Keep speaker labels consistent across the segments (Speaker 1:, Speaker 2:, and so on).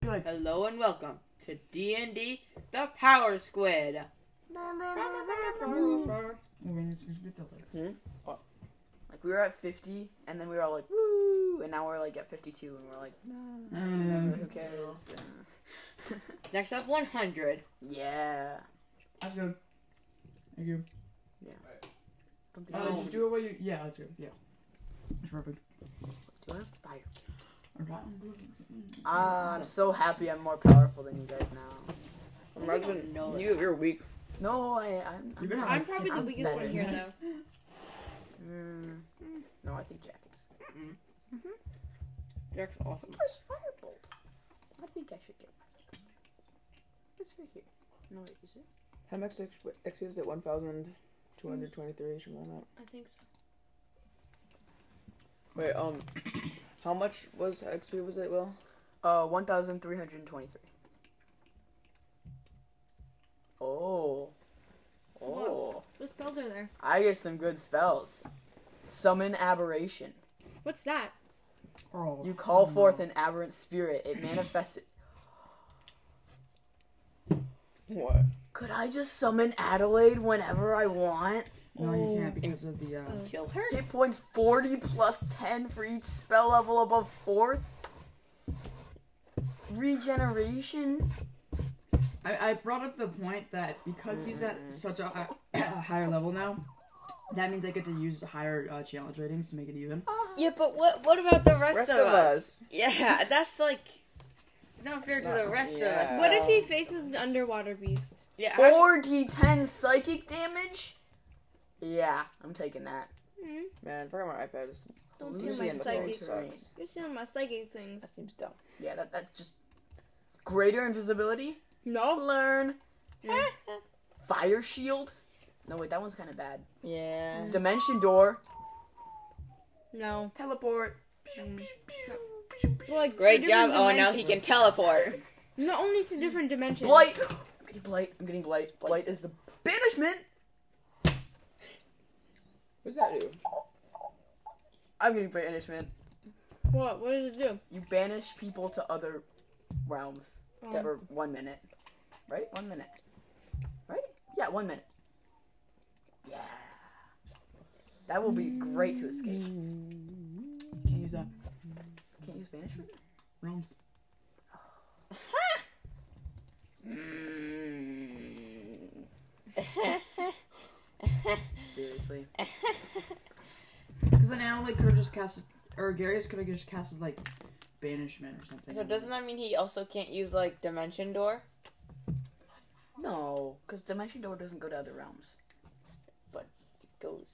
Speaker 1: Be like,
Speaker 2: Hello and welcome to D and D: The Power Squid.
Speaker 1: we're gonna switch with the light.
Speaker 3: Like we were at 50, and then we were all like, woo, and now we're like at 52, and we're like, nah,
Speaker 1: Mm.
Speaker 3: who cares? And-
Speaker 2: Next up, 100.
Speaker 3: yeah.
Speaker 1: I go. I go.
Speaker 3: Don't think
Speaker 1: Uh,
Speaker 3: oh.
Speaker 1: Just do it while you. Yeah, let's go. Yeah. It's perfect.
Speaker 3: do I have fire?
Speaker 1: Alright.
Speaker 3: Ah, I'm so happy I'm more powerful than you guys now.
Speaker 2: Imagine no.
Speaker 4: You, you're weak.
Speaker 3: No, I, I'm.
Speaker 1: You're gonna-
Speaker 5: I'm probably the
Speaker 3: I'm
Speaker 5: weakest one
Speaker 3: better.
Speaker 5: here, though.
Speaker 3: Mm, no, I think Jack is.
Speaker 2: Jack's awesome.
Speaker 3: Where's Firebolt? I think I should get. It's right here. No, wait, is it?
Speaker 4: How much XP XP was it? 1,223, something like that.
Speaker 5: I think so.
Speaker 4: Wait, um, how much was XP was it, Will?
Speaker 3: Uh, 1,323. Oh. Oh.
Speaker 5: What spells are there?
Speaker 3: I get some good spells. Summon aberration.
Speaker 5: What's that?
Speaker 1: Oh,
Speaker 3: You call
Speaker 1: no.
Speaker 3: forth an aberrant spirit. It manifests.
Speaker 4: What?
Speaker 3: Could I just summon Adelaide whenever I want?
Speaker 1: No, you can't because of the. Uh,
Speaker 5: Oh.
Speaker 2: Kill her.
Speaker 3: Hit points 40 plus 10 for each spell level above 4th. Regeneration?
Speaker 1: I, I brought up the point that because he's at such a, hi- a higher level now, that means I get to use higher uh, challenge ratings to make it even.
Speaker 2: Yeah, but what what about the rest,
Speaker 4: Rest
Speaker 2: of,
Speaker 4: of
Speaker 2: us?
Speaker 4: us.
Speaker 2: Yeah, that's like not fair to the
Speaker 4: Not-
Speaker 2: rest
Speaker 4: yeah.
Speaker 3: Uh,
Speaker 2: of us.
Speaker 5: What if he faces an underwater beast?
Speaker 2: Yeah, I-
Speaker 3: 4d10 psychic damage? Yeah, I'm taking that.
Speaker 5: Hmm.
Speaker 4: Man, forgot my iPad is.
Speaker 5: Don't
Speaker 4: Losing
Speaker 5: steal my
Speaker 4: in the phone
Speaker 5: psychic.
Speaker 4: sucks.
Speaker 5: You're stealing my psychic things.
Speaker 4: That seems dumb.
Speaker 3: Yeah, that, that just. Greater invisibility?
Speaker 5: No.
Speaker 3: Learn. Fire shield? No, wait, that one's kind of bad.
Speaker 4: Yeah.
Speaker 3: Dimension door.
Speaker 5: No. Mm.
Speaker 4: Teleport.
Speaker 5: Well, like,
Speaker 2: Great
Speaker 5: for
Speaker 2: job.
Speaker 5: different
Speaker 2: Oh, now he
Speaker 5: dimensions.
Speaker 2: can teleport.
Speaker 5: Not only for different dimensions.
Speaker 3: Blight! I'm getting blight. I'm getting blight. Blight is the banishment!
Speaker 4: What does that do?
Speaker 3: I'm getting banishment.
Speaker 5: What? What does it do?
Speaker 3: You banish people to other realms
Speaker 5: Oh.
Speaker 3: for one minute. Right? One minute. Right? Yeah, one minute. Yeah. That will be great to escape.
Speaker 1: Can't use that.
Speaker 3: Can't use banishment?
Speaker 1: Realms.
Speaker 3: Seriously.
Speaker 1: Because then Analyte could have just cast. Or Garius could have just casted, like, Banishment or something.
Speaker 2: So doesn't that mean he also can't use like dimension door?
Speaker 3: No, because Dimension Door doesn't go to other realms.
Speaker 2: Goes.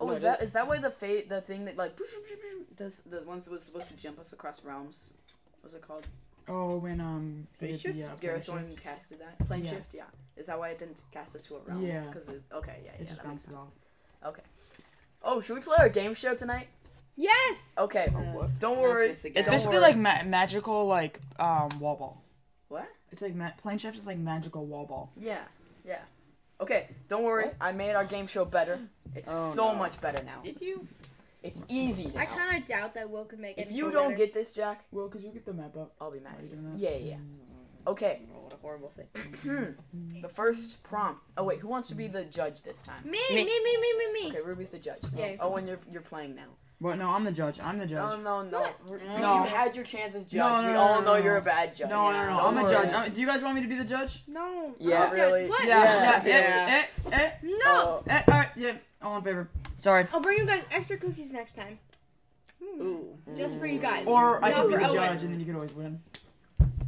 Speaker 3: Oh,
Speaker 2: No,
Speaker 3: is that is that why the fate the thing that like does the ones that was supposed to jump us across realms? What was it called?
Speaker 1: Oh, when, um. they did the, uh,
Speaker 3: Gareth
Speaker 1: Banishment,
Speaker 3: Thorne casted that. Plane
Speaker 1: Yeah.
Speaker 3: shift, yeah. Is that why it didn't cast us to a realm?
Speaker 1: Yeah.
Speaker 3: Because it, okay, yeah, yeah,
Speaker 1: It just
Speaker 3: that makes
Speaker 1: bounces
Speaker 3: sense.
Speaker 1: off.
Speaker 3: Oh, should we play our game show tonight?
Speaker 5: Yes.
Speaker 3: Okay.
Speaker 2: Uh,
Speaker 3: Don't worry.
Speaker 2: It's
Speaker 1: It's
Speaker 3: Don't
Speaker 1: basically
Speaker 3: worry.
Speaker 1: like ma- magical, like, um, wall ball.
Speaker 3: What?
Speaker 1: It's like ma- plane shift is like magical wall ball.
Speaker 3: Yeah. Yeah. Okay. Don't worry. I made our game show better. It's
Speaker 4: Oh,
Speaker 3: so
Speaker 4: no.
Speaker 3: much better now.
Speaker 2: Did you?
Speaker 3: It's easy now.
Speaker 5: I kind of doubt that Will could make it.
Speaker 3: if you don't get this, Jack,
Speaker 1: Well, could you get the map up?
Speaker 3: I'll be mad.
Speaker 1: Are
Speaker 3: At
Speaker 1: you
Speaker 3: you.
Speaker 1: doing that?
Speaker 3: Yeah, yeah. Okay.
Speaker 2: Oh, what a horrible thing.
Speaker 3: Hmm. The first prompt. Oh wait, who wants to be the judge this time?
Speaker 5: me, me, me, me, me, me.
Speaker 3: Okay, Ruby's the judge.
Speaker 5: Yeah.
Speaker 3: Oh, and you're you're playing now.
Speaker 1: Well, no, I'm the judge. I'm the
Speaker 3: No,
Speaker 1: judge.
Speaker 3: Oh, no, no.
Speaker 5: What?
Speaker 3: Ru-
Speaker 1: No.
Speaker 3: You had your chance as judge.
Speaker 1: No, no,
Speaker 3: we
Speaker 1: no,
Speaker 3: all
Speaker 1: no,
Speaker 3: know
Speaker 1: no.
Speaker 3: you're a bad judge.
Speaker 1: no, no, no.
Speaker 3: Don't
Speaker 1: I'm a
Speaker 3: worry.
Speaker 1: judge. I'm, do you guys want me to be the judge?
Speaker 5: No.
Speaker 3: Yeah,
Speaker 5: Judge,
Speaker 3: really.
Speaker 5: What?
Speaker 3: Yeah.
Speaker 1: Yeah. Yeah. Eh, eh,
Speaker 5: No.
Speaker 1: eh, eh, all right. Yeah. All in favor. Sorry.
Speaker 5: I'll bring you guys extra cookies next time,
Speaker 2: Ooh.
Speaker 5: just for
Speaker 3: Mm.
Speaker 5: you guys.
Speaker 1: Or I
Speaker 5: No,
Speaker 1: could be
Speaker 5: for
Speaker 1: the
Speaker 5: Owen.
Speaker 1: judge, and then you could always win.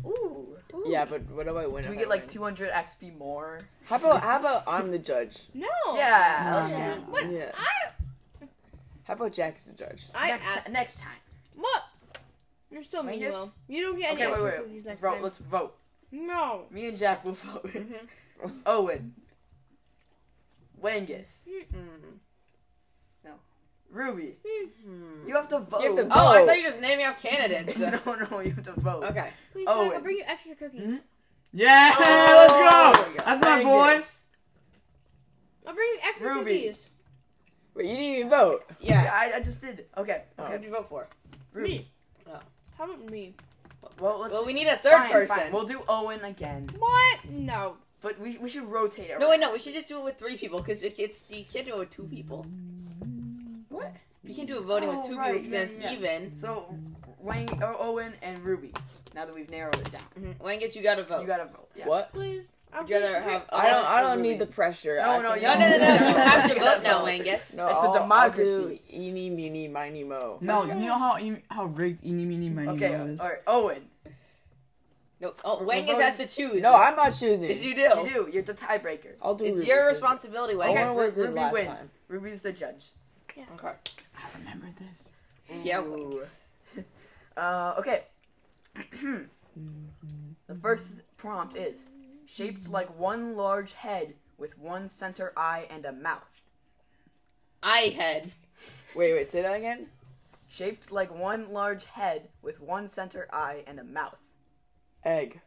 Speaker 3: Ooh.
Speaker 4: Yeah, but what do I win?
Speaker 3: Do
Speaker 4: if
Speaker 3: we
Speaker 4: I
Speaker 3: get like
Speaker 4: win?
Speaker 3: 200 XP more?
Speaker 4: How about how about I'm the judge?
Speaker 5: No.
Speaker 2: Oh.
Speaker 3: Yeah.
Speaker 1: Nah,
Speaker 3: let's do it.
Speaker 1: nah.
Speaker 5: What?
Speaker 4: Yeah.
Speaker 5: I.
Speaker 4: How about Jack's the judge?
Speaker 5: I
Speaker 3: next, ti-
Speaker 5: asked.
Speaker 3: next time.
Speaker 5: What? You're so mean,
Speaker 3: Minus-
Speaker 5: Will. You don't get any
Speaker 3: okay,
Speaker 5: extra
Speaker 3: wait,
Speaker 5: cookies
Speaker 3: wait.
Speaker 5: next
Speaker 3: Ro-
Speaker 5: time.
Speaker 3: let's vote.
Speaker 5: No.
Speaker 3: Me and Jack will vote.
Speaker 2: Mm-hmm.
Speaker 3: Owen. Wengus.
Speaker 2: Mm-hmm.
Speaker 3: Ruby.
Speaker 2: Hmm.
Speaker 3: You have to vote.
Speaker 2: You have to
Speaker 4: Oh.
Speaker 2: Oh, I thought you were just naming off candidates.
Speaker 3: no, no, you have to vote.
Speaker 2: okay.
Speaker 5: Please, Jack, I'll
Speaker 3: Oh, Hmm? wait.
Speaker 5: bring you extra cookies.
Speaker 1: Yeah.
Speaker 3: Oh,
Speaker 1: let's
Speaker 3: there we
Speaker 1: go.
Speaker 3: go.
Speaker 1: That's my
Speaker 3: Thank
Speaker 1: boy.
Speaker 5: I'll bring you extra
Speaker 3: Ruby.
Speaker 5: cookies.
Speaker 4: Wait, you didn't even vote.
Speaker 2: Yeah.
Speaker 3: I, I just did. Okay.
Speaker 2: Who'd
Speaker 3: Okay.
Speaker 2: you vote for?
Speaker 3: Ruby.
Speaker 5: Me.
Speaker 2: Oh.
Speaker 5: How about me?
Speaker 3: Well, let's.
Speaker 2: Well, we need a third
Speaker 3: fine,
Speaker 2: person.
Speaker 3: fine. We'll do Owen again,
Speaker 5: What? No.
Speaker 3: but we, we should rotate it.
Speaker 2: no, wait, no. We should just do it with three people because it's, it's you can't do it with two people.
Speaker 3: What?
Speaker 2: You can't do a voting
Speaker 3: Oh,
Speaker 2: with two
Speaker 3: right,
Speaker 2: people
Speaker 3: yeah,
Speaker 2: because that's
Speaker 3: yeah.
Speaker 2: even.
Speaker 3: So, Wang, oh, Owen, and Ruby. Now that we've narrowed it down,
Speaker 4: Mm-hmm.
Speaker 2: Mhm. Wayne, you gotta vote.
Speaker 3: you gotta vote. Yeah.
Speaker 4: What?
Speaker 5: Please. I'll
Speaker 2: Would you rather
Speaker 5: be-
Speaker 2: have?
Speaker 4: I don't. I don't
Speaker 3: Ruby.
Speaker 4: need the pressure.
Speaker 3: No,
Speaker 4: I
Speaker 3: no,
Speaker 4: can-
Speaker 2: No, no, no, no. you have to
Speaker 3: You
Speaker 2: vote
Speaker 3: gotta
Speaker 2: now,
Speaker 3: vote.
Speaker 2: Wangus.
Speaker 4: No,
Speaker 3: It's a
Speaker 4: I'll,
Speaker 3: democracy.
Speaker 4: I'll do eeny, meeny, miny, mo.
Speaker 1: No, you know how you- how rigged eeny meeny miny
Speaker 3: Okay.
Speaker 1: Moe is.
Speaker 3: All right. Owen,
Speaker 2: No, oh,
Speaker 3: We're
Speaker 2: Wangus
Speaker 3: voting.
Speaker 2: has to choose.
Speaker 4: No, I'm not
Speaker 2: Yes,
Speaker 4: choosing.
Speaker 2: you do.
Speaker 3: you do. You're the tiebreaker.
Speaker 4: I'll do.
Speaker 2: It's
Speaker 4: Ruby
Speaker 2: your
Speaker 4: 'cause
Speaker 2: responsibility,
Speaker 4: I
Speaker 2: Wangus.
Speaker 4: wanna was it
Speaker 3: Ruby
Speaker 4: last
Speaker 3: wins.
Speaker 4: time.
Speaker 3: Ruby's the judge.
Speaker 5: Yes.
Speaker 2: Okay.
Speaker 1: I remember this.
Speaker 2: Yeah,
Speaker 3: Ooh. Uh, okay. the first prompt is shaped like one large head with one center eye and a mouth.
Speaker 2: I head.
Speaker 4: Wait, wait. Say that again.
Speaker 3: Shaped like one large head with one center eye and a mouth.
Speaker 4: Egg.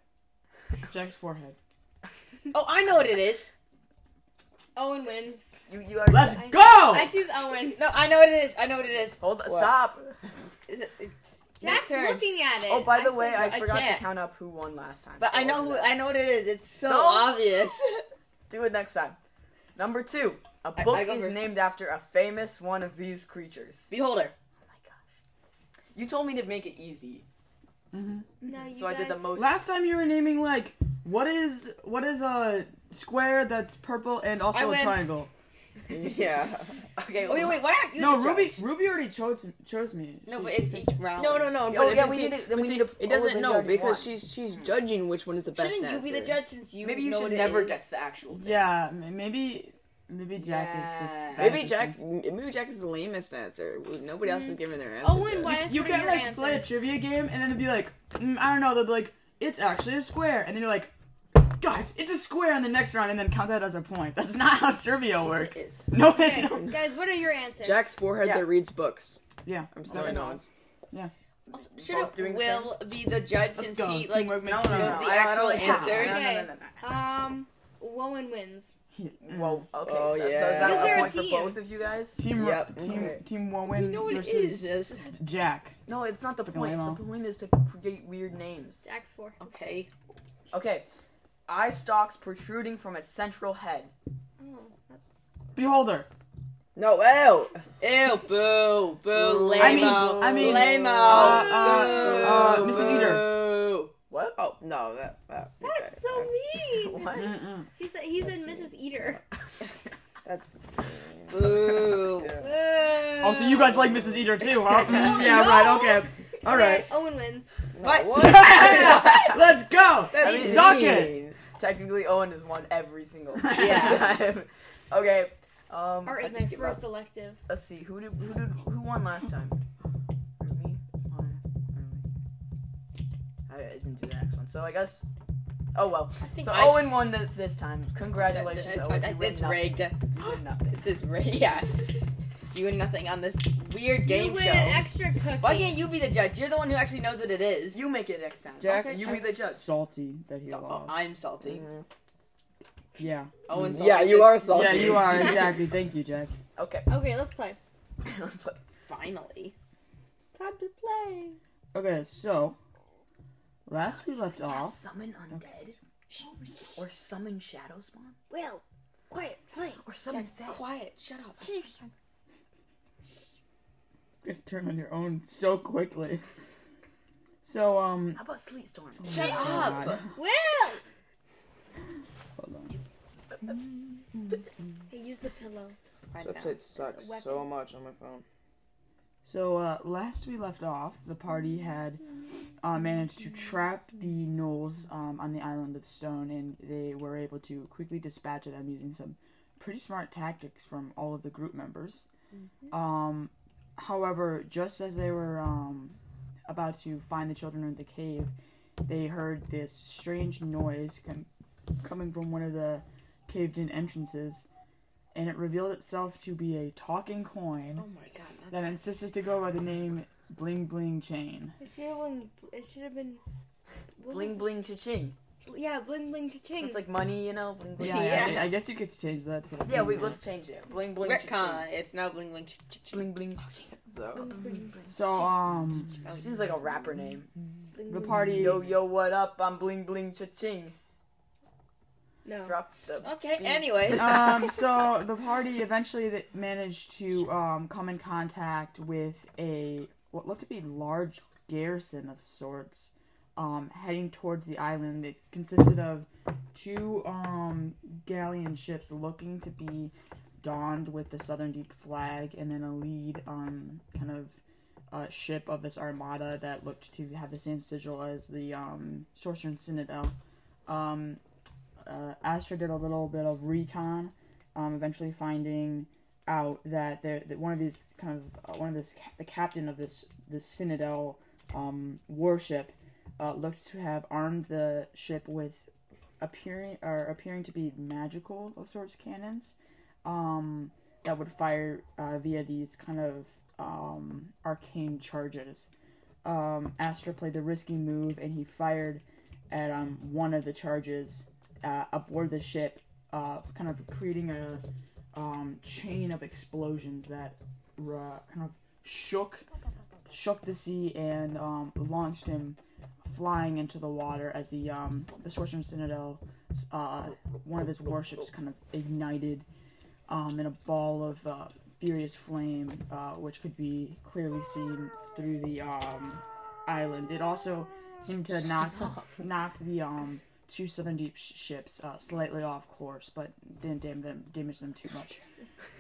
Speaker 1: Jack's forehead.
Speaker 2: Oh, I know what it is.
Speaker 5: Owen wins.
Speaker 3: You you already
Speaker 1: Let's
Speaker 5: I-
Speaker 1: go.
Speaker 5: I choose Owen.
Speaker 2: No, I know what it is. I know what it is.
Speaker 3: hold
Speaker 4: What?
Speaker 3: stop.
Speaker 2: Is it- It's next
Speaker 5: Jack's
Speaker 2: turn.
Speaker 5: looking at it.
Speaker 3: Oh, by the
Speaker 5: I
Speaker 3: way,
Speaker 5: said-
Speaker 3: I,
Speaker 2: I
Speaker 3: forgot
Speaker 2: can't.
Speaker 3: to count up who won last time.
Speaker 2: But
Speaker 3: so
Speaker 2: I know
Speaker 3: we'll
Speaker 2: who
Speaker 3: do that.
Speaker 2: I know what it is. It's so
Speaker 3: No.
Speaker 2: obvious.
Speaker 3: Do it next time. Number two, a
Speaker 2: I-
Speaker 3: book
Speaker 2: I go
Speaker 3: is
Speaker 2: first.
Speaker 3: named after a famous one of these creatures.
Speaker 2: Beholder.
Speaker 3: Oh my gosh! You told me to make it easy,
Speaker 1: Mhm.
Speaker 5: No, you
Speaker 3: so I did the
Speaker 5: guys-
Speaker 3: most.
Speaker 1: Last time you were naming like what is what is a square that's purple and
Speaker 2: I
Speaker 1: also a
Speaker 2: win.
Speaker 1: triangle.
Speaker 4: Yeah.
Speaker 3: Okay.
Speaker 2: Oh wait, wait. Why aren't you?
Speaker 1: no,
Speaker 2: the
Speaker 1: Ruby
Speaker 2: judge?
Speaker 1: Ruby already chose chose me.
Speaker 2: No,
Speaker 1: She-
Speaker 2: but it's each round.
Speaker 4: No, no, no. But
Speaker 3: Oh,
Speaker 4: it-
Speaker 3: yeah,
Speaker 4: but
Speaker 3: we
Speaker 4: see-
Speaker 3: need to- then
Speaker 4: but
Speaker 3: we
Speaker 4: see,
Speaker 3: need to-
Speaker 4: It
Speaker 3: oh, then
Speaker 4: doesn't
Speaker 3: we
Speaker 4: know
Speaker 3: already won.
Speaker 4: because she's she's judging which one is the best
Speaker 2: Shouldn't you
Speaker 4: answer.
Speaker 2: be the judge since you?
Speaker 3: Maybe you
Speaker 2: know what
Speaker 3: should
Speaker 2: it
Speaker 3: never
Speaker 2: is?
Speaker 3: guess the actual. Thing.
Speaker 1: Yeah, m- maybe maybe Jack is just.
Speaker 3: Yeah.
Speaker 1: bad at
Speaker 4: Maybe
Speaker 1: this
Speaker 4: Jack. Maybe Jack is the lamest answer. Nobody else
Speaker 3: Mm.
Speaker 4: is giving their answer.
Speaker 5: Owen, why
Speaker 1: thing.
Speaker 5: is
Speaker 1: You
Speaker 5: putting
Speaker 1: can
Speaker 5: your
Speaker 1: like play a
Speaker 5: answers?
Speaker 1: trivia game and then it'd be like, mm, I don't know. They'll be like, it's actually a square, and then you're like, guys, it's a square in the next round, and then count that as a point. That's not how trivia
Speaker 2: it
Speaker 1: works.
Speaker 2: is.
Speaker 1: No, it's
Speaker 5: Okay,
Speaker 1: not.
Speaker 5: guys, what are your answers?
Speaker 4: Jack's forehead
Speaker 3: Yeah.
Speaker 4: that reads books.
Speaker 1: Yeah.
Speaker 4: I'm still in odds.
Speaker 2: Also,
Speaker 3: Both
Speaker 2: Shouldn't
Speaker 3: doing
Speaker 2: Will be the judge
Speaker 1: Let's
Speaker 2: since
Speaker 1: go.
Speaker 2: he like?
Speaker 1: Teamwork
Speaker 3: No,
Speaker 1: makes
Speaker 3: no,
Speaker 1: the
Speaker 3: no.
Speaker 2: knows
Speaker 1: dream
Speaker 2: the
Speaker 1: work.
Speaker 3: I- I
Speaker 2: actual
Speaker 3: don't-
Speaker 2: answers.
Speaker 3: Ah, No, no, no, no, no,
Speaker 5: Um, Wowen wins.
Speaker 3: no. Whoa. Okay.
Speaker 4: Oh,
Speaker 3: so, so is
Speaker 4: yeah.
Speaker 3: that
Speaker 5: Is
Speaker 3: a
Speaker 5: there a
Speaker 3: point
Speaker 5: team?
Speaker 3: for both of you guys?
Speaker 1: Team
Speaker 4: Yep.
Speaker 1: team
Speaker 3: Okay.
Speaker 1: team Woman
Speaker 2: You know what it
Speaker 1: versus
Speaker 2: is. is-
Speaker 1: Jack.
Speaker 3: No, it's not the
Speaker 1: Fucking
Speaker 3: point.
Speaker 1: lame.
Speaker 3: The point is to create weird names.
Speaker 5: Jack's four.
Speaker 2: Okay.
Speaker 3: Okay. Eye stalks protruding from its central head.
Speaker 5: Oh, that's.
Speaker 1: Beholder.
Speaker 4: No, ew.
Speaker 2: Ew. Boo. Boo. Lame.
Speaker 1: I mean- I mean,
Speaker 2: Lame.
Speaker 1: uh, uh,
Speaker 2: boo.
Speaker 1: Mrs. Eater.
Speaker 2: Boo.
Speaker 3: What?
Speaker 4: Oh no, that. that
Speaker 5: That's so mean.
Speaker 3: What?
Speaker 1: Mm-mm.
Speaker 5: She said he said
Speaker 4: That's
Speaker 5: Mrs. Eater.
Speaker 4: That's.
Speaker 2: Boo.
Speaker 4: Yeah.
Speaker 1: Also, Oh, you guys like Mrs. Eater too, huh? Mm,
Speaker 4: No,
Speaker 1: yeah,
Speaker 5: no.
Speaker 1: right. Okay. All right.
Speaker 5: Owen wins.
Speaker 2: What?
Speaker 1: Let's go.
Speaker 4: That's
Speaker 1: Suck
Speaker 4: mean.
Speaker 1: it.
Speaker 3: Technically, Owen has won every single
Speaker 2: Yeah.
Speaker 3: time. okay. Um.
Speaker 5: Art
Speaker 3: I
Speaker 5: is my
Speaker 3: just give up.
Speaker 5: first elective.
Speaker 3: Let's see. Who did? Who did? Who won last time? Me. I I didn't do the next one, so I guess. Oh well.
Speaker 2: I think
Speaker 3: So
Speaker 2: I
Speaker 3: Owen won this, this time. Congratulations,
Speaker 2: That- that-
Speaker 3: Owen.
Speaker 2: that-
Speaker 3: you win
Speaker 2: That's
Speaker 3: nothing.
Speaker 2: rigged.
Speaker 3: You win nothing.
Speaker 2: This is rigged. Yeah. You and nothing on this weird game
Speaker 5: you win
Speaker 2: show.
Speaker 5: an extra cookie.
Speaker 2: Why can't you be the judge? You're the one who actually knows what it is.
Speaker 3: You make it next time.
Speaker 1: Jack's
Speaker 3: you be
Speaker 1: just
Speaker 3: the judge.
Speaker 1: Salty that he
Speaker 2: Oh,
Speaker 1: lost.
Speaker 2: I'm salty.
Speaker 4: Mhm.
Speaker 1: Yeah.
Speaker 2: Owen's
Speaker 4: Yeah,
Speaker 2: salty.
Speaker 4: you
Speaker 2: Just-
Speaker 4: are salty.
Speaker 1: Yeah, you are exactly. Thank you, Jack.
Speaker 3: Okay.
Speaker 5: Okay, let's play.
Speaker 2: Finally.
Speaker 5: Time to play.
Speaker 1: Okay, so last we left off.
Speaker 3: Summon undead. Or summon shadow spawn.
Speaker 5: Will, quiet, play.
Speaker 3: Or summon yeah.
Speaker 2: Quiet. Shut up.
Speaker 1: Just turn on your own so quickly. So um. Oh
Speaker 3: How about sleet storm?
Speaker 2: Shut
Speaker 1: God.
Speaker 2: up.
Speaker 5: Will.
Speaker 1: Hold on.
Speaker 5: Hey, use the pillow.
Speaker 2: I
Speaker 4: This
Speaker 2: know.
Speaker 4: website sucks
Speaker 5: weapon.
Speaker 4: so much on my phone.
Speaker 1: So uh, last we left off, the party had uh, managed to trap the gnolls um, on the island of stone, and they were able to quickly dispatch them using some pretty smart tactics from all of the group members. Um, however, just as they were um, about to find the children in the cave, they heard this strange noise com- coming from one of the caved-in entrances, and it revealed itself to be a talking coin
Speaker 2: Oh my god. that-
Speaker 1: that insisted to go by the name Bling Bling Chain.
Speaker 5: It should have been. It should have been. what
Speaker 3: Bling bling cha-ching.
Speaker 5: was- Yeah, bling bling to
Speaker 3: So
Speaker 5: ching.
Speaker 3: It's like money, you know? Bling bling.
Speaker 1: Yeah,
Speaker 2: Yeah.
Speaker 1: I, I guess you could change that to.
Speaker 3: Yeah, we, let's change it. Bling bling cha-ching.
Speaker 2: Retcon. It's now bling bling. ch- ch- ch-
Speaker 3: Bling bling cha-ching. So.
Speaker 5: Bling, bling.
Speaker 1: So um,
Speaker 2: Oh,
Speaker 3: Seems like a rapper name.
Speaker 5: Bling,
Speaker 1: The
Speaker 5: bling,
Speaker 1: party-
Speaker 5: ching.
Speaker 6: Yo, yo, what up? I'm bling bling cha-ching.
Speaker 5: No.
Speaker 6: Drop the.
Speaker 2: Okay,
Speaker 6: Beats.
Speaker 2: anyways.
Speaker 1: um, so the party eventually th- managed to um, come in contact with a what looked to be large garrison of sorts, um, heading towards the island. It consisted of two um, galleon ships looking to be donned with the Southern Deep flag, and then a lead um, kind of uh, ship of this armada that looked to have the same sigil as the um, Sorcerer's Citadel. Um, uh, Astra did a little bit of recon, um, eventually finding out that there that one of these kind of uh, one of this the captain of this this Cynodel um, warship uh, looked to have armed the ship with appearing or appearing to be magical of sorts cannons um, that would fire uh, via these kind of um, arcane charges. Um, Astra played the risky move and he fired at um, one of the charges uh, aboard the ship, uh, kind of creating a um, chain of explosions that ra- kind of shook shook the sea and um, launched him flying into the water as the um, the Sorcerer's Citadel, uh, one of his warships, kind of ignited um, in a ball of uh, furious flame, uh, which could be clearly seen through the um, island. It also seemed to knock knock the um, two Southern Deep sh- ships uh, slightly off course, but didn't dam- them, damage them too much.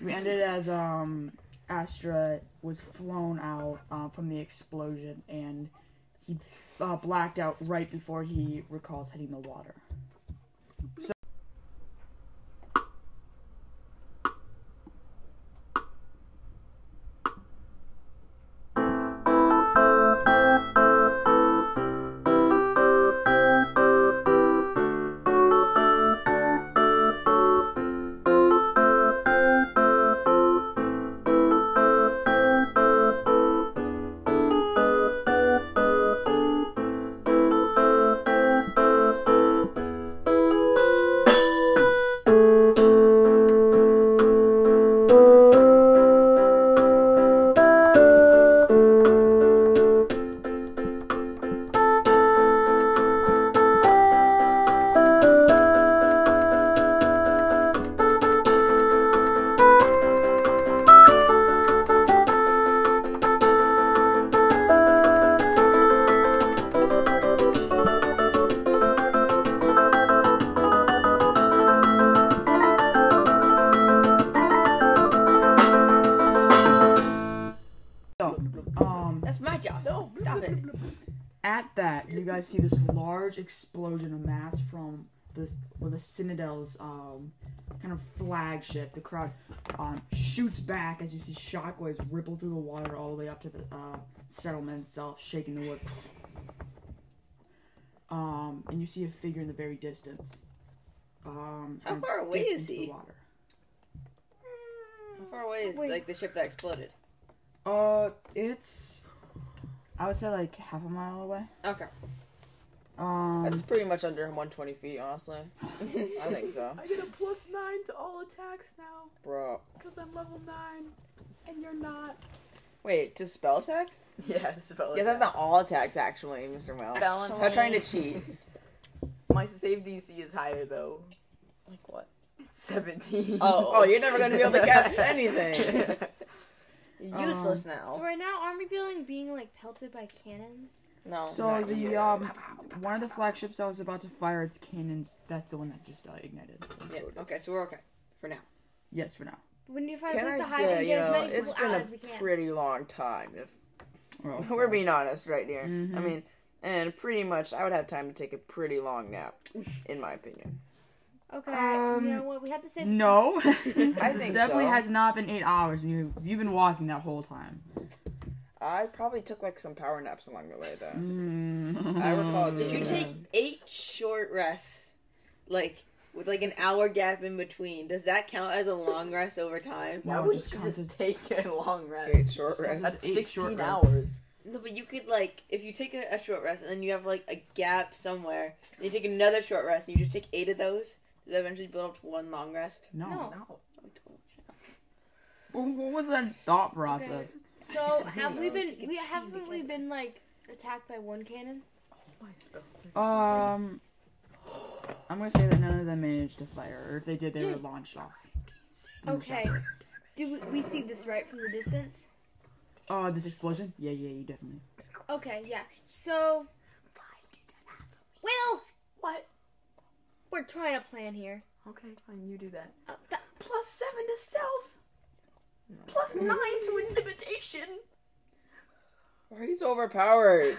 Speaker 1: We ended as um, Astra was flown out uh, from the explosion, and he uh, blacked out right before he recalls hitting the water. So, um,
Speaker 2: That's my job. No, stop it.
Speaker 1: at that, you guys see this large explosion of mass from this well, the Citadel's um, kind of flagship. The crowd um, shoots back as you see shockwaves ripple through the water all the way up to the uh, settlement itself, shaking the wood. Um, and you see a figure in the very distance. Um,
Speaker 2: How
Speaker 1: and
Speaker 2: far away
Speaker 1: dip
Speaker 2: is
Speaker 1: into the
Speaker 2: he?
Speaker 1: water.
Speaker 2: How far away is
Speaker 5: Wait.
Speaker 2: like the ship that exploded?
Speaker 1: Uh, it's I would say like half a mile away.
Speaker 2: Okay.
Speaker 1: Um,
Speaker 4: That's pretty much under 120 feet, honestly. I think so.
Speaker 3: I get a plus nine to all attacks now
Speaker 4: Bro.
Speaker 3: because I'm level nine, and you're not.
Speaker 4: Wait, to spell attacks?
Speaker 6: Yeah, this is about
Speaker 4: Yes, that's not all attacks, actually, Mr. Mel.
Speaker 6: Balance.
Speaker 4: Stop trying to cheat.
Speaker 6: My save DC is higher though.
Speaker 4: Like what?
Speaker 6: It's 17.
Speaker 4: Oh. Oh, you're never gonna be able to guess anything.
Speaker 2: You're useless now.
Speaker 5: So right now, aren't we feeling being like pelted by cannons?
Speaker 2: No.
Speaker 1: So
Speaker 4: not
Speaker 1: the
Speaker 4: yet.
Speaker 1: um, one of the flagships that was about to fire its cannons, that's the one that just uh, ignited.
Speaker 2: Yeah, okay, so we're okay for now.
Speaker 1: Yes, for now.
Speaker 5: When you find a
Speaker 4: Can I
Speaker 5: place to hide and
Speaker 4: say, you
Speaker 5: get as
Speaker 4: know,
Speaker 5: many
Speaker 4: it's
Speaker 5: people
Speaker 4: been
Speaker 5: out as we
Speaker 4: a
Speaker 5: can.
Speaker 4: pretty long time, if
Speaker 1: Well,
Speaker 4: we're being honest right here. I
Speaker 2: Mm-hmm.
Speaker 1: Mhm.
Speaker 4: mean, and pretty much I would have time to take a pretty long nap, in my opinion.
Speaker 5: Okay,
Speaker 1: Um,
Speaker 5: you know what? We have to say.
Speaker 1: no, I
Speaker 4: think
Speaker 1: definitely
Speaker 4: so.
Speaker 1: has not been eight hours. and You you've been walking that whole time.
Speaker 4: I probably took like some power naps along the way, though.
Speaker 1: Mm.
Speaker 4: I recall
Speaker 2: If
Speaker 4: doing
Speaker 2: you
Speaker 4: that.
Speaker 2: take eight short rests, like with like an hour gap in between, does that count as a long rest over time?
Speaker 1: No,
Speaker 6: Why
Speaker 1: it
Speaker 6: would
Speaker 1: just
Speaker 6: you
Speaker 1: counts
Speaker 6: just
Speaker 1: as-
Speaker 6: take a long rest?
Speaker 4: Eight short rests.
Speaker 6: That's
Speaker 1: eight
Speaker 6: 16
Speaker 1: short rests.
Speaker 6: hours.
Speaker 2: No, but you could like if you take a, a short rest and then you have like a gap somewhere, and you take another short rest and you just take eight of those, does that eventually build up to one long rest?
Speaker 1: no.
Speaker 5: No.
Speaker 6: No.
Speaker 1: Wh- What was that thought process?
Speaker 5: So have we
Speaker 4: knows?
Speaker 5: been? We haven't we been like attacked by one cannon?
Speaker 3: my spells.
Speaker 1: Um, I'm gonna say that none of them managed to fire, or if they did, they were launched off.
Speaker 5: Okay. Do we, we see this right from the distance?
Speaker 1: Oh, this explosion? Yeah, yeah, you definitely.
Speaker 5: Okay, yeah. So, Will,
Speaker 3: What?
Speaker 5: we're trying to plan here.
Speaker 6: Okay, fine, you do that.
Speaker 5: Uh, th-
Speaker 3: Plus seven to stealth. Plus nine to intimidation.
Speaker 4: Why he's overpowered?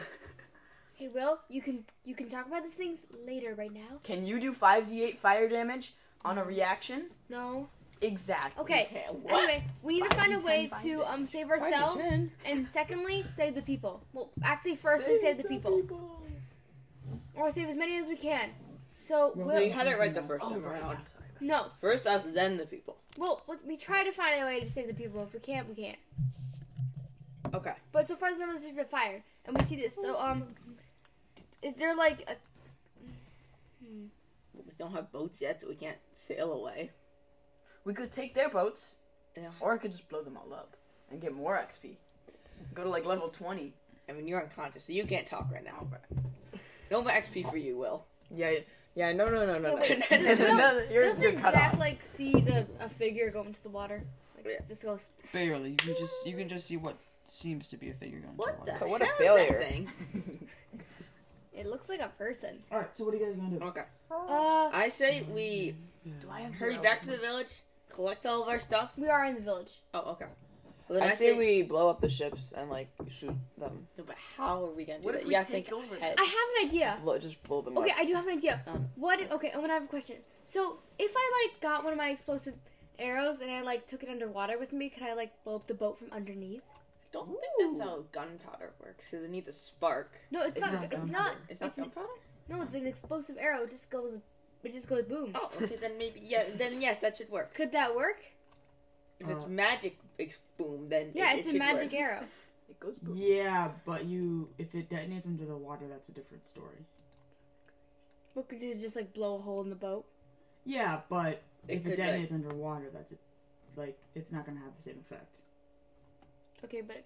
Speaker 5: hey, Will, you can you can talk about these things later. Right now,
Speaker 6: Can you do 5d8 fire damage on a reaction?
Speaker 5: no.
Speaker 6: Exactly.
Speaker 5: Okay. Anyway, we need to find a way to um save ourselves,
Speaker 4: ten.
Speaker 5: and secondly, save the people. Well, actually, firstly, save the people, or save as many as we can. So,
Speaker 2: Well, you
Speaker 5: Will,
Speaker 2: had it right the first
Speaker 6: Oh,
Speaker 2: time
Speaker 6: right.
Speaker 2: around.
Speaker 6: I'm sorry.
Speaker 5: no.
Speaker 2: First us, then the people.
Speaker 5: Well, let- we try to find a way to save the people. If we can't, we can't.
Speaker 2: Okay.
Speaker 5: But so far, none of us have been fired, and we see this. So, um, is there like a? Hmm.
Speaker 2: We just don't have boats yet, so we can't sail away.
Speaker 6: We could take their boats,
Speaker 2: Yeah.
Speaker 6: or I could just blow them all up and get more XP. Go to like level 20.
Speaker 2: I mean, you're unconscious, so you can't talk right now. No more XP for you, Will.
Speaker 4: Yeah, yeah, no, no, no, no,
Speaker 5: Yeah, wait.
Speaker 4: no.
Speaker 5: Does Will-
Speaker 6: No, you're- you're
Speaker 5: doesn't
Speaker 6: cut
Speaker 5: Jack
Speaker 6: off.
Speaker 5: like see the a figure go into the water? Like
Speaker 2: Yeah.
Speaker 5: just goes.
Speaker 1: Barely. You can just you can just see what seems to be a figure going.
Speaker 2: What the?
Speaker 4: So what a
Speaker 2: hell
Speaker 4: failure.
Speaker 2: Is that thing?
Speaker 5: It looks like a person.
Speaker 1: All right. So what are you guys gonna do?
Speaker 2: Okay.
Speaker 5: Uh,
Speaker 2: I say we
Speaker 6: Do I have
Speaker 2: hurry
Speaker 6: zero
Speaker 2: back to the
Speaker 6: elements?
Speaker 2: village, collect all of our stuff.
Speaker 5: we are in the village.
Speaker 2: Oh, okay. Well, then
Speaker 4: I say
Speaker 2: think-
Speaker 4: we blow up the ships and like shoot them.
Speaker 2: No, but how are we gonna do
Speaker 3: What
Speaker 2: that?
Speaker 3: if
Speaker 2: You
Speaker 3: we
Speaker 2: gotta
Speaker 3: take
Speaker 2: think
Speaker 3: over
Speaker 2: ahead.
Speaker 5: I have an idea.
Speaker 4: Blow, just blow them
Speaker 5: Okay,
Speaker 4: up.
Speaker 5: I do have an idea.
Speaker 2: Um,
Speaker 5: What? If, okay, Owen, I have a question. So if I like got one of my explosive arrows and I like took it underwater with me, could I like blow up the boat from underneath?
Speaker 2: I don't think that's how gunpowder works. Cause it needs a spark.
Speaker 5: No, it's,
Speaker 1: It's
Speaker 5: not.
Speaker 1: not
Speaker 5: It's
Speaker 1: gunpowder.
Speaker 5: not.
Speaker 2: It's not gunpowder.
Speaker 5: No, it's an explosive arrow. It just goes. It just goes boom.
Speaker 2: Oh, okay. Then maybe yeah. Then yes, that should work.
Speaker 5: Could that work?
Speaker 2: If it's
Speaker 1: Uh,
Speaker 2: magic, ex- boom. Then it-
Speaker 5: Yeah,
Speaker 2: it
Speaker 5: it's a
Speaker 2: should
Speaker 5: magic
Speaker 2: work.
Speaker 5: arrow.
Speaker 6: It goes boom.
Speaker 1: Yeah, but you if it detonates under the water, that's a different story.
Speaker 5: What could you just like blow a hole in the boat?
Speaker 1: Yeah, but
Speaker 2: It
Speaker 1: if it
Speaker 2: could, like-
Speaker 1: detonates underwater, that's a, like it's not gonna have the same effect.
Speaker 5: Okay, but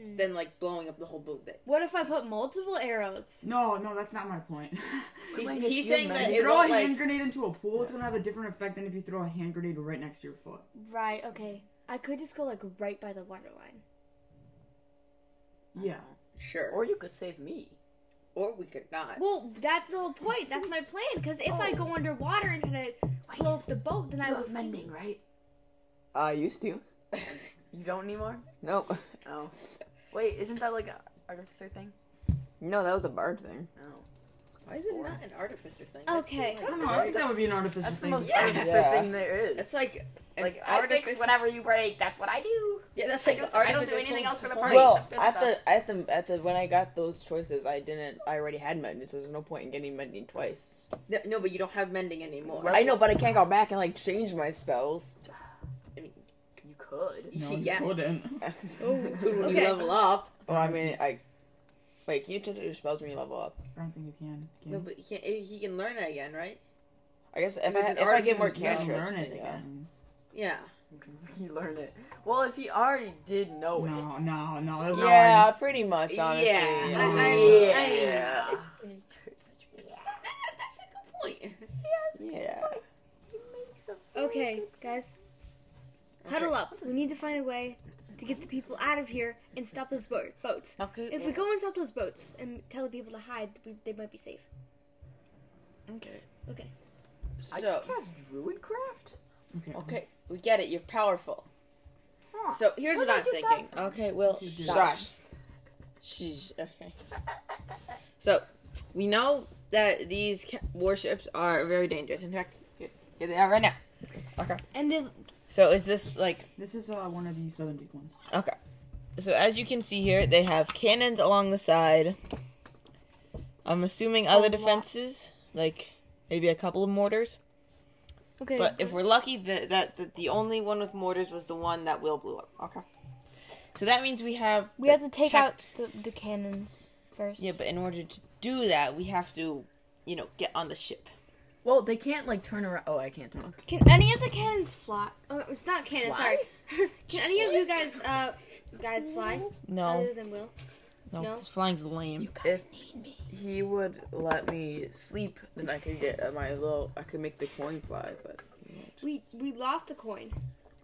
Speaker 5: hmm.
Speaker 2: Then like blowing up the whole boat. That
Speaker 5: what if I put multiple arrows?
Speaker 1: No, no, that's not my point.
Speaker 2: he's,
Speaker 6: Like,
Speaker 2: he's
Speaker 6: it's
Speaker 2: saying
Speaker 6: your
Speaker 2: that
Speaker 6: magic-
Speaker 1: you
Speaker 2: it
Speaker 1: throw a
Speaker 2: won't,
Speaker 1: hand
Speaker 2: like
Speaker 1: grenade into a pool, it's gonna have a different effect than if you throw a hand grenade right next to your foot.
Speaker 5: Right. Okay. I could just go like right by the water line.
Speaker 1: Yeah.
Speaker 2: sure,
Speaker 6: Or you could save me.
Speaker 2: or we could not.
Speaker 5: Well, that's the whole point. That's my plan. Because if I go underwater and try to blow up the boat, then I
Speaker 6: You
Speaker 5: will
Speaker 6: have
Speaker 5: sink.
Speaker 6: mending, right?
Speaker 4: I used to.
Speaker 6: You don't anymore?
Speaker 4: No,
Speaker 6: Oh. Wait, isn't that like a artificer thing?
Speaker 4: no, that was a bard thing.
Speaker 6: Oh.
Speaker 2: Why is it not an artificer thing?
Speaker 5: Okay.
Speaker 1: I don't know. I think that would be an artificial
Speaker 6: That's the
Speaker 1: thing.
Speaker 6: most
Speaker 2: Yeah.
Speaker 6: artificer
Speaker 4: Yeah.
Speaker 6: thing there is.
Speaker 2: It's like an
Speaker 6: like, I
Speaker 2: artificer.
Speaker 6: fix whatever you break, that's what I do.
Speaker 2: yeah, that's like
Speaker 6: I don't-
Speaker 2: the
Speaker 6: I don't
Speaker 2: artificer.
Speaker 6: do anything
Speaker 2: thing.
Speaker 6: else for the
Speaker 2: Well,
Speaker 6: party.
Speaker 4: Well,
Speaker 6: Right,
Speaker 4: at
Speaker 6: that's
Speaker 4: the at the at the when I got those choices, I didn't. I already had mending, so there's no point in getting mending twice.
Speaker 2: No, no, but you don't have mending anymore.
Speaker 4: I know, but I can't go back and like change my spells.
Speaker 6: You could.
Speaker 1: No, you
Speaker 2: yeah.
Speaker 1: couldn't.
Speaker 2: Oh, when
Speaker 5: Okay.
Speaker 2: you level up.
Speaker 4: Well, I mean, I wait. Can you change your spells when you level up?
Speaker 1: I don't think you can. can
Speaker 2: No,
Speaker 1: you?
Speaker 2: but he can, he can learn it again, right?
Speaker 4: I guess if,
Speaker 2: If it's
Speaker 4: I
Speaker 2: an
Speaker 4: if I get more
Speaker 2: artificer, you
Speaker 1: You
Speaker 2: can
Speaker 1: can
Speaker 4: cantrips,
Speaker 1: learn it
Speaker 4: then yeah.
Speaker 1: again.
Speaker 2: Yeah.
Speaker 6: You could relearn it. Well, if he already did
Speaker 3: Oh,
Speaker 6: know
Speaker 1: No, no, no. There's no way.
Speaker 4: Yeah, pretty much. Honestly,
Speaker 2: Yeah. I, I,
Speaker 4: yeah,
Speaker 2: I,
Speaker 4: yeah.
Speaker 2: that's a good point.
Speaker 4: yeah.
Speaker 5: Okay, guys. Huddle up. We need to find a way to get the people out of here and stop those bo- boats.
Speaker 4: Okay.
Speaker 5: If we go and stop those boats and tell the people to hide, we- they might be safe.
Speaker 4: okay,
Speaker 5: Okay.
Speaker 6: I
Speaker 2: So,
Speaker 6: cast Druidcraft?
Speaker 1: Okay.
Speaker 2: okay, we get it. You're powerful. So here's
Speaker 6: Where'd
Speaker 2: what
Speaker 6: I
Speaker 2: I'm
Speaker 6: get
Speaker 2: thinking.
Speaker 6: that
Speaker 2: Okay, well,
Speaker 1: Sheesh.
Speaker 2: gosh, sheesh. Okay. So we know that these ca- warships are very dangerous. In fact, here here they are right now.
Speaker 5: And the
Speaker 2: So is this like
Speaker 1: This is uh, one of the southern deep ones.
Speaker 2: Okay. So as you can see here, they have cannons along the side. I'm assuming other defenses, like maybe a couple of mortars.
Speaker 5: okay.
Speaker 2: But if we're lucky, that that the, the only one with mortars was the one that Will blew up. Okay. So that means we have
Speaker 5: we
Speaker 2: the
Speaker 5: have to take
Speaker 2: tech-
Speaker 5: out the, the cannons first.
Speaker 2: Yeah, but in order to do that, we have to, you know, get on the ship.
Speaker 6: Well, they can't like turn around. Oh, I can't talk.
Speaker 5: Can any of the cannons fly? Oh, it's not cannons. Sorry. Can any of you guys, uh, guys fly?
Speaker 2: No,
Speaker 5: Other than Will.
Speaker 2: No,
Speaker 7: No.
Speaker 2: flying's lame.
Speaker 4: if he would let me sleep, then I could get uh, my little. I could make the coin fly, but
Speaker 7: We we lost the coin.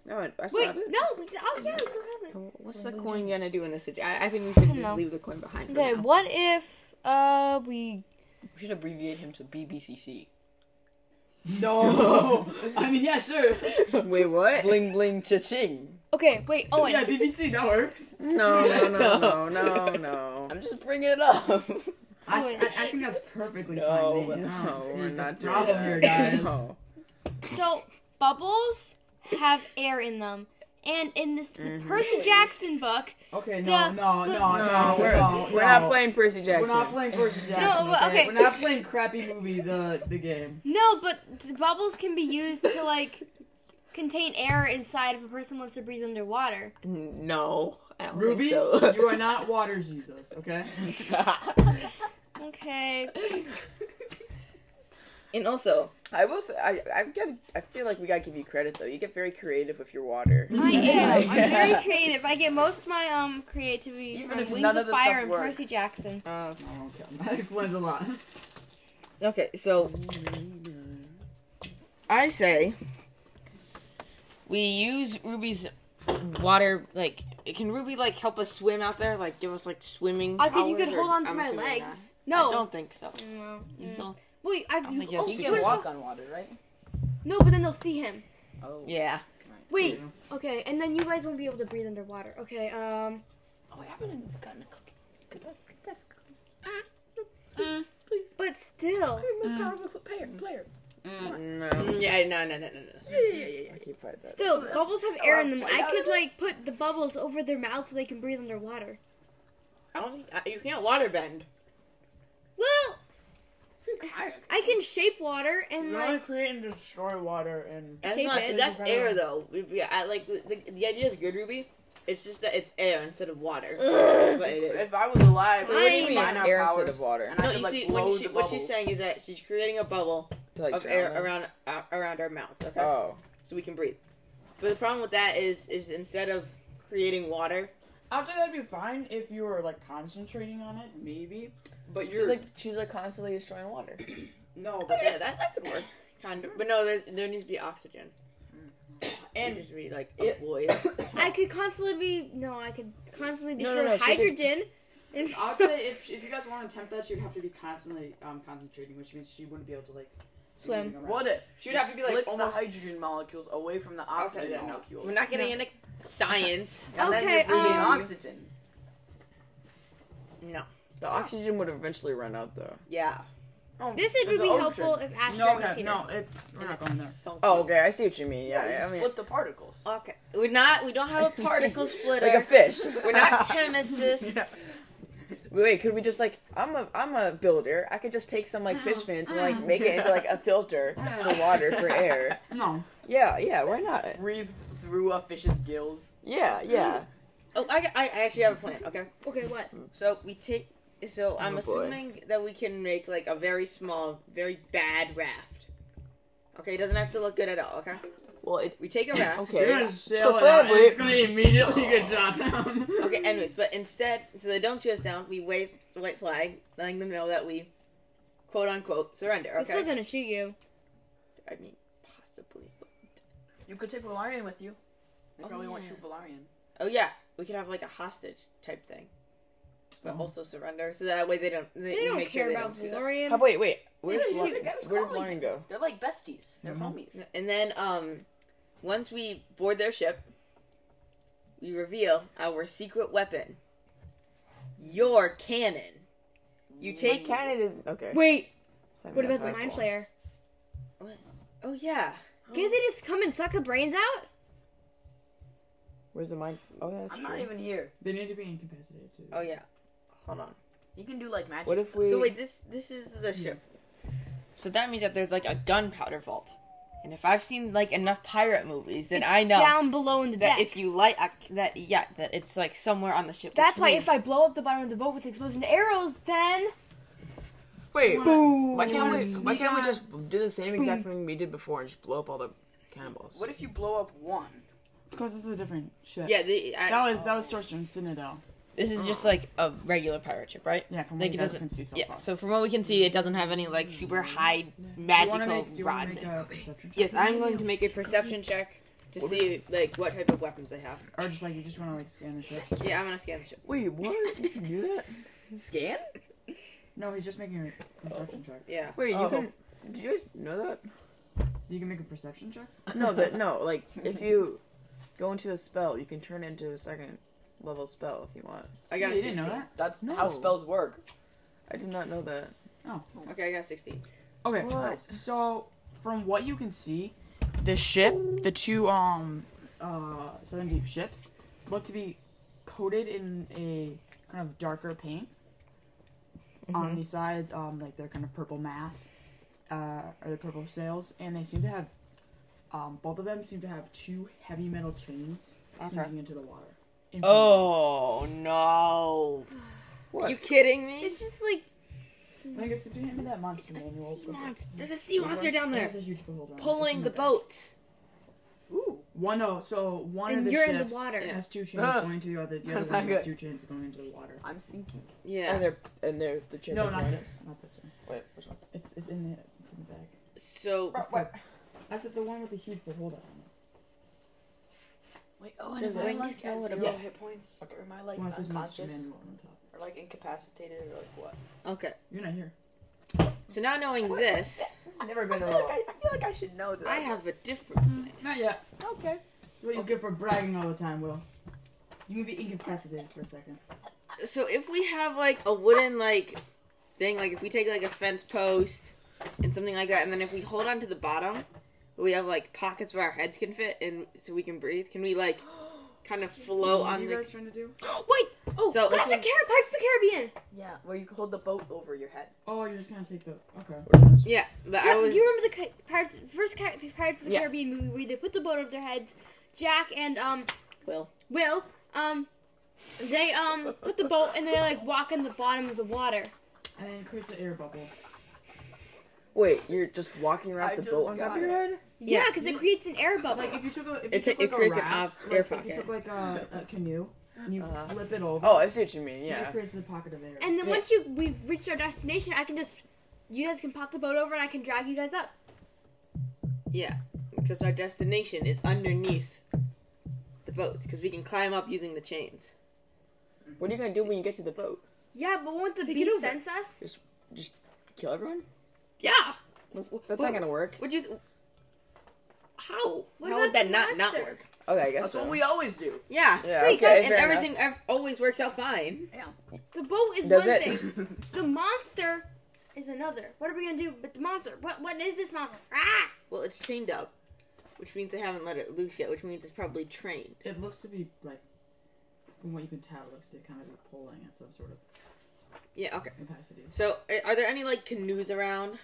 Speaker 4: no, I, I still
Speaker 7: Wait,
Speaker 4: have it.
Speaker 7: no. we- Oh yeah, we still have it.
Speaker 2: What's the coin gonna do in this situation? I, I think we should
Speaker 5: don't
Speaker 2: just
Speaker 5: know.
Speaker 2: leave the coin behind. for
Speaker 5: Okay,
Speaker 2: now.
Speaker 5: what if uh we
Speaker 2: We should abbreviate him to BBCC.
Speaker 1: No. I mean, yeah, sure.
Speaker 2: Wait, what? Bling bling cha-ching.
Speaker 5: Okay, wait, Owen.
Speaker 1: Yeah, BBC, that works.
Speaker 4: No, no, no, no, no, no.
Speaker 2: I'm just bringing it up.
Speaker 1: I, I, I think that's perfectly
Speaker 4: No,
Speaker 1: fine. man.
Speaker 4: no,
Speaker 1: See,
Speaker 4: Oh, we're
Speaker 1: the
Speaker 4: not doing
Speaker 1: problem here,
Speaker 4: that.
Speaker 1: guys.
Speaker 4: No.
Speaker 5: So bubbles have air in them. And in this
Speaker 2: Mm-hmm.
Speaker 5: the Percy Jackson book,
Speaker 1: Okay,
Speaker 5: Yeah,
Speaker 1: no, no,
Speaker 5: but-
Speaker 1: no, no,
Speaker 4: No, we're,
Speaker 1: no,
Speaker 4: we're
Speaker 1: no.
Speaker 4: not playing Percy
Speaker 1: We're
Speaker 4: Jackson.
Speaker 1: not playing Percy Jackson.
Speaker 5: No, but-
Speaker 1: okay?
Speaker 5: okay.
Speaker 1: We're not playing crappy movie. The the game.
Speaker 5: no, but bubbles can be used to like contain air inside if a person wants to breathe underwater.
Speaker 2: no, I don't
Speaker 1: Ruby,
Speaker 2: think so.
Speaker 1: you are not water Jesus. Okay.
Speaker 5: Okay.
Speaker 2: and also,
Speaker 4: I will say, I, I've got. I feel like we gotta give you credit though. You get very creative with your water.
Speaker 5: I am. I'm very creative. I get most of my um creativity
Speaker 4: Even
Speaker 5: from
Speaker 4: if
Speaker 5: Wings
Speaker 4: none
Speaker 5: of,
Speaker 4: of the
Speaker 5: Fire
Speaker 4: stuff
Speaker 5: and
Speaker 4: works.
Speaker 5: Percy Jackson.
Speaker 2: uh,
Speaker 1: Oh, okay. That explains a lot.
Speaker 2: okay, so I say we use Ruby's water. Like, can Ruby like help us swim out there? Like, give us like swimming?
Speaker 5: I could you could
Speaker 2: powers, or-
Speaker 5: hold on to
Speaker 2: I'm
Speaker 5: my
Speaker 2: assuming
Speaker 5: legs.
Speaker 2: not.
Speaker 5: No.
Speaker 2: I don't think so.
Speaker 5: No.
Speaker 2: You
Speaker 5: Mm.
Speaker 2: still-
Speaker 5: Wait, I,
Speaker 2: don't
Speaker 5: you,
Speaker 2: think he has
Speaker 5: oh,
Speaker 2: super
Speaker 5: what if-
Speaker 3: on water, right?
Speaker 5: No, but then they'll see him.
Speaker 3: Oh.
Speaker 2: Yeah.
Speaker 5: Wait.
Speaker 1: Yeah.
Speaker 5: Okay, and then you guys won't be able to breathe underwater. Okay. Um.
Speaker 3: Oh, wait, I haven't gotten a cookie. Good
Speaker 6: uh,
Speaker 3: luck. Best cookie.
Speaker 5: But still.
Speaker 3: Most powerful player. Player.
Speaker 4: No,
Speaker 2: Mm, Yeah. No. No. No. No. no.
Speaker 3: Yeah, yeah, yeah, yeah.
Speaker 4: I keep fighting that.
Speaker 5: Still, bubbles have air in them.
Speaker 3: I'll
Speaker 5: I
Speaker 3: fight
Speaker 5: could
Speaker 3: out.
Speaker 5: like put the bubbles over their mouths so they can breathe underwater.
Speaker 2: I don't think I- you can't water bend.
Speaker 5: Well,
Speaker 3: I,
Speaker 5: I can shape water and
Speaker 8: You
Speaker 5: like.
Speaker 8: want to create and destroy water and.
Speaker 2: That's
Speaker 5: Shape
Speaker 2: not.
Speaker 5: it.
Speaker 2: That's air though. We- we- I like the, the, the idea is good, Ruby. It's just that it's air instead of water.
Speaker 5: Ugh.
Speaker 2: But it is.
Speaker 3: if I was alive,
Speaker 5: What do you
Speaker 3: I would
Speaker 5: mean
Speaker 3: mine
Speaker 4: it's
Speaker 3: our
Speaker 4: air
Speaker 3: powers,
Speaker 4: instead of water?
Speaker 3: And I
Speaker 2: No,
Speaker 3: could,
Speaker 2: you
Speaker 3: like,
Speaker 2: see,
Speaker 3: blow
Speaker 2: when
Speaker 3: the
Speaker 2: she, what she's
Speaker 3: bubbles.
Speaker 2: saying is that she's creating a bubble
Speaker 4: To, like,
Speaker 2: of
Speaker 4: drown
Speaker 2: air
Speaker 4: them?
Speaker 2: around uh, around our mouths. Okay,
Speaker 4: Oh,
Speaker 2: so we can breathe. But the problem with that is, is instead of creating water,
Speaker 8: I think that'd be fine if you were like concentrating on it, maybe.
Speaker 1: But
Speaker 4: she's
Speaker 1: you're Oh,
Speaker 4: like she's like constantly destroying water.
Speaker 1: no,
Speaker 2: but
Speaker 1: but
Speaker 2: yeah, that, that could work, kind of. But no, there there needs to be oxygen. And just be like a void.
Speaker 5: I could constantly be. No, I could constantly
Speaker 4: No, no,
Speaker 5: destroy
Speaker 4: no, she could-
Speaker 5: hydrogen. And
Speaker 1: I'd say if if you guys want to attempt that, she'd have to be constantly um concentrating, which means she wouldn't be able to like
Speaker 5: swim.
Speaker 3: What if
Speaker 1: She would have to be, like,
Speaker 3: splits
Speaker 1: almost-
Speaker 3: the hydrogen molecules away from the oxygen
Speaker 1: yeah, no.
Speaker 3: molecules?
Speaker 2: We're not getting into science.
Speaker 3: And then
Speaker 5: Okay,
Speaker 3: you're breathing
Speaker 5: um,
Speaker 3: oxygen.
Speaker 2: No.
Speaker 4: The oxygen would eventually run out though.
Speaker 2: Yeah.
Speaker 5: This it would
Speaker 3: There's
Speaker 5: be
Speaker 3: an
Speaker 5: helpful if Ashton
Speaker 1: No,
Speaker 5: was
Speaker 1: okay,
Speaker 5: here.
Speaker 1: no, it, we're not going there.
Speaker 2: Something.
Speaker 4: Oh, okay, I see what you mean. Yeah,
Speaker 3: Yeah, you
Speaker 4: I mean,
Speaker 3: split the particles.
Speaker 2: Okay. We're not. We don't have a particle splitter.
Speaker 4: like a fish.
Speaker 2: We're not chemists.
Speaker 4: Wait, could we just like I'm a I'm a builder. I could just take some like fish fins and like make it into like a filter for water for air.
Speaker 1: No,
Speaker 4: Yeah, yeah, why not?
Speaker 3: Breathe through a fish's gills.
Speaker 4: Yeah, yeah.
Speaker 2: Oh, I, I I actually have a plan. Okay.
Speaker 5: Okay, what?
Speaker 2: So we take. So I'm
Speaker 4: Oh, boy.
Speaker 2: assuming that we can make like a very small, very bad raft. Okay, it doesn't have to look good at all. Okay.
Speaker 4: Well, it
Speaker 2: We take a raft.
Speaker 1: you're
Speaker 4: okay.
Speaker 1: gonna sail it out, and
Speaker 4: Preferably-
Speaker 1: it's gonna immediately get shot down.
Speaker 2: Okay. Anyways, but instead, so they don't chase down, we wave the white flag, letting them know that we, quote unquote, surrender.
Speaker 5: I'm
Speaker 2: Okay.
Speaker 5: still gonna shoot you.
Speaker 2: I mean, possibly.
Speaker 3: You could take Valarian with you. They
Speaker 2: Oh,
Speaker 3: probably won't
Speaker 2: yeah.
Speaker 3: shoot Valarian.
Speaker 2: Oh yeah, we could have like a hostage type thing, but
Speaker 4: Oh.
Speaker 2: also surrender, so that way they don't. They,
Speaker 5: They
Speaker 2: we
Speaker 5: don't
Speaker 2: make
Speaker 5: care
Speaker 2: sure they
Speaker 5: about
Speaker 2: don't shoot us.
Speaker 5: Valorian.
Speaker 4: How, wait, wait. Where's
Speaker 3: Yeah,
Speaker 4: Lauren?
Speaker 3: she- that was
Speaker 4: Where did
Speaker 3: calling.
Speaker 4: Lauren go?
Speaker 3: They're like besties. They're
Speaker 4: Mm-hmm.
Speaker 1: Mhm.
Speaker 3: homies.
Speaker 2: And then, um, once we board their ship, we reveal our secret weapon, your cannon. You
Speaker 4: My
Speaker 2: take.
Speaker 4: cannon is okay.
Speaker 5: Wait,
Speaker 4: Send me
Speaker 5: what
Speaker 4: a
Speaker 5: about the mind
Speaker 4: rifle.
Speaker 5: flayer?
Speaker 2: Oh yeah.
Speaker 5: Can't they just come and suck her brains out?
Speaker 4: Where's the mind? Oh, yeah, that's
Speaker 3: I'm
Speaker 4: true.
Speaker 3: not even here.
Speaker 1: They need to be incapacitated too.
Speaker 2: Oh yeah. Hold on.
Speaker 3: You can do like magic.
Speaker 4: What if we?
Speaker 2: So wait, this this is the
Speaker 4: Hmm.
Speaker 2: ship. So that means that there's like a gunpowder vault, and if I've seen like enough pirate movies, then
Speaker 5: It's
Speaker 2: I know.
Speaker 5: down below in the
Speaker 2: that
Speaker 5: deck.
Speaker 2: if you light a, that yeah that it's like somewhere on the ship which
Speaker 5: That's why
Speaker 2: means-
Speaker 5: if I blow up the bottom of the boat with explosion arrows, then
Speaker 4: wait,
Speaker 5: boom.
Speaker 4: why can't we?
Speaker 1: Boom.
Speaker 4: Why can't we just do the same exact thing we did before and just blow up all the cannonballs?
Speaker 3: What if you blow up one?
Speaker 1: because this is a different ship.
Speaker 2: yeah the, I,
Speaker 1: that was that was Sorcerer's Citadel.
Speaker 2: This is just like a regular pirate ship, right?
Speaker 1: Yeah, from what
Speaker 2: Like,
Speaker 1: you
Speaker 2: it
Speaker 1: guys
Speaker 2: doesn't-
Speaker 1: can see so
Speaker 2: Yeah.
Speaker 1: far.
Speaker 2: So from what we can see, it doesn't have any like super high
Speaker 1: Do you wanna
Speaker 2: magical
Speaker 1: make- do you wanna
Speaker 2: rod.
Speaker 1: make
Speaker 2: thing.
Speaker 1: a perception check?
Speaker 2: Yes, I'm going to make a perception check to see like what type of weapons they have.
Speaker 1: Or just like you just want to like scan the ship.
Speaker 2: Yeah, I'm gonna scan the ship.
Speaker 4: Wait, what? You can do that?
Speaker 3: Scan?
Speaker 1: No, he's just making a perception check.
Speaker 2: Yeah.
Speaker 4: Wait, you
Speaker 3: Oh.
Speaker 4: can. Did you guys know
Speaker 1: You can make a perception check.
Speaker 4: that? No, that no. Like, if you go into a spell, you can turn it into a second level spell if you want.
Speaker 2: I got
Speaker 1: you
Speaker 2: a
Speaker 1: didn't
Speaker 2: 16.
Speaker 1: know that.
Speaker 3: That's
Speaker 4: No.
Speaker 3: how spells work.
Speaker 4: I did not know that.
Speaker 2: Okay, I got 16.
Speaker 1: Okay.
Speaker 4: What?
Speaker 1: So from what you can see, the ship, the two um uh Southern Deep ships, look to be coated in a kind of darker paint on the sides, um like they're kind of purple masts, uh or the purple sails, and they seem to have um both of them seem to have two heavy metal chains sinking into the water. In front of
Speaker 2: Oh no!
Speaker 4: What?
Speaker 2: You kidding me?
Speaker 5: It's just like
Speaker 1: them. I guess could you hand me that monster manual? real quick?
Speaker 2: There's a sea monster down
Speaker 1: Yeah,
Speaker 2: there
Speaker 1: it's a huge beholder on it.
Speaker 2: pulling
Speaker 1: It's
Speaker 2: the
Speaker 1: in bag.
Speaker 2: boat.
Speaker 1: Ooh. One oh, so one of
Speaker 5: And
Speaker 1: the
Speaker 5: you're
Speaker 1: ships
Speaker 5: in the water.
Speaker 1: has two chains
Speaker 4: Ah.
Speaker 1: going into the other. The other
Speaker 4: That's
Speaker 1: one
Speaker 4: not
Speaker 1: has
Speaker 4: good.
Speaker 1: two chains going into the water.
Speaker 3: I'm sinking.
Speaker 2: Yeah.
Speaker 4: And they're and they're the chance
Speaker 1: No,
Speaker 4: of
Speaker 1: not
Speaker 4: one.
Speaker 1: this. Not this one.
Speaker 3: Wait, which one?
Speaker 1: It's it's in the it's in the bag.
Speaker 2: so
Speaker 1: It's called- I said the one with the huge beholder on it.
Speaker 2: wait. Oh,
Speaker 5: Does
Speaker 2: and
Speaker 5: the
Speaker 2: I
Speaker 5: wing
Speaker 2: lost
Speaker 5: go
Speaker 2: at
Speaker 5: with a
Speaker 2: zero
Speaker 1: boat?
Speaker 2: hit points.
Speaker 3: Okay, am I like
Speaker 1: One that says monster
Speaker 3: unconscious
Speaker 1: manual on the top.
Speaker 3: or like incapacitated or like what?
Speaker 2: Okay.
Speaker 1: You're not here.
Speaker 2: So now knowing this,
Speaker 4: It's never been
Speaker 3: I
Speaker 4: a
Speaker 3: feel,
Speaker 4: roll.
Speaker 3: like I, I feel like I should know this.
Speaker 2: I have a different plan.
Speaker 1: Not yet.
Speaker 3: Okay.
Speaker 1: That's what you get for bragging all the time, Will. You can be incapacitated for a second.
Speaker 2: So if we have like a wooden like thing, like if we take like a fence post and something like that, and then if we hold on to the bottom, we have like pockets where our heads can fit, and so we can breathe. Can we like kind of float
Speaker 1: what are
Speaker 2: on
Speaker 1: you
Speaker 2: the?
Speaker 1: guys trying to do?
Speaker 5: wait. Oh,
Speaker 2: So-
Speaker 5: that's the Car- Pirates of the Caribbean.
Speaker 3: Yeah, where you hold the boat over your head.
Speaker 1: Oh, you're just gonna take the okay.
Speaker 2: Yeah, but I
Speaker 5: Yeah,
Speaker 2: was.
Speaker 5: You remember the Ki- Pirates, first Ki- Pirates of the
Speaker 2: Yeah.
Speaker 5: Caribbean movie where they put the boat over their heads? Jack and um
Speaker 2: Will.
Speaker 5: Will um they um put the boat and they like walk on the bottom of the water.
Speaker 1: And it creates an air bubble.
Speaker 4: Wait, you're just walking around
Speaker 3: I
Speaker 4: with the
Speaker 3: just
Speaker 4: boat on top
Speaker 3: got
Speaker 4: of your
Speaker 3: it.
Speaker 4: head?
Speaker 5: Yeah, because it creates an air bubble.
Speaker 1: Like if you took a if you
Speaker 2: It ta- it
Speaker 1: took like a
Speaker 2: creates an
Speaker 1: raft,
Speaker 2: op-
Speaker 1: like,
Speaker 2: air
Speaker 1: If you
Speaker 2: pocket.
Speaker 1: took like a, a canoe and you
Speaker 4: Uh-huh.
Speaker 1: flip it over.
Speaker 4: Oh, I see what you mean.
Speaker 1: Yeah. It
Speaker 4: Yeah.
Speaker 1: creates a pocket of air.
Speaker 5: and then
Speaker 2: Yeah.
Speaker 5: once you we've reached our destination, I can just you guys can pop the boat over and I can drag you guys up.
Speaker 2: Yeah, except our destination is underneath the boats because we can climb up using the chains.
Speaker 4: What are you gonna do when you get to the boat?
Speaker 5: Yeah, but won't the
Speaker 2: Take it
Speaker 5: beast
Speaker 2: over.
Speaker 5: sense us?
Speaker 4: Kill everyone?
Speaker 2: Yeah.
Speaker 4: That's, that's not gonna work.
Speaker 2: Would you? Th- how?
Speaker 5: What
Speaker 2: how would
Speaker 5: about
Speaker 2: that
Speaker 5: the
Speaker 2: not not
Speaker 5: monster?
Speaker 2: work?
Speaker 4: Okay, I guess
Speaker 3: That's
Speaker 4: so.
Speaker 3: what we always do.
Speaker 2: Yeah.
Speaker 4: Yeah,
Speaker 5: Wait,
Speaker 4: okay,
Speaker 2: and
Speaker 4: fair
Speaker 2: everything ev- always works out fine.
Speaker 5: The boat is
Speaker 4: Does
Speaker 5: one
Speaker 4: it?
Speaker 5: thing. The monster is another. What are we gonna do? But the monster. What what is this monster? Ah!
Speaker 2: Well, it's chained up, which means they haven't let it loose yet, which means it's probably trained.
Speaker 1: It looks to be like, from what you can tell, it looks to kind of be pulling at some sort of
Speaker 2: Yeah. Okay.
Speaker 1: capacity.
Speaker 2: So, a- are there any like canoes around?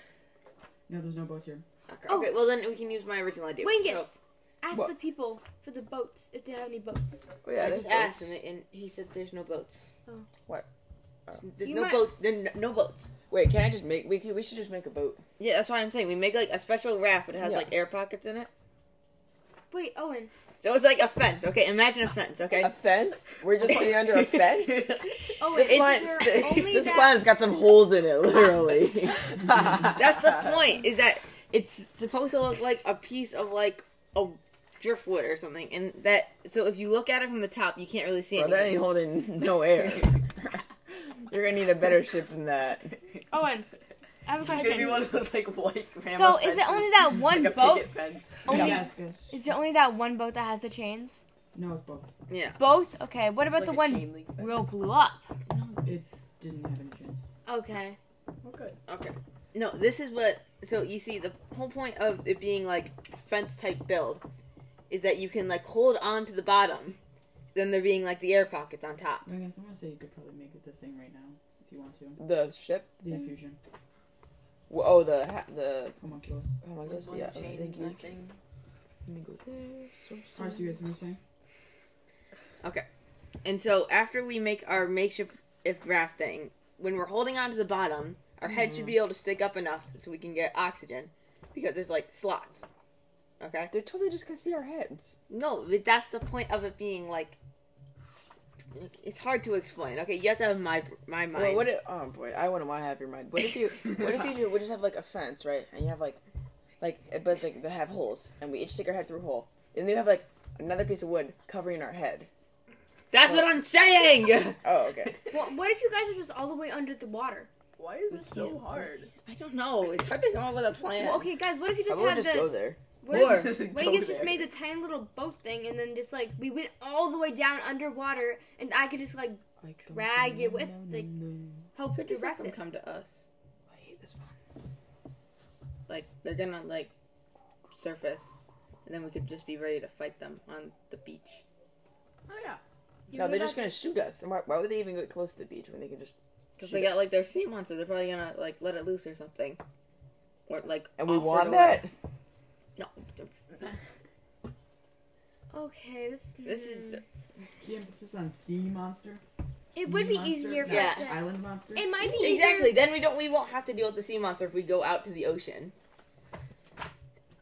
Speaker 1: No, there's no boats here.
Speaker 2: Okay.
Speaker 5: Oh.
Speaker 2: okay well, then we can use my original idea.
Speaker 5: Wingus,
Speaker 2: So,
Speaker 5: ask
Speaker 4: What?
Speaker 5: the people for the boats if they have any boats.
Speaker 4: Oh, yeah,
Speaker 2: I
Speaker 4: that's
Speaker 2: just asked, and, they, and he said there's no boats. Uh,
Speaker 5: Oh.
Speaker 4: What? Oh.
Speaker 2: There's
Speaker 5: You
Speaker 2: no
Speaker 5: might-
Speaker 2: boat. There no, no boats.
Speaker 4: Wait, can I just make? We could, we should just make a boat.
Speaker 2: Yeah, that's why I'm saying we make like a special raft, but it has
Speaker 4: Yeah.
Speaker 2: like air pockets in it.
Speaker 5: Wait, Owen.
Speaker 2: So it's like a fence. Okay, imagine a fence. Okay.
Speaker 4: A fence? We're just sitting under a fence.
Speaker 5: Owen,
Speaker 4: This
Speaker 5: is
Speaker 4: plan,
Speaker 5: there only
Speaker 4: this
Speaker 5: that-
Speaker 4: plan's got some holes in it, literally.
Speaker 2: That's the point. Is that it's supposed to look like a piece of like a driftwood or something, and that so if you look at it from the top, you can't really see
Speaker 4: Bro,
Speaker 2: it.
Speaker 4: that ain't holding no air. You're gonna need a better ship than that.
Speaker 5: Owen, I have a
Speaker 3: Should be
Speaker 5: question.
Speaker 3: one of those like white
Speaker 5: So is it only that one boat?
Speaker 3: fence.
Speaker 5: Only,
Speaker 1: Oh, Yes, guys.
Speaker 5: Is it only that one boat that has the chains?
Speaker 1: No, it's both.
Speaker 2: Yeah.
Speaker 5: Both? Okay. What about
Speaker 3: Like
Speaker 5: the
Speaker 3: a
Speaker 5: one
Speaker 3: chain link fence.
Speaker 5: Will blew up?
Speaker 1: It didn't have any chance.
Speaker 5: Okay.
Speaker 2: Okay. No, this is what. So you see, the whole point of it being like fence type build is that you can like hold on to the bottom, then there being like the air pockets on top.
Speaker 1: I guess I'm gonna say you could probably make it the thing right now if you want to.
Speaker 4: The ship?
Speaker 5: Mm.
Speaker 1: The infusion
Speaker 4: Wh- Oh, the ha- the.
Speaker 1: homunculus.
Speaker 4: Oh my goodness, yeah. okay, thank you. Let me go there. so-
Speaker 1: All right, so you guys anything?
Speaker 2: And so after we make our makeshift if raft thing, when we're holding on to the bottom, our head
Speaker 4: Mm-hmm.
Speaker 2: should be able to stick up enough so we can get oxygen, because there's like slots. Okay.
Speaker 4: They're totally just gonna see our heads.
Speaker 2: No, but that's the point of it being like it's hard to explain. Okay, you have to have my my mind.
Speaker 4: Well, what if, oh boy, I wouldn't want to have your mind. What if you, what if you do, we just have like a fence, right? And you have like, like, but it's like, they have holes, and we each stick our head through a hole. And then you have like another piece of wood covering our head.
Speaker 2: That's what I'm saying.
Speaker 4: Oh, okay.
Speaker 5: What, what if you guys are just all the way under the water?
Speaker 3: Why is it so hard?
Speaker 2: I don't know. It's hard to come up with a plan.
Speaker 5: Well, okay, guys, what if you
Speaker 4: I
Speaker 5: just
Speaker 4: would
Speaker 5: have
Speaker 4: just
Speaker 5: the
Speaker 4: go there.
Speaker 5: What if,
Speaker 3: Or-
Speaker 5: what
Speaker 3: Go
Speaker 5: if you just
Speaker 3: there.
Speaker 5: made the tiny little boat thing and then just like we went all the way down underwater and I could just like drag it with like help
Speaker 2: Or just let
Speaker 5: direct
Speaker 2: them
Speaker 5: it.
Speaker 2: come to us.
Speaker 4: I hate this
Speaker 2: Like they're gonna like surface, and then we could just be ready to fight them on the beach.
Speaker 6: Oh yeah.
Speaker 5: You
Speaker 4: No,
Speaker 5: know
Speaker 4: they're just
Speaker 5: that-
Speaker 4: gonna shoot us. And why, why would they even get close to the beach when they can just?
Speaker 2: Because they
Speaker 4: shoot
Speaker 2: got
Speaker 4: us?
Speaker 2: like their sea monster. They're probably gonna like let it loose or something. Or like.
Speaker 4: And we
Speaker 2: offer
Speaker 4: want
Speaker 2: to
Speaker 4: that.
Speaker 2: let- No,
Speaker 5: Okay, this mm,
Speaker 2: this is
Speaker 1: The emphasis on sea monster.
Speaker 5: It would be
Speaker 1: Sea monster,
Speaker 5: easier for
Speaker 1: not
Speaker 5: us to-
Speaker 1: island monster.
Speaker 5: It might be easier-
Speaker 2: exactly. Then we don't. We won't have to deal with the sea monster if we go out to the ocean.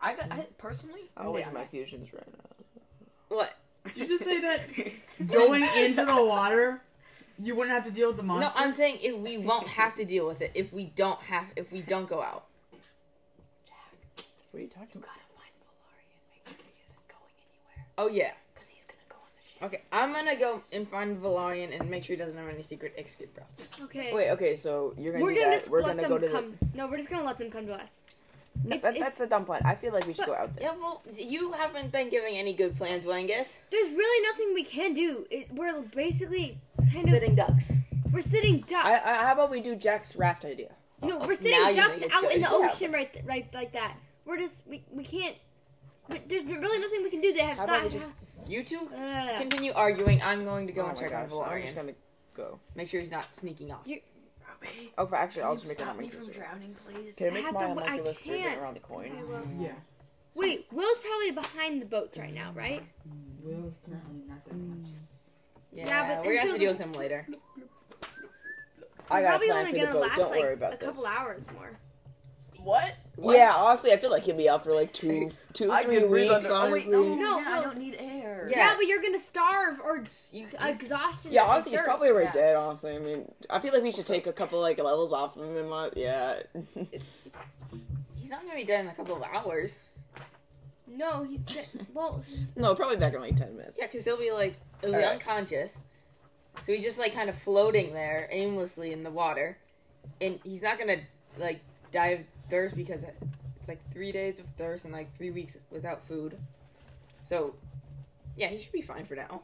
Speaker 3: I got I, personally.
Speaker 4: I'll wait
Speaker 3: Yeah.
Speaker 4: for my fusions right now.
Speaker 2: What?
Speaker 1: Did you just say that going into the water, you wouldn't have to deal with the monster?
Speaker 2: No, I'm saying if we won't have to deal with it if we don't have if we don't go out.
Speaker 4: What are you talking about?
Speaker 2: Oh yeah. Okay, I'm gonna go and find Valarian and make sure he doesn't have any secret escape routes.
Speaker 5: okay.
Speaker 4: Wait, okay, so you're gonna
Speaker 5: we're
Speaker 4: do
Speaker 5: gonna
Speaker 4: that.
Speaker 5: just
Speaker 4: We're
Speaker 5: let them
Speaker 4: gonna go to
Speaker 5: come. No, we're just gonna let them come to us.
Speaker 4: the.
Speaker 5: It's-
Speaker 4: That,
Speaker 5: it's-
Speaker 4: that's a dumb plan. I feel like we should go out there.
Speaker 2: Yeah, well, you haven't been giving any good plans, Wangus.
Speaker 5: there's really nothing we can do. It, we're basically kind of
Speaker 2: Sitting ducks.
Speaker 5: we're sitting ducks.
Speaker 4: I, I, how about we do Jack's raft idea?
Speaker 5: no, we're
Speaker 2: now
Speaker 5: sitting
Speaker 2: you
Speaker 5: ducks
Speaker 2: make it
Speaker 5: out in
Speaker 2: good.
Speaker 5: the
Speaker 2: Yeah,
Speaker 5: ocean, right, th- right, like that. We're just we, we can't. But there's really nothing we can do. They have
Speaker 4: How about we
Speaker 5: not.
Speaker 4: just-
Speaker 2: You two
Speaker 5: Uh,
Speaker 2: continue arguing. I'm going to go
Speaker 4: oh
Speaker 2: and
Speaker 4: my
Speaker 2: check
Speaker 4: gosh,
Speaker 2: on
Speaker 4: no, I'm just
Speaker 2: Valarian.
Speaker 4: gonna go.
Speaker 2: Make sure he's not sneaking off.
Speaker 3: Robbie,
Speaker 4: Oh, for actually, I'll
Speaker 3: can
Speaker 4: just
Speaker 3: you
Speaker 4: make it
Speaker 3: stop
Speaker 4: on my
Speaker 3: me from
Speaker 4: fusion.
Speaker 3: drowning, please?
Speaker 4: Can I
Speaker 5: I
Speaker 4: make
Speaker 5: have
Speaker 4: my
Speaker 5: to- I
Speaker 4: homunculus circuit
Speaker 5: can't.
Speaker 4: around the coin?
Speaker 5: I will.
Speaker 1: Yeah.
Speaker 5: Wait, Will's probably behind the boats right now, right?
Speaker 1: Will's currently not
Speaker 5: Mm.
Speaker 1: that conscious.
Speaker 2: Yeah,
Speaker 5: but-
Speaker 2: we're gonna
Speaker 5: and
Speaker 2: have
Speaker 5: so
Speaker 2: to deal
Speaker 5: the-
Speaker 2: with him later.
Speaker 4: I got a
Speaker 5: probably
Speaker 4: plan
Speaker 5: only
Speaker 4: for the
Speaker 5: gonna
Speaker 4: boat.
Speaker 5: last
Speaker 4: Don't
Speaker 5: like
Speaker 4: worry about
Speaker 5: a
Speaker 4: this.
Speaker 5: couple hours more.
Speaker 3: What?
Speaker 4: Yeah, honestly, I feel like he'll be out for like two, two,
Speaker 3: I
Speaker 4: three
Speaker 3: could breathe
Speaker 4: weeks.
Speaker 3: under. Oh, wait,
Speaker 4: Honestly,
Speaker 3: no,
Speaker 5: No,
Speaker 3: yeah, I
Speaker 5: no.
Speaker 3: don't need air.
Speaker 5: Yeah. but you're gonna starve or
Speaker 2: You,
Speaker 5: exhaustion.
Speaker 4: yeah,
Speaker 5: or
Speaker 4: honestly, he's
Speaker 5: thirst.
Speaker 4: probably already dead. Honestly, I mean, I feel like we should take a couple like levels off of him. And let, yeah,
Speaker 2: he's not gonna be dead in a couple of hours.
Speaker 5: No, he's dead. well.
Speaker 4: no, probably back in like ten minutes.
Speaker 2: Yeah, because he'll be like he'll be
Speaker 4: Alright.
Speaker 2: unconscious. So he's just like kind of floating there aimlessly in the water, and he's not gonna like die of thirst because it's like three days of thirst and like three weeks without food. So, yeah, he should be fine for now.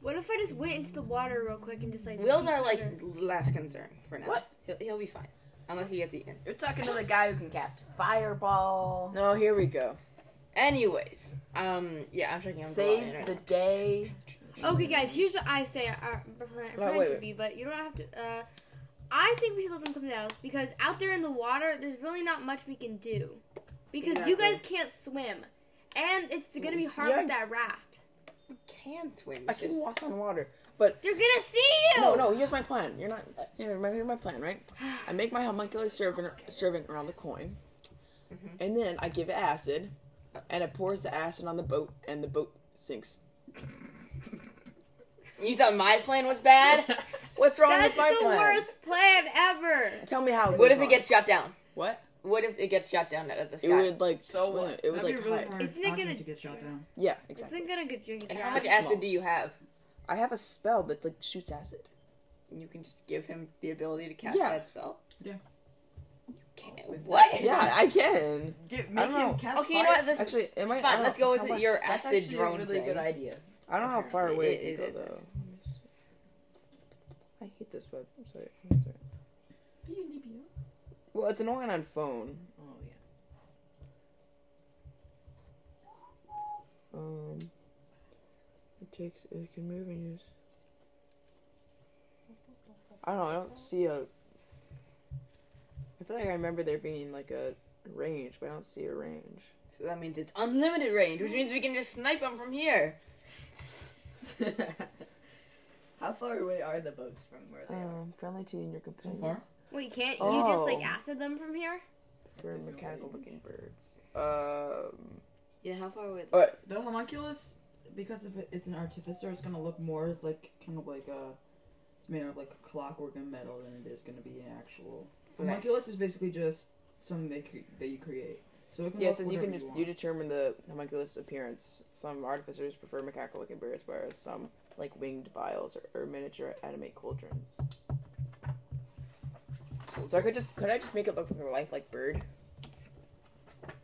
Speaker 5: What if I just went into the water real quick and just like
Speaker 2: Will's our
Speaker 5: peeked
Speaker 2: like
Speaker 5: under?
Speaker 2: last concern for now.
Speaker 3: What?
Speaker 2: He'll, he'll be fine unless he gets eaten.
Speaker 3: You're talking to the guy who can cast fireball.
Speaker 4: No, here we go.
Speaker 2: Anyways, um, yeah, I'm checking on Valerian
Speaker 3: Save
Speaker 2: right
Speaker 3: the
Speaker 2: now.
Speaker 3: day.
Speaker 5: Okay, guys, here's what I say our plan,
Speaker 4: No,
Speaker 5: plan
Speaker 4: wait,
Speaker 5: should
Speaker 4: wait.
Speaker 5: be, but you don't have to. Uh, I think we should let them come to us because out there in the water, there's really not much we can do because you guys can't swim, and it's gonna be hard
Speaker 4: Yeah.
Speaker 5: with that raft.
Speaker 2: can swim.
Speaker 4: I
Speaker 2: it's just-
Speaker 4: can walk on water.
Speaker 5: They're gonna see you.
Speaker 4: No, no. Here's my plan. You're not. Here, my, here's my plan. Right. I make my homunculus servant servant around the coin, and then I give it acid, and it pours the acid on the boat, and the boat sinks.
Speaker 2: You thought my plan was bad?
Speaker 4: What's wrong
Speaker 5: That's
Speaker 4: with my
Speaker 5: the
Speaker 4: plan?
Speaker 5: worst plan ever.
Speaker 4: Tell me how. it
Speaker 2: what
Speaker 4: goes
Speaker 2: if it
Speaker 4: wrong.
Speaker 2: gets shot down?
Speaker 4: what?
Speaker 2: What if it gets shot down out of the
Speaker 4: It
Speaker 2: sky?
Speaker 4: would like
Speaker 3: So
Speaker 4: swim.
Speaker 3: what?
Speaker 4: It would like hide.
Speaker 1: hard
Speaker 5: Isn't it
Speaker 1: object
Speaker 5: gonna-
Speaker 1: to get shot down?
Speaker 4: Yeah,
Speaker 5: It's
Speaker 4: exactly.
Speaker 5: not gonna get drinking.
Speaker 2: And how much
Speaker 4: Yeah.
Speaker 2: acid
Speaker 4: Small.
Speaker 2: do you have?
Speaker 4: I have a spell that like shoots acid.
Speaker 2: You can just give him the ability to cast
Speaker 4: Yeah.
Speaker 2: that spell.
Speaker 1: Yeah.
Speaker 2: Can't, what?
Speaker 4: Yeah, I can.
Speaker 3: Get,
Speaker 4: make him
Speaker 3: cast
Speaker 2: Okay, you know what? This
Speaker 4: Actually, it might. I
Speaker 2: fine.
Speaker 4: don't-
Speaker 2: Let's go
Speaker 4: how
Speaker 2: with
Speaker 4: much?
Speaker 2: your
Speaker 3: That's
Speaker 2: acid
Speaker 3: actually
Speaker 2: drone
Speaker 3: a really
Speaker 2: thing.
Speaker 3: good idea.
Speaker 4: I don't know how far away
Speaker 2: It-
Speaker 4: it,
Speaker 2: it
Speaker 4: can
Speaker 2: is
Speaker 4: go though.
Speaker 2: actually.
Speaker 4: I hate this web. I'm sorry. I'm sorry. Well, it's annoying on phone.
Speaker 3: Oh yeah.
Speaker 4: Um, it takes. It can move and use. I don't. know, I don't see a. I feel like I remember there being like a range, but I don't see a range.
Speaker 2: So that means it's unlimited range, which means we can just snipe him from here.
Speaker 3: How far away are the boats from where they are?
Speaker 4: Um, friendly to you and your companions.
Speaker 5: Wait, can't you just
Speaker 4: Oh.
Speaker 5: like acid them from here?
Speaker 4: For mechanical looking birds. Um,
Speaker 2: Yeah, how far away?
Speaker 4: Oh,
Speaker 1: The homunculus because if it, it's an artificer, it's gonna look more. It's like kind of like a. It's made out of like clockwork and metal than it is gonna be an actual. Homunculus is basically just something they cre- that you create. So it can
Speaker 4: Yeah, it
Speaker 1: look
Speaker 4: says you can
Speaker 1: whatever
Speaker 4: de-
Speaker 1: want.
Speaker 4: you determine the homunculus appearance. Some artificers prefer macaque-looking birds, whereas some like winged vials or, or miniature animate cauldrons. So I could just could I just make it look like a lifelike bird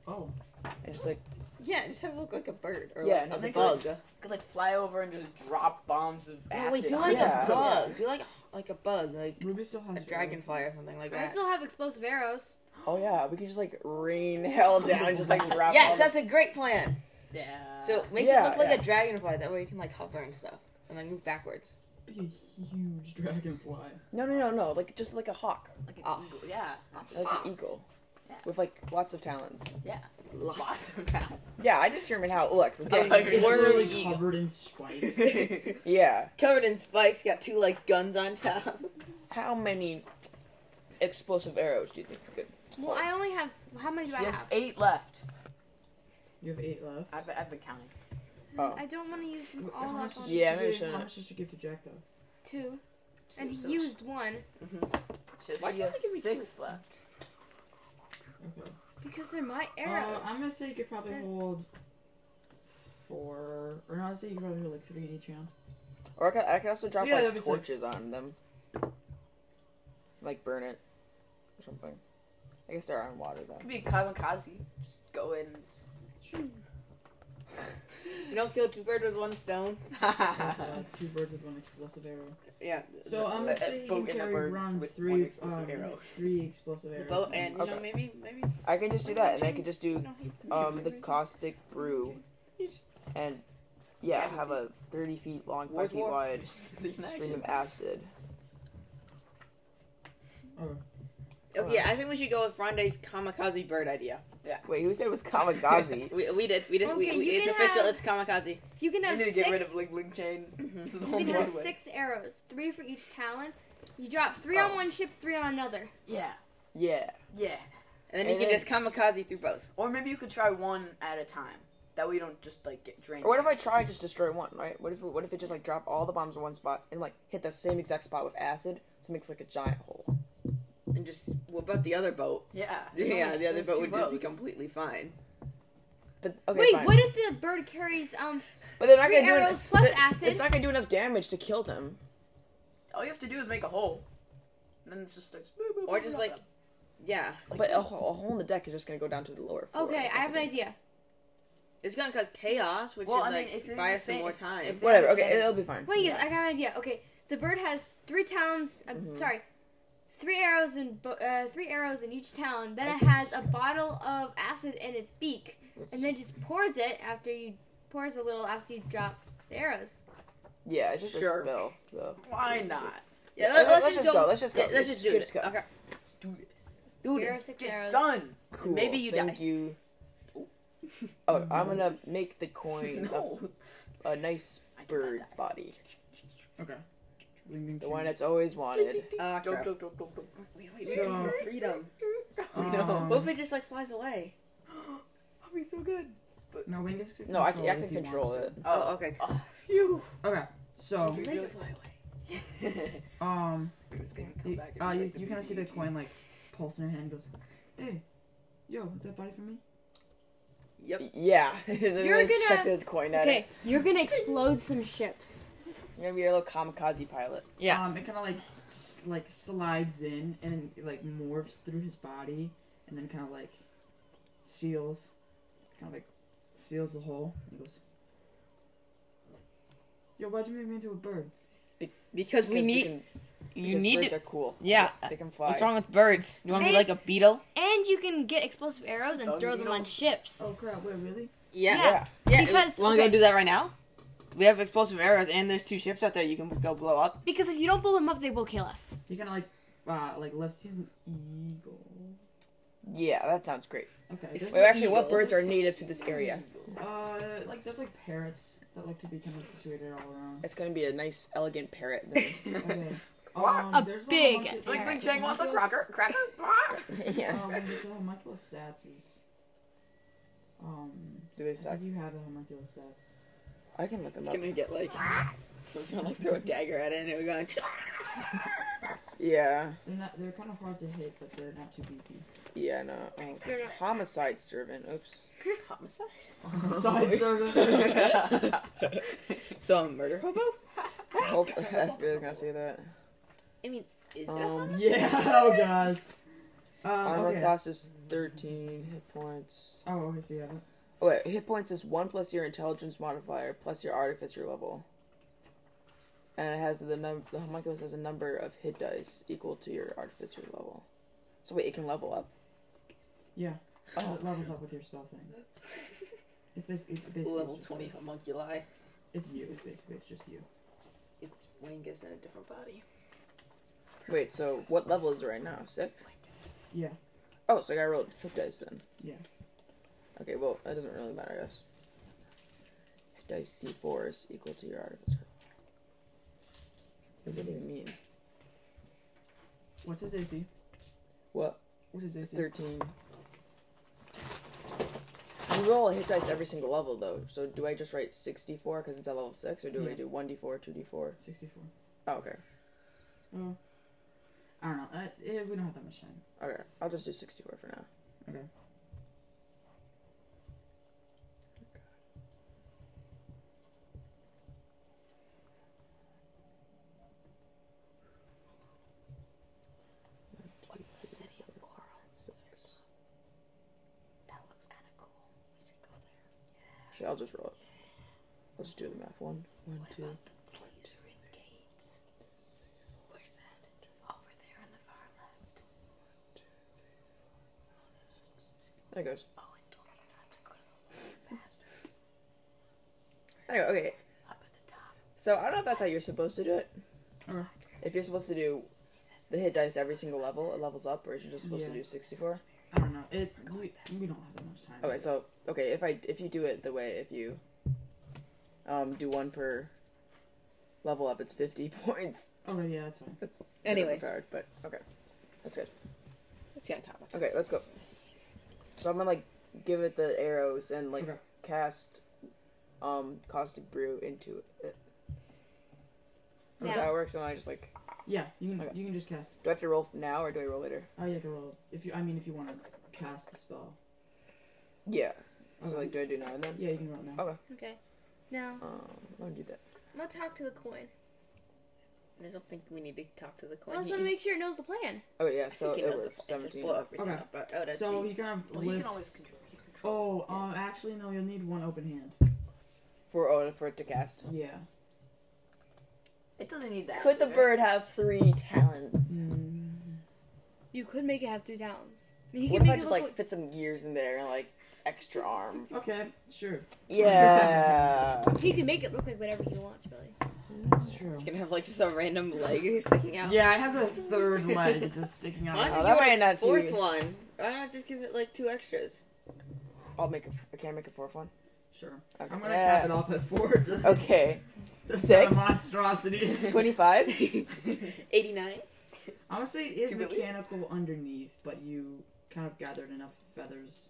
Speaker 1: Oh,
Speaker 4: and just like
Speaker 2: Yeah, just have it look like a bird or
Speaker 4: yeah,
Speaker 2: like
Speaker 4: not
Speaker 2: a
Speaker 4: the
Speaker 6: make it like-
Speaker 4: bug.
Speaker 6: Could like fly over and just drop bombs of
Speaker 2: No,
Speaker 6: acid.
Speaker 2: wait, do
Speaker 6: on
Speaker 2: like
Speaker 4: Yeah.
Speaker 2: a bug. Do like a- like a bug, like
Speaker 1: Ruby still has
Speaker 2: a
Speaker 1: her-
Speaker 2: dragonfly or something like
Speaker 5: I
Speaker 2: that.
Speaker 5: still have explosive arrows.
Speaker 4: Oh yeah, we could just like rain hell down, just like drop. all
Speaker 2: Yes,
Speaker 4: the-
Speaker 2: that's a great plan.
Speaker 6: Yeah.
Speaker 2: So make
Speaker 4: Yeah,
Speaker 2: it look like
Speaker 4: yeah.
Speaker 2: a dragonfly. That way you can like hover and stuff, and then move backwards.
Speaker 1: Be a huge dragonfly.
Speaker 4: no no no no like just like a hawk,
Speaker 6: like an
Speaker 2: Oh.
Speaker 6: eagle. Yeah.
Speaker 4: like
Speaker 6: Ah.
Speaker 4: an eagle,
Speaker 6: Yeah.
Speaker 4: with like lots of talons.
Speaker 2: Lots.
Speaker 6: Lots of talent.
Speaker 4: Yeah, I determined how it looks.
Speaker 2: A
Speaker 4: Okay.
Speaker 6: Okay.
Speaker 2: worm
Speaker 1: Literally
Speaker 2: eagle.
Speaker 1: covered in spikes.
Speaker 4: yeah.
Speaker 2: covered in spikes, got two like guns on top.
Speaker 4: How many explosive arrows do you think you could?
Speaker 5: Well, I only have. How many do I
Speaker 6: She has
Speaker 5: have?
Speaker 6: eight left.
Speaker 1: you have eight left.
Speaker 6: I've, I've been counting.
Speaker 4: Oh.
Speaker 5: I don't want to use them
Speaker 1: Wh-
Speaker 5: all up
Speaker 1: much did
Speaker 5: on
Speaker 1: you
Speaker 4: Yeah,
Speaker 1: give-
Speaker 4: maybe shouldn't.
Speaker 1: how much did you give to Jack though?
Speaker 5: two, and
Speaker 6: Two,
Speaker 5: he
Speaker 6: so
Speaker 5: used one
Speaker 6: She has,
Speaker 2: Why
Speaker 6: she has
Speaker 2: can't we give me
Speaker 6: six left.
Speaker 1: Okay.
Speaker 5: because they're my
Speaker 1: Uh,
Speaker 5: arrows.
Speaker 1: I'm gonna say you could probably
Speaker 5: And-
Speaker 1: hold four, or no, I'd say you could probably hold like three in each round.
Speaker 4: Or I could, I could also drop
Speaker 1: Yeah, that'd be
Speaker 4: like
Speaker 1: sick.
Speaker 4: torches on them, like burn it or something. I guess they're on water though.
Speaker 6: Could be a kamikaze. Just go in.
Speaker 2: You don't kill two birds with one stone.
Speaker 1: Uh, two birds with one explosive arrow.
Speaker 2: Yeah.
Speaker 1: So I'm
Speaker 6: a-
Speaker 1: gonna
Speaker 6: a
Speaker 1: say you
Speaker 6: boat and
Speaker 1: can
Speaker 6: a
Speaker 1: carry
Speaker 6: bird
Speaker 1: around
Speaker 6: with one
Speaker 1: three,
Speaker 6: explosive
Speaker 1: um,
Speaker 6: arrow.
Speaker 1: three explosive
Speaker 2: the
Speaker 1: arrows.
Speaker 2: boat and you know
Speaker 4: Okay.
Speaker 2: maybe maybe
Speaker 4: I could just do that, and I could just do
Speaker 2: no, he-
Speaker 4: um the caustic brew, and yeah,
Speaker 6: Yeah,
Speaker 4: have a thirty feet long,
Speaker 2: Where's
Speaker 4: five feet
Speaker 2: war?
Speaker 4: wide stream of acid.
Speaker 2: Okay,
Speaker 4: uh,
Speaker 2: yeah, I think we should go with Rondé's kamikaze bird idea.
Speaker 4: Wait, who said it was kamikaze?
Speaker 2: We, we did, we did, we,
Speaker 5: Okay,
Speaker 2: we,
Speaker 5: you
Speaker 2: it's
Speaker 5: can
Speaker 2: official.
Speaker 5: have-
Speaker 2: It's kamikaze.
Speaker 5: you can
Speaker 6: You
Speaker 5: have
Speaker 6: need to
Speaker 5: six.
Speaker 6: get rid of Ling Ling Chain. This is the
Speaker 5: you
Speaker 6: whole
Speaker 5: can have
Speaker 6: board.
Speaker 5: six arrows, three for each talent. You drop three on
Speaker 4: Oh.
Speaker 5: one ship, three on another.
Speaker 6: Yeah.
Speaker 4: Yeah.
Speaker 6: Yeah.
Speaker 2: And then
Speaker 4: And
Speaker 2: you can
Speaker 4: then-
Speaker 2: just kamikaze through both.
Speaker 6: Or maybe you could try one at a time. That way you don't just like get drained.
Speaker 4: Or what if I try and just destroy one? Right? What if what if it just like drop all the bombs in one spot and like hit the same exact spot with acid, so it makes like a giant hole.
Speaker 2: And just what about the other boat?
Speaker 6: Yeah.
Speaker 2: Yeah, the other
Speaker 6: There's
Speaker 2: boat
Speaker 6: two
Speaker 2: would just be
Speaker 6: boats.
Speaker 2: completely fine.
Speaker 4: But okay,
Speaker 5: Wait,
Speaker 4: fine.
Speaker 5: what if the bird carries um
Speaker 4: But they're not
Speaker 5: Three
Speaker 4: gonna do
Speaker 5: arrows
Speaker 4: en-
Speaker 5: plus
Speaker 4: th-
Speaker 5: acid.
Speaker 4: It's not gonna do enough damage to kill them.
Speaker 6: All you have to do is make a hole. And then it just starts.
Speaker 2: Or just like, yeah,
Speaker 4: But a, ho- a hole in the deck is just gonna go down to the lower floor.
Speaker 5: Okay,
Speaker 4: It's
Speaker 5: I
Speaker 4: not
Speaker 5: have an
Speaker 4: gonna do-
Speaker 5: idea.
Speaker 2: it's gonna cause chaos, which
Speaker 6: Well,
Speaker 2: would
Speaker 6: I mean,
Speaker 2: like
Speaker 6: if they
Speaker 2: buy
Speaker 6: just
Speaker 2: us some
Speaker 6: say-
Speaker 2: more
Speaker 6: if-
Speaker 2: time.
Speaker 6: if they-
Speaker 4: Whatever. Okay, it'll be fine.
Speaker 5: Wait,
Speaker 6: Yeah.
Speaker 5: yes, I have an idea. Okay, the bird has three talons. Uh,
Speaker 4: Mm-hmm.
Speaker 5: Sorry, three arrows in bo- uh, three arrows in each talon. Then
Speaker 4: I
Speaker 5: it
Speaker 4: see what
Speaker 5: has a bottle of acid in its beak,
Speaker 4: It's
Speaker 5: and then just pours it after you pours a little after you drop the arrows.
Speaker 4: yeah, it's just
Speaker 6: Sure.
Speaker 4: a spell. So.
Speaker 6: why not?
Speaker 2: yeah,
Speaker 4: Yeah,
Speaker 2: let,
Speaker 4: let's
Speaker 2: us just
Speaker 4: just
Speaker 2: go.
Speaker 4: go, let's just go.
Speaker 2: Yeah, let's just do
Speaker 4: Let's
Speaker 2: it.
Speaker 4: go.
Speaker 2: Okay.
Speaker 6: Do this.
Speaker 2: Do
Speaker 5: Zero
Speaker 2: it.
Speaker 5: six
Speaker 6: Get
Speaker 5: arrows.
Speaker 6: done.
Speaker 4: Cool.
Speaker 2: Maybe you
Speaker 4: Thank
Speaker 2: die.
Speaker 4: you. Oh, I'm gonna make the coin
Speaker 6: No.
Speaker 4: a, a nice
Speaker 6: I do not
Speaker 4: bird
Speaker 6: die.
Speaker 4: body,
Speaker 1: Okay. Ling Ling
Speaker 4: the one
Speaker 1: Ching.
Speaker 4: that's always wanted.
Speaker 2: Ah,
Speaker 6: Go,
Speaker 2: crap.
Speaker 6: go, go, go, go.
Speaker 2: Wait, wait, wait.
Speaker 1: So-
Speaker 2: freedom.
Speaker 1: Um,
Speaker 2: What if it just like flies away?
Speaker 6: That'd be so good.
Speaker 1: No, Wingus can
Speaker 4: No, I,
Speaker 1: control
Speaker 4: I
Speaker 1: if
Speaker 4: can
Speaker 1: he wants
Speaker 4: control
Speaker 1: to.
Speaker 4: it.
Speaker 2: Oh, okay.
Speaker 6: Phew.
Speaker 1: Okay, so
Speaker 2: Make it fly away.
Speaker 1: um,
Speaker 6: It's gonna come
Speaker 1: you,
Speaker 6: back and
Speaker 1: uh,
Speaker 6: be
Speaker 1: you,
Speaker 6: like the
Speaker 1: you kind of see the
Speaker 6: BBG.
Speaker 1: coin like pulse in her hand. and Goes, hey, yo, is that body for me?
Speaker 2: Yep.
Speaker 4: Yeah, you're
Speaker 5: You're
Speaker 4: gonna check
Speaker 5: gonna-
Speaker 4: the coin at
Speaker 5: Okay,
Speaker 4: it.
Speaker 5: you're gonna explode some ships.
Speaker 4: You're gonna be a little kamikaze pilot.
Speaker 2: Yeah.
Speaker 1: Um, it kind of like s- like slides in and like morphs through his body, and then kind of like seals, kind of like seals the hole. He goes, Yo, why'd you make me into a bird?
Speaker 2: Because we
Speaker 4: Because
Speaker 2: need.
Speaker 4: can-
Speaker 2: You
Speaker 4: because
Speaker 2: need.
Speaker 4: birds are cool.
Speaker 2: yeah.
Speaker 4: They can fly.
Speaker 2: What's wrong with birds? You want to be
Speaker 5: Hey.
Speaker 2: like a beetle?
Speaker 5: And you can get explosive arrows and
Speaker 6: Dog
Speaker 5: throw them
Speaker 6: needle.
Speaker 5: on ships.
Speaker 1: Oh crap! Wait, really?
Speaker 2: Yeah.
Speaker 4: Yeah.
Speaker 2: Yeah.
Speaker 5: Because-
Speaker 2: want to
Speaker 5: okay.
Speaker 2: go do that right now? We have explosive arrows, and there's two ships out there you can go blow up.
Speaker 5: Because if you don't blow them up, they will kill us.
Speaker 1: He kind of like uh like lifts. He's an eagle.
Speaker 4: Yeah, that sounds great.
Speaker 1: Okay.
Speaker 2: It's-
Speaker 1: there's-
Speaker 4: Wait, actually, what birds are native to this area?
Speaker 1: Uh, like there's like parrots that like to be kind of situated all around.
Speaker 4: It's gonna be a nice, elegant parrot. then.
Speaker 1: Okay.
Speaker 6: Wow.
Speaker 1: Um,
Speaker 5: A
Speaker 1: there's
Speaker 5: big Like,
Speaker 1: homunculus-
Speaker 6: Ling Ling
Speaker 5: Alright.
Speaker 6: Chang wants a cracker. Cracker.
Speaker 1: Um,
Speaker 4: yeah.
Speaker 1: because the homunculus stats is. Um,
Speaker 4: Do they
Speaker 1: I
Speaker 4: suck?
Speaker 1: think you have the homunculus uh, stats.
Speaker 4: I can look them
Speaker 2: It's
Speaker 4: up.
Speaker 2: gonna get like. I'm gonna like throw a dagger at it and it'll go.
Speaker 4: Yeah,
Speaker 1: They're not. They're kind of hard to hit, but they're not too beefy.
Speaker 4: yeah, no. Oh.
Speaker 5: You're not-
Speaker 4: Homicide servant. Oops.
Speaker 2: Homicide.
Speaker 1: Side servant.
Speaker 2: So a murder hobo?
Speaker 3: Oh,
Speaker 4: I hope I feel like I see that.
Speaker 2: I mean, is that Oh,
Speaker 4: Um,
Speaker 1: yeah. Oh gosh. Um,
Speaker 4: armor
Speaker 1: okay.
Speaker 4: class is thirteen hit points.
Speaker 1: Oh, okay. So you have it.
Speaker 4: Oh, wait, hit points is one plus your intelligence modifier plus your artificer level. And it has the num the homunculus has a number of hit dice equal to your artificer level. So wait, it can level up.
Speaker 1: Yeah. Oh. It levels up with your spell thing. It's basically, it's basically
Speaker 2: level
Speaker 1: it's just
Speaker 2: twenty
Speaker 1: you.
Speaker 2: homunculi?
Speaker 1: It's you. It's basically it's just you.
Speaker 2: Its wing is in a different body.
Speaker 4: Wait, so what level is it right now? Six.
Speaker 1: Yeah.
Speaker 4: Oh, so I got rolled hit dice then.
Speaker 1: Yeah.
Speaker 4: Okay, well that doesn't really matter, I guess. Hit dice D four is equal to your artificer. What does that even mean?
Speaker 1: What's his AC?
Speaker 4: What?
Speaker 1: What is AC?
Speaker 4: Thirteen. You roll a hit dice every single level though. So do I just write sixty-four because it's at level six, or do I
Speaker 1: Yeah.
Speaker 4: do one d four, two d four?
Speaker 1: Sixty-four.
Speaker 4: Oh, okay,
Speaker 1: Oh. I don't know. Uh, eh, we don't have that much time.
Speaker 4: okay. I'll just do sixty-four for now.
Speaker 1: Okay.
Speaker 4: Actually, I'll just roll it. I'll just do the math. One, one, two. There it goes. There you go, okay. So I don't know if that's how you're supposed to do it.
Speaker 1: Okay.
Speaker 4: If you're supposed to do the hit dice every single level, it levels up, or is you just supposed to
Speaker 1: Yeah.
Speaker 4: do 64?
Speaker 1: I don't know. It. We, we don't have that much time.
Speaker 4: Okay, so okay, if I if you do it the way if you um do one per level up, it's 50 points.
Speaker 1: Okay. Oh, Yeah, that's fine.
Speaker 4: That's
Speaker 2: Anyways.
Speaker 4: hard, but okay, that's good.
Speaker 2: Let's get on topic.
Speaker 4: Okay, let's go. So I'm gonna like give it the arrows and like
Speaker 1: Okay.
Speaker 4: cast um caustic brew into it. Is that
Speaker 9: Yeah.
Speaker 4: how it works? And I just like
Speaker 1: Yeah. You can.
Speaker 4: Okay.
Speaker 1: You can just cast.
Speaker 4: do I have to roll now or do I roll later?
Speaker 1: Oh yeah, the roll. If you. I mean, if you want to cast the spell.
Speaker 4: Yeah.
Speaker 1: Okay.
Speaker 4: So like do I do now and then?
Speaker 1: yeah, you can roll now.
Speaker 4: Oh.
Speaker 5: Okay. Now,
Speaker 4: Um, I'm gonna do that.
Speaker 5: I'm gonna talk to the coin.
Speaker 2: I don't think we need to talk to the coin.
Speaker 5: I just wanna make sure it knows the plan.
Speaker 4: Oh yeah,
Speaker 2: I
Speaker 4: so
Speaker 2: think he
Speaker 4: it
Speaker 2: knows
Speaker 4: was
Speaker 2: the plan. Just
Speaker 4: 17.
Speaker 2: blow everything
Speaker 1: Okay.
Speaker 2: up, but- Oh, that's
Speaker 1: So
Speaker 2: he-
Speaker 1: he kind of
Speaker 2: well,
Speaker 1: lifts.
Speaker 2: you can always control. You can control.
Speaker 1: oh, um, actually, no. You'll need one open hand.
Speaker 4: For oh, for it to cast.
Speaker 1: Yeah.
Speaker 2: It doesn't need that.
Speaker 4: Could the bird have three talons? Mm.
Speaker 5: You could make it have three talons. I mean, you
Speaker 4: What
Speaker 5: can
Speaker 4: if I
Speaker 5: make it look
Speaker 4: just like
Speaker 5: like,
Speaker 4: fit some gears in there and like extra arm?
Speaker 1: Okay. Sure.
Speaker 4: Yeah.
Speaker 5: he can make it look like whatever he wants, really.
Speaker 1: That's true.
Speaker 2: It's gonna have like just a random leg sticking out.
Speaker 1: Yeah, it has a third leg just sticking
Speaker 2: Why
Speaker 1: out.
Speaker 4: Oh,
Speaker 2: don't
Speaker 4: that
Speaker 2: you
Speaker 4: way
Speaker 2: give it a
Speaker 4: not too-
Speaker 2: fourth one? Why not just give it like two extras?
Speaker 4: I'll make a. f- Can I make a fourth one?
Speaker 1: Sure.
Speaker 4: Okay.
Speaker 1: I'm gonna
Speaker 4: Yeah.
Speaker 1: cap it off at four. Just
Speaker 4: Okay.
Speaker 1: to set
Speaker 4: Six?
Speaker 1: a monstrosity.
Speaker 4: Twenty-five.
Speaker 2: 89?
Speaker 1: I would say it is
Speaker 2: Do you believe-
Speaker 1: mechanical underneath, but you kind of gathered enough feathers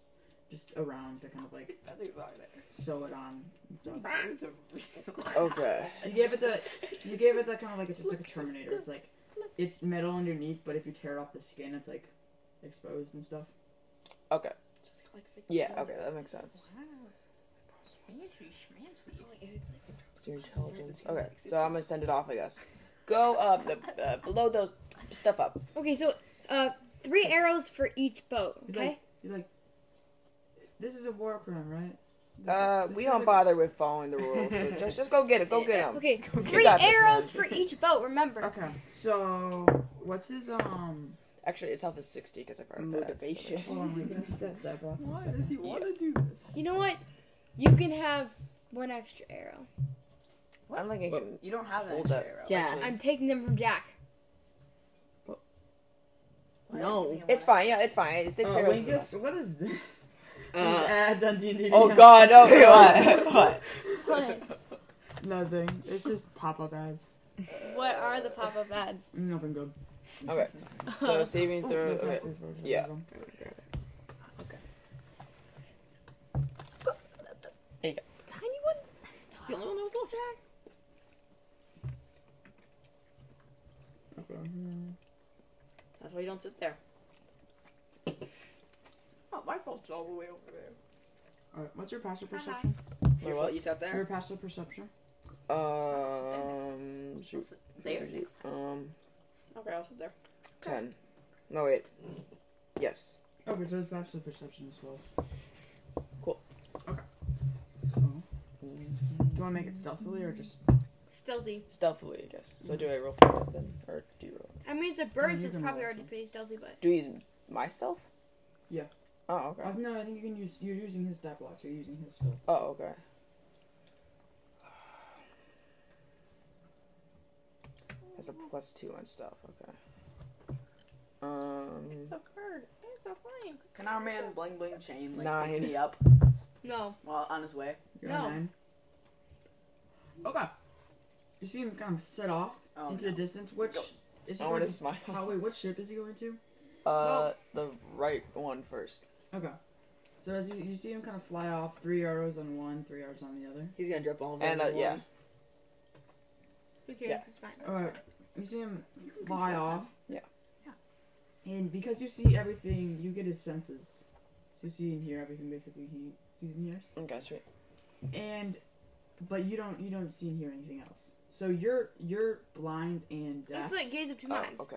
Speaker 1: just around to kind of like sew it on and stuff.
Speaker 4: okay.
Speaker 1: You gave it the you gave it the kind of like it's just like a Terminator. It's like it's metal underneath, but if you tear off the skin, it's like exposed and stuff.
Speaker 4: Okay. Yeah. Okay, that makes sense. So your intelligence. Okay, so I'm gonna send it off. I guess. Go up the uh, below those stuff up.
Speaker 5: Okay, so uh, three arrows for each boat.
Speaker 1: He's
Speaker 5: Okay.
Speaker 1: like he's like, this is a war crime, right?
Speaker 4: Uh,
Speaker 1: This
Speaker 4: we
Speaker 1: is
Speaker 4: don't
Speaker 1: a-
Speaker 4: bother with following the rules. So just just go get it. Go get them.
Speaker 5: Okay,
Speaker 4: get
Speaker 5: three
Speaker 4: that, Miss
Speaker 5: arrows for
Speaker 4: Manager.
Speaker 5: each boat. Remember.
Speaker 1: Okay, so what's his um?
Speaker 4: Actually, its health is sixty because I forgot
Speaker 2: Motivation.
Speaker 1: Hold on, wait, that's that's that back. One second.
Speaker 3: he
Speaker 4: wanna
Speaker 3: do this?
Speaker 5: You know what? You can have one extra arrow.
Speaker 4: I don't think I can
Speaker 3: You don't have
Speaker 4: hold up.
Speaker 2: Yeah.
Speaker 5: I'm taking them from Jack.
Speaker 2: No.
Speaker 4: It's fine. Yeah, it's fine. It's Six
Speaker 1: Uh,
Speaker 4: arrows. is
Speaker 1: Wingus,
Speaker 4: enough.
Speaker 1: what is this? These
Speaker 2: Uh,
Speaker 1: ads on D&D.
Speaker 4: Oh God! Oh God! What?
Speaker 1: Nothing. It's just pop-up ads.
Speaker 5: What are the pop-up ads?
Speaker 1: Nothing good.
Speaker 4: Okay. So saving throw.
Speaker 1: Look
Speaker 4: Oh, Okay.
Speaker 1: out for- for- for-
Speaker 4: Yeah.
Speaker 1: for-
Speaker 2: tiny one?
Speaker 5: It's
Speaker 2: the only one that was left.
Speaker 1: Okay.
Speaker 2: That's why you don't sit there.
Speaker 3: Oh, my fault's all the way over there.
Speaker 1: All right. What's your passive perception?
Speaker 2: Your fault you sat
Speaker 1: Your
Speaker 2: there.
Speaker 1: passive perception.
Speaker 4: uh, Um,
Speaker 2: I'll
Speaker 4: shoot,
Speaker 2: sit there next.
Speaker 4: um,
Speaker 2: Okay, I'll sit there.
Speaker 4: ten. No wait. Yes.
Speaker 1: Okay, so his passive perception is twelve.
Speaker 4: Cool.
Speaker 1: Okay. So, do you want to make it stealthily or just?
Speaker 5: Stealthy.
Speaker 4: Stealthily, I guess. So do I roll for it then, or do you roll?
Speaker 5: I mean, it's a
Speaker 1: Oh,
Speaker 5: bird, so
Speaker 1: you
Speaker 5: it's
Speaker 1: can
Speaker 5: probably
Speaker 1: roll,
Speaker 5: already
Speaker 1: so.
Speaker 5: pretty stealthy, but.
Speaker 4: Do you use my stealth?
Speaker 1: Yeah.
Speaker 4: Oh okay.
Speaker 1: Uh, no, I think you can use. You're using his stat block. So you're using his stealth.
Speaker 4: Oh okay. That's a plus two on stealth. Okay. Um,
Speaker 3: It's a bird. It's a plane.
Speaker 6: Can our man bling bling chain like
Speaker 4: Nine.
Speaker 6: pick me up
Speaker 5: No.
Speaker 6: while on his way?
Speaker 1: You're
Speaker 5: No.
Speaker 1: on nine. Okay. You see him kind of set off
Speaker 6: Oh,
Speaker 1: into
Speaker 6: no.
Speaker 1: the distance. Which
Speaker 6: Go.
Speaker 1: is he
Speaker 4: I
Speaker 1: going
Speaker 4: want to
Speaker 1: to?
Speaker 4: smile.
Speaker 1: Oh, wait, what ship is he going to?
Speaker 4: Uh, the right one first.
Speaker 1: Okay. So as you, you see him kind of fly off, three arrows on one, three arrows on the other.
Speaker 2: He's gonna drop all of
Speaker 4: And uh,
Speaker 2: them.
Speaker 4: yeah,
Speaker 5: Who cares?
Speaker 4: Yeah.
Speaker 5: It's fine.
Speaker 1: All right. You see him fly off.
Speaker 4: Yeah.
Speaker 1: And because you see everything, you get his senses. So you see and hear everything basically he sees and hears.
Speaker 4: okay, sweet.
Speaker 1: And but you don't you don't see and hear anything else. So you're you're blind and deaf,
Speaker 5: It's like gaze of two
Speaker 4: Oh,
Speaker 5: minds.
Speaker 4: okay.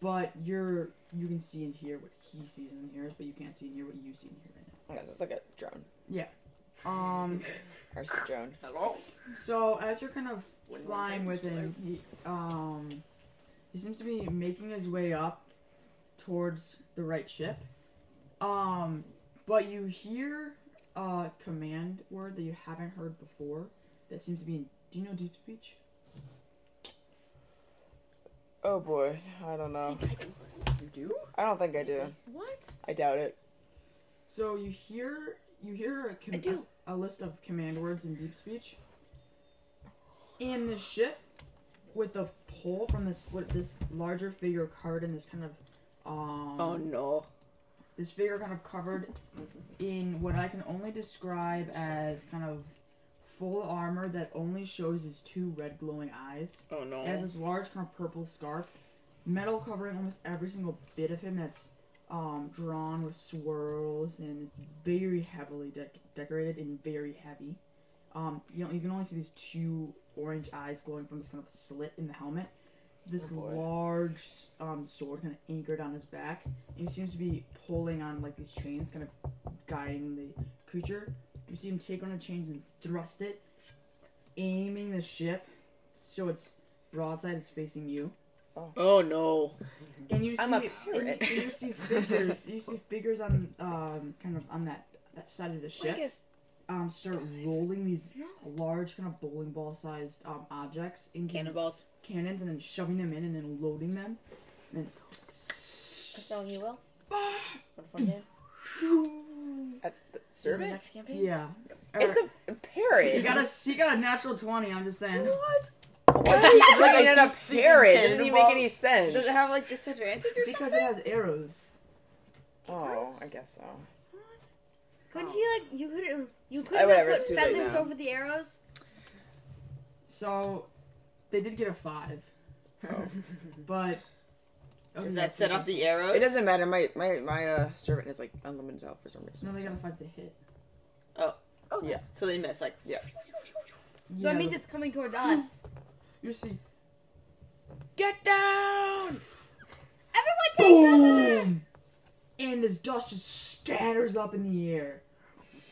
Speaker 1: but you're you can see and hear what he sees and hears, but you can't see and hear what you see and hear right
Speaker 4: Okay, so it's like a drone.
Speaker 1: now. Um
Speaker 4: Or it's a drone.
Speaker 6: Hello.
Speaker 1: So as you're kind of
Speaker 6: Wouldn't
Speaker 1: flying
Speaker 6: want
Speaker 1: with
Speaker 6: things
Speaker 1: him, he um he seems to be making his way up towards the right ship. Um, but you hear a command word that you haven't heard before. That seems to be. In, do you know deep speech?
Speaker 4: Oh boy, I don't know.
Speaker 1: You do.
Speaker 4: I don't think I do.
Speaker 5: What?
Speaker 4: I doubt it.
Speaker 1: So you hear you hear a, com- a list of command words in deep speech. And the ship, with the pole from this what this larger figure covered in this kind of um
Speaker 4: Oh,
Speaker 2: no.
Speaker 1: this figure kind of covered in what I can only describe as kind of full armor that only shows his two red glowing eyes.
Speaker 2: Oh no.
Speaker 1: It has this large kind of purple scarf, metal covering almost every single bit of him that's um, drawn with swirls and it's very heavily dec decorated and very heavy. Um, you, know, you can only see these two orange eyes glowing from this kind of slit in the helmet. This
Speaker 4: Oh, boy.
Speaker 1: large um, sword kind of anchored on his back. And he seems to be pulling on like these chains, kind of guiding the creature. You see him take on a chain and thrust it, aiming the ship so its broadside is facing you.
Speaker 2: Oh no.
Speaker 4: Mm-hmm.
Speaker 1: And you see,
Speaker 2: I'm a
Speaker 1: and you-
Speaker 2: parrot.
Speaker 1: and you see figures. you see figures on um kind of on that that side of the ship
Speaker 4: Oh.
Speaker 1: um start rolling these large kind of bowling ball sized um objects into these
Speaker 2: Cannonballs.
Speaker 1: cannons and then shoving them in and then loading them. And then
Speaker 2: So he will. What a fun game.
Speaker 4: At the survey?
Speaker 2: Next campaign.
Speaker 1: yeah,
Speaker 4: It's a
Speaker 1: he
Speaker 4: parrot.
Speaker 1: got a he got a natural twenty. I'm just saying.
Speaker 4: He's looking at a parrot. It doesn't even make any sense.
Speaker 2: Does it have like disadvantage or something?
Speaker 1: Because it has arrows.
Speaker 4: Oh, I guess so.
Speaker 5: Could not you like you could you could
Speaker 4: Uh,
Speaker 5: have
Speaker 4: whatever,
Speaker 5: put
Speaker 4: it's too late
Speaker 5: feathers
Speaker 4: now.
Speaker 5: over the arrows?
Speaker 1: So they did get a five,
Speaker 4: Oh.
Speaker 1: but oh,
Speaker 2: Does that set off the arrows?
Speaker 4: It doesn't matter. My my my uh, servant is like unlimited health for some reason.
Speaker 1: No, they got a five to hit.
Speaker 6: Oh
Speaker 4: Yeah.
Speaker 2: So they miss. Like
Speaker 5: So that means it's coming towards us.
Speaker 1: you see
Speaker 2: get down.
Speaker 1: Boom! And this dust just scatters up in the air.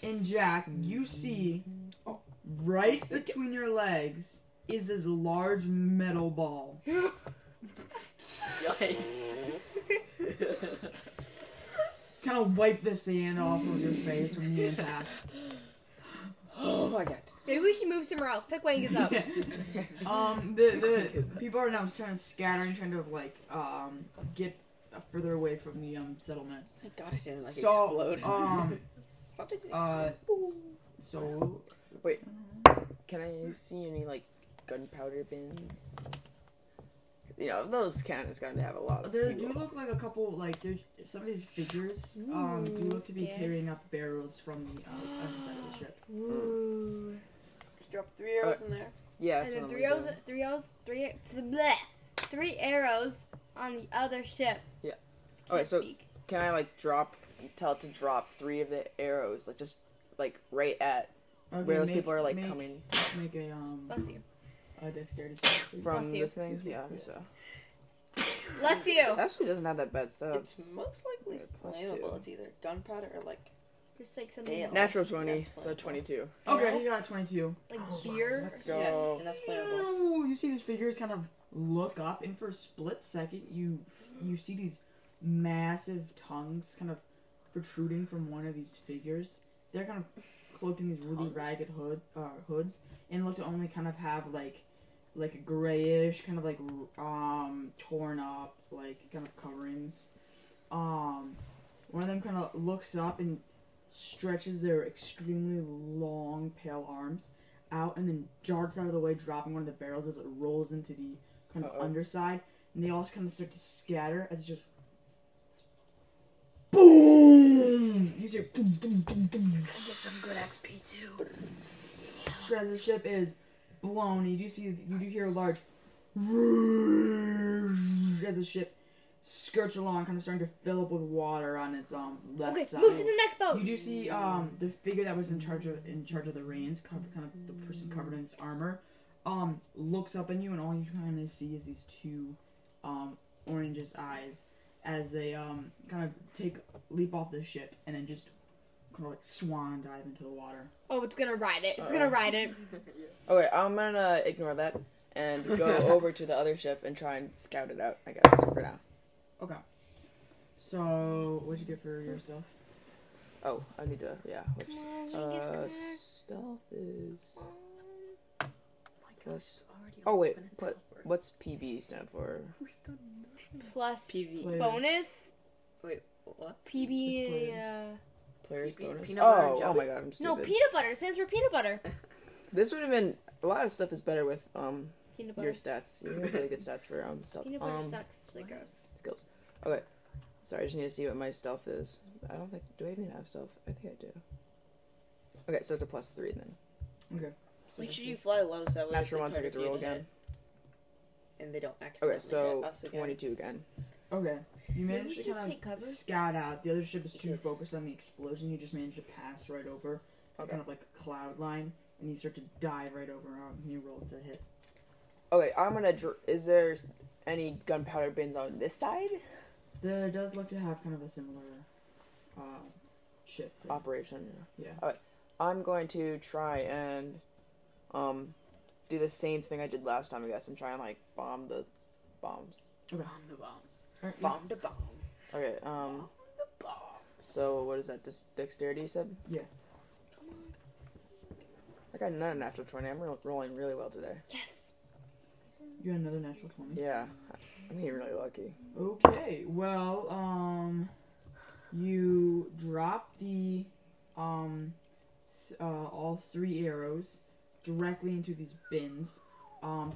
Speaker 1: And Jack, you see right between your legs is this large metal ball. Kind of wipe the sand off of your face from the impact.
Speaker 4: Oh my god.
Speaker 5: Maybe we should move somewhere else. Pick one gets up.
Speaker 1: um, the, the people are now trying to scatter and trying to like um get further away from the um settlement.
Speaker 2: Thank God I didn't like
Speaker 1: so
Speaker 2: explode.
Speaker 1: um
Speaker 2: What did it-
Speaker 1: uh so
Speaker 4: Can I see any like gunpowder bins? You know those cannons got to have a lot of
Speaker 1: There do
Speaker 4: fuel.
Speaker 1: look like a couple, like there's some of these figures um, do look to be
Speaker 5: yeah.
Speaker 1: carrying up barrels from the uh, other side of the ship.
Speaker 5: Ooh.
Speaker 2: just drop three arrows in there.
Speaker 4: Yeah,
Speaker 5: and
Speaker 4: that's
Speaker 5: then
Speaker 4: what I'm
Speaker 5: three
Speaker 4: gonna
Speaker 5: arrows,
Speaker 4: do.
Speaker 5: three arrows, three bleh, three arrows on the other ship.
Speaker 4: Yeah.
Speaker 5: Can't
Speaker 4: Alright, so-
Speaker 5: speak.
Speaker 4: Can I like drop? Tell it to drop three of the arrows, like just like right at
Speaker 1: Okay,
Speaker 4: where those
Speaker 1: make-
Speaker 4: people are like
Speaker 1: make-
Speaker 4: coming
Speaker 1: Make a um
Speaker 5: bless you,
Speaker 1: a dexterity check. please.
Speaker 4: from
Speaker 5: Bless you.
Speaker 4: this thing. Yeah, so
Speaker 5: bless you.
Speaker 4: that actually doesn't have that bad stuff.
Speaker 2: It's most likely
Speaker 4: Yeah, plus
Speaker 2: flammable.
Speaker 4: two.
Speaker 2: It's either gunpowder or like
Speaker 5: Just like something
Speaker 2: Damn.
Speaker 4: Natural twenty,
Speaker 2: That's
Speaker 4: so
Speaker 2: fine.
Speaker 4: twenty-two.
Speaker 1: Okay, he got twenty-two.
Speaker 5: like beer.
Speaker 4: Let's
Speaker 2: yeah,
Speaker 4: go.
Speaker 2: and that's flammable.
Speaker 1: Ew, you see these figures kind of look up, and for a split second, you you see these massive tongues kind of protruding from one of these figures. They're kind of cloaked in these really ragged hood uh, hoods, and look to only kind of have like like grayish, kind of like um torn up, like kind of coverings. Um, one of them kind of looks up and stretches their extremely long, pale arms out and then darts out of the way, dropping one of the barrels as it rolls into the kind of
Speaker 4: Uh-oh.
Speaker 1: underside. And they all kind of start to scatter as it just boom. You see, boom, boom, boom, boom. As the ship is blown, you do see, you do hear a large as the ship skirts along, kind of starting to fill up with water on its um left
Speaker 5: Okay,
Speaker 1: side.
Speaker 5: move to the next boat.
Speaker 1: You do see um the figure that was in charge of in charge of the reins, covered, kind of the person covered in his armor, um looks up at you, and all you kind of see is these two um oranges eyes as they um kind of take leap off the ship and then just kind of like swan dive into the water.
Speaker 5: Oh, it's gonna ride it. It's
Speaker 4: Uh-oh.
Speaker 5: gonna ride it.
Speaker 4: Okay, I'm gonna ignore that and go over to the other ship and try and scout it out. I guess for now.
Speaker 1: Okay. So what'd you get for yourself?
Speaker 4: Oh, I need to. Yeah. Whoops. Uh, stealth is. Plus. Oh wait. Put, what's PB stand for?
Speaker 5: Plus
Speaker 2: PV.
Speaker 1: Wait,
Speaker 5: bonus
Speaker 2: Wait, what?
Speaker 5: PB.
Speaker 1: Players.
Speaker 5: Uh,
Speaker 4: Players
Speaker 2: PB
Speaker 4: bonus.
Speaker 2: peanut butter
Speaker 4: Oh,
Speaker 2: and
Speaker 4: oh
Speaker 2: jelly?
Speaker 4: my God, I'm
Speaker 5: no,
Speaker 4: stupid.
Speaker 5: peanut butter. It stands for peanut butter.
Speaker 4: this would have been a lot of stuff is better with um
Speaker 5: Peanut butter.
Speaker 4: your stats. You have really good stats for um stealth.
Speaker 5: Peanut butter
Speaker 4: Um,
Speaker 5: sucks. It's really gross.
Speaker 4: skills. Okay. Sorry, I just need to see what my stealth is. I don't think. Do I even have stealth? I think I do. Okay, so it's a plus three then.
Speaker 2: Make sure you fly low so that way
Speaker 4: Natural
Speaker 2: if
Speaker 4: ones
Speaker 2: they
Speaker 4: I get to
Speaker 2: target you
Speaker 4: roll
Speaker 2: hit,
Speaker 4: again.
Speaker 2: and they don't accidentally
Speaker 4: Okay, so
Speaker 2: hit us again.
Speaker 4: twenty-two again.
Speaker 1: Okay. You
Speaker 5: we should
Speaker 1: managed to
Speaker 5: just
Speaker 1: kind
Speaker 5: take cover?
Speaker 1: of scout out. The other ship is too focused on the explosion. You just managed to pass right over, a
Speaker 4: Okay.
Speaker 1: kind of like a cloud line, and you start to dive right over. Um, and you roll to hit.
Speaker 4: Okay, I'm gonna. Dr- is there any gunpowder bins on this side?
Speaker 1: There does look to have kind of a similar uh, ship. thing.
Speaker 4: Operation.
Speaker 1: Yeah.
Speaker 4: Alright, I'm going to try and, um, do the same thing I did last time. I guess and try and like bomb the bombs.
Speaker 2: Bomb the bombs.
Speaker 1: Alright, yeah.
Speaker 2: Bomb the bomb.
Speaker 4: Okay. Um.
Speaker 2: The bomb.
Speaker 4: So what is that? Dis- dexterity you said?
Speaker 1: Yeah.
Speaker 4: I got another natural twenty. I'm ro- rolling really well today.
Speaker 5: Yes.
Speaker 1: You had another natural twenty.
Speaker 4: Yeah, I'm getting really lucky.
Speaker 1: Okay. Well, um, you drop the um th- uh, all three arrows directly into these bins. Um,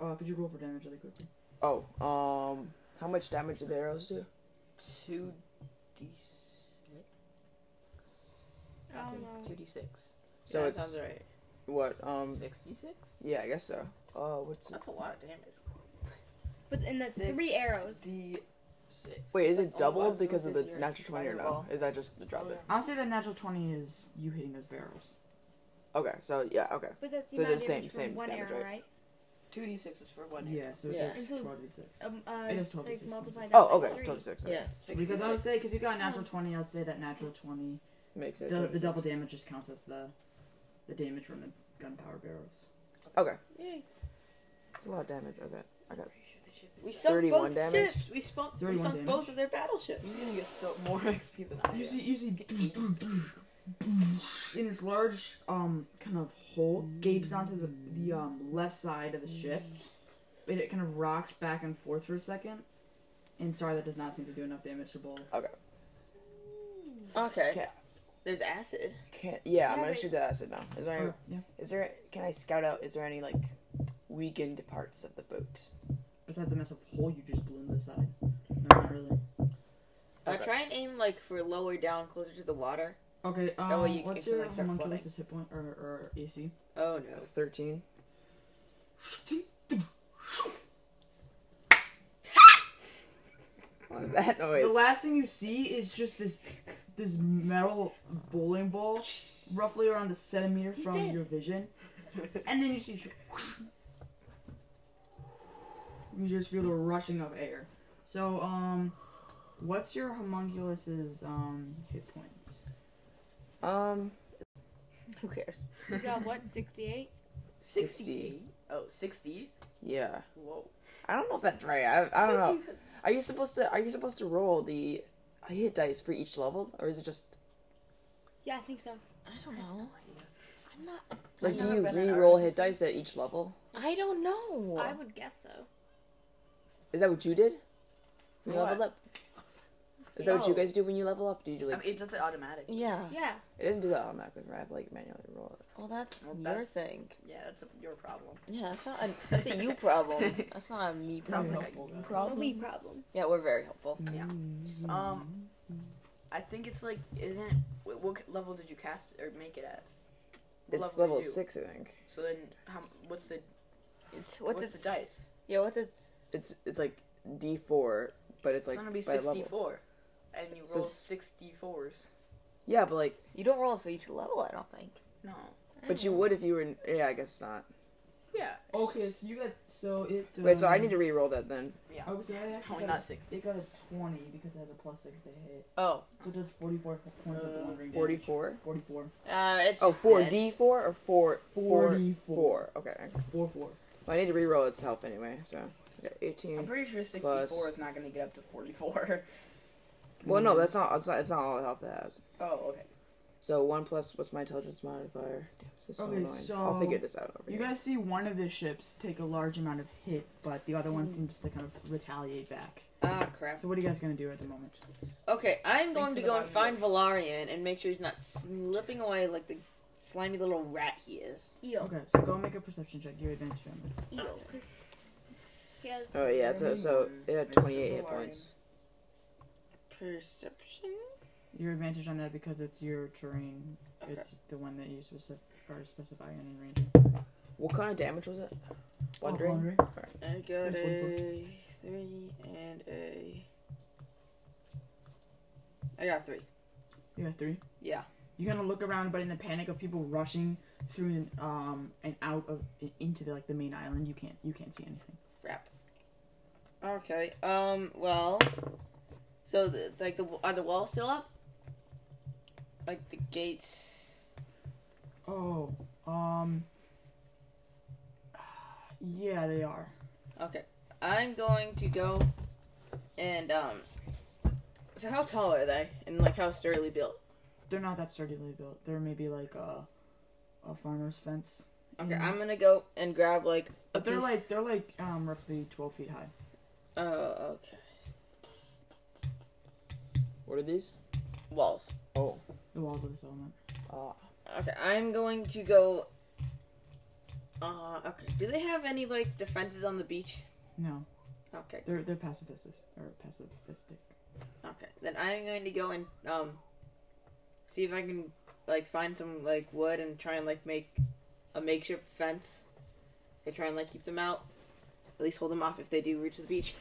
Speaker 1: uh, could you roll for damage really quickly?
Speaker 4: Oh, um, how much damage do the arrows do?
Speaker 2: Two D.
Speaker 5: I don't know.
Speaker 2: Two D six.
Speaker 4: So
Speaker 2: yeah, that
Speaker 4: it's
Speaker 2: sounds right.
Speaker 4: what? Um,
Speaker 2: Sixty six.
Speaker 4: yeah, I guess so. Oh, what's
Speaker 2: That's a lot of damage.
Speaker 5: But and that's
Speaker 2: Six.
Speaker 5: three arrows.
Speaker 2: D six.
Speaker 4: wait? Is
Speaker 2: That's
Speaker 4: it
Speaker 2: all
Speaker 4: doubled
Speaker 2: was.
Speaker 4: because of
Speaker 2: What
Speaker 4: the
Speaker 2: is your
Speaker 4: natural twenty or no?
Speaker 2: fireball?
Speaker 4: Is that just the drop it?
Speaker 2: Yeah.
Speaker 1: I'll say that natural twenty is you hitting those barrels.
Speaker 4: Okay, so yeah, okay.
Speaker 5: But that's the
Speaker 4: So
Speaker 5: amount
Speaker 4: the
Speaker 5: of
Speaker 4: same-
Speaker 5: damage for
Speaker 4: same
Speaker 5: one
Speaker 4: damage,
Speaker 5: arrow,
Speaker 4: right?
Speaker 5: right?
Speaker 2: Two D six is for one. hit.
Speaker 1: Yeah, so
Speaker 4: Yeah.
Speaker 1: it's
Speaker 5: And so-
Speaker 1: twelve to six.
Speaker 5: Um, uh,
Speaker 1: It is
Speaker 5: just,
Speaker 1: 12
Speaker 5: like
Speaker 1: to 16.
Speaker 5: multiply that.
Speaker 4: Oh,
Speaker 5: by
Speaker 4: okay, it's
Speaker 5: three.
Speaker 4: twenty six. Um,
Speaker 2: Yeah.
Speaker 1: Because I would
Speaker 2: 66.
Speaker 1: say, because you got a natural twenty, I would say that natural twenty,
Speaker 4: makes it
Speaker 1: the, the
Speaker 4: 26.
Speaker 1: double damage just counts as the, the damage from the gunpowder barrels.
Speaker 4: Okay,
Speaker 2: Yay.
Speaker 4: it's a lot of damage. Okay, I got.
Speaker 2: We sunk
Speaker 4: 31
Speaker 2: both
Speaker 4: damage.
Speaker 2: ships. We sunk. We
Speaker 1: 31
Speaker 2: sunk
Speaker 1: damage.
Speaker 2: both of their battleships.
Speaker 6: You're gonna get so more XP than I
Speaker 1: You
Speaker 6: am.
Speaker 1: see, you see, in this large um kind of hole gapes onto the the um left side of the ship, but it kind of rocks back and forth for a second. And sorry, that does not seem to do enough damage to both.
Speaker 2: Okay.
Speaker 4: Okay.
Speaker 2: There's acid.
Speaker 4: Can't. Yeah, I'm
Speaker 5: Yeah,
Speaker 4: gonna
Speaker 5: but-
Speaker 4: shoot the acid now. Is there? Any,
Speaker 1: Or- yeah.
Speaker 4: is there? Can I scout out? Is there any like weakened parts of the boat?
Speaker 1: Besides the massive hole you just blew in the side. No, not really.
Speaker 2: Uh,
Speaker 4: Okay.
Speaker 2: try and aim like for lower down, closer to the water,
Speaker 1: Okay, um,
Speaker 2: That way you- it
Speaker 1: what's
Speaker 2: can,
Speaker 1: your
Speaker 2: like, start
Speaker 1: homunculus hit point or, or AC?
Speaker 2: Oh no.
Speaker 4: Thirteen. what was that
Speaker 1: The
Speaker 4: noise?
Speaker 1: last thing you see is just this this metal bowling ball, roughly around a centimeter from your vision, and then you see you just feel the rushing of air. So, um, what's your homunculus's um hit points?
Speaker 4: Um,
Speaker 2: Who cares?
Speaker 5: You got what? 68?
Speaker 4: sixty.
Speaker 3: Oh, 60?
Speaker 4: Yeah.
Speaker 3: Whoa.
Speaker 4: I don't know if that's right. I, I don't know. Are you supposed to? Are you supposed to roll the hit dice for each level, or is it just
Speaker 5: Yeah, I think so.
Speaker 2: I don't know. I'm not.
Speaker 4: like do
Speaker 3: never
Speaker 4: you
Speaker 3: been an
Speaker 4: re-roll hit
Speaker 3: artist.
Speaker 4: dice at each level?
Speaker 2: I don't know.
Speaker 5: I would guess so.
Speaker 4: Is that what you did? When you
Speaker 3: What?
Speaker 4: leveled up. Is that what you
Speaker 3: No.
Speaker 4: guys do when you level up? Do you
Speaker 3: I
Speaker 4: like?
Speaker 3: mean, it's just automatic.
Speaker 2: yeah.
Speaker 5: Yeah.
Speaker 4: it doesn't do that automatically. Right? I have to, like manually roll it.
Speaker 2: Well, that's
Speaker 3: Well,
Speaker 2: your
Speaker 3: that's-
Speaker 2: thing.
Speaker 3: Yeah, that's a, your problem.
Speaker 2: Yeah, that's not. A, that's a you problem. That's not a me
Speaker 3: Sounds
Speaker 2: problem.
Speaker 3: like a you
Speaker 5: It's a
Speaker 3: problem.
Speaker 5: wee problem.
Speaker 2: Yeah, we're very helpful.
Speaker 3: Um, I think it's like, isn't it, what, what level did you cast or make it at? What
Speaker 4: It's
Speaker 3: did
Speaker 4: level
Speaker 3: you do?
Speaker 4: six, I think.
Speaker 3: So then, how, what's the
Speaker 2: It's
Speaker 3: what's,
Speaker 2: what's,
Speaker 3: the
Speaker 2: its
Speaker 3: dice?
Speaker 2: yeah what's its
Speaker 4: It's it's like D four, but it's
Speaker 3: It's
Speaker 4: like
Speaker 3: gonna be
Speaker 4: by level.
Speaker 3: sixty-four, and you
Speaker 4: So
Speaker 3: roll
Speaker 4: s-
Speaker 3: sixty-fours.
Speaker 4: Yeah, but like,
Speaker 2: you don't roll for each level. I don't think.
Speaker 3: No.
Speaker 4: but you would if you were. In, yeah, I guess not.
Speaker 3: Yeah.
Speaker 1: Okay, so you got so it.
Speaker 4: Wait, so I need to re-roll that then.
Speaker 3: Yeah.
Speaker 1: Oh, so I
Speaker 3: It's
Speaker 1: actually
Speaker 3: probably
Speaker 1: got
Speaker 3: not
Speaker 1: a-
Speaker 3: sixty.
Speaker 1: It got a twenty because it has a plus six to hit,
Speaker 2: Oh,
Speaker 1: so it does forty-four points of
Speaker 3: Uh,
Speaker 1: wandering damage.
Speaker 4: Forty-four.
Speaker 1: Forty-four.
Speaker 2: uh, it's
Speaker 4: Oh,
Speaker 2: just
Speaker 4: four
Speaker 2: dead.
Speaker 4: D four or four four four.
Speaker 1: 44.
Speaker 4: Okay.
Speaker 1: Four four.
Speaker 4: Well, I need to re-roll its health anyway. So I got
Speaker 3: I'm
Speaker 4: eighteen.
Speaker 3: pretty sure sixty-four
Speaker 4: Plus-
Speaker 3: is not gonna get up to forty-four.
Speaker 4: Well, no, that's not. It's not. It's not all the health it has.
Speaker 3: oh, okay.
Speaker 4: So one plus what's my intelligence modifier? Damn, this is so
Speaker 1: Okay,
Speaker 4: annoying. I'll figure
Speaker 1: so
Speaker 4: this out over
Speaker 1: You
Speaker 4: here.
Speaker 1: guys see one of the ships take a large amount of hit, but the other one seems to kind of retaliate back.
Speaker 2: Ah, crap.
Speaker 1: So what are you guys gonna do at the moment?
Speaker 2: Okay, I'm
Speaker 3: Sink
Speaker 2: going
Speaker 3: to
Speaker 2: to
Speaker 3: the
Speaker 2: go and
Speaker 3: bottom
Speaker 2: find Valarian and make sure he's not slipping away like the slimy little rat he is.
Speaker 5: Eel.
Speaker 1: Okay, so go make a perception check. Your advantage on it.
Speaker 5: Eel. 'cause he has
Speaker 4: Oh yeah. So so it had
Speaker 3: Mr.
Speaker 4: twenty-eight hit
Speaker 3: Valarian.
Speaker 4: points.
Speaker 2: Perception?
Speaker 1: Your advantage on that because it's your terrain. It's the one that you specif- are specifying in range.
Speaker 4: What kind of damage was it? Wondering.
Speaker 1: Wandering.
Speaker 2: I got
Speaker 1: That's
Speaker 2: a three and a. I got three.
Speaker 1: You got three.
Speaker 2: Yeah.
Speaker 1: You're gonna look around, but in the panic of people rushing through and um and out of into the, like the main island, you can't you can't see anything.
Speaker 2: Crap. Okay. Um. Well. So, the, like, the are the walls still up? Like the gates?
Speaker 1: Oh, um, yeah, they are.
Speaker 2: Okay. I'm going to go and um so how tall are they? And like how sturdily built?
Speaker 1: They're not that sturdily built. They're maybe like a, a farmer's fence.
Speaker 2: Okay,
Speaker 1: Mhm.
Speaker 2: I'm gonna go and grab like a
Speaker 1: But they're
Speaker 2: piece-
Speaker 1: like they're like um roughly twelve feet high.
Speaker 2: Oh, okay.
Speaker 4: What are these?
Speaker 2: Walls.
Speaker 4: Oh.
Speaker 1: The walls of this element.
Speaker 4: Ah.
Speaker 2: Okay, I'm going to go uh okay. Do they have any like defenses on the beach?
Speaker 1: No,
Speaker 2: Okay.
Speaker 1: they're they're pacifistic or pacifistic.
Speaker 2: Okay. Then I'm going to go and um see if I can like find some like wood and try and like make a makeshift fence to try and like keep them out. At least hold them off if they do reach the beach.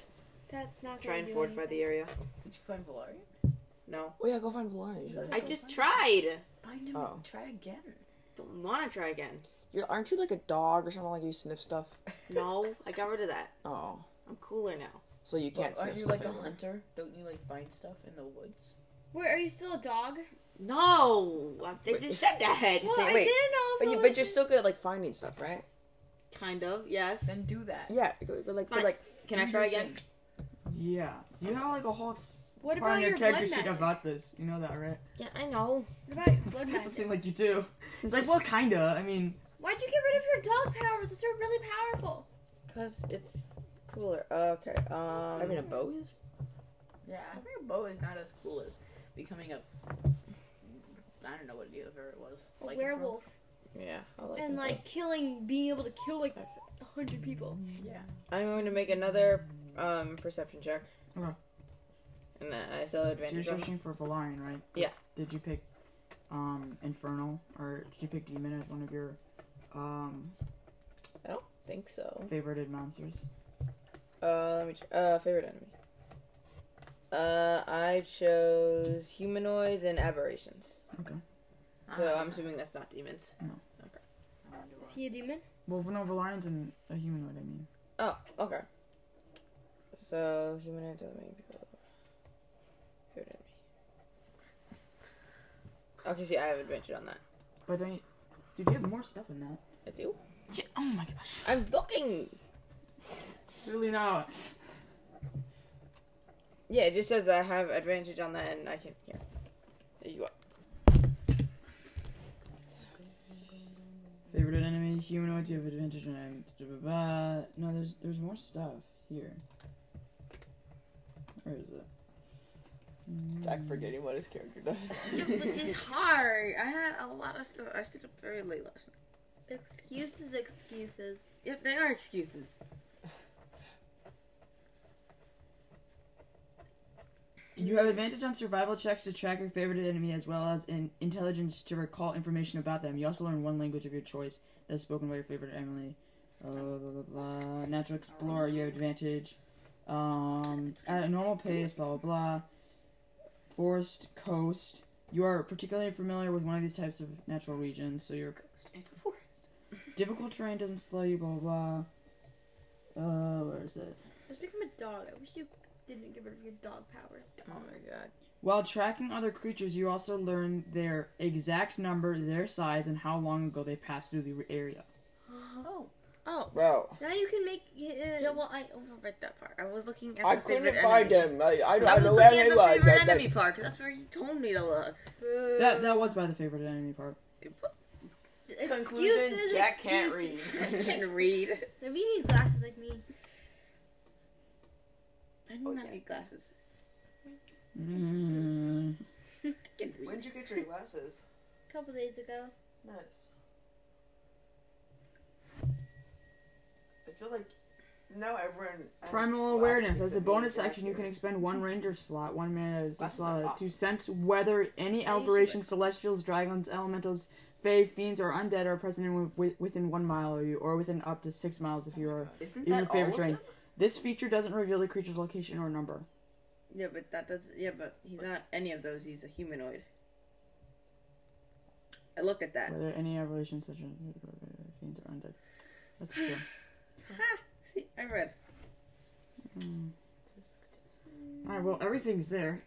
Speaker 5: That's not
Speaker 2: Try
Speaker 5: gonna
Speaker 2: and
Speaker 5: do
Speaker 2: fortify the
Speaker 5: anything.
Speaker 2: area.
Speaker 3: Did you find Valarian?
Speaker 2: No.
Speaker 4: Oh yeah. Go find Valarian. You gotta-
Speaker 2: I just tried.
Speaker 3: Find him.
Speaker 4: Oh.
Speaker 3: and Try again.
Speaker 2: Don't want to try again.
Speaker 4: You're, aren't you like a dog or something? Like you sniff stuff.
Speaker 2: No, I got rid of that.
Speaker 4: Oh.
Speaker 2: I'm cooler now.
Speaker 4: So you can't
Speaker 3: Well,
Speaker 4: sniff
Speaker 3: aren't you
Speaker 4: stuff
Speaker 3: like a
Speaker 4: anymore.
Speaker 3: hunter? Don't you like find stuff in the woods?
Speaker 5: Wait, are you still a dog?
Speaker 2: No, they
Speaker 4: Wait.
Speaker 2: just said that.
Speaker 5: Well,
Speaker 4: can't
Speaker 5: I
Speaker 4: wait.
Speaker 5: didn't know if
Speaker 4: But,
Speaker 5: it
Speaker 4: you,
Speaker 5: was
Speaker 4: but you're
Speaker 5: his-
Speaker 4: still good at like finding stuff, right?
Speaker 2: Kind of, yes.
Speaker 3: Then do that.
Speaker 4: Yeah. Go, go, like, go,
Speaker 2: Fine.
Speaker 4: like
Speaker 2: Can I try again?
Speaker 1: Yeah, you have like a whole s-
Speaker 5: What
Speaker 1: part
Speaker 5: about
Speaker 1: in your
Speaker 5: your blood
Speaker 1: character
Speaker 5: magic?
Speaker 1: sheet about this. You know that, right?
Speaker 2: Yeah, I know.
Speaker 5: What about blood
Speaker 1: It doesn't
Speaker 5: magic?
Speaker 1: seem like you do. It's like well, kinda. I mean,
Speaker 5: Why'd you get rid of your dog powers? Those are really powerful.
Speaker 2: Cause it's cooler. Okay. Um.
Speaker 4: I mean a bow is.
Speaker 3: Yeah, I think a bow is not as cool as becoming a. I don't know what the other it was.
Speaker 5: A
Speaker 3: lycanthrope?
Speaker 5: werewolf.
Speaker 2: Yeah. I like
Speaker 5: and
Speaker 2: it.
Speaker 5: like killing, being able to kill like a hundred people.
Speaker 3: Yeah.
Speaker 2: I'm going to make another um perception check.
Speaker 1: Okay.
Speaker 2: And uh, I still have
Speaker 1: so you're
Speaker 2: advantage. on it.
Speaker 1: searching for Valarian, right? 'Cause
Speaker 2: Yeah.
Speaker 1: Did you pick um, Infernal, or did you pick Demon as one of your um,
Speaker 6: I don't think so.
Speaker 1: favorited monsters?
Speaker 6: Uh, let me. Ch- uh, favorite enemy. Uh, I chose humanoids and aberrations.
Speaker 1: Okay.
Speaker 2: So
Speaker 6: Ah.
Speaker 2: I'm assuming that's not demons.
Speaker 5: Is he a demon?
Speaker 1: Well, no, Valerian's and a humanoid, I mean.
Speaker 6: Oh, okay. So humanoids are the main people. Favorite enemy. Okay, see, I have advantage on that.
Speaker 1: But don't you, dude, you have more stuff in that.
Speaker 6: I do.
Speaker 1: Yeah, oh my gosh.
Speaker 6: I'm looking.
Speaker 1: Really not.
Speaker 6: Yeah, it just says that I have advantage on that, and I can. Yeah. There you go.
Speaker 1: Favorite enemy, humanoids, you have advantage on blah, blah, blah. No, there's there's more stuff here. Where is it?
Speaker 4: Jack forgetting what his character does.
Speaker 2: Yeah, but it's hard. I had a lot of stuff. I stayed up very late last night.
Speaker 5: Excuses, excuses.
Speaker 2: Yep, they are excuses.
Speaker 1: You have advantage on survival checks to track your favorite enemy as well as in intelligence to recall information about them. You also learn one language of your choice that is spoken by your favorite enemy. Blah, blah, blah, blah, blah. Natural explorer, you have advantage. Um, at a normal pace, blah, blah, blah. Forest, coast. You are particularly familiar with one of these types of natural regions, so your difficult terrain doesn't slow you, blah, blah, blah. Uh, where is it?
Speaker 5: Just become a dog. I wish you didn't get rid of your dog powers.
Speaker 6: Oh my god.
Speaker 1: While tracking other creatures, you also learn their exact number, their size, and how long ago they passed through the area.
Speaker 2: Oh.
Speaker 4: Bro,
Speaker 5: Now you can make. it.
Speaker 2: Yeah, well, I overread that part. I was looking at
Speaker 4: I
Speaker 2: the
Speaker 4: couldn't
Speaker 2: favorite
Speaker 4: find
Speaker 2: enemy.
Speaker 4: him. I, I,
Speaker 2: I
Speaker 4: don't
Speaker 2: was
Speaker 4: know
Speaker 2: looking
Speaker 4: where
Speaker 2: at
Speaker 4: he
Speaker 2: the
Speaker 4: was.
Speaker 2: favorite
Speaker 4: I,
Speaker 2: enemy part, 'cause that's where you told me to look.
Speaker 5: Boo.
Speaker 1: That that was by the favorite enemy part.
Speaker 5: excuses,
Speaker 4: Conclusion, Jack
Speaker 5: excuses.
Speaker 4: can't read.
Speaker 2: I can read.
Speaker 5: Maybe you need glasses like me.
Speaker 2: I do not need glasses. Mm-hmm.
Speaker 1: Mm.
Speaker 2: I can read.
Speaker 3: When'd you get your glasses?
Speaker 5: A couple days ago.
Speaker 3: Nice. I feel like now everyone. has glasses
Speaker 1: Primal awareness. As a
Speaker 3: and
Speaker 1: bonus
Speaker 3: needs
Speaker 1: action, you can
Speaker 3: accurate.
Speaker 1: expend one ranger slot, one mana is a
Speaker 4: Glasses
Speaker 1: slot
Speaker 4: are awesome.
Speaker 1: to sense whether any aberrations, celestials, dragons, elementals, fae, fiends, or undead are present in, wi- within one mile of you, or within up to six miles if you are
Speaker 2: Isn't
Speaker 1: in your
Speaker 2: Oh that all
Speaker 1: favorite
Speaker 2: of
Speaker 1: terrain.
Speaker 2: them?
Speaker 1: This feature doesn't reveal the creature's location or number.
Speaker 2: Yeah, but that does. Yeah, but he's not any of those. He's a humanoid. I looked at that.
Speaker 1: Whether any aberrations, such as fiends, or undead. That's true.
Speaker 2: See, I read.
Speaker 1: All right. Well, everything's there.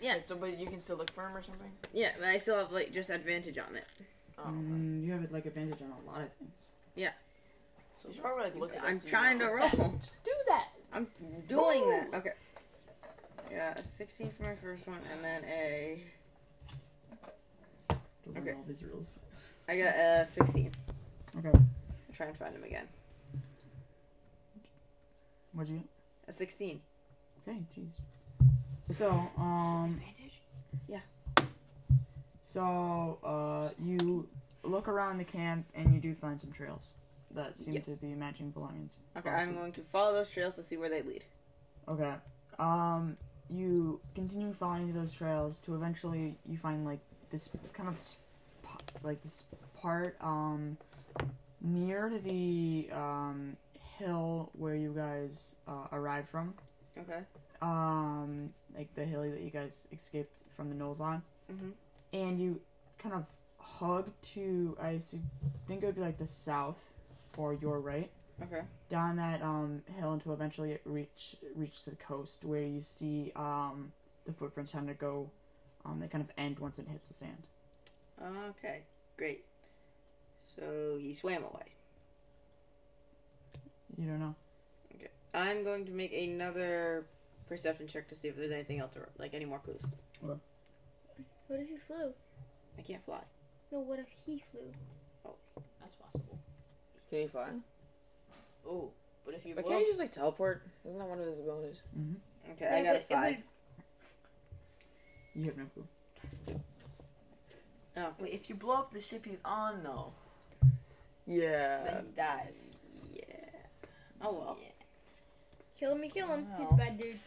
Speaker 4: yeah. So, but you can still look for him or something.
Speaker 2: Yeah, but I still have like just advantage on it.
Speaker 4: Oh,
Speaker 1: Mm, you have like advantage on a lot of things.
Speaker 4: so you should probably like look. at
Speaker 2: I'm
Speaker 4: it so you
Speaker 2: trying to
Speaker 4: know.
Speaker 2: roll.
Speaker 6: Do that.
Speaker 2: I'm doing that. Okay. Yeah, a 16 for my first one, and then a
Speaker 1: To learn
Speaker 2: Okay.
Speaker 1: all these rules.
Speaker 2: I got a 16.
Speaker 1: Okay.
Speaker 2: I'll try and find him again.
Speaker 1: What'd you?
Speaker 2: A 16.
Speaker 1: Okay. Jeez. So um.
Speaker 2: Advantage.
Speaker 1: So uh, you look around the camp and you do find some trails that seem
Speaker 2: Yes.
Speaker 1: to be matching belongings.
Speaker 2: Okay, I'm going to follow those trails to see where they lead.
Speaker 1: Okay. Um, you continue following those trails to eventually you find like this kind of sp- like this part um near to the um hill where you guys uh, arrived from.
Speaker 2: Okay.
Speaker 1: Um, like the hill that you guys escaped from the knolls on,
Speaker 2: Mhm.
Speaker 1: and you kind of hug to I su- think it would be like the south or your right
Speaker 2: Okay.
Speaker 1: down that um, hill until eventually it reach reach the coast where you see um, the footprints kind of go. Um, they kind of end once it hits the sand.
Speaker 2: Okay. Great. So he swam away.
Speaker 1: You don't know.
Speaker 2: I'm going to make another perception check to see if there's anything else, or like any more clues.
Speaker 5: What if he flew?
Speaker 2: I can't fly.
Speaker 5: No, what if he flew?
Speaker 6: That's possible.
Speaker 4: Can you fly?
Speaker 6: Oh, but if you
Speaker 4: But can't you just like teleport? Isn't that one of his abilities?
Speaker 2: Okay, I got a five.
Speaker 1: You have no clue.
Speaker 2: Oh,
Speaker 3: Wait, if you blow up the ship he's on, though.
Speaker 4: Yeah.
Speaker 2: Uh,
Speaker 3: Then he dies.
Speaker 2: yeah. Oh well.
Speaker 4: Oh.
Speaker 5: Kill him, you kill him. He's
Speaker 3: Wow.
Speaker 5: a bad dude.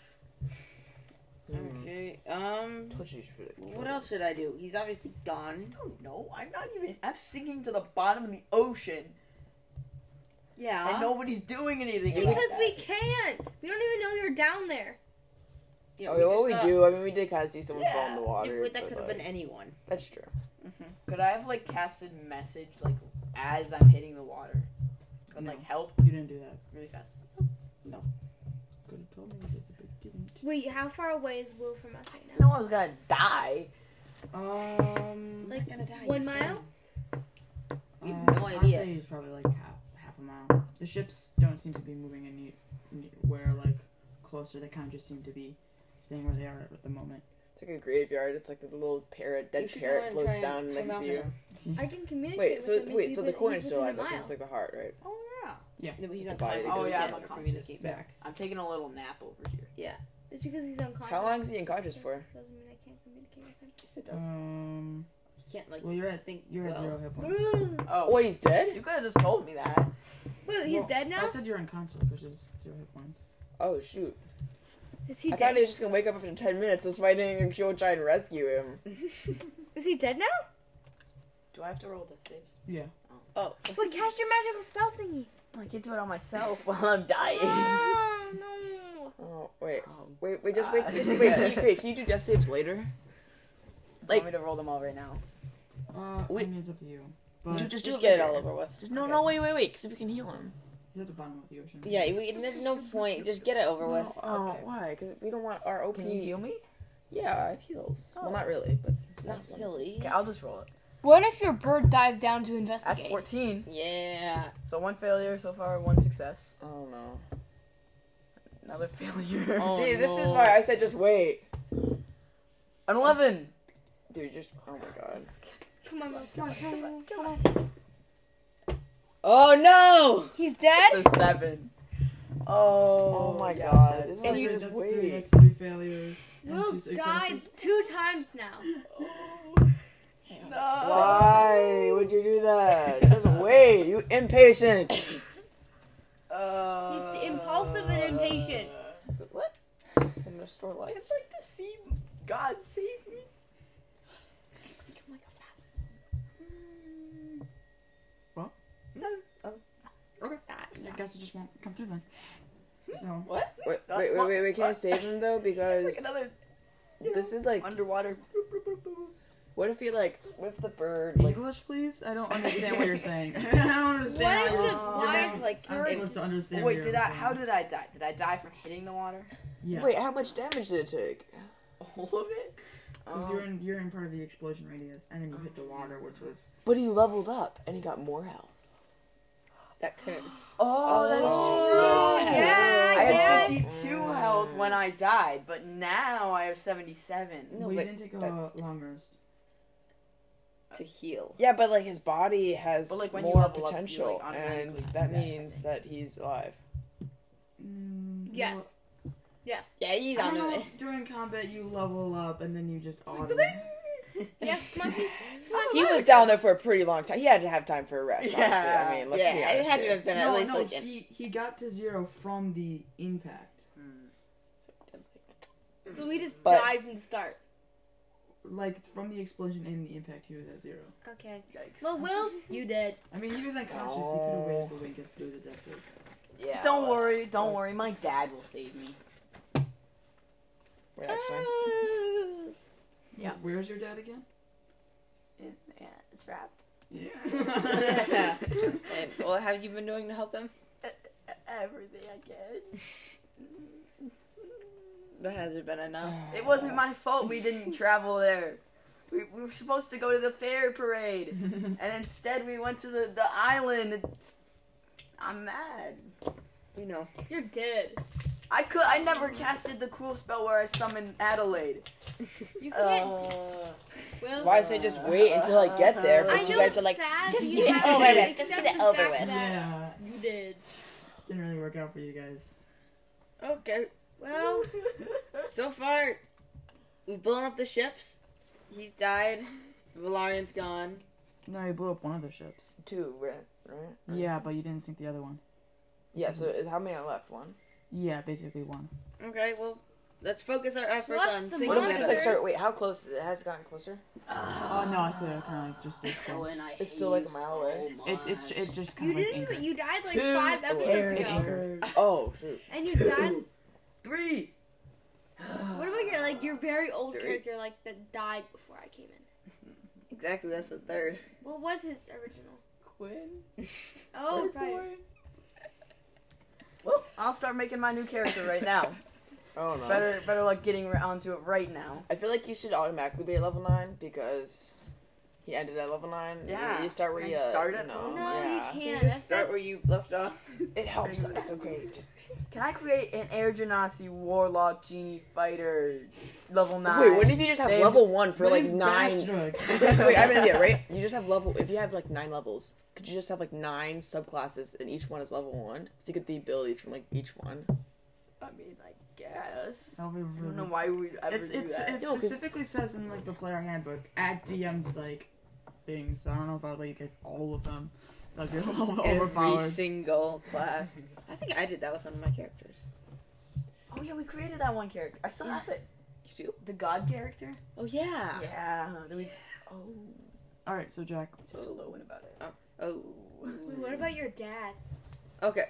Speaker 4: Hmm.
Speaker 2: Okay. Um. What
Speaker 1: What
Speaker 2: else should I do? He's obviously gone.
Speaker 3: I don't know. I'm not even. I'm sinking to the bottom of the ocean,
Speaker 2: Yeah.
Speaker 3: and nobody's doing anything. about
Speaker 5: Because
Speaker 3: that.
Speaker 5: we can't. We don't even know you're down there.
Speaker 2: Yeah,
Speaker 4: Oh, yeah, what we
Speaker 2: just saw-
Speaker 4: do? I mean, we did kind of see someone fall in the
Speaker 3: Yeah.
Speaker 4: water.
Speaker 2: Yeah, but that
Speaker 4: but,
Speaker 2: could have
Speaker 4: like,
Speaker 2: been anyone.
Speaker 4: That's true.
Speaker 3: could I have like casted message like as I'm hitting the water, and like help
Speaker 1: You didn't do that.
Speaker 3: really fast.
Speaker 1: Could have told me that, but you didn't.
Speaker 5: Wait, how far away is Will from us right now?
Speaker 3: No, I was gonna die.
Speaker 1: Um.
Speaker 5: Like
Speaker 2: gonna die.
Speaker 5: one mile?
Speaker 2: We have
Speaker 1: um,
Speaker 2: no
Speaker 1: I'd
Speaker 2: idea.
Speaker 1: say he's probably like half half a mile. The ships don't seem to be moving any anywhere like closer. They kind of just seem to be staying where they are at the moment.
Speaker 4: It's like a graveyard. It's like a little parrot,
Speaker 2: You
Speaker 4: dead
Speaker 2: should go
Speaker 4: parrot
Speaker 2: and
Speaker 4: floats
Speaker 2: try and
Speaker 4: down next
Speaker 2: come
Speaker 4: to
Speaker 2: out
Speaker 4: you.
Speaker 5: I can communicate
Speaker 4: Wait,
Speaker 5: with
Speaker 4: so
Speaker 5: him if
Speaker 4: wait,
Speaker 5: he's
Speaker 4: so the
Speaker 5: been-
Speaker 4: coin
Speaker 5: he's
Speaker 4: is still
Speaker 5: within
Speaker 4: alive
Speaker 5: a
Speaker 4: because
Speaker 5: mile.
Speaker 4: it's like the heart, right?
Speaker 3: Oh yeah.
Speaker 2: No, but he's
Speaker 4: Just
Speaker 2: not
Speaker 4: the body,
Speaker 2: conscious.
Speaker 4: because
Speaker 3: Oh
Speaker 4: we
Speaker 3: yeah,
Speaker 4: can't
Speaker 3: I'm
Speaker 2: really
Speaker 3: unconscious.
Speaker 2: communicate back.
Speaker 3: I'm taking a little nap over here.
Speaker 5: It's because he's unconscious.
Speaker 4: How long is he unconscious for?
Speaker 5: Doesn't mean I can't communicate with him.
Speaker 2: Yes, it does.
Speaker 1: Um.
Speaker 2: You can't like
Speaker 1: Well, you're at
Speaker 2: think.
Speaker 1: you're at
Speaker 2: well.
Speaker 1: zero hit points.
Speaker 5: Ooh.
Speaker 3: Oh,
Speaker 4: What? He's dead?
Speaker 3: You could have just told me that.
Speaker 5: Wait, he's
Speaker 1: Well,
Speaker 5: dead now?
Speaker 1: I said you're unconscious, which is zero hit points.
Speaker 4: Oh shoot!
Speaker 5: Is he
Speaker 4: I thought
Speaker 5: dead?
Speaker 4: he was just gonna wake up after ten minutes. That's why I didn't even go try and rescue him.
Speaker 5: Is he dead now?
Speaker 3: Do I have to roll death saves?
Speaker 1: Yeah.
Speaker 2: Oh,
Speaker 5: Wait, cast your magical spell thingy.
Speaker 3: I can do it on myself while I'm dying.
Speaker 5: Oh, no.
Speaker 4: Oh wait,
Speaker 3: Oh,
Speaker 4: wait, wait! Just wait,
Speaker 3: God.
Speaker 4: just wait. Can you, wait, can you do death saves later?
Speaker 3: like, want me to roll them all right now?
Speaker 1: Uh,
Speaker 4: Wait.
Speaker 1: I mean, it's up to you. But
Speaker 4: Dude,
Speaker 1: he's
Speaker 4: just,
Speaker 2: Just
Speaker 4: do it
Speaker 2: get it
Speaker 4: later.
Speaker 2: all over with.
Speaker 4: Just- no, no, wait, wait, wait! Because if we can heal him.
Speaker 1: at the bottom of the ocean.
Speaker 2: Yeah, we, there's no point. Just get it over with.
Speaker 4: No, oh,
Speaker 3: Okay.
Speaker 4: why? Because we don't want our OP.
Speaker 3: Can you heal me?
Speaker 4: Yeah, I have heals.
Speaker 3: Oh.
Speaker 4: Well, not really, but
Speaker 2: Not silly.
Speaker 3: Okay, I'll just roll it.
Speaker 9: What if your bird dived down to
Speaker 3: That's
Speaker 9: investigate?
Speaker 3: 14.
Speaker 2: Yeah.
Speaker 3: So one failure so far, one success,
Speaker 4: I don't know.
Speaker 3: another failure.
Speaker 2: Oh,
Speaker 4: See, this is
Speaker 2: no.
Speaker 4: why I said just wait,
Speaker 3: An 11.
Speaker 4: dude. Just oh my god.
Speaker 5: Come on, Will. Come on, come on.
Speaker 2: Oh no!
Speaker 9: He's dead?
Speaker 3: It's a 7. Oh,
Speaker 4: Oh my
Speaker 3: yeah,
Speaker 4: god.
Speaker 3: that-
Speaker 4: This is
Speaker 1: And
Speaker 4: why I
Speaker 1: you
Speaker 4: said
Speaker 1: just
Speaker 4: just
Speaker 1: that's three,
Speaker 4: wait.
Speaker 1: that's three failures. and
Speaker 5: Will's
Speaker 1: two
Speaker 5: died
Speaker 1: successes.
Speaker 5: two times now.
Speaker 4: Why would you do that? Just wait. You impatient.
Speaker 3: Uh,
Speaker 5: He's too impulsive and impatient.
Speaker 4: what? I'm gonna store life.
Speaker 3: I'd like to see God save me. Hmm.
Speaker 1: What?
Speaker 3: No.
Speaker 1: I guess it just won't come through then. So
Speaker 3: What?
Speaker 4: Wait, wait, wait, wait, wait. Can I
Speaker 3: What?
Speaker 4: save him though? Because
Speaker 3: It's like another you
Speaker 4: this is like.
Speaker 3: underwater.
Speaker 4: What if he like? What if the bird like?
Speaker 1: English, please. I don't understand what you're saying. I don't
Speaker 5: What
Speaker 1: understand.
Speaker 5: if
Speaker 1: how
Speaker 5: the
Speaker 1: you're-
Speaker 5: why
Speaker 1: I'm
Speaker 5: is
Speaker 3: like,
Speaker 1: I'm supposed to understand.
Speaker 3: Wait,
Speaker 1: what
Speaker 3: did
Speaker 1: you're
Speaker 3: I? How
Speaker 1: saying.
Speaker 3: did I die? Did I die from hitting the water?
Speaker 1: Yeah.
Speaker 4: Wait, how much damage did it take?
Speaker 3: All of it?
Speaker 1: Because
Speaker 3: Um,
Speaker 1: you're in you're in part of the explosion radius, and then you hit the water, which was
Speaker 4: But he leveled up and he got more health.
Speaker 2: That could.
Speaker 3: Oh, that's
Speaker 5: Oh,
Speaker 3: true.
Speaker 5: yeah,
Speaker 3: I
Speaker 5: yeah.
Speaker 3: had 52 health when I died, but now I have 77.
Speaker 2: No,
Speaker 1: we
Speaker 2: but
Speaker 1: didn't take a
Speaker 2: that's-
Speaker 1: long rest.
Speaker 2: to heal.
Speaker 4: Yeah, but like his body has
Speaker 3: But, like, when you
Speaker 4: more
Speaker 3: level up, you,
Speaker 4: potential,
Speaker 3: like,
Speaker 4: and
Speaker 3: automatically do
Speaker 4: that
Speaker 3: that, I
Speaker 4: means that he's alive.
Speaker 1: Mm,
Speaker 5: Yes.
Speaker 1: well,
Speaker 5: Yes.
Speaker 2: Yeah, he's
Speaker 1: I
Speaker 2: on
Speaker 1: don't
Speaker 2: the
Speaker 1: know, during combat you level up, and then you just auto.
Speaker 5: Yes, monkey.
Speaker 4: He was down there for a pretty long time. He had to have time for a rest.
Speaker 3: Yeah.
Speaker 4: Honestly. I mean, let's be
Speaker 2: Yeah, it
Speaker 4: honest.
Speaker 2: had to
Speaker 4: here.
Speaker 2: have been at
Speaker 1: no,
Speaker 2: least
Speaker 1: no,
Speaker 2: like. an-
Speaker 1: he he got to zero from the impact.
Speaker 4: Mm.
Speaker 3: Hmm.
Speaker 5: So we just
Speaker 4: But-
Speaker 5: died from the start.
Speaker 1: Like from the explosion and the impact, he was at zero.
Speaker 5: Okay.
Speaker 3: Yikes.
Speaker 5: Well, Will,
Speaker 2: You dead.
Speaker 1: I mean, he was unconscious. He could have waited the wink just do the death save.
Speaker 2: Yeah.
Speaker 3: Don't worry, don't worry. My dad will save me.
Speaker 4: Wait, actually.
Speaker 3: Yeah.
Speaker 1: Where's your dad again?
Speaker 3: Yeah, it's wrapped.
Speaker 1: Yeah.
Speaker 2: And what have you been doing to help them?
Speaker 3: Everything I get.
Speaker 2: But has it been enough?
Speaker 3: It wasn't my fault we didn't travel there. We, we were supposed to go to the fair parade, and instead we went to the, the island. It's, I'm mad.
Speaker 2: You know.
Speaker 5: you're dead.
Speaker 3: I could. I never casted the cool spell where I summoned Adelaide.
Speaker 5: You
Speaker 4: Oh.
Speaker 5: can't.
Speaker 3: Uh,
Speaker 5: Will,
Speaker 4: Why I say just wait until I get there?
Speaker 5: Uh-huh. I
Speaker 4: But you
Speaker 5: know
Speaker 4: guys
Speaker 5: it's
Speaker 4: are like,
Speaker 5: sad.
Speaker 4: just
Speaker 5: you
Speaker 4: get it
Speaker 5: have to
Speaker 4: over with,
Speaker 5: accept
Speaker 4: just get it
Speaker 5: the
Speaker 4: over
Speaker 5: fact
Speaker 4: with.
Speaker 5: that-
Speaker 1: yeah.
Speaker 2: You did.
Speaker 1: Didn't really work out for you guys.
Speaker 2: Okay.
Speaker 4: Oh
Speaker 5: Well,
Speaker 2: So far, we've blown up the ships. He's died. Valarian's gone.
Speaker 1: No, you blew up one of the ships.
Speaker 4: two, right? right?
Speaker 1: Yeah, but you didn't sink the other one.
Speaker 4: Yeah. So is- how many are left? One.
Speaker 1: Yeah, basically one.
Speaker 2: Okay, well, Let's focus our efforts
Speaker 5: Plus
Speaker 2: on
Speaker 5: the
Speaker 2: singing
Speaker 4: What if it's like
Speaker 2: that.
Speaker 4: sort wait, how close has it gotten closer?
Speaker 1: Oh no, I said it kind of like just like so.
Speaker 3: and I
Speaker 4: It's still, like, a mile away.
Speaker 1: It's it's it just
Speaker 5: You
Speaker 1: kind of like
Speaker 5: didn't.
Speaker 1: anchored.
Speaker 5: You died like
Speaker 4: Two
Speaker 5: five episodes
Speaker 1: It
Speaker 4: Eric.
Speaker 5: ago,
Speaker 1: anchored.
Speaker 4: Oh shoot.
Speaker 5: and you died.
Speaker 3: Three.
Speaker 5: What about your like your very old
Speaker 2: Three.
Speaker 5: character like that died before I came in?
Speaker 2: Exactly, that's the third.
Speaker 5: What was his original?
Speaker 4: Quinn.
Speaker 5: Oh right.
Speaker 3: Well, I'll start making my new character right now.
Speaker 4: Oh no.
Speaker 3: better, better luck getting ra- onto it right now.
Speaker 4: I feel like you should automatically be at level nine because he ended at level nine.
Speaker 3: Yeah.
Speaker 4: You start where
Speaker 3: Can I
Speaker 4: you uh,
Speaker 3: start
Speaker 4: you
Speaker 3: at
Speaker 4: know,
Speaker 3: level
Speaker 5: No,
Speaker 4: yeah.
Speaker 5: you can't.
Speaker 2: Just
Speaker 5: That's
Speaker 2: start
Speaker 5: that's-
Speaker 2: where you left off.
Speaker 4: It helps us. Okay. Just
Speaker 3: Can I create an Air Genasi Warlock Genie Fighter level nine?
Speaker 4: wait. What if you just have
Speaker 3: They-
Speaker 4: level one for like
Speaker 1: What a
Speaker 4: nine?
Speaker 1: bastard.
Speaker 4: wait, I have an idea. Right? You just have level. If you have like nine levels, could you just have like nine subclasses and each one is level one, so you get the abilities from like each one?
Speaker 3: I mean, I guess.
Speaker 1: That would be
Speaker 3: I don't know
Speaker 1: really.
Speaker 3: why we would ever
Speaker 1: It's
Speaker 3: do
Speaker 1: it's
Speaker 3: that.
Speaker 1: it
Speaker 4: No, 'cause-
Speaker 1: specifically says in like the player handbook at DM's like things. So I don't know if I'd like get all of them. Like you're a little bit
Speaker 2: Every
Speaker 1: overpowered.
Speaker 2: single class. I think I did that with one of my characters.
Speaker 3: oh yeah, we created that one character. I still have it.
Speaker 2: You do?
Speaker 3: The God character.
Speaker 2: Oh yeah.
Speaker 3: Yeah. do we- Oh,
Speaker 1: All right, so Jack,
Speaker 3: just a low one about it.
Speaker 2: Oh.
Speaker 5: Wait, what about your dad?
Speaker 2: Okay.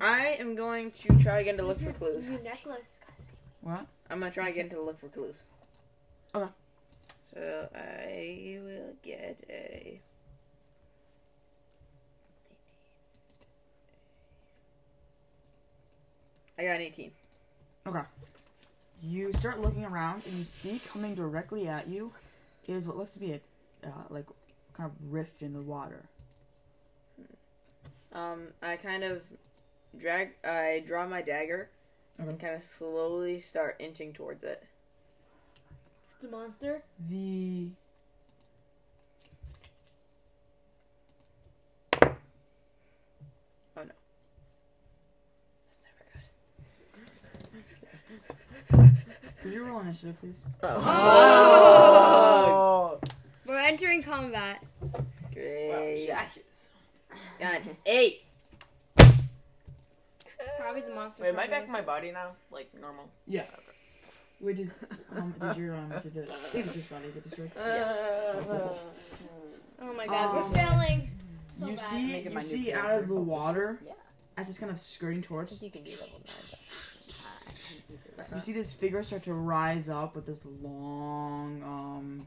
Speaker 2: I am going to try again to look for
Speaker 5: Your-
Speaker 2: clues.
Speaker 5: Your necklace.
Speaker 1: what?
Speaker 2: I'm gonna try again to look for clues.
Speaker 1: Okay.
Speaker 2: So I will get a. I got an 18.
Speaker 1: You start looking around and you see coming directly at you is what looks to be a uh, like kind of rift in the water.
Speaker 2: Um, I kind of drag. I draw my dagger and
Speaker 1: Okay.
Speaker 2: kind of slowly start inching towards it.
Speaker 5: It's the monster.
Speaker 1: The Oh, could you roll initiative, please?
Speaker 3: Oh.
Speaker 5: We're entering combat.
Speaker 2: Great.
Speaker 3: Jack is.
Speaker 2: Got an eight.
Speaker 5: Probably the monster.
Speaker 4: Wait, am I
Speaker 5: probably
Speaker 4: back in my body now? Like normal?
Speaker 1: Yeah. Wait, did um, did your um did the did your body get destroyed?
Speaker 5: was- Oh my god,
Speaker 1: Um,
Speaker 5: we're failing. So
Speaker 1: you
Speaker 5: bad.
Speaker 1: see,
Speaker 3: Making
Speaker 1: you
Speaker 3: my new
Speaker 1: see
Speaker 3: character
Speaker 1: out of the
Speaker 3: focus.
Speaker 1: water
Speaker 3: Yeah.
Speaker 1: as it's kind of skirting towards.
Speaker 4: You can be level nine.
Speaker 1: You see this figure start to rise up with this long um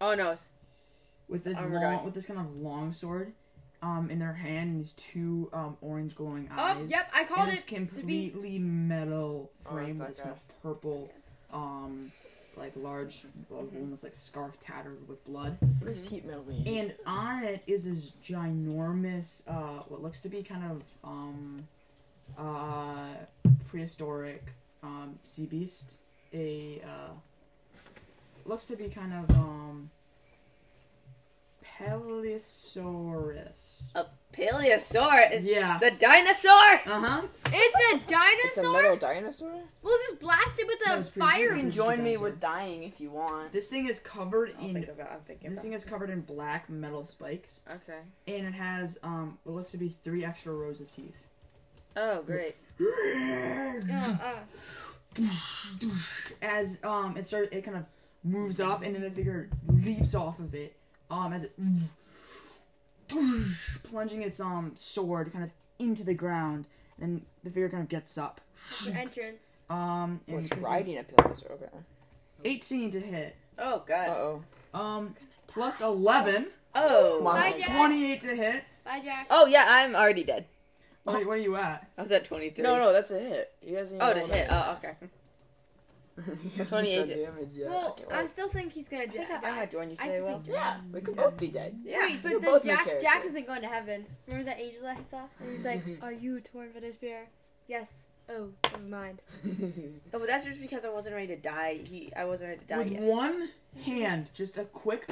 Speaker 2: Oh no, it's
Speaker 1: with this
Speaker 5: Oh
Speaker 2: Armor guy.
Speaker 1: long with this kind of long sword um in their hand and these two um orange glowing eyes.
Speaker 5: Oh, yep, I called
Speaker 1: And it's
Speaker 5: it. the beast.
Speaker 1: completely metal
Speaker 4: Oh, that's
Speaker 1: frame
Speaker 4: that
Speaker 1: with this kind
Speaker 4: guy.
Speaker 1: of purple, um, like large, like, almost like scarf tattered with blood.
Speaker 4: What does heat metal mean?
Speaker 1: And on it is this ginormous, uh, what looks to be kind of um, uh, prehistoric um, sea beast. A uh, looks to be kind of um, Pelisaurus.
Speaker 2: Paleosaur.
Speaker 1: Yeah.
Speaker 2: The dinosaur.
Speaker 1: Uh huh.
Speaker 5: It's a
Speaker 4: It's a
Speaker 5: dinosaur.
Speaker 4: metal dinosaur?
Speaker 5: we'll just blast it
Speaker 1: No,
Speaker 5: with a
Speaker 1: it's pretty-
Speaker 3: You
Speaker 5: fire.
Speaker 3: can join me with dying if you want.
Speaker 1: This thing is covered
Speaker 2: I'll
Speaker 1: in
Speaker 2: think about. Oh, I'm thinking
Speaker 1: This
Speaker 2: about.
Speaker 1: thing is covered in black metal spikes,
Speaker 2: Okay.
Speaker 1: and it has um what looks to be three extra rows of teeth.
Speaker 2: Oh great.
Speaker 5: Uh, uh.
Speaker 1: As um it starts, it kind of moves up, and then the figure leaps off of it. Um, as it plunging its um sword kind of into the ground, then the figure kind of gets up.
Speaker 5: Your entrance.
Speaker 1: Um, and
Speaker 4: Well, it's
Speaker 1: it's a
Speaker 4: riding a pillowsaur. Okay.
Speaker 1: eighteen to hit.
Speaker 2: Oh god.
Speaker 4: Uh oh.
Speaker 1: Um, plus 11,
Speaker 2: Oh.
Speaker 1: Uh,
Speaker 5: Bye,
Speaker 3: Wow.
Speaker 5: Jack.
Speaker 1: 28 to hit.
Speaker 5: Bye, Jack.
Speaker 2: Oh yeah, I'm already dead.
Speaker 1: What, what are you at?
Speaker 2: I was at 23.
Speaker 4: No, no, that's a hit. You guys need
Speaker 2: Oh,
Speaker 4: to
Speaker 2: to
Speaker 4: roll
Speaker 2: hit.
Speaker 4: that.
Speaker 2: Oh, okay. 28
Speaker 4: Done damage yet.
Speaker 5: well,
Speaker 4: Okay,
Speaker 5: I am still think he's gonna die.
Speaker 2: I might join you
Speaker 5: I
Speaker 2: today,
Speaker 5: think
Speaker 2: Will.
Speaker 5: Jack-
Speaker 3: Yeah, we could both be dead.
Speaker 2: Yeah.
Speaker 5: Wait,
Speaker 3: You're
Speaker 5: but
Speaker 3: both
Speaker 5: then
Speaker 3: my
Speaker 5: Jack Jack
Speaker 3: characters.
Speaker 5: isn't going to heaven. Remember that angel that I saw? And he's like, "Are you torn by despair?" Yes. Oh, never mind.
Speaker 2: Oh, but that's just because I wasn't ready to die. He, I wasn't ready to die
Speaker 1: With
Speaker 2: yet.
Speaker 1: one hand, just a quick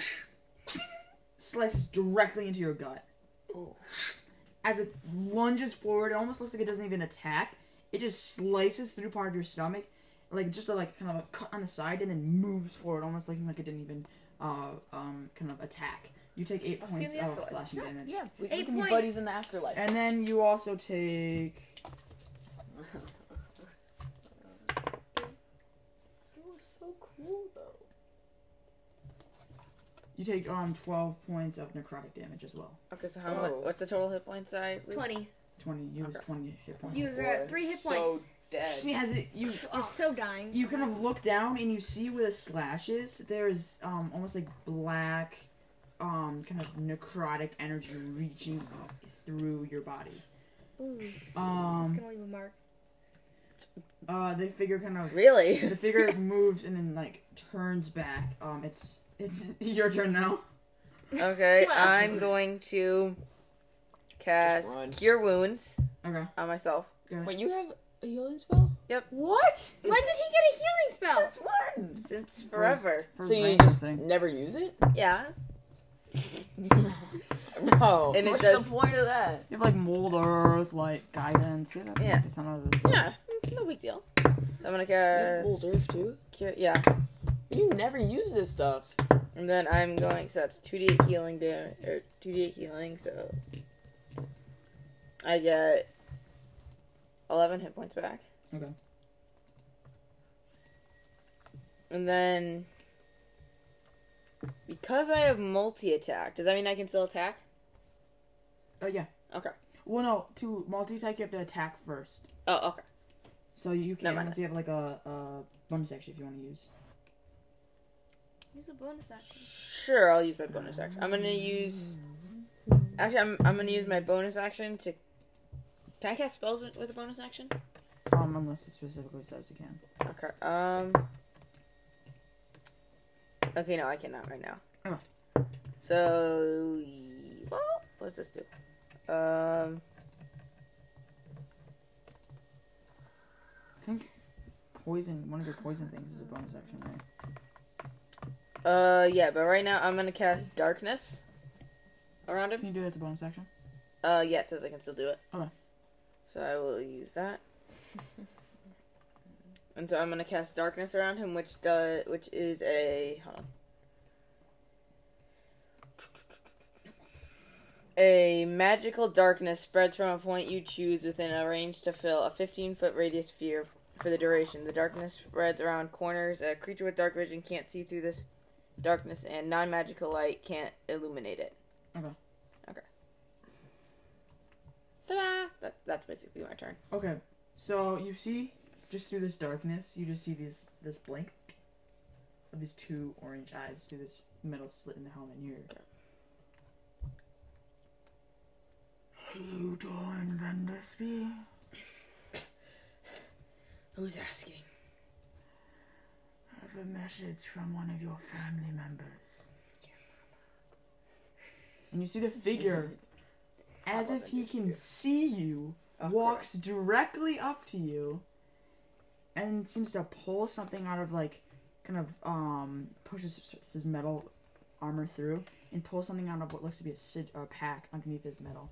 Speaker 1: slices directly into your gut. As it lunges forward, it almost looks like it doesn't even attack. It just slices through part of your stomach, like just a, like kind of a cut on the side, and then moves forward, almost looking like it didn't even uh, um, kind of attack. You take eight
Speaker 2: I'll see you in
Speaker 1: points
Speaker 2: the
Speaker 1: of
Speaker 2: afterlife.
Speaker 1: slashing damage,
Speaker 3: Yeah, we, we
Speaker 5: Eight
Speaker 3: can
Speaker 5: points.
Speaker 3: be buddies in the afterlife.
Speaker 1: and then you also take
Speaker 2: Oh.
Speaker 1: You take um twelve points of necrotic damage as well.
Speaker 2: Okay, so how much?
Speaker 4: Oh.
Speaker 2: What's the total hit point side? Lucy?
Speaker 5: Twenty.
Speaker 1: Twenty. You lose
Speaker 2: Okay.
Speaker 1: twenty hit points.
Speaker 5: You are at three hit points.
Speaker 3: So dead.
Speaker 1: she has it. You
Speaker 5: You're so dying.
Speaker 1: you kind of look down and you see where the slash is. There's um almost like black, um kind of necrotic energy reaching up through your body.
Speaker 5: Ooh, it's
Speaker 1: Um,
Speaker 5: gonna leave a mark.
Speaker 1: uh, the figure kind of
Speaker 2: Really?
Speaker 1: the figure moves and then like turns back. Um, it's it's your turn now.
Speaker 2: okay, I'm going to cast
Speaker 4: Just run.
Speaker 2: Cure Wounds
Speaker 1: Okay.
Speaker 2: on myself.
Speaker 4: Wait, you have a healing spell?
Speaker 6: What?
Speaker 5: When did he get a healing spell?
Speaker 6: That's one.
Speaker 2: Since forever.
Speaker 1: For
Speaker 4: So you
Speaker 1: Rain's
Speaker 4: just
Speaker 1: thing.
Speaker 4: never use it?
Speaker 2: Yeah.
Speaker 4: No.
Speaker 2: And it
Speaker 6: What's
Speaker 2: does.
Speaker 6: the point of that?
Speaker 1: You have like mold, earth, like guidance. Yeah.
Speaker 2: Yeah.
Speaker 1: That's some of those things.
Speaker 2: Yeah, no big deal. So I'm gonna
Speaker 4: Old
Speaker 2: cast.
Speaker 4: Earth too.
Speaker 2: Cure, yeah.
Speaker 4: You never use this stuff.
Speaker 2: And then I'm going, so that's 2d8 healing damage, or 2d8 healing, so I get 11 hit points back.
Speaker 1: Okay.
Speaker 2: And then, because I have multi attack, does that mean I can still attack?
Speaker 1: Oh yeah.
Speaker 2: Okay.
Speaker 1: Well, no. To multi-attack, you have to attack first.
Speaker 2: Oh, okay.
Speaker 1: So you can
Speaker 2: Never mind.
Speaker 1: unless you have like a, a bonus action if you want to use.
Speaker 5: Use a bonus action.
Speaker 2: Sure, I'll use my bonus action. I'm gonna use. Actually, I'm, I'm gonna use my bonus action to. Can I cast spells with, with a bonus action?
Speaker 1: Um, unless it specifically says you can.
Speaker 2: Okay. Um. Okay, no, I cannot right now.
Speaker 1: Oh.
Speaker 2: So, well, what's this do? Um.
Speaker 1: I think poison. One of your poison things is a bonus action, right?
Speaker 2: Uh, yeah, but right now I'm gonna cast darkness around him.
Speaker 1: Can you do that as a bonus action?
Speaker 2: Uh, yeah, it says I can still do it.
Speaker 1: Okay.
Speaker 2: So I will use that. and so I'm gonna cast darkness around him, which does, which is a hold on. A magical darkness spreads from a point you choose within a range to fill a 15 foot radius sphere for the duration. The darkness spreads around corners. A creature with dark vision can't see through this darkness, and non magical light can't illuminate it.
Speaker 1: Okay.
Speaker 2: Okay. Ta-da! That, that's basically my turn.
Speaker 1: Okay. So you see, just through this darkness, you just see these this blank of these two orange eyes through this metal slit in the helmet. And you're. You join Vendersby.
Speaker 2: Who's asking?
Speaker 1: I have a message from one of your family members. And you see the figure, as if he can see you,
Speaker 2: Oh,
Speaker 1: walks directly up to you, and seems to pull something out of like, kind of um pushes his metal armor through and pulls something out of what looks to be a, sig- a pack underneath his metal,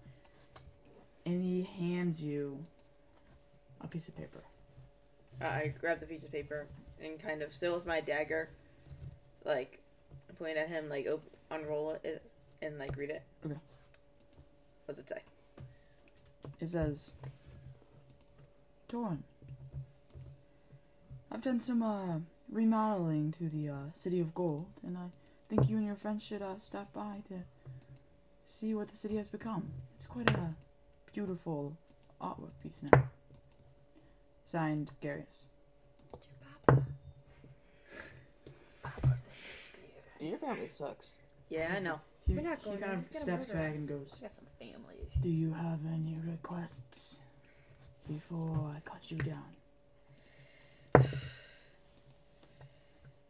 Speaker 1: and he hands you a piece of paper.
Speaker 2: Uh, I grab the piece of paper and kind of still with my dagger, like point at him, like op- unroll it and like read it.
Speaker 1: Okay.
Speaker 2: What does it say?
Speaker 1: It says, Dorn, I've done some uh, remodeling to the uh, City of Gold, and I think you and your friends should uh, stop by to see what the city has become. It's quite a beautiful artwork piece now. Signed, Garius.
Speaker 4: Your family sucks.
Speaker 2: Yeah, I know.
Speaker 1: He,
Speaker 5: We're not
Speaker 1: he
Speaker 5: going
Speaker 1: kind
Speaker 5: there.
Speaker 1: of
Speaker 5: It's gonna
Speaker 1: steps
Speaker 5: murder
Speaker 1: back
Speaker 5: us.
Speaker 1: and goes,
Speaker 3: I got some family issues.
Speaker 1: Do you have any requests before I cut you down?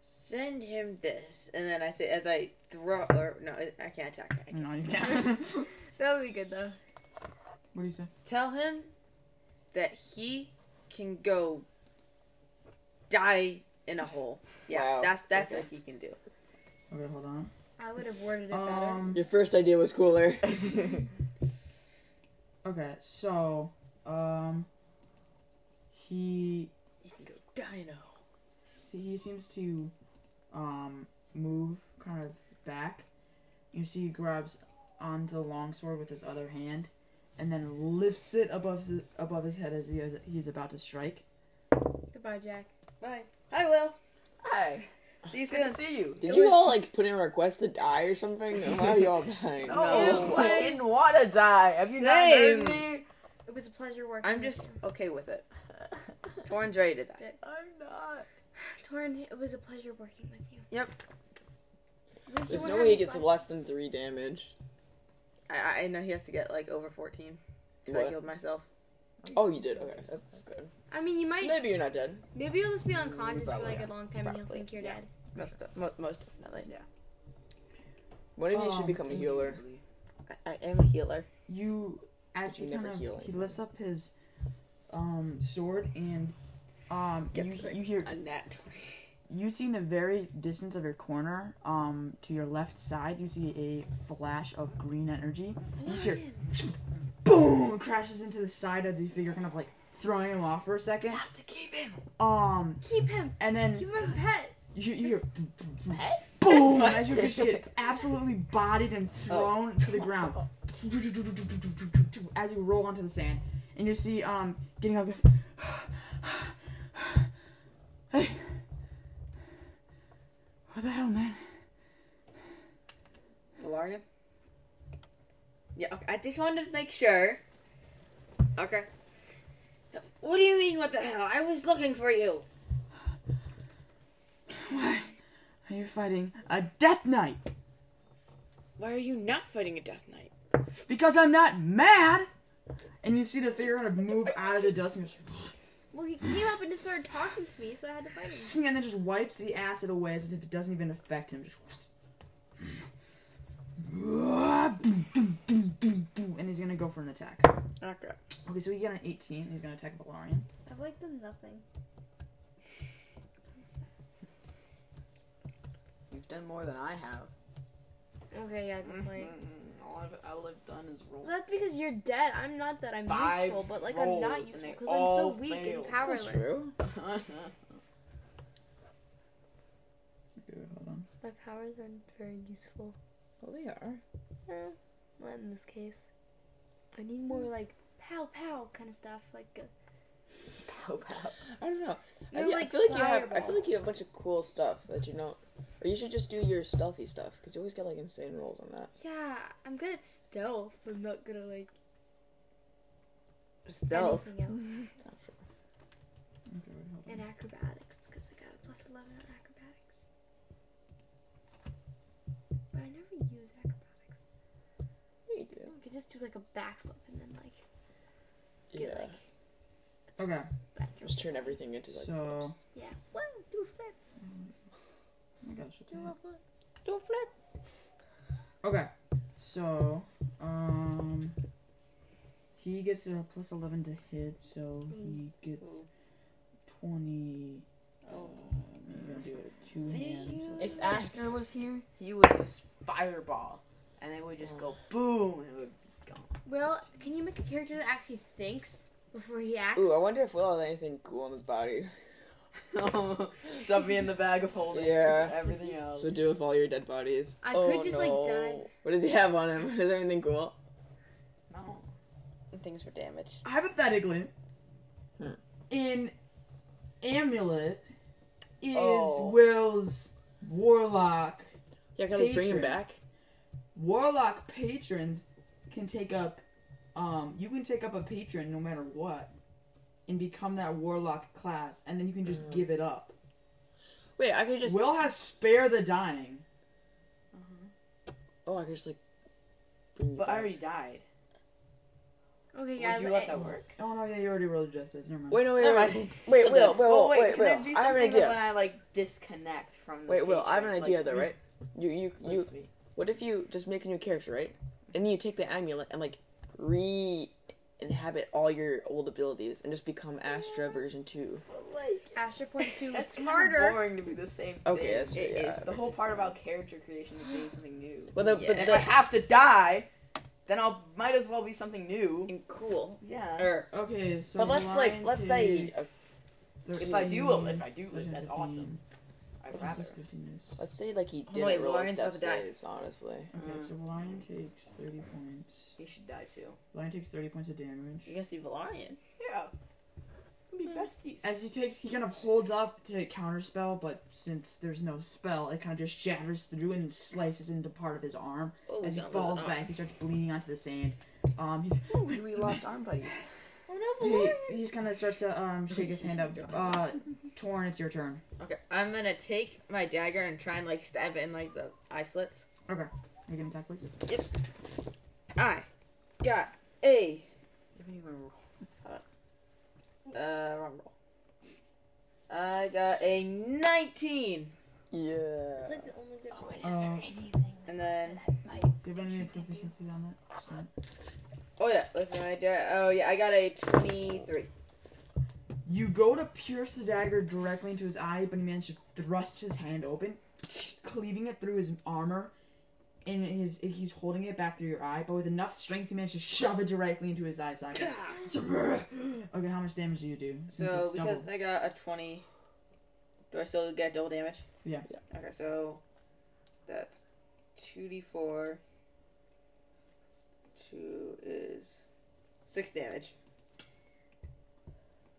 Speaker 2: Send him this, and then I say as I throw or no, I- I can't attack. I can't.
Speaker 1: No, you can't.
Speaker 5: That would be good though.
Speaker 1: what do you say?
Speaker 2: Tell him that he can go die in a hole. Yeah,
Speaker 4: Wow.
Speaker 2: that's that's
Speaker 4: Okay.
Speaker 2: what he can do.
Speaker 1: Okay, hold on.
Speaker 5: I would have worded it better.
Speaker 1: Um,
Speaker 4: Your first idea was cooler.
Speaker 1: Okay, so um he
Speaker 2: He can go die in a hole.
Speaker 1: he seems to um move kind of back. You see he grabs onto the longsword with his other hand and then lifts it above his, above his head as he is, he's about to strike.
Speaker 5: Goodbye, Jack.
Speaker 2: Bye. Hi, Will.
Speaker 6: Hey.
Speaker 2: See you
Speaker 3: Good
Speaker 2: soon.
Speaker 3: to see you.
Speaker 4: Did you all like put in requests to die or something? Why are you all dying?
Speaker 3: No,
Speaker 5: Ew,
Speaker 3: I
Speaker 5: please.
Speaker 3: didn't want to die. Have you
Speaker 2: Same.
Speaker 3: not heard me?
Speaker 9: It was a pleasure working.
Speaker 2: I'm
Speaker 9: with
Speaker 2: just
Speaker 9: you.
Speaker 2: okay with it. Torn's ready to die.
Speaker 3: I'm not.
Speaker 9: Torrin. It was a pleasure working with you.
Speaker 2: Yep.
Speaker 9: I wish you
Speaker 4: There's
Speaker 9: would
Speaker 4: no
Speaker 9: have
Speaker 4: way he
Speaker 9: us
Speaker 4: gets
Speaker 9: watch-
Speaker 4: less than three damage.
Speaker 2: I, I- I know he has to get like over 14 because I
Speaker 4: What?
Speaker 2: killed myself.
Speaker 4: Oh, you did. Okay, that's good.
Speaker 5: I mean, you
Speaker 4: So
Speaker 5: might.
Speaker 4: maybe you're not dead.
Speaker 5: Maybe you'll just be unconscious for like
Speaker 2: probably
Speaker 5: a long time and you'll
Speaker 2: Probably,
Speaker 5: think you're
Speaker 2: yeah.
Speaker 5: dead.
Speaker 2: Most, de- mo- most definitely.
Speaker 4: One of you
Speaker 1: Um,
Speaker 4: should become a healer.
Speaker 2: I, I am a healer.
Speaker 1: you as
Speaker 4: But you
Speaker 1: he
Speaker 4: never
Speaker 1: kind of
Speaker 4: heal
Speaker 1: he lifts up his um sword and um you,
Speaker 2: Gets it.
Speaker 1: you hear
Speaker 2: A nat. 20.
Speaker 1: you see in the very distance of your corner um to your left side you see a flash of green energy you just hear boom crashes into the side of the figure kind of like throwing him off for a second
Speaker 3: Have to keep him.
Speaker 1: um
Speaker 5: Keep him.
Speaker 1: and then
Speaker 5: Keep him as a pet.
Speaker 1: you, you hear boom as you just get absolutely bodied and thrown to the ground as you roll onto the sand. And you see um getting up goes Hey What the hell man?
Speaker 2: Valarian? Yeah, okay. I just wanted to make sure. Okay. What do you mean, what the hell? I was looking for you.
Speaker 1: Why are you fighting a death knight?
Speaker 2: Why are you not fighting a Death Knight?
Speaker 1: Because I'm not mad and you see the figure kind of move out of the dust and,
Speaker 5: Well, he came up and just started talking to me, so I had to fight him.
Speaker 1: goes, and then just wipes the acid away as if it doesn't even affect him. Just and he's gonna go for an attack.
Speaker 2: Okay.
Speaker 1: Okay, so he got an 18. He's gonna attack Valarian.
Speaker 5: I've like done nothing.
Speaker 3: You've done more than I have.
Speaker 5: Okay, yeah, good point.
Speaker 3: Mm, All I've, all I've done is roll.
Speaker 5: Well, that's because you're dead. I'm not that I'm
Speaker 3: Five
Speaker 5: useful, but like I'm
Speaker 3: rolls,
Speaker 5: not
Speaker 3: and
Speaker 5: useful
Speaker 3: they
Speaker 5: because I'm so
Speaker 3: all
Speaker 5: weak
Speaker 3: failed.
Speaker 5: and
Speaker 3: That's
Speaker 5: powerless.
Speaker 1: Yeah, hold on.
Speaker 5: My powers aren't very useful.
Speaker 4: Well, they are.
Speaker 5: Eh, not in this case. I need more like pow pow kind of stuff. Like uh,
Speaker 4: I don't know. I,
Speaker 5: You're
Speaker 4: yeah, I
Speaker 5: like
Speaker 4: feel like you have. I
Speaker 5: fireball.
Speaker 4: feel like you have a bunch of cool stuff that you don't. Or you should just do your stealthy stuff because you always get like insane rolls on that.
Speaker 5: yeah, I'm good at stealth, but I'm not good at like
Speaker 2: Stealth.
Speaker 5: anything else.
Speaker 1: Okay, wait, hold on.
Speaker 5: and acrobatics because I got a plus 11 on acrobatics. But I never use acrobatics.
Speaker 4: Yeah, you do.
Speaker 5: I could just do like a backflip and then like get
Speaker 4: Yeah.
Speaker 5: like
Speaker 1: Okay,
Speaker 5: back.
Speaker 4: Just turn everything into like.
Speaker 1: So-
Speaker 4: flips.
Speaker 5: Yeah, what? Do a flip.
Speaker 1: oh my gosh.
Speaker 5: Do a flip.
Speaker 4: Do a flip.
Speaker 1: Okay, so um, he gets a plus 11 to hit, so
Speaker 4: Mm.
Speaker 1: he gets 20. Uh,
Speaker 4: Oh.
Speaker 1: I'm gonna do it two hands. so
Speaker 3: If
Speaker 1: it's-
Speaker 3: Asker was here, he would just fireball, and it would just go boom, and it would
Speaker 5: Well, can you make a character that actually thinks before he acts?
Speaker 4: Ooh, I wonder if Will has anything cool in his body.
Speaker 3: Shove me in the bag of holding.
Speaker 4: Yeah.
Speaker 3: Everything else.
Speaker 4: So do with all your dead bodies.
Speaker 5: I
Speaker 4: Oh,
Speaker 5: could just
Speaker 4: no.
Speaker 5: like dive.
Speaker 4: What does he have on him? Is there anything cool?
Speaker 3: no.
Speaker 2: Things for damage.
Speaker 1: hypothetically,
Speaker 4: Hmm.
Speaker 1: in Amulet is
Speaker 4: Oh.
Speaker 1: Will's Warlock.
Speaker 4: Yeah, can I like, bring him
Speaker 1: Patron.
Speaker 4: back?
Speaker 1: Warlock patrons can take up, um, you can take up a patron no matter what, and become that Warlock class, and then you can just
Speaker 3: Mm.
Speaker 1: give it up.
Speaker 4: Wait, I could just.
Speaker 1: Will has spare the dying.
Speaker 4: Oh, I could just like. Bring you
Speaker 3: But I
Speaker 4: back.
Speaker 3: already died.
Speaker 5: Okay, guys.
Speaker 3: Would you let
Speaker 5: I-
Speaker 3: that work?
Speaker 1: Oh no, yeah, you already rolled justice. Never mind.
Speaker 4: Wait, no, wait,
Speaker 3: Never
Speaker 4: wait,
Speaker 3: mind.
Speaker 4: wait, wait,
Speaker 3: So
Speaker 4: Will,
Speaker 3: then-
Speaker 4: Will,
Speaker 3: Oh,
Speaker 4: wait, wait,
Speaker 3: can I do
Speaker 4: Will. I have an
Speaker 3: something that When
Speaker 4: idea.
Speaker 3: I like disconnect from. The
Speaker 4: Wait, Will, I have an
Speaker 3: patron,
Speaker 4: idea
Speaker 3: like,
Speaker 4: though,
Speaker 3: we-
Speaker 4: right? You, you,
Speaker 3: Let's
Speaker 4: you.
Speaker 3: see.
Speaker 4: What if you just make a new character, right? And then you take the amulet and like re-inhabit all your old abilities and just become Astra version two.
Speaker 5: Astra point two is
Speaker 3: That's
Speaker 5: smarter.
Speaker 3: boring to be the same. Thing.
Speaker 4: Okay, that's
Speaker 2: It
Speaker 4: yeah.
Speaker 2: is-
Speaker 3: The whole part about character creation is being something new.
Speaker 4: Well, the,
Speaker 3: And
Speaker 4: but
Speaker 3: if I
Speaker 4: the,
Speaker 3: have to die, then I'll might as well be something new.
Speaker 2: And cool.
Speaker 3: Yeah.
Speaker 4: or,
Speaker 1: Okay, so
Speaker 4: but let's like
Speaker 1: Lion
Speaker 4: let's say
Speaker 1: takes
Speaker 4: uh,
Speaker 3: If I do,
Speaker 1: 13,
Speaker 3: if I do live, that's
Speaker 1: 13,
Speaker 3: awesome. I'd
Speaker 1: This
Speaker 3: rather.
Speaker 1: is 15 minutes.
Speaker 4: let's say like he
Speaker 2: Oh,
Speaker 4: didn't
Speaker 2: wait,
Speaker 4: roll
Speaker 2: Lauren's
Speaker 4: step
Speaker 2: about to die.
Speaker 4: saves. Honestly,
Speaker 1: Okay,
Speaker 3: Mm.
Speaker 1: so Lion takes 30 points.
Speaker 3: He should die too.
Speaker 1: Lion takes 30 points of damage.
Speaker 2: You're gonna see Valarian.
Speaker 3: Yeah.
Speaker 4: gonna be besties.
Speaker 1: As he takes, he kind of holds up to counterspell, but since there's no spell, it kind of just shatters through and slices into part of his arm.
Speaker 2: Oh,
Speaker 1: As he
Speaker 2: don't
Speaker 1: falls
Speaker 2: look
Speaker 1: back, he starts bleeding onto the sand. Um, he's
Speaker 6: We lost arm buddies.
Speaker 5: Oh no,
Speaker 1: he,
Speaker 5: Valor.
Speaker 1: he's kind of starts to um shake his hand up. Uh, Torn, it's your turn.
Speaker 2: Oh, Okay, I'm gonna take my dagger and try and like stab it in like the eye slits.
Speaker 1: Okay, you can attack, please.
Speaker 2: I got a
Speaker 6: You haven't even-
Speaker 2: uh wrong roll. I got a 19,
Speaker 4: Yeah.
Speaker 5: It's like the only good one.
Speaker 1: Uh,
Speaker 2: and then
Speaker 1: do you have any proficiencies on that? Just not-
Speaker 2: oh yeah, listen, I did. Oh yeah, I got a 23.
Speaker 1: You go to pierce the dagger directly into his eye, but he managed to thrust his hand open, cleaving it through his armor. And his he's holding it back through your eye, but with enough strength, you manage to shove it directly into his eye socket. okay, how much damage do you do? Since
Speaker 2: So
Speaker 1: it's double.
Speaker 2: because I got a 20, do I still get double damage?
Speaker 1: Yeah.
Speaker 4: Yeah.
Speaker 2: Okay, so that's 2d4. Two is six damage.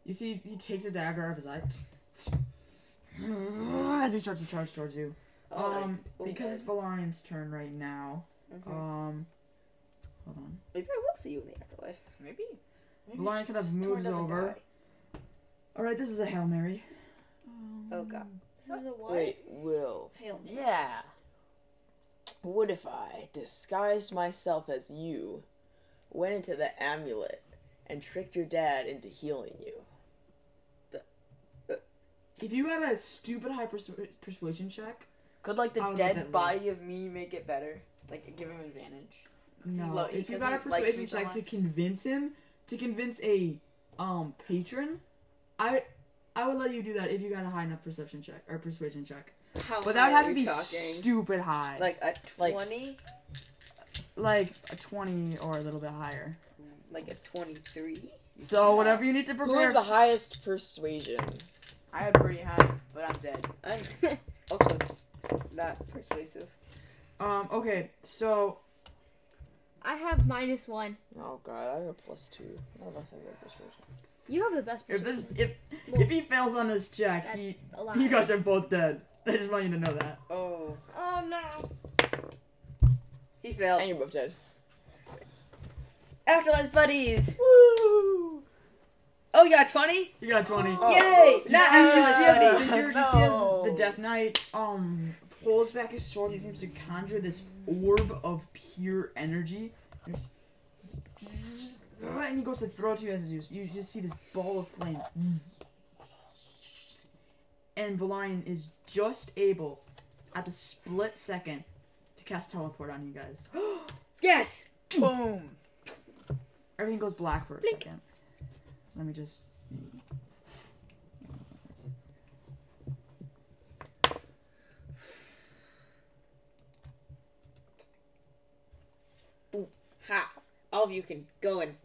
Speaker 1: you see, he takes a dagger out of his eye as he starts to charge towards you.
Speaker 2: Oh,
Speaker 1: um,
Speaker 2: nice. Oh,
Speaker 1: because it's
Speaker 2: good.
Speaker 1: Valarian's turn right now.
Speaker 2: Mhm.
Speaker 1: Um, hold on.
Speaker 2: Maybe I will see you in the afterlife.
Speaker 6: Maybe.
Speaker 2: Maybe
Speaker 1: Valarian kind of
Speaker 2: this tour
Speaker 1: moves
Speaker 2: doesn't
Speaker 1: over.
Speaker 2: die.
Speaker 1: All right, this is a hail mary.
Speaker 2: Oh god.
Speaker 5: This is a what?
Speaker 4: Wait, Will.
Speaker 2: Hail me.
Speaker 4: Yeah. What if I disguised myself as you, went into the amulet, and tricked your dad into healing you?
Speaker 1: If you got a stupid high pers- persuasion check,
Speaker 6: Could like
Speaker 1: I
Speaker 6: the
Speaker 1: would like that
Speaker 6: dead
Speaker 1: roll.
Speaker 6: body of me make it better? Like give him advantage.
Speaker 1: no.
Speaker 6: lo-
Speaker 1: if you
Speaker 6: because
Speaker 1: got
Speaker 6: he
Speaker 1: a
Speaker 6: likes me
Speaker 1: persuasion
Speaker 6: so
Speaker 1: check to
Speaker 6: much.
Speaker 1: convince him, to convince a um patron, I I would let you do that if you got a high enough perception check or persuasion check.
Speaker 2: How
Speaker 1: But that
Speaker 2: high
Speaker 1: would have
Speaker 2: are
Speaker 1: to
Speaker 2: we
Speaker 1: be
Speaker 2: talking?
Speaker 1: stupid high, like
Speaker 2: like a
Speaker 4: Like-
Speaker 2: twenty,
Speaker 1: like a twenty or a little bit higher.
Speaker 2: like, a twenty-three.
Speaker 1: So whatever you need to
Speaker 4: Who
Speaker 1: prepare.
Speaker 4: is the highest persuasion?
Speaker 6: I had pretty high, but I'm dead.
Speaker 2: I'm also not persuasive.
Speaker 1: um. Okay. So
Speaker 5: I have minus one.
Speaker 4: Oh god, I have a plus two. None of us have a persuasion.
Speaker 5: You have the best.
Speaker 1: if this
Speaker 5: perception.
Speaker 1: if if he fails on this check,
Speaker 5: that's
Speaker 1: he
Speaker 5: a lot.
Speaker 1: you guys are both dead. I just want you to know that.
Speaker 2: Oh,
Speaker 5: Oh no.
Speaker 2: he failed.
Speaker 4: And you're both dead.
Speaker 2: Afterlife buddies.
Speaker 1: Woo!
Speaker 2: Oh, you got twenty.
Speaker 1: You got twenty.
Speaker 6: Oh.
Speaker 2: Yay!
Speaker 1: You
Speaker 2: Not
Speaker 1: see, you
Speaker 2: Afterlife
Speaker 1: see as the
Speaker 2: buddies.
Speaker 1: figure, you see as the
Speaker 6: No.
Speaker 1: Death Knight um pulls back his sword. He seems to conjure this orb of pure energy. There's- And he goes to throw it to you as you you just see this ball of flame. And Valarian is just able, at the split second, to cast teleport on you guys.
Speaker 2: Yes.
Speaker 6: Boom.
Speaker 1: Everything goes black for a second. Let me just. see.
Speaker 2: Ha! All of you can go and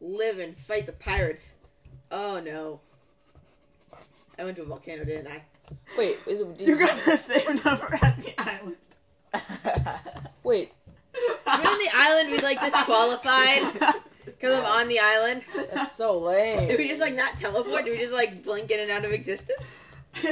Speaker 2: live and fight the pirates. Oh no. I went to a volcano, didn't I?
Speaker 4: Wait, is it, did
Speaker 1: You
Speaker 4: you,
Speaker 1: got the same number as the island.
Speaker 4: wait,
Speaker 2: You're on the island. We like disqualified because I'm on the island.
Speaker 4: that's so lame.
Speaker 2: Did we just like not teleport? Did we just like blink in and out of existence?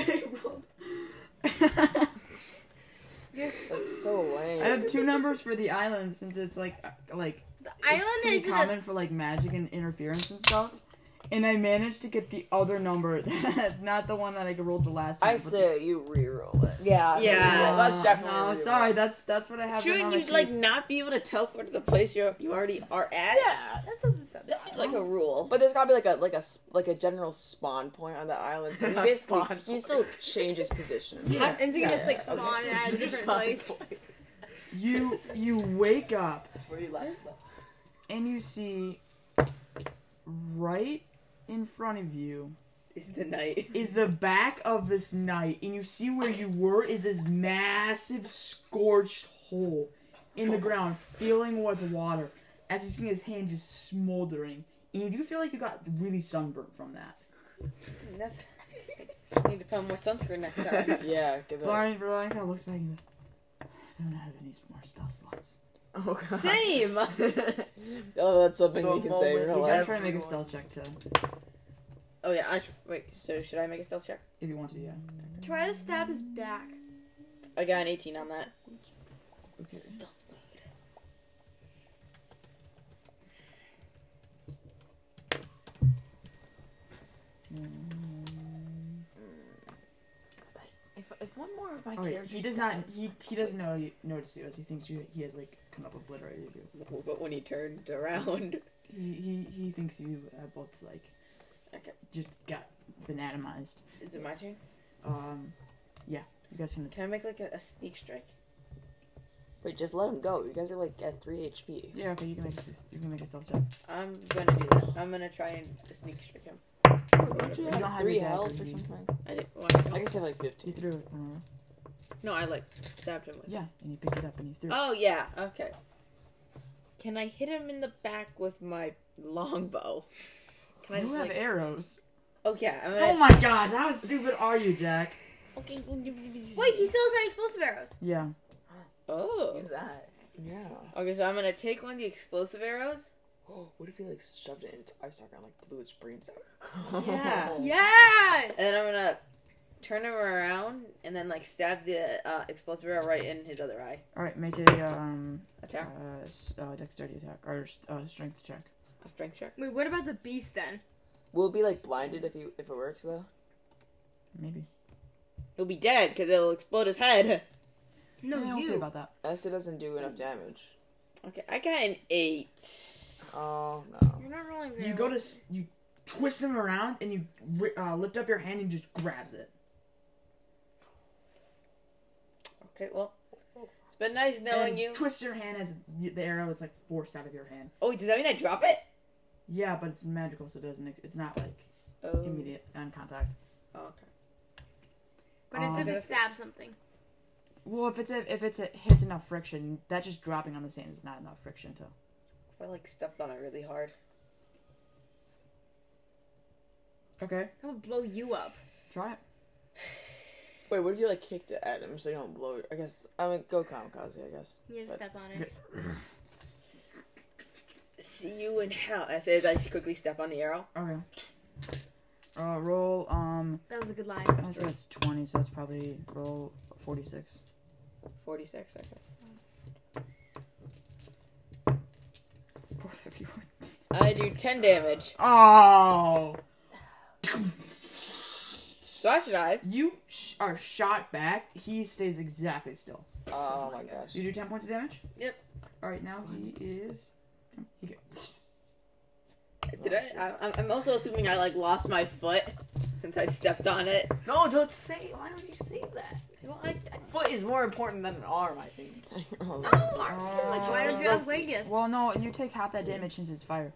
Speaker 4: That's so lame.
Speaker 1: I have two numbers for the island since it's like uh, like
Speaker 5: The
Speaker 1: it's pretty
Speaker 5: island is
Speaker 1: common for like magic and interference and stuff. And I managed to get the other number, not the one that I rolled the last time.
Speaker 4: I
Speaker 1: but the-
Speaker 4: say you reroll it.
Speaker 6: Yeah.
Speaker 2: Yeah.
Speaker 6: That's definitely.
Speaker 1: No,
Speaker 6: real.
Speaker 1: sorry, that's that's what I have. written
Speaker 2: Shouldn't
Speaker 1: on the
Speaker 2: you
Speaker 1: sheet.
Speaker 2: like not be able to teleport to the place you you already are at?
Speaker 6: Yeah. That doesn't sound.
Speaker 2: This is like a rule.
Speaker 4: But there's gotta be like a like a s- like a general spawn point on the island. So he basically
Speaker 6: Spawn
Speaker 4: he still changes position.
Speaker 1: Yeah.
Speaker 5: And so you
Speaker 1: Yeah.
Speaker 5: can just like spawn at a different place.
Speaker 1: you you wake up
Speaker 6: That's where you left.
Speaker 1: and you see right in front of you
Speaker 2: Is the night.
Speaker 1: is the back of this knight, and you see where you were is this massive scorched hole in the ground, filling with water. As you see his hand just smoldering, and you do feel like you got really sunburnt from that.
Speaker 2: That's... Need to put more sunscreen next time.
Speaker 4: Yeah, give it.
Speaker 1: Lauren, Lauren kind of looks back and goes, "I don't have any more spell slots."
Speaker 6: Oh god.
Speaker 2: Same.
Speaker 4: Oh, that's something
Speaker 6: The
Speaker 4: we can say
Speaker 6: moment
Speaker 4: in real
Speaker 6: we
Speaker 1: He's
Speaker 4: life.
Speaker 1: trying to make a stealth check to
Speaker 2: Oh yeah. I sh- wait. So should I make a stealth check?
Speaker 1: If you want to, yeah.
Speaker 5: Try to stab his back.
Speaker 2: I got an 18 on that.
Speaker 4: Okay.
Speaker 3: If, if one more of my
Speaker 1: Oh, yeah.
Speaker 3: characters
Speaker 1: He does not. He he doesn't know notice you as he thinks you. He has like come up obliterated you.
Speaker 2: But when he turned around,
Speaker 1: He he he thinks you have both like.
Speaker 2: Okay.
Speaker 1: Just got anatomized.
Speaker 2: is it my turn?
Speaker 1: Um, yeah. You guys can.
Speaker 2: Can I make like a, a sneak strike?
Speaker 4: Wait, just let him go. You guys are like at three HP.
Speaker 1: Yeah. Okay. You can make a, you can make a stealth check.
Speaker 2: I'm gonna do that. I'm gonna try and sneak strike him.
Speaker 4: Don't you
Speaker 1: You
Speaker 4: have
Speaker 1: don't have
Speaker 4: three
Speaker 1: your dagger,
Speaker 4: health or
Speaker 1: you mean.
Speaker 4: something?
Speaker 2: I did.
Speaker 4: I
Speaker 2: Well,
Speaker 4: guess I have like
Speaker 1: He
Speaker 4: fifteen.
Speaker 1: threw it. Uh,
Speaker 2: no, I like stabbed him with.
Speaker 1: yeah. And he picked it up and he threw it.
Speaker 2: Oh yeah. Okay. Can I hit him in the back with my longbow? Can I
Speaker 1: you
Speaker 2: just
Speaker 1: have
Speaker 2: like?
Speaker 1: arrows.
Speaker 2: Oh yeah. I'm gonna.
Speaker 1: Oh my gosh! How stupid are you, Jack?
Speaker 2: Okay.
Speaker 5: Wait, he still has my explosive arrows.
Speaker 1: Yeah.
Speaker 2: Oh.
Speaker 6: Who's that?
Speaker 4: Yeah.
Speaker 2: Okay, so I'm gonna take one of the explosive arrows.
Speaker 4: Oh, what if he like shoved it in its eye socket and like blew its brains out?
Speaker 2: Yeah.
Speaker 5: Yes.
Speaker 2: And then I'm gonna turn him around and then like stab the uh, explosive arrow right in his other eye.
Speaker 1: All right. Make a um uh,
Speaker 2: Attack.
Speaker 1: s- uh dexterity attack or uh, strength check.
Speaker 2: A strength check.
Speaker 5: Wait, what about the beast then?
Speaker 4: Will it be like blinded if he if it works though?
Speaker 1: Maybe.
Speaker 2: He'll be dead because it'll explode his head.
Speaker 5: No,
Speaker 1: Yeah, we'll see
Speaker 5: you.
Speaker 1: about that.
Speaker 4: Acid doesn't do enough damage.
Speaker 2: Okay, I got an eight.
Speaker 4: Oh no.
Speaker 5: You're not rolling very
Speaker 1: You go
Speaker 5: well.
Speaker 1: to s- you twist him around and you ri- uh, lift up your hand and just grabs it.
Speaker 2: Okay, well, it's been nice knowing
Speaker 1: And
Speaker 2: you.
Speaker 1: twist your hand as y- the arrow is like forced out of your hand.
Speaker 2: Oh, wait, does that mean I drop it?
Speaker 1: Yeah, but it's magical, so it doesn't. Ex- it's not like
Speaker 2: Oh.
Speaker 1: immediate on contact.
Speaker 2: oh, okay.
Speaker 5: But it's
Speaker 1: Um,
Speaker 5: if it stabs something.
Speaker 1: Well, if it's a, if it's a, hits enough friction, that just dropping on the sand is not enough friction to.
Speaker 2: If I like stepped on it really hard.
Speaker 1: Okay,
Speaker 5: That would blow you up.
Speaker 1: try it.
Speaker 4: Wait, what if you like kicked it at him so you don't blow it? I guess I mean go kamikaze. I guess.
Speaker 5: You just
Speaker 4: But-
Speaker 5: step on it.
Speaker 2: See you in hell. I say as I quickly step on the arrow.
Speaker 1: Okay. Uh, roll. Um,
Speaker 5: That was a good line.
Speaker 1: I guess that's twenty, so that's probably roll forty-six.
Speaker 2: 46 seconds.
Speaker 1: Roll 51.
Speaker 2: I do 10 damage.
Speaker 1: Oh,
Speaker 2: So I survive.
Speaker 1: you sh- are shot back. He stays exactly still.
Speaker 4: Oh my gosh.
Speaker 1: So you do ten points of damage.
Speaker 2: Yep.
Speaker 1: All right, now he is. He go-
Speaker 2: Did I? I? I'm- I'm also assuming I like lost my foot since I stepped on it.
Speaker 3: No, don't say. Why would you say that?
Speaker 2: Well, I,
Speaker 3: Foot is more important than an arm, I think.
Speaker 2: oh,
Speaker 5: Like, why don't you have Vegas?
Speaker 1: Well, no, you take half that damage since it's fire.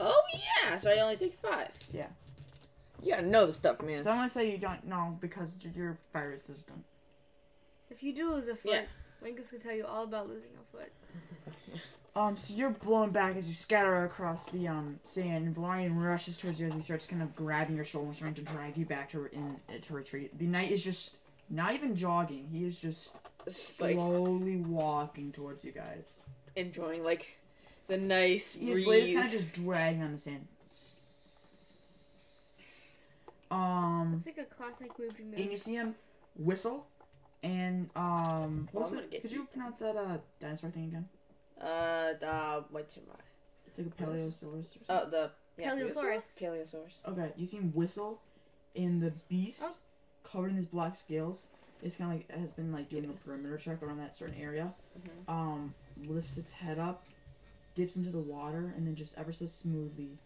Speaker 2: oh yeah, so I only take five.
Speaker 4: You gotta know the stuff, man.
Speaker 1: So I'm gonna say you don't know because y- your fire resistant.
Speaker 5: If you do lose a foot,
Speaker 2: Yeah.
Speaker 5: Winkus can tell you all about losing a foot.
Speaker 1: Um, so you're blown back as you scatter across the um sand. Valerian rushes towards you as he starts kind of grabbing your shoulder and trying to drag you back to in uh, to retreat. The knight is just not even jogging; he is just
Speaker 2: Just, like
Speaker 1: slowly walking towards you guys.
Speaker 2: enjoying like the nice
Speaker 1: His blade is
Speaker 2: breeze.
Speaker 1: kind of just dragging on the sand. Um,
Speaker 5: It's like a classic movie
Speaker 1: and
Speaker 5: movie.
Speaker 1: you see him whistle, and um, what's
Speaker 2: I'm
Speaker 1: the-
Speaker 2: gonna get
Speaker 1: could
Speaker 2: you.
Speaker 1: you pronounce that uh dinosaur thing again?
Speaker 2: Uh, the what's
Speaker 1: It's like a paleosaurus or something.
Speaker 4: Uh,
Speaker 2: Oh, the yeah,
Speaker 5: Paleosaurus.
Speaker 2: Paleosaurus.
Speaker 1: Okay, you see him whistle, and the beast,
Speaker 5: Oh.
Speaker 1: covered in his black scales, is kind of like has been like doing a perimeter check around that certain area. Um, lifts its head up, dips into the water, and then just ever so smoothly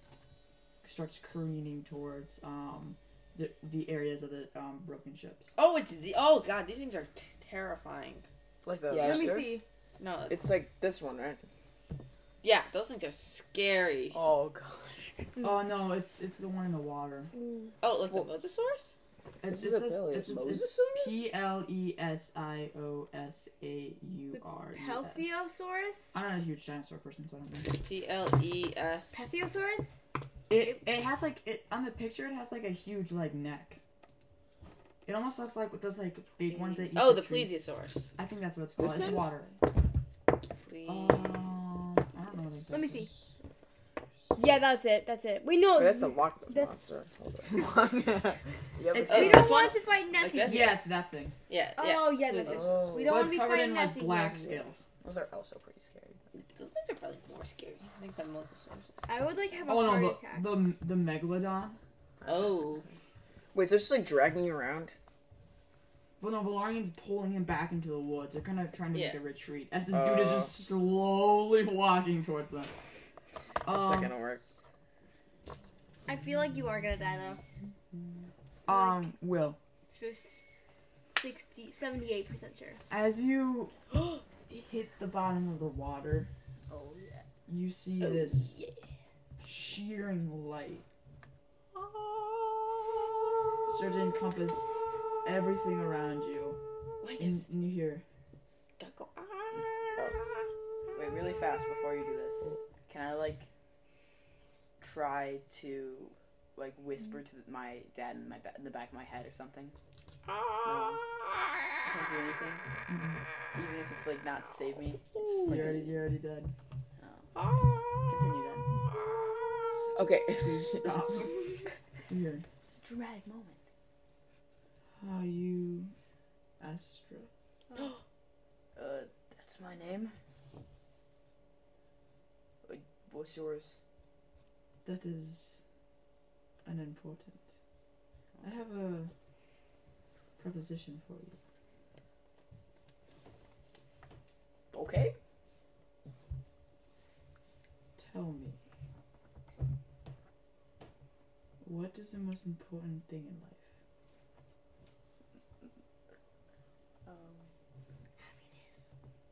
Speaker 1: starts careening towards um the the areas of the um broken ships.
Speaker 2: Oh, it's the oh god, these things are t- terrifying.
Speaker 6: Like the
Speaker 4: Yeah,
Speaker 5: Let me
Speaker 4: upstairs?
Speaker 5: see.
Speaker 2: No,
Speaker 4: It's like this one, right?
Speaker 2: yeah, those things are scary. Oh,
Speaker 6: Oh god.
Speaker 1: Oh no, it's it's the one in the water.
Speaker 2: like Oh, the mosasaurus.
Speaker 1: It's it's
Speaker 4: This is a
Speaker 1: it's,
Speaker 4: paleo-
Speaker 1: it's, it's, it's P L E S I O S A U R. E S.
Speaker 5: Peltheosaurus?
Speaker 1: I'm not a huge dinosaur person, so I don't know.
Speaker 2: P L E S.
Speaker 5: Pethiosaurus?
Speaker 1: It it has like it on the picture. It has like a huge like neck. It almost looks like those like big ones that. Eat
Speaker 2: Oh, the
Speaker 1: trees.
Speaker 2: plesiosaurus.
Speaker 1: I think that's what it's called.
Speaker 4: This
Speaker 1: It's
Speaker 4: thing?
Speaker 1: water.
Speaker 2: Ple-
Speaker 1: Um, I don't know. What
Speaker 5: Let me see. Yeah, that's it. That's it. Oh, We know.
Speaker 4: Wait, Oh, that's a locked
Speaker 5: This-
Speaker 4: monster. Hold on.
Speaker 6: Yeah,
Speaker 2: It's-
Speaker 6: but
Speaker 2: Oh,
Speaker 9: we
Speaker 2: this
Speaker 9: don't
Speaker 2: one?
Speaker 9: want to fight Nessie.
Speaker 2: this?
Speaker 1: Yeah, it's that thing.
Speaker 2: Yeah, yeah.
Speaker 5: Oh yeah, that's it.
Speaker 6: Oh.
Speaker 5: We don't
Speaker 1: But
Speaker 5: want to
Speaker 1: it's
Speaker 5: be
Speaker 1: covered
Speaker 5: fighting
Speaker 1: in like
Speaker 5: Nessie.
Speaker 1: black
Speaker 5: here.
Speaker 1: scales.
Speaker 6: those are also pretty scary.
Speaker 2: Those things are probably more scary. I think than Moses was.
Speaker 5: I would like have a
Speaker 1: Oh
Speaker 5: heart
Speaker 1: no,
Speaker 5: attack.
Speaker 1: the the, the megalodon.
Speaker 2: Oh,
Speaker 4: Wait, so they're just like dragging you around?
Speaker 1: Well, no, Valarian's pulling him back into the woods. They're kind of trying to
Speaker 2: Yeah.
Speaker 1: make a retreat as this dude is
Speaker 4: Oh.
Speaker 1: just slowly walking towards them.
Speaker 4: That's not
Speaker 1: Um,
Speaker 4: gonna work.
Speaker 9: I feel like you are gonna die though.
Speaker 1: um, Will,
Speaker 9: Fif- 60, 78 percent sure.
Speaker 1: as you hit the bottom of the water,
Speaker 3: Oh, yeah.
Speaker 1: you see this shearing light start to encompass everything around you,
Speaker 2: wait,
Speaker 1: and, and you hear,
Speaker 2: gotta go. Ah.
Speaker 3: Wait, really fast before you do this. Can I, like, try to, like, whisper to my dad in, my ba- in the back of my head or something? No. I can't do anything. Even if it's, like, not to save me. It's just,
Speaker 1: "You're
Speaker 3: like, um,
Speaker 1: already, you're already dead."
Speaker 2: Oh.
Speaker 3: continue then.
Speaker 4: Okay.
Speaker 1: Stop. you hear,
Speaker 3: It's a dramatic moment.
Speaker 1: "How you, Astra?"
Speaker 3: Uh, that's my name. Uh, What's yours?
Speaker 1: That is unimportant. I have a proposition for you.
Speaker 3: Okay.
Speaker 1: Tell me. What is the most important thing in life?
Speaker 3: Um, Happiness.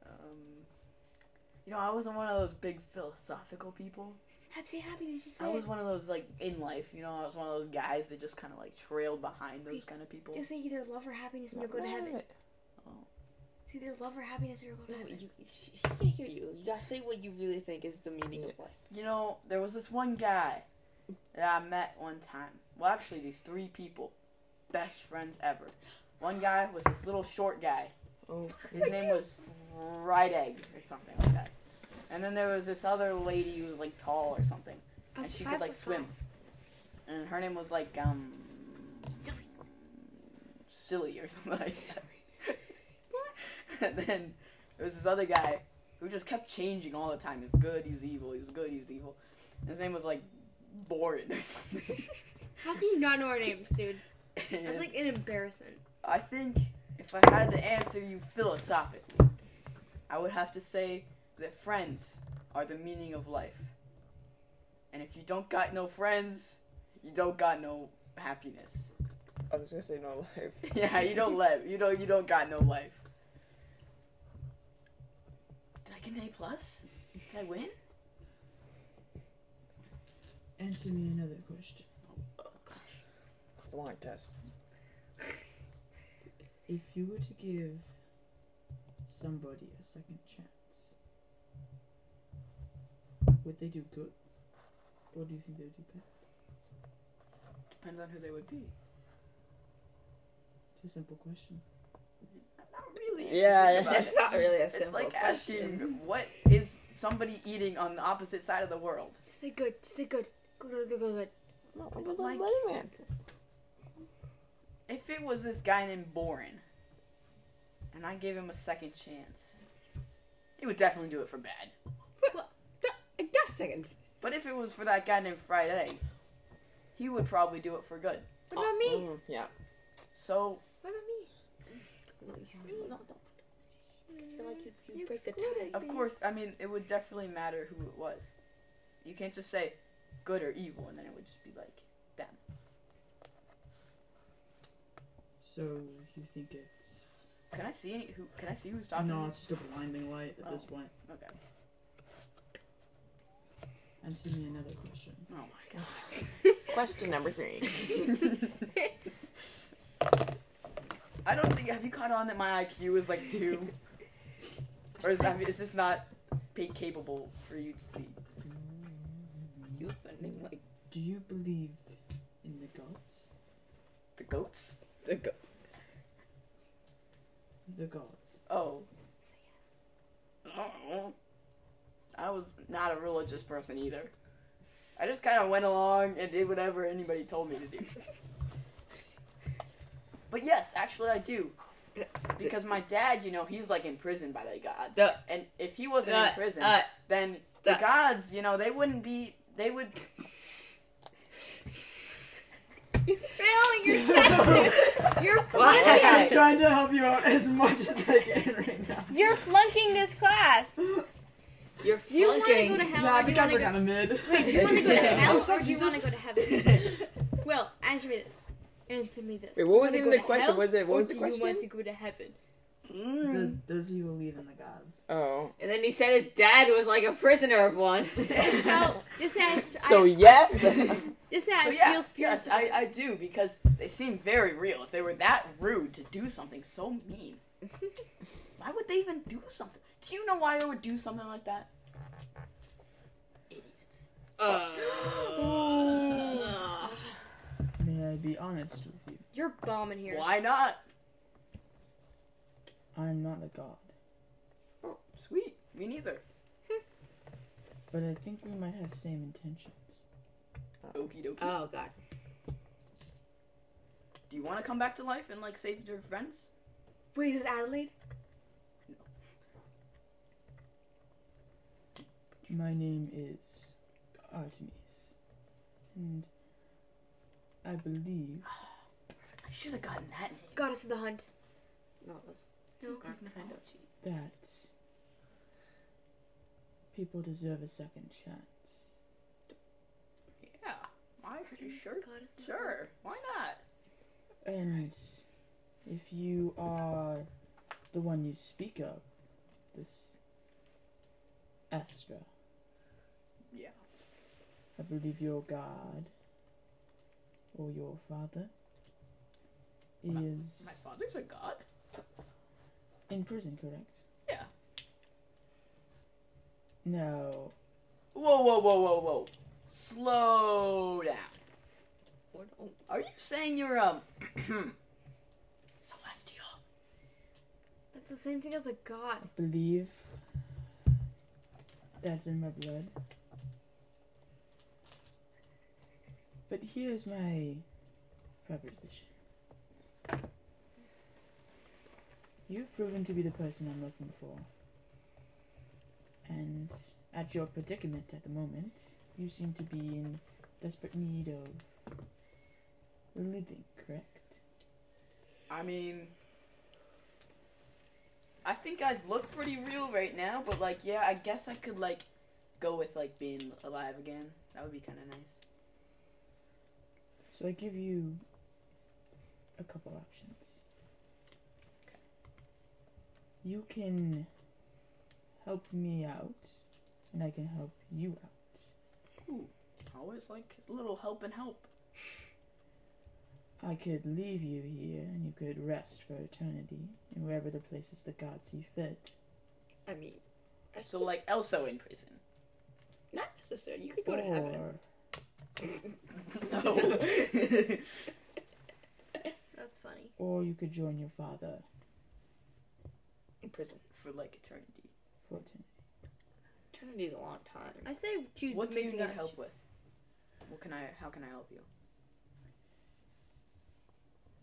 Speaker 3: Um, you know, I wasn't one of those big philosophical people.
Speaker 5: Say happiness. Just say
Speaker 3: I
Speaker 5: it.
Speaker 3: was one of those like in life. You know, I was one of those guys that just kind of like trailed behind those kind of people.
Speaker 5: Just say either love or happiness, and you'll go to heaven. It's either love or happiness, or you'll go to
Speaker 2: No,
Speaker 5: heaven.
Speaker 2: you, she can't hear you. You gotta say what you really think is the meaning of life.
Speaker 3: You know, there was this one guy that I met one time. Well, actually, these three people, best friends ever. One guy was this little short guy.
Speaker 4: Oh.
Speaker 3: His name was Fried Egg or something like that. And then there was this other lady who was like tall or something,
Speaker 5: I'm
Speaker 3: and she
Speaker 5: five
Speaker 3: could like
Speaker 5: foot
Speaker 3: swim. And her name was like um
Speaker 5: Sylvie.
Speaker 3: silly or something like that. and then there was this other guy who just kept changing all the time. He was good, he was evil, he was good, he was evil. And his name was like Boren or something.
Speaker 9: How can you not know our names, dude?
Speaker 3: And
Speaker 9: That's like an embarrassment.
Speaker 3: I think if I had to answer you philosophically, I would have to say that friends are the meaning of life. And if you don't got no friends, you don't got no happiness.
Speaker 4: I was gonna say no life.
Speaker 3: yeah, you don't live. You don't. You don't got no life. Did I get an A plus? Did I win?
Speaker 1: Answer me another question.
Speaker 4: It's a long test.
Speaker 1: If you were to give somebody a second chance, would they do good? Or do you think they would do bad?
Speaker 3: Depends on who they would be.
Speaker 1: It's a simple question.
Speaker 3: Not really.
Speaker 4: Yeah,
Speaker 3: Think about
Speaker 2: That's
Speaker 3: it.
Speaker 2: not really a
Speaker 3: It's
Speaker 2: simple
Speaker 3: like
Speaker 2: question.
Speaker 3: asking what is somebody eating on the opposite side of the world.
Speaker 5: Just say good. Just say good. Good, good, good, good, good.
Speaker 4: No, I'm a little
Speaker 3: Like-
Speaker 4: lady man.
Speaker 3: If it was this guy named Boren, and I gave him a second chance, he would definitely do it for bad.
Speaker 2: I got a second.
Speaker 3: But if it was for that guy named Fried Egg, he would probably do it for good.
Speaker 5: What about me?
Speaker 4: Mm, yeah.
Speaker 3: So
Speaker 5: What about me?
Speaker 2: No, you- no, no. You're like you, you
Speaker 5: You
Speaker 2: break the
Speaker 5: screwed
Speaker 2: tie.
Speaker 5: it.
Speaker 3: Of course, I mean, it would definitely matter who it was. You can't just say good or evil, and then it would just be like them.
Speaker 1: So you think it's
Speaker 3: Can I see any? Who can I see who's talking?
Speaker 1: no, it's just a blinding light at this
Speaker 3: Oh.
Speaker 1: point.
Speaker 3: Okay.
Speaker 1: Answer me another question.
Speaker 3: Oh my god.
Speaker 4: Question number three.
Speaker 3: I don't think. Have you caught on that my IQ is like two? or is that is this not pa- capable for you to see?
Speaker 2: You offending like
Speaker 1: Do you believe in the gods?
Speaker 3: The goats?
Speaker 4: The go-
Speaker 1: The gods.
Speaker 3: Oh. I was not a religious person either. I just kind of went along and did whatever anybody told me to do. But yes, actually, I do. Because my dad, you know, he's like in prison by the gods.
Speaker 2: Duh.
Speaker 3: and if he wasn't
Speaker 2: Uh,
Speaker 3: in prison,
Speaker 2: uh,
Speaker 3: then the
Speaker 2: duh.
Speaker 3: gods, you know, they wouldn't be. They would.
Speaker 5: Failing your test. You're flunking.
Speaker 1: I'm trying to help you out as much as I can right now.
Speaker 5: You're flunking this class.
Speaker 2: You're
Speaker 5: Do you want to go to
Speaker 2: flunking.
Speaker 5: hell?
Speaker 1: nah, I
Speaker 5: or do
Speaker 1: think
Speaker 5: you want to
Speaker 1: I'm
Speaker 5: go?
Speaker 1: kind of mid.
Speaker 5: Wait, do you want to go to
Speaker 1: Yeah.
Speaker 5: hell
Speaker 1: Oh,
Speaker 5: or do you want to go to heaven? Will, answer me this. Answer me this. Do
Speaker 4: Wait,
Speaker 5: you
Speaker 4: what was
Speaker 5: wanna
Speaker 4: even
Speaker 5: go
Speaker 4: the
Speaker 5: to
Speaker 4: question?
Speaker 5: hell,
Speaker 4: Was it? What
Speaker 5: or
Speaker 4: was the
Speaker 5: Do you want
Speaker 4: question?
Speaker 5: to go to heaven?
Speaker 3: mm.
Speaker 1: Does, does he believe in the gods?
Speaker 4: Oh.
Speaker 2: And then he said his dad was like a prisoner of one.
Speaker 5: It's felt- this has
Speaker 4: So
Speaker 5: I,
Speaker 4: yes.
Speaker 5: this has
Speaker 3: So
Speaker 5: real
Speaker 3: yeah, yes,
Speaker 5: spiritual.
Speaker 3: I, I do because they seem very real. If they were that rude to do something so mean, why would they even do something? Do you know why they would do something like that? Idiots.
Speaker 2: Uh,
Speaker 1: May I be honest with you?
Speaker 5: You're bombing here.
Speaker 3: Why not?
Speaker 1: I'm not a god,
Speaker 3: Oh, sweet. Me neither.
Speaker 1: but I think we might have same intentions.
Speaker 3: Okie dokie.
Speaker 2: oh god.
Speaker 3: do you want to come back to life and like save your friends?
Speaker 5: Wait, is this Adelaide?
Speaker 1: My name is Artemis, and I believe
Speaker 3: I should have gotten that name.
Speaker 5: Goddess of the Hunt.
Speaker 2: No, it was
Speaker 5: No.
Speaker 2: kind of.
Speaker 1: that people deserve a second chance.
Speaker 3: Yeah. I'm pretty sure.
Speaker 5: Goddess of the Hunt.
Speaker 3: Sure. Why not?
Speaker 1: And if you are the one you speak of, this Astra,
Speaker 3: Yeah.
Speaker 1: I believe your god or your father is
Speaker 3: My father's a god.
Speaker 1: in prison, correct?
Speaker 3: Yeah.
Speaker 1: No.
Speaker 3: Whoa, whoa, whoa, whoa, whoa. Slow down. Are you saying you're um celestial?
Speaker 5: That's the same thing as a god.
Speaker 1: believe that's in my blood. But here's my proposition. You've proven to be the person I'm looking for. And at your predicament at the moment, you seem to be in desperate need of relieving, correct?
Speaker 3: I mean, I think I look pretty real right now, but like, yeah, I guess I could like go with like being alive again. That would be kind of nice.
Speaker 1: So I give you a couple options. You can help me out, and I can help you out.
Speaker 3: I always like a little help and help.
Speaker 1: I could leave you here, and you could rest for eternity, and wherever the places the gods see fit.
Speaker 2: I mean, I
Speaker 3: So
Speaker 2: still like
Speaker 3: like Elso in prison.
Speaker 2: not necessarily. You could go to heaven.
Speaker 1: Or
Speaker 3: No.
Speaker 5: That's funny.
Speaker 1: or you could join your father
Speaker 2: In prison.
Speaker 3: For like eternity.
Speaker 1: for eternity.
Speaker 2: Eternity is a long time.
Speaker 5: I say choose.
Speaker 3: What do you
Speaker 5: maybe
Speaker 3: need
Speaker 5: not.
Speaker 3: help with? What can I? How can I help you?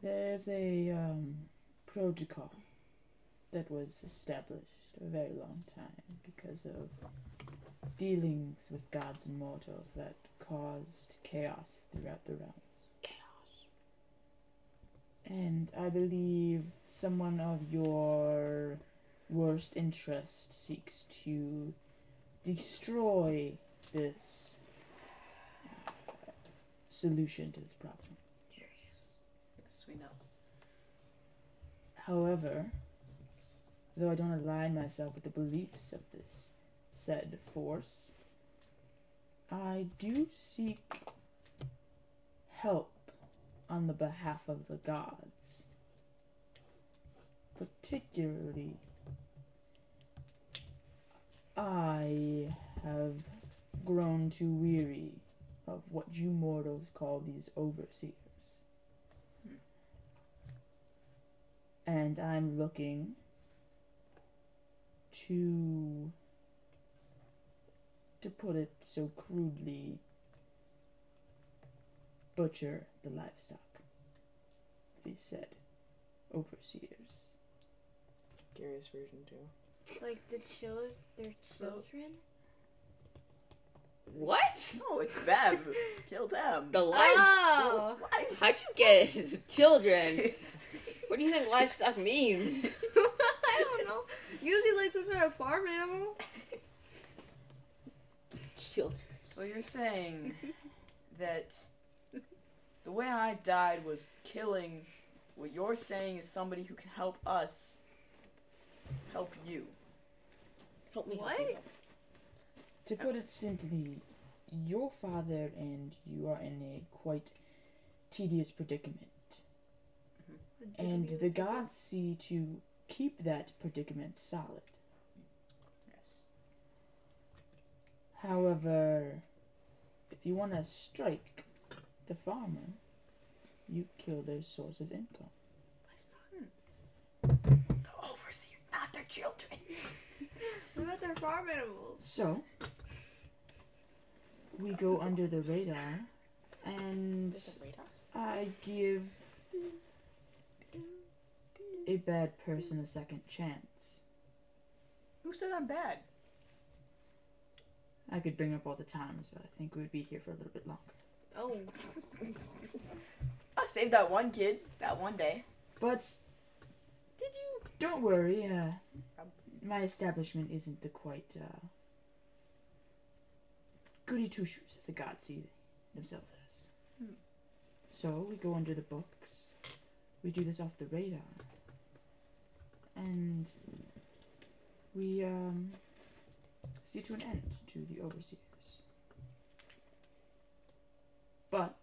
Speaker 1: There's a um, protocol that was established a very long time because of dealings with gods and mortals that caused chaos throughout the realms. Chaos. And I believe someone of your worst interest seeks to destroy this uh, solution to this problem.
Speaker 3: Yes, we know.
Speaker 1: However, though I don't align myself with the beliefs of this said force, I do seek help on the behalf of the gods, particularly. I have grown too weary of what you mortals call these overseers and I'm looking to to put it so crudely butcher the livestock. These said overseers.
Speaker 4: Curious version too.
Speaker 5: Like the children, their
Speaker 3: So-
Speaker 5: children.
Speaker 2: What?
Speaker 3: No, it's them. Kill them.
Speaker 2: The life?
Speaker 5: Oh,
Speaker 3: Why?
Speaker 2: How'd you get it? children? What do you think livestock means?
Speaker 5: I don't know. Usually, like some sort of farm animal.
Speaker 2: Children.
Speaker 3: So you're saying that the way I died was killing what you're saying is somebody who can help us help you.
Speaker 2: Help me.
Speaker 5: What?
Speaker 2: Help me, help
Speaker 1: To put it simply, your father and you are in a quite tedious predicament. And the gods see to keep that predicament solid.
Speaker 3: Yes.
Speaker 1: However, if you want to strike the farmer, you kill their source of income.
Speaker 3: The overseer, not their children.
Speaker 5: What about their farm animals?
Speaker 1: So, we go under the radar, and I give a bad person a second chance.
Speaker 3: Who said I'm bad?
Speaker 1: I could bring up all the times, but I think we'd be here for a little bit longer.
Speaker 5: Oh,
Speaker 3: I saved that one kid that one day.
Speaker 1: But
Speaker 2: Did you?
Speaker 1: don't worry, uh, my establishment isn't the quite uh, goody two shoes as the gods see themselves as. So we go under the books, we do this off the radar, and we um, see to an end to the overseers. But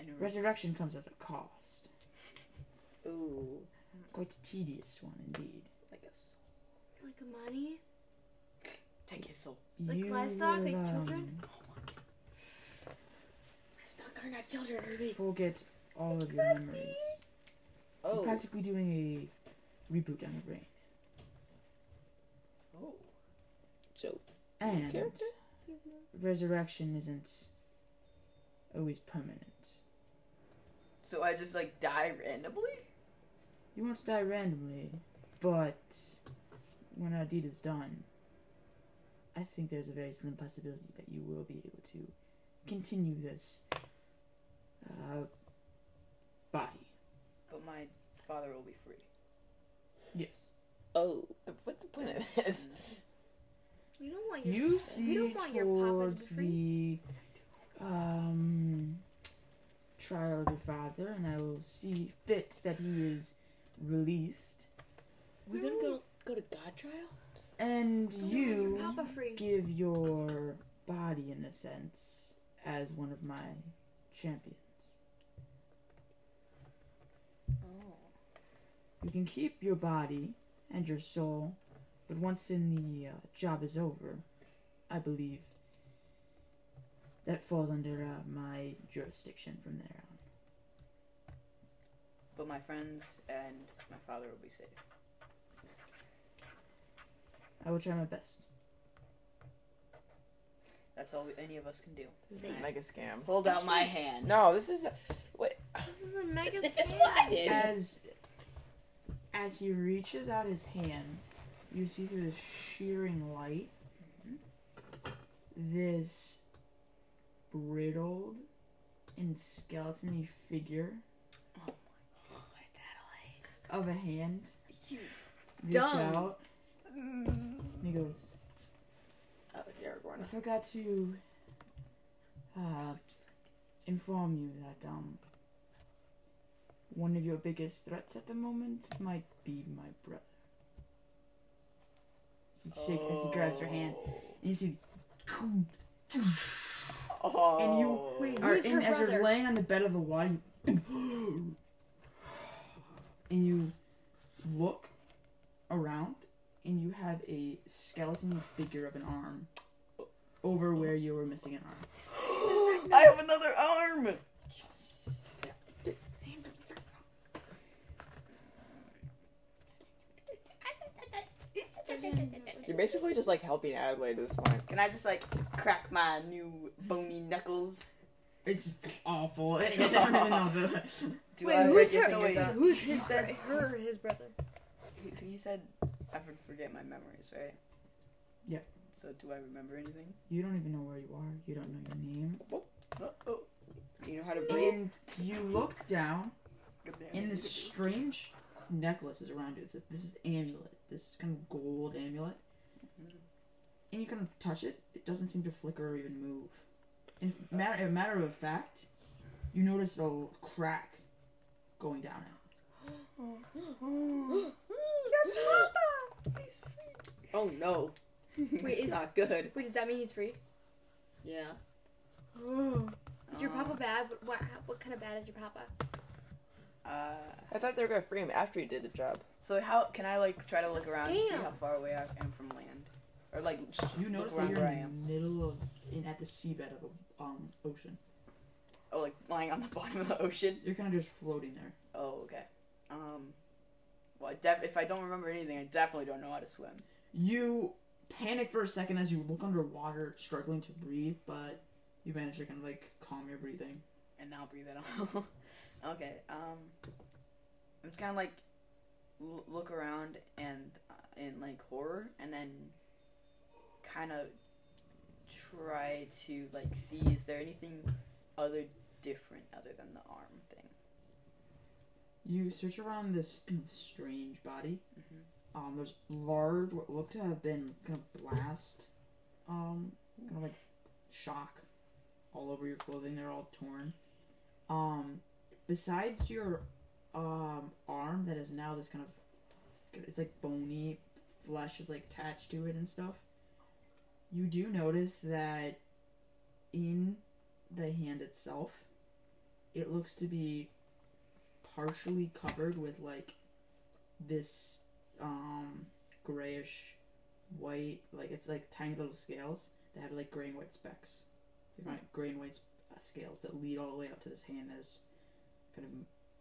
Speaker 3: I knew
Speaker 1: resurrection comes at a cost,
Speaker 2: Ooh.
Speaker 1: quite a tedious one indeed.
Speaker 2: I guess.
Speaker 5: like money.
Speaker 3: Take his soul.
Speaker 5: Like livestock, like
Speaker 1: will,
Speaker 5: children?
Speaker 2: Livestock are not children, Ruby.
Speaker 1: Forget all of your memories. You're
Speaker 2: Oh.
Speaker 1: practically doing a reboot on your brain.
Speaker 3: Oh.
Speaker 2: So.
Speaker 1: And
Speaker 2: Character?
Speaker 1: resurrection isn't always permanent.
Speaker 3: So I just like die randomly?
Speaker 1: You won't die randomly, but when our deed is done, I think there's a very slim possibility that you will be able to continue this uh, body.
Speaker 3: But my father will be free.
Speaker 1: Yes.
Speaker 2: Oh.
Speaker 4: What's the point of this?
Speaker 5: You don't want your
Speaker 1: You
Speaker 5: you
Speaker 1: see
Speaker 5: don't want your papa to be
Speaker 1: towards
Speaker 5: free.
Speaker 1: the um, trial of your father, and I will see fit that he is released.
Speaker 2: We're gonna go go to God trial.
Speaker 1: And
Speaker 5: You don't want your
Speaker 1: you
Speaker 5: papa free.
Speaker 1: give your body, in a sense, as one of my champions. You can keep your body and your soul, but once in the uh, job is over, I believe that falls under uh, my jurisdiction from there on.
Speaker 3: But my friends and my father will be safe.
Speaker 1: I will try my best.
Speaker 3: That's all any of us can do.
Speaker 4: This is a mega scam.
Speaker 3: Hold out my hand.
Speaker 4: No, this is.
Speaker 5: This is a mega
Speaker 2: This is
Speaker 5: scam.
Speaker 2: what I did.
Speaker 1: As as he reaches out his hand, you see through this shearing light this brittled and skeletony figure of a hand reach
Speaker 2: dumb.
Speaker 1: out and he goes,
Speaker 3: Oh, Derek
Speaker 1: I forgot to uh, inform you that um one of your biggest threats at the moment might be my brother. As he, shake, as he grabs your hand, and you see,
Speaker 3: Oh.
Speaker 1: and you are
Speaker 5: who's
Speaker 1: in
Speaker 5: her
Speaker 1: as you're
Speaker 5: brother?
Speaker 1: laying on the bed of the water, you, and you look around, and you have a skeleton figure of an arm over where you were missing an arm.
Speaker 3: I have another arm.
Speaker 4: You're basically just like helping Adelaide at this point.
Speaker 3: Can I just like crack my new bony knuckles?
Speaker 1: It's just awful. I don't even know the-
Speaker 3: Do
Speaker 5: Wait,
Speaker 3: I
Speaker 5: who's
Speaker 3: break your
Speaker 5: her-
Speaker 3: fingers up?
Speaker 5: Who's his
Speaker 3: said-
Speaker 5: brother? Her or his brother?
Speaker 3: He- He said, I would forget my memories, right?
Speaker 1: Yep.
Speaker 3: So do I remember anything?
Speaker 1: you don't even know where you are. You don't know your name.
Speaker 3: Oh, oh. Do you know how to breathe?
Speaker 1: And you look down,
Speaker 3: Good there.
Speaker 1: and this strange necklace is around you. It says, "This is amulet. This kind of gold amulet." And you kind of touch it. It doesn't seem to flicker or even move. In matter, a matter of fact, you notice a l- crack going down it.
Speaker 3: Um,
Speaker 2: Oh no.
Speaker 5: Wait,
Speaker 2: it's
Speaker 5: is-
Speaker 2: not good.
Speaker 5: Wait, does that mean he's free?
Speaker 2: Yeah.
Speaker 5: Is your
Speaker 3: Uh,
Speaker 5: papa bad? What, what, what kind of bad is your papa?
Speaker 3: Uh,
Speaker 4: I thought they were gonna free him after he did the job.
Speaker 3: so how can I like try to
Speaker 5: It's a
Speaker 3: look around and see
Speaker 5: scam.
Speaker 3: how far away I am from land, or like just
Speaker 1: You
Speaker 3: look
Speaker 1: notice that
Speaker 3: around
Speaker 1: you're
Speaker 3: where I am?
Speaker 1: in the middle of, in at the seabed of a um ocean.
Speaker 3: Oh, like lying on the bottom of the ocean.
Speaker 1: You're kind of just floating there.
Speaker 3: Oh, okay. Um, well, I def- if I don't remember anything, I definitely don't know how to swim.
Speaker 1: You panic for a second as you look underwater, struggling to breathe, but you manage to kind of like calm your breathing.
Speaker 3: And now breathe it out. okay. Um, I'm just kind of like l- look around and uh, in like horror, and then kind of try to like see is there anything other different other than the arm thing.
Speaker 1: You search around this kind of strange body. Um, there's large, what look to have been kind of blast, um, kind of like shock all over your clothing. They're all torn. Um, besides your um arm that is now this kind of, it's like bony, flesh is like attached to it and stuff. You do notice that in the hand itself, it looks to be partially covered with like this um grayish white like it's like tiny little scales that have like gray and white specks they're like gray and white sp- uh, scales that lead all the way up to this hand that's kind of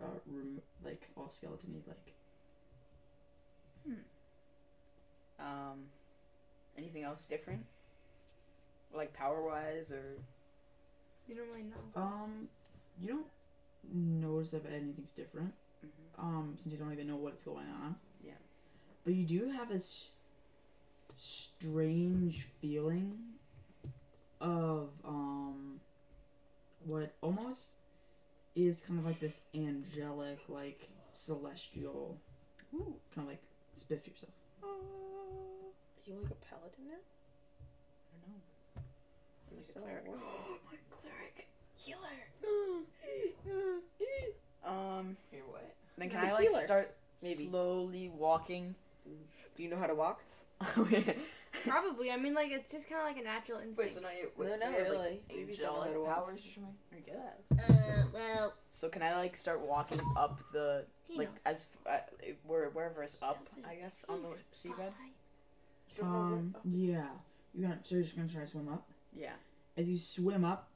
Speaker 1: uh, rem- like all skeleton like
Speaker 3: Um, anything else different? Like power wise or
Speaker 5: You don't really know.
Speaker 1: um you don't notice if anything's different um since you don't even know what's going on
Speaker 3: Yeah.
Speaker 1: but you do have this strange feeling of um what almost is kind of like this angelic like celestial kind of like spiff yourself
Speaker 2: Are you like a paladin now? I don't know. You're like a cleric.
Speaker 3: um.
Speaker 2: You're what?
Speaker 3: Then
Speaker 2: He's
Speaker 3: can
Speaker 2: a
Speaker 3: I like
Speaker 2: healer,
Speaker 3: start
Speaker 2: maybe.
Speaker 3: slowly walking?
Speaker 2: Do you know how to walk?
Speaker 5: Probably. I mean, like it's just kind of like a natural instinct.
Speaker 4: not you.
Speaker 2: wait, No, so no, you have, like, like, maybe someone angelic had a walk.
Speaker 4: powers or something?
Speaker 3: I guess.
Speaker 9: Uh, well,
Speaker 3: So can I like start walking up the
Speaker 9: He
Speaker 3: like
Speaker 9: knows.
Speaker 3: as uh, where wherever it's up? I guess on the seabed.
Speaker 1: um yeah you're gonna so you're just gonna try to swim up
Speaker 3: Yeah.
Speaker 1: as you swim up,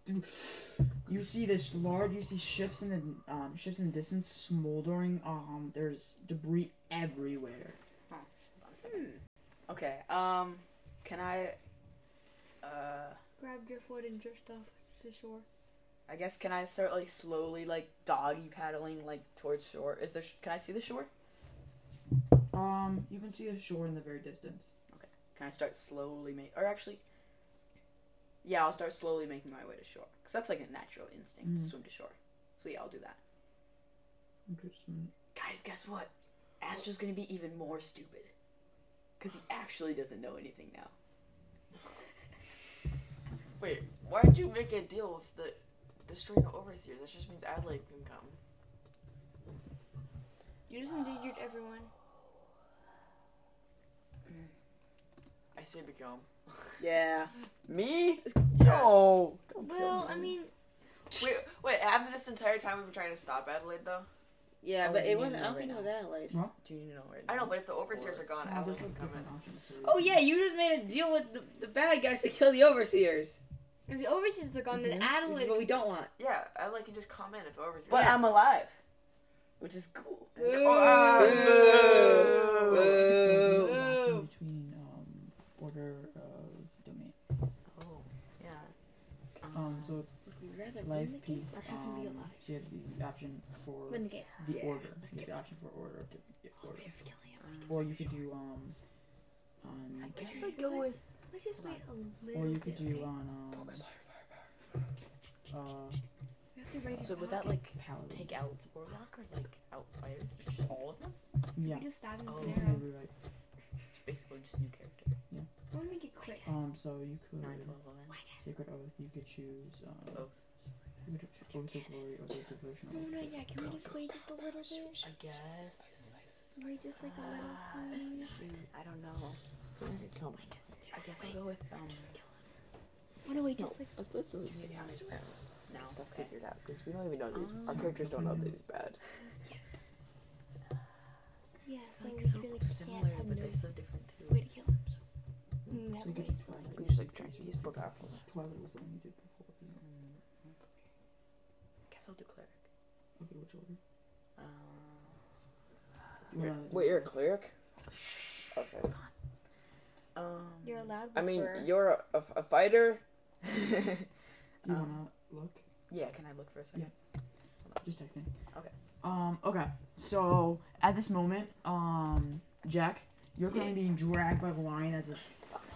Speaker 1: you see this large. You see ships in the um, ships in the distance smoldering. Um, there's debris everywhere.
Speaker 3: Hold on a second.
Speaker 2: Hmm.
Speaker 3: Okay. Um. Can I? Uh.
Speaker 5: Grabbed your foot and drift off to shore.
Speaker 3: I guess can I start like slowly like doggy paddling like towards shore? Is there? Sh- can I see the shore?
Speaker 1: Um, you can see the shore in the very distance.
Speaker 3: Can I start slowly make? Or actually, yeah, I'll start slowly making my way to shore because that's like a natural instinct to
Speaker 1: Mhm.
Speaker 3: swim to shore. So yeah, I'll do that.
Speaker 1: Interesting.
Speaker 3: Guys, guess what? Astro's gonna be even more stupid. Because he actually doesn't know anything now.
Speaker 4: Wait, why'd you make a deal with the destroying the overseer? That just means Adelaide can come.
Speaker 5: You just endangered everyone.
Speaker 4: I say become.
Speaker 3: Yeah. Me?
Speaker 4: Yes.
Speaker 3: No!
Speaker 5: Well, I mean,
Speaker 4: Wait, wait. After this entire time we've been trying to stop Adelaide, though.
Speaker 2: Yeah,
Speaker 3: Oh,
Speaker 2: but
Speaker 3: you
Speaker 2: it
Speaker 3: need
Speaker 2: wasn't.
Speaker 3: to
Speaker 2: I don't
Speaker 3: know
Speaker 2: think it
Speaker 3: right
Speaker 2: was Adelaide.
Speaker 3: Do you know right
Speaker 4: I know, but if the overseers
Speaker 3: Or-
Speaker 4: are gone,
Speaker 1: Oh,
Speaker 4: Adelaide
Speaker 1: there's
Speaker 4: can
Speaker 1: like
Speaker 4: come in.
Speaker 1: different options. here.
Speaker 2: Uh, Oh yeah, you just made a deal with the, the bad guys to kill the overseers.
Speaker 5: if the overseas are gone, then
Speaker 2: Which
Speaker 5: Adelaide.
Speaker 2: Mm-hmm. is what we don't want.
Speaker 4: Yeah, Adelaide can just come in if the overseers.
Speaker 3: But
Speaker 4: are
Speaker 3: I'm alive. Which is cool.
Speaker 1: You're
Speaker 2: Ah, Boo.
Speaker 1: walking between um, order of domain.
Speaker 3: Oh, yeah.
Speaker 1: Um, so it's
Speaker 2: you rather
Speaker 1: life,
Speaker 2: win the game
Speaker 1: peace.
Speaker 2: or have him
Speaker 1: Um,
Speaker 2: be alive?
Speaker 1: so you have the option for
Speaker 9: Win the game.
Speaker 1: the
Speaker 2: Yeah,
Speaker 1: order.
Speaker 2: let's
Speaker 1: You
Speaker 2: do
Speaker 1: have the
Speaker 2: it.
Speaker 1: option for order. of the- the
Speaker 2: Oh,
Speaker 1: order.
Speaker 2: we have to kill him.
Speaker 1: Or you could do um, on,
Speaker 2: I guess
Speaker 10: I go with
Speaker 9: Let's just wait a little
Speaker 1: or you could
Speaker 9: bit,
Speaker 1: do
Speaker 9: okay?
Speaker 1: on um, uh,
Speaker 9: We have to write it
Speaker 3: So would
Speaker 9: out.
Speaker 3: that like
Speaker 1: paladin.
Speaker 3: take out Warlock or like outfire just all of them?
Speaker 1: Yeah,
Speaker 9: We just stab him
Speaker 3: Oh.
Speaker 9: with an
Speaker 1: you're
Speaker 9: arrow.
Speaker 1: right.
Speaker 3: Basically just new character. Mm-hmm.
Speaker 9: I want to make it quick.
Speaker 1: Um, so you could
Speaker 3: Ninth level then.
Speaker 1: sacred oath. You could choose um,
Speaker 3: Close.
Speaker 1: you could choose oath of glory or the devotion.
Speaker 9: no, no, yeah. Can we just wait just a little bit?
Speaker 3: I guess.
Speaker 9: Wait just like a little.
Speaker 3: Ah, I don't know. I guess I'll go with um
Speaker 9: I want to wait
Speaker 4: No.
Speaker 9: just like.
Speaker 4: Let- Let's at least see how many rounds
Speaker 3: no.
Speaker 4: this stuff
Speaker 3: Okay.
Speaker 4: figured out because we don't even know these. Our
Speaker 3: Um,
Speaker 4: characters don't know these bad.
Speaker 9: Yeah, so
Speaker 3: Like
Speaker 9: we
Speaker 3: so
Speaker 9: really
Speaker 3: similar,
Speaker 9: can't have
Speaker 3: but
Speaker 9: no
Speaker 3: they're so different too.
Speaker 9: way to kill him. So.
Speaker 1: Mm,
Speaker 9: Mm,
Speaker 1: so you
Speaker 9: that
Speaker 1: could
Speaker 9: way it's like.
Speaker 4: We just like try. He's more powerful.
Speaker 1: Twilight was the one you did before. you know.
Speaker 3: guess I'll do cleric.
Speaker 1: Okay, which order?
Speaker 3: Uh,
Speaker 1: You wanna do-
Speaker 4: Wait, you're a cleric? Oh, sorry.
Speaker 3: um.
Speaker 5: You're allowed.
Speaker 4: I mean,
Speaker 5: whisper.
Speaker 4: you're a, a, a fighter.
Speaker 1: You
Speaker 3: um,
Speaker 1: wanna look?
Speaker 3: yeah. Can I look for a second?
Speaker 1: Just texting.
Speaker 3: Okay.
Speaker 1: Um. Okay. So at this moment, um, Jack, you're currently being dragged by the lion as this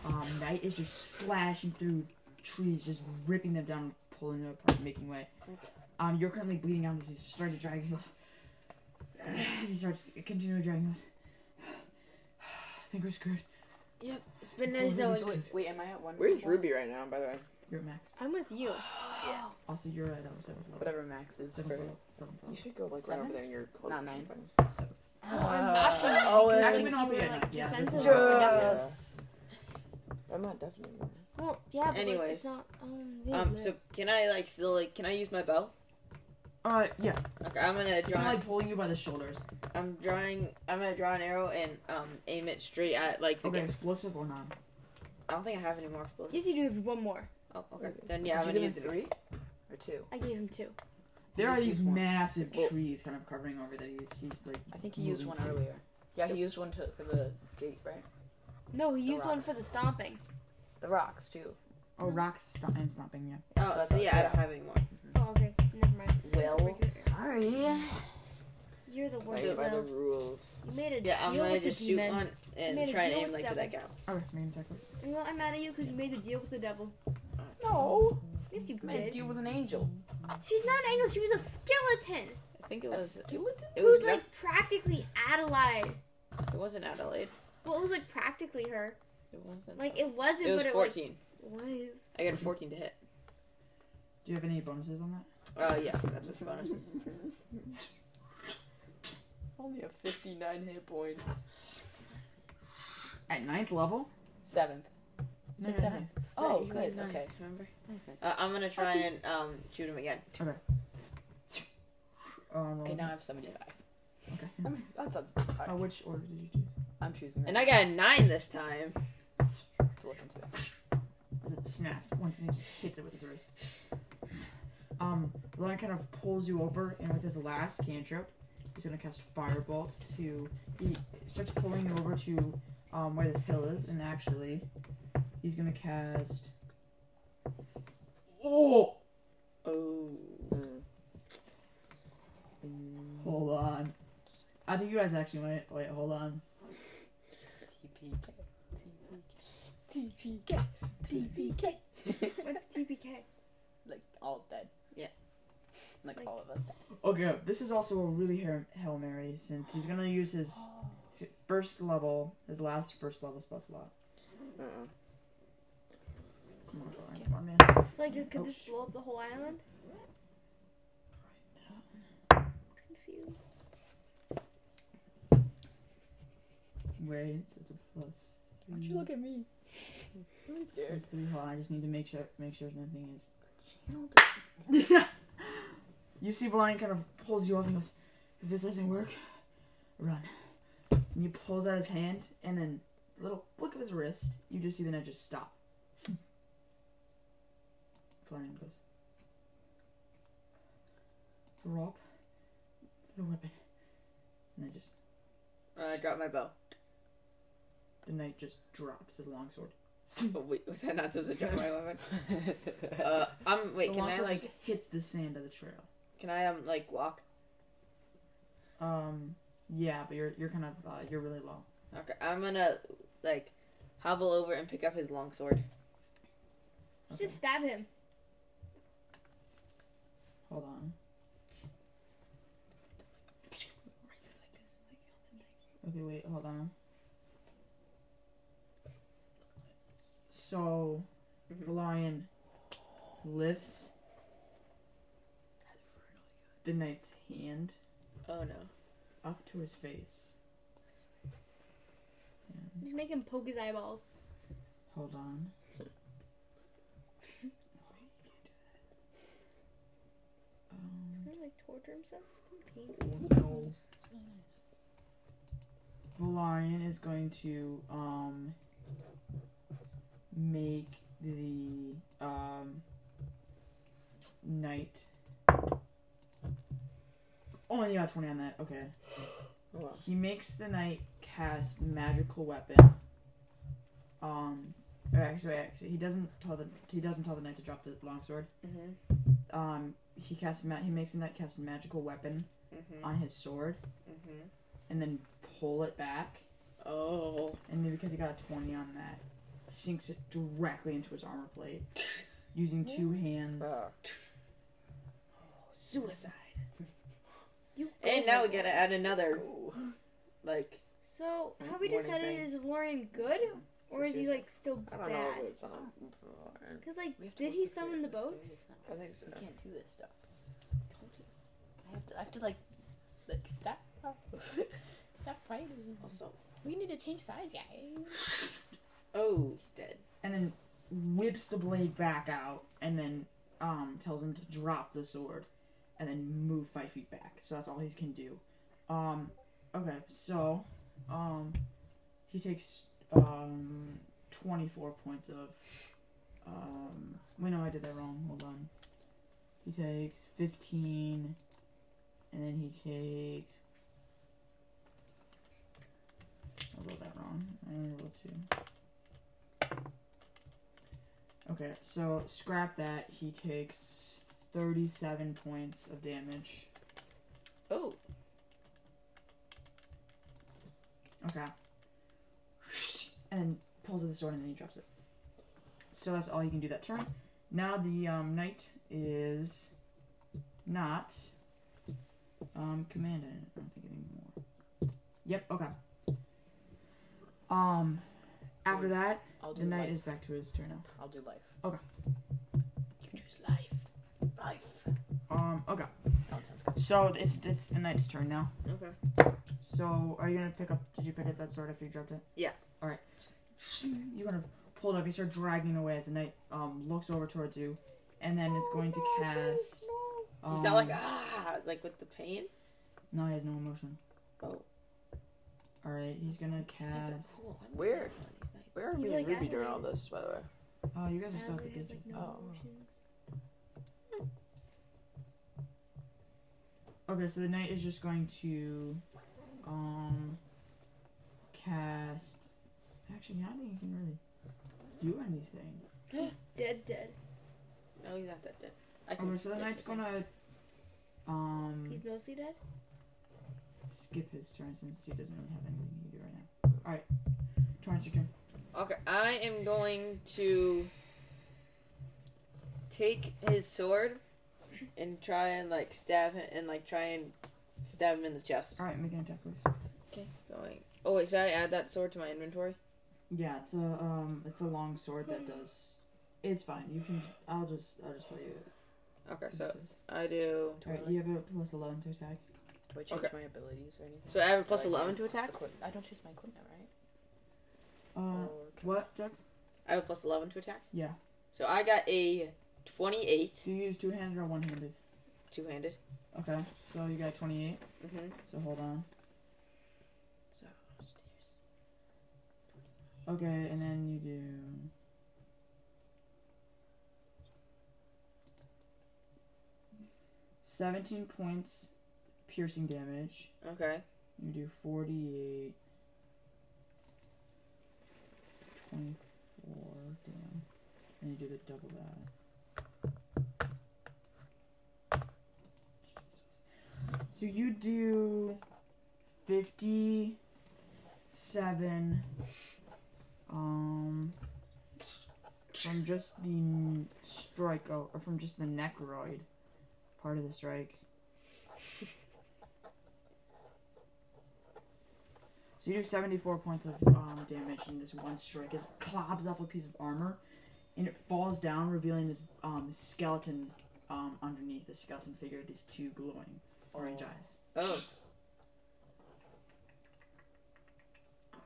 Speaker 1: um knight is just slashing through trees, just ripping them down, pulling them apart, making way. Um, you're currently bleeding out as he starts dragging us. he starts continually dragging us. I think we're screwed.
Speaker 2: It's been
Speaker 1: nice Well, knowing-
Speaker 3: Wait, wait. Am I at one?
Speaker 4: Where's
Speaker 3: level?
Speaker 4: Ruby right now, by the way?
Speaker 1: You're at max.
Speaker 5: I'm with you.
Speaker 1: Also, you're at um, seventh level.
Speaker 3: Whatever Max is.
Speaker 1: Seventh
Speaker 3: for-
Speaker 1: level. Seventh
Speaker 4: You
Speaker 1: level.
Speaker 4: should go like right
Speaker 3: Seven?
Speaker 4: over there in your clothes.
Speaker 3: Not nine.
Speaker 5: I'm
Speaker 3: Uh,
Speaker 5: actually
Speaker 3: oh,
Speaker 5: because
Speaker 1: actually
Speaker 5: like,
Speaker 1: not
Speaker 5: you were,
Speaker 1: yet,
Speaker 5: like,
Speaker 1: yeah,
Speaker 5: your
Speaker 1: this
Speaker 5: senses
Speaker 1: is-
Speaker 5: were definitely-
Speaker 4: Yes. I'm not definitely.
Speaker 5: Well, yeah. But, like,
Speaker 2: Anyways.
Speaker 5: it's not. Um. they
Speaker 2: Um,
Speaker 5: live.
Speaker 2: so can I like still like can I use my bow?
Speaker 1: Uh, yeah.
Speaker 2: Okay, I'm gonna
Speaker 1: He's kind
Speaker 2: draw.
Speaker 1: of like pulling you by the shoulders.
Speaker 2: I'm drawing. I'm gonna draw an arrow and um aim it straight at like the.
Speaker 1: Okay,
Speaker 2: Okay.
Speaker 1: explosive or not?
Speaker 2: I don't think I have any more explosives.
Speaker 5: Yes, you do have one more.
Speaker 2: Oh, okay. Then yeah, I'm
Speaker 3: Did you
Speaker 2: gonna
Speaker 3: give
Speaker 2: use
Speaker 3: me
Speaker 2: it.
Speaker 3: three or two?
Speaker 5: I gave him two.
Speaker 1: There are
Speaker 3: Just
Speaker 1: these
Speaker 3: use one.
Speaker 1: massive
Speaker 3: Well-
Speaker 1: trees kind of covering over that he's, he's like.
Speaker 3: I think he used one
Speaker 1: moving through.
Speaker 3: earlier. Yeah, he used one to, for the gate, right?
Speaker 5: No, he
Speaker 3: The
Speaker 5: used one
Speaker 3: rocks.
Speaker 5: for the stomping.
Speaker 3: The rocks too.
Speaker 1: Oh, rocks stop- and stomping, yeah.
Speaker 3: so
Speaker 2: Oh,
Speaker 3: that's
Speaker 2: so
Speaker 3: all-
Speaker 2: yeah, I don't
Speaker 3: yeah.
Speaker 2: have any more.
Speaker 5: Oh, okay. Never mind.
Speaker 3: Well, sorry.
Speaker 5: You're the worst.
Speaker 4: Play by the
Speaker 5: Will.
Speaker 4: rules.
Speaker 5: You made a
Speaker 2: Yeah, I'm
Speaker 5: deal
Speaker 2: gonna
Speaker 5: with
Speaker 2: just
Speaker 5: the
Speaker 2: shoot
Speaker 5: demon.
Speaker 2: one and
Speaker 5: Made a
Speaker 2: try and
Speaker 5: deal
Speaker 2: aim
Speaker 5: with
Speaker 2: like to
Speaker 5: the
Speaker 2: that guy.
Speaker 1: Okay, maybe check this.
Speaker 5: Well, I'm mad at you because you made the deal with the devil.
Speaker 3: No,
Speaker 5: Yes, you
Speaker 3: my
Speaker 5: did.
Speaker 3: dude was an angel.
Speaker 5: She's not an angel. She was a skeleton
Speaker 2: I think it was.
Speaker 3: skeleton?
Speaker 2: It was.
Speaker 5: who's like practically Adelaide.
Speaker 2: it wasn't Adelaide.
Speaker 5: Well, it was like practically her.
Speaker 2: It wasn't.
Speaker 5: Like it wasn't,
Speaker 2: it was
Speaker 5: but it
Speaker 2: 14.
Speaker 5: like was.
Speaker 2: I got a 14 to hit.
Speaker 1: Do you have any bonuses on that?
Speaker 2: Oh yeah, that's what the bonus is.
Speaker 3: Only have 59 hit points.
Speaker 1: At ninth level?
Speaker 3: Seventh.
Speaker 1: No,
Speaker 3: Six,
Speaker 1: no,
Speaker 3: seven.
Speaker 1: no.
Speaker 3: Oh,
Speaker 2: You
Speaker 3: good.
Speaker 2: had nine,
Speaker 3: Okay.
Speaker 2: Remember?
Speaker 3: Nice.
Speaker 2: Uh, I'm gonna try and um shoot him again.
Speaker 1: Um,
Speaker 3: Okay, now I have 75.
Speaker 1: okay.
Speaker 3: I mean, that sounds pretty
Speaker 1: Uh,
Speaker 3: hard.
Speaker 1: which order did you choose?
Speaker 3: I'm choosing.
Speaker 2: And I got a nine this time.
Speaker 3: to look into it.
Speaker 1: As it snaps once and he just hits it with his wrist. Um, the lion kind of pulls you over, and with his last cantrip, he's gonna cast Firebolt to. He starts pulling you over to um, where this hill is, and actually, he's gonna cast. Oh!
Speaker 2: Oh.
Speaker 1: Hold on. I think you guys actually might. Wait, hold on.
Speaker 3: TPK. TPK. TPK. TPK.
Speaker 5: What's TPK?
Speaker 3: Like all dead.
Speaker 2: Yeah.
Speaker 3: Like,
Speaker 5: Like-
Speaker 3: all of us dead.
Speaker 1: Okay, this is also a really Hail, Hail Mary since he's gonna use his his first level, his last first level spell slot.
Speaker 4: Uh-uh.
Speaker 1: Come on, Lauren, come on, man.
Speaker 5: So like, it could
Speaker 1: Oh,
Speaker 5: this
Speaker 1: sh-
Speaker 5: blow up the whole island? Confused.
Speaker 1: Wait, it's a plus.
Speaker 3: Why'd you look at me? I'm
Speaker 1: Plus three. Hold on, I just need to make sure make sure nothing is. you see, Blind kind of pulls you off and goes, "If this doesn't work, run." And he pulls out his hand, and then a little flick of his wrist, you just see the net just stop. Blind goes, "Drop the weapon," and then just
Speaker 2: Uh, I dropped my bow.
Speaker 1: the knight just drops his longsword.
Speaker 2: Oh, wait, was that not supposed to jump by eleven? Uh, I'm wait.
Speaker 1: The
Speaker 2: Can I
Speaker 1: monster
Speaker 2: like?
Speaker 1: just hits the sand of the trail?
Speaker 2: Can I um like walk?
Speaker 1: Um, yeah, but you're you're kind of uh, you're really low.
Speaker 2: Okay, I'm gonna like hobble over and pick up his long sword.
Speaker 5: Just stab him.
Speaker 1: Hold on. Okay, wait, hold on. So,
Speaker 2: Mhm.
Speaker 1: the lion lifts the knight's hand
Speaker 2: Oh no!
Speaker 1: up to his face. And
Speaker 5: Just make him poke his eyeballs.
Speaker 1: hold on. Um,
Speaker 5: Can I, like torture himself?
Speaker 1: No. The lion is going to um make the um knight. Only got twenty on that. Okay.
Speaker 4: Oh, wow.
Speaker 1: He makes the knight cast magical weapon. Um, or actually, actually, he doesn't tell the he doesn't tell the knight to drop the longsword.
Speaker 2: Mm-hmm.
Speaker 1: Um, he casts ma- he makes the knight cast magical weapon
Speaker 2: Mm-hmm.
Speaker 1: on his sword
Speaker 2: Mm-hmm.
Speaker 1: and then pull it back.
Speaker 2: Oh.
Speaker 1: And then because he got a 20 on that, sinks it directly into his armor plate using two hands.
Speaker 2: Ah. Suicide.
Speaker 5: You
Speaker 2: And now we gotta add another. Like,
Speaker 5: So how we
Speaker 2: Warning
Speaker 5: decided
Speaker 2: thing.
Speaker 5: is Warren good or is he
Speaker 4: Suspicious.
Speaker 5: like still
Speaker 4: I don't know,
Speaker 5: bad?
Speaker 4: but it's not.
Speaker 5: Because like,
Speaker 3: We have to
Speaker 5: did
Speaker 3: look
Speaker 5: he
Speaker 3: this way.
Speaker 5: summon the
Speaker 3: This way
Speaker 5: boats?
Speaker 3: is not-
Speaker 4: I think so.
Speaker 3: We can't do this stuff. Told you. I have to. I have to like, like stop. stop fighting.
Speaker 2: also.
Speaker 3: We need to change sides, guys.
Speaker 2: Oh, he's dead.
Speaker 1: And then whips the blade back out and then um, tells him to drop the sword and then move five feet back. So that's all he can do. Um, okay, so um, he takes um, 24 points of. Um, wait, no, I did that wrong. Hold on. He takes 15, and then he takes. I wrote that wrong. I only rolled two. Okay, so scrap that. He takes 37 points of damage.
Speaker 2: Oh.
Speaker 1: Okay. And pulls at the sword and then he drops it. So that's all you can do that turn. Now the um, knight is not um, commanded. I don't think anymore. Yep. Okay. Um, after that,
Speaker 3: I'll do
Speaker 1: the knight
Speaker 3: life.
Speaker 1: is back to his turn now.
Speaker 3: I'll do life.
Speaker 2: You choose life.
Speaker 3: Life.
Speaker 1: Um, okay.
Speaker 3: Oh, it sounds good.
Speaker 1: So it's it's the knight's turn now.
Speaker 2: Okay.
Speaker 1: So, are you gonna pick up? Did you pick up that sword after you dropped it?
Speaker 2: Yeah.
Speaker 1: All right. You're gonna pull it up. You start dragging away as the knight um, looks over towards you, and then is going to cast. Um,
Speaker 2: He's not like ah, like with the pain.
Speaker 1: No, he has no emotion.
Speaker 2: Oh.
Speaker 1: All right. He's gonna
Speaker 2: These knights are
Speaker 1: cast.
Speaker 2: cool. Why don't we
Speaker 4: Where-
Speaker 2: have one of these knights?
Speaker 4: Where are
Speaker 5: He's
Speaker 4: me and
Speaker 5: like
Speaker 4: Ruby during all
Speaker 5: isolated.
Speaker 4: this, by the way?
Speaker 1: Oh, you guys are
Speaker 5: Now
Speaker 1: stuck at the
Speaker 5: there's,
Speaker 1: kitchen.
Speaker 5: like, no
Speaker 4: Oh.
Speaker 5: emotions.
Speaker 1: Okay, so the knight is just going to, um, cast. Actually, I don't think he can really do anything.
Speaker 5: Dead, dead.
Speaker 2: No, he's not that dead. I can.
Speaker 1: Okay, so the knight's gonna, um.
Speaker 5: He's mostly dead.
Speaker 1: skip his turn since he doesn't really have anything he can do right now. Alright. Torrance, your turn.
Speaker 2: Okay, I am going to take his sword and try and like stab him and like try and stab him in the chest.
Speaker 1: Alright, make an attack, please.
Speaker 2: Okay, going. Oh wait, should I add that sword to my inventory?
Speaker 1: Yeah, it's a um it's a long sword that does it's fine. You can I'll just I'll just tell you
Speaker 2: Okay,
Speaker 1: what
Speaker 2: so
Speaker 1: it says.
Speaker 2: I do.
Speaker 1: Alright, you have a plus eleven to attack.
Speaker 3: Do I change
Speaker 2: Okay.
Speaker 3: my abilities or anything?
Speaker 2: So I have a plus
Speaker 3: Do I
Speaker 2: eleven
Speaker 3: do
Speaker 2: to attack.
Speaker 3: equip- I don't choose my equipment, right?
Speaker 1: Uh
Speaker 3: Or can-
Speaker 1: what, Jack?
Speaker 2: I have a plus eleven to attack.
Speaker 1: Yeah.
Speaker 2: So I got a twenty-eight,
Speaker 1: Do you use two handed or one handed?
Speaker 2: two-handed.
Speaker 1: Okay. So you got twenty eight,
Speaker 2: Mm-hmm.
Speaker 1: so hold on.
Speaker 2: So
Speaker 1: Okay, and then you do seventeen points piercing damage.
Speaker 2: okay,
Speaker 1: You do 48, 24, And you do the double that. So you do 57 um from just the n- strike oh, or or from just the necroid part of the strike. So you do 74 points of um, damage in this one strike as it clobs off a piece of armor and it falls down revealing this um, skeleton um, underneath the skeleton figure these two glowing orange eyes.
Speaker 3: Oh.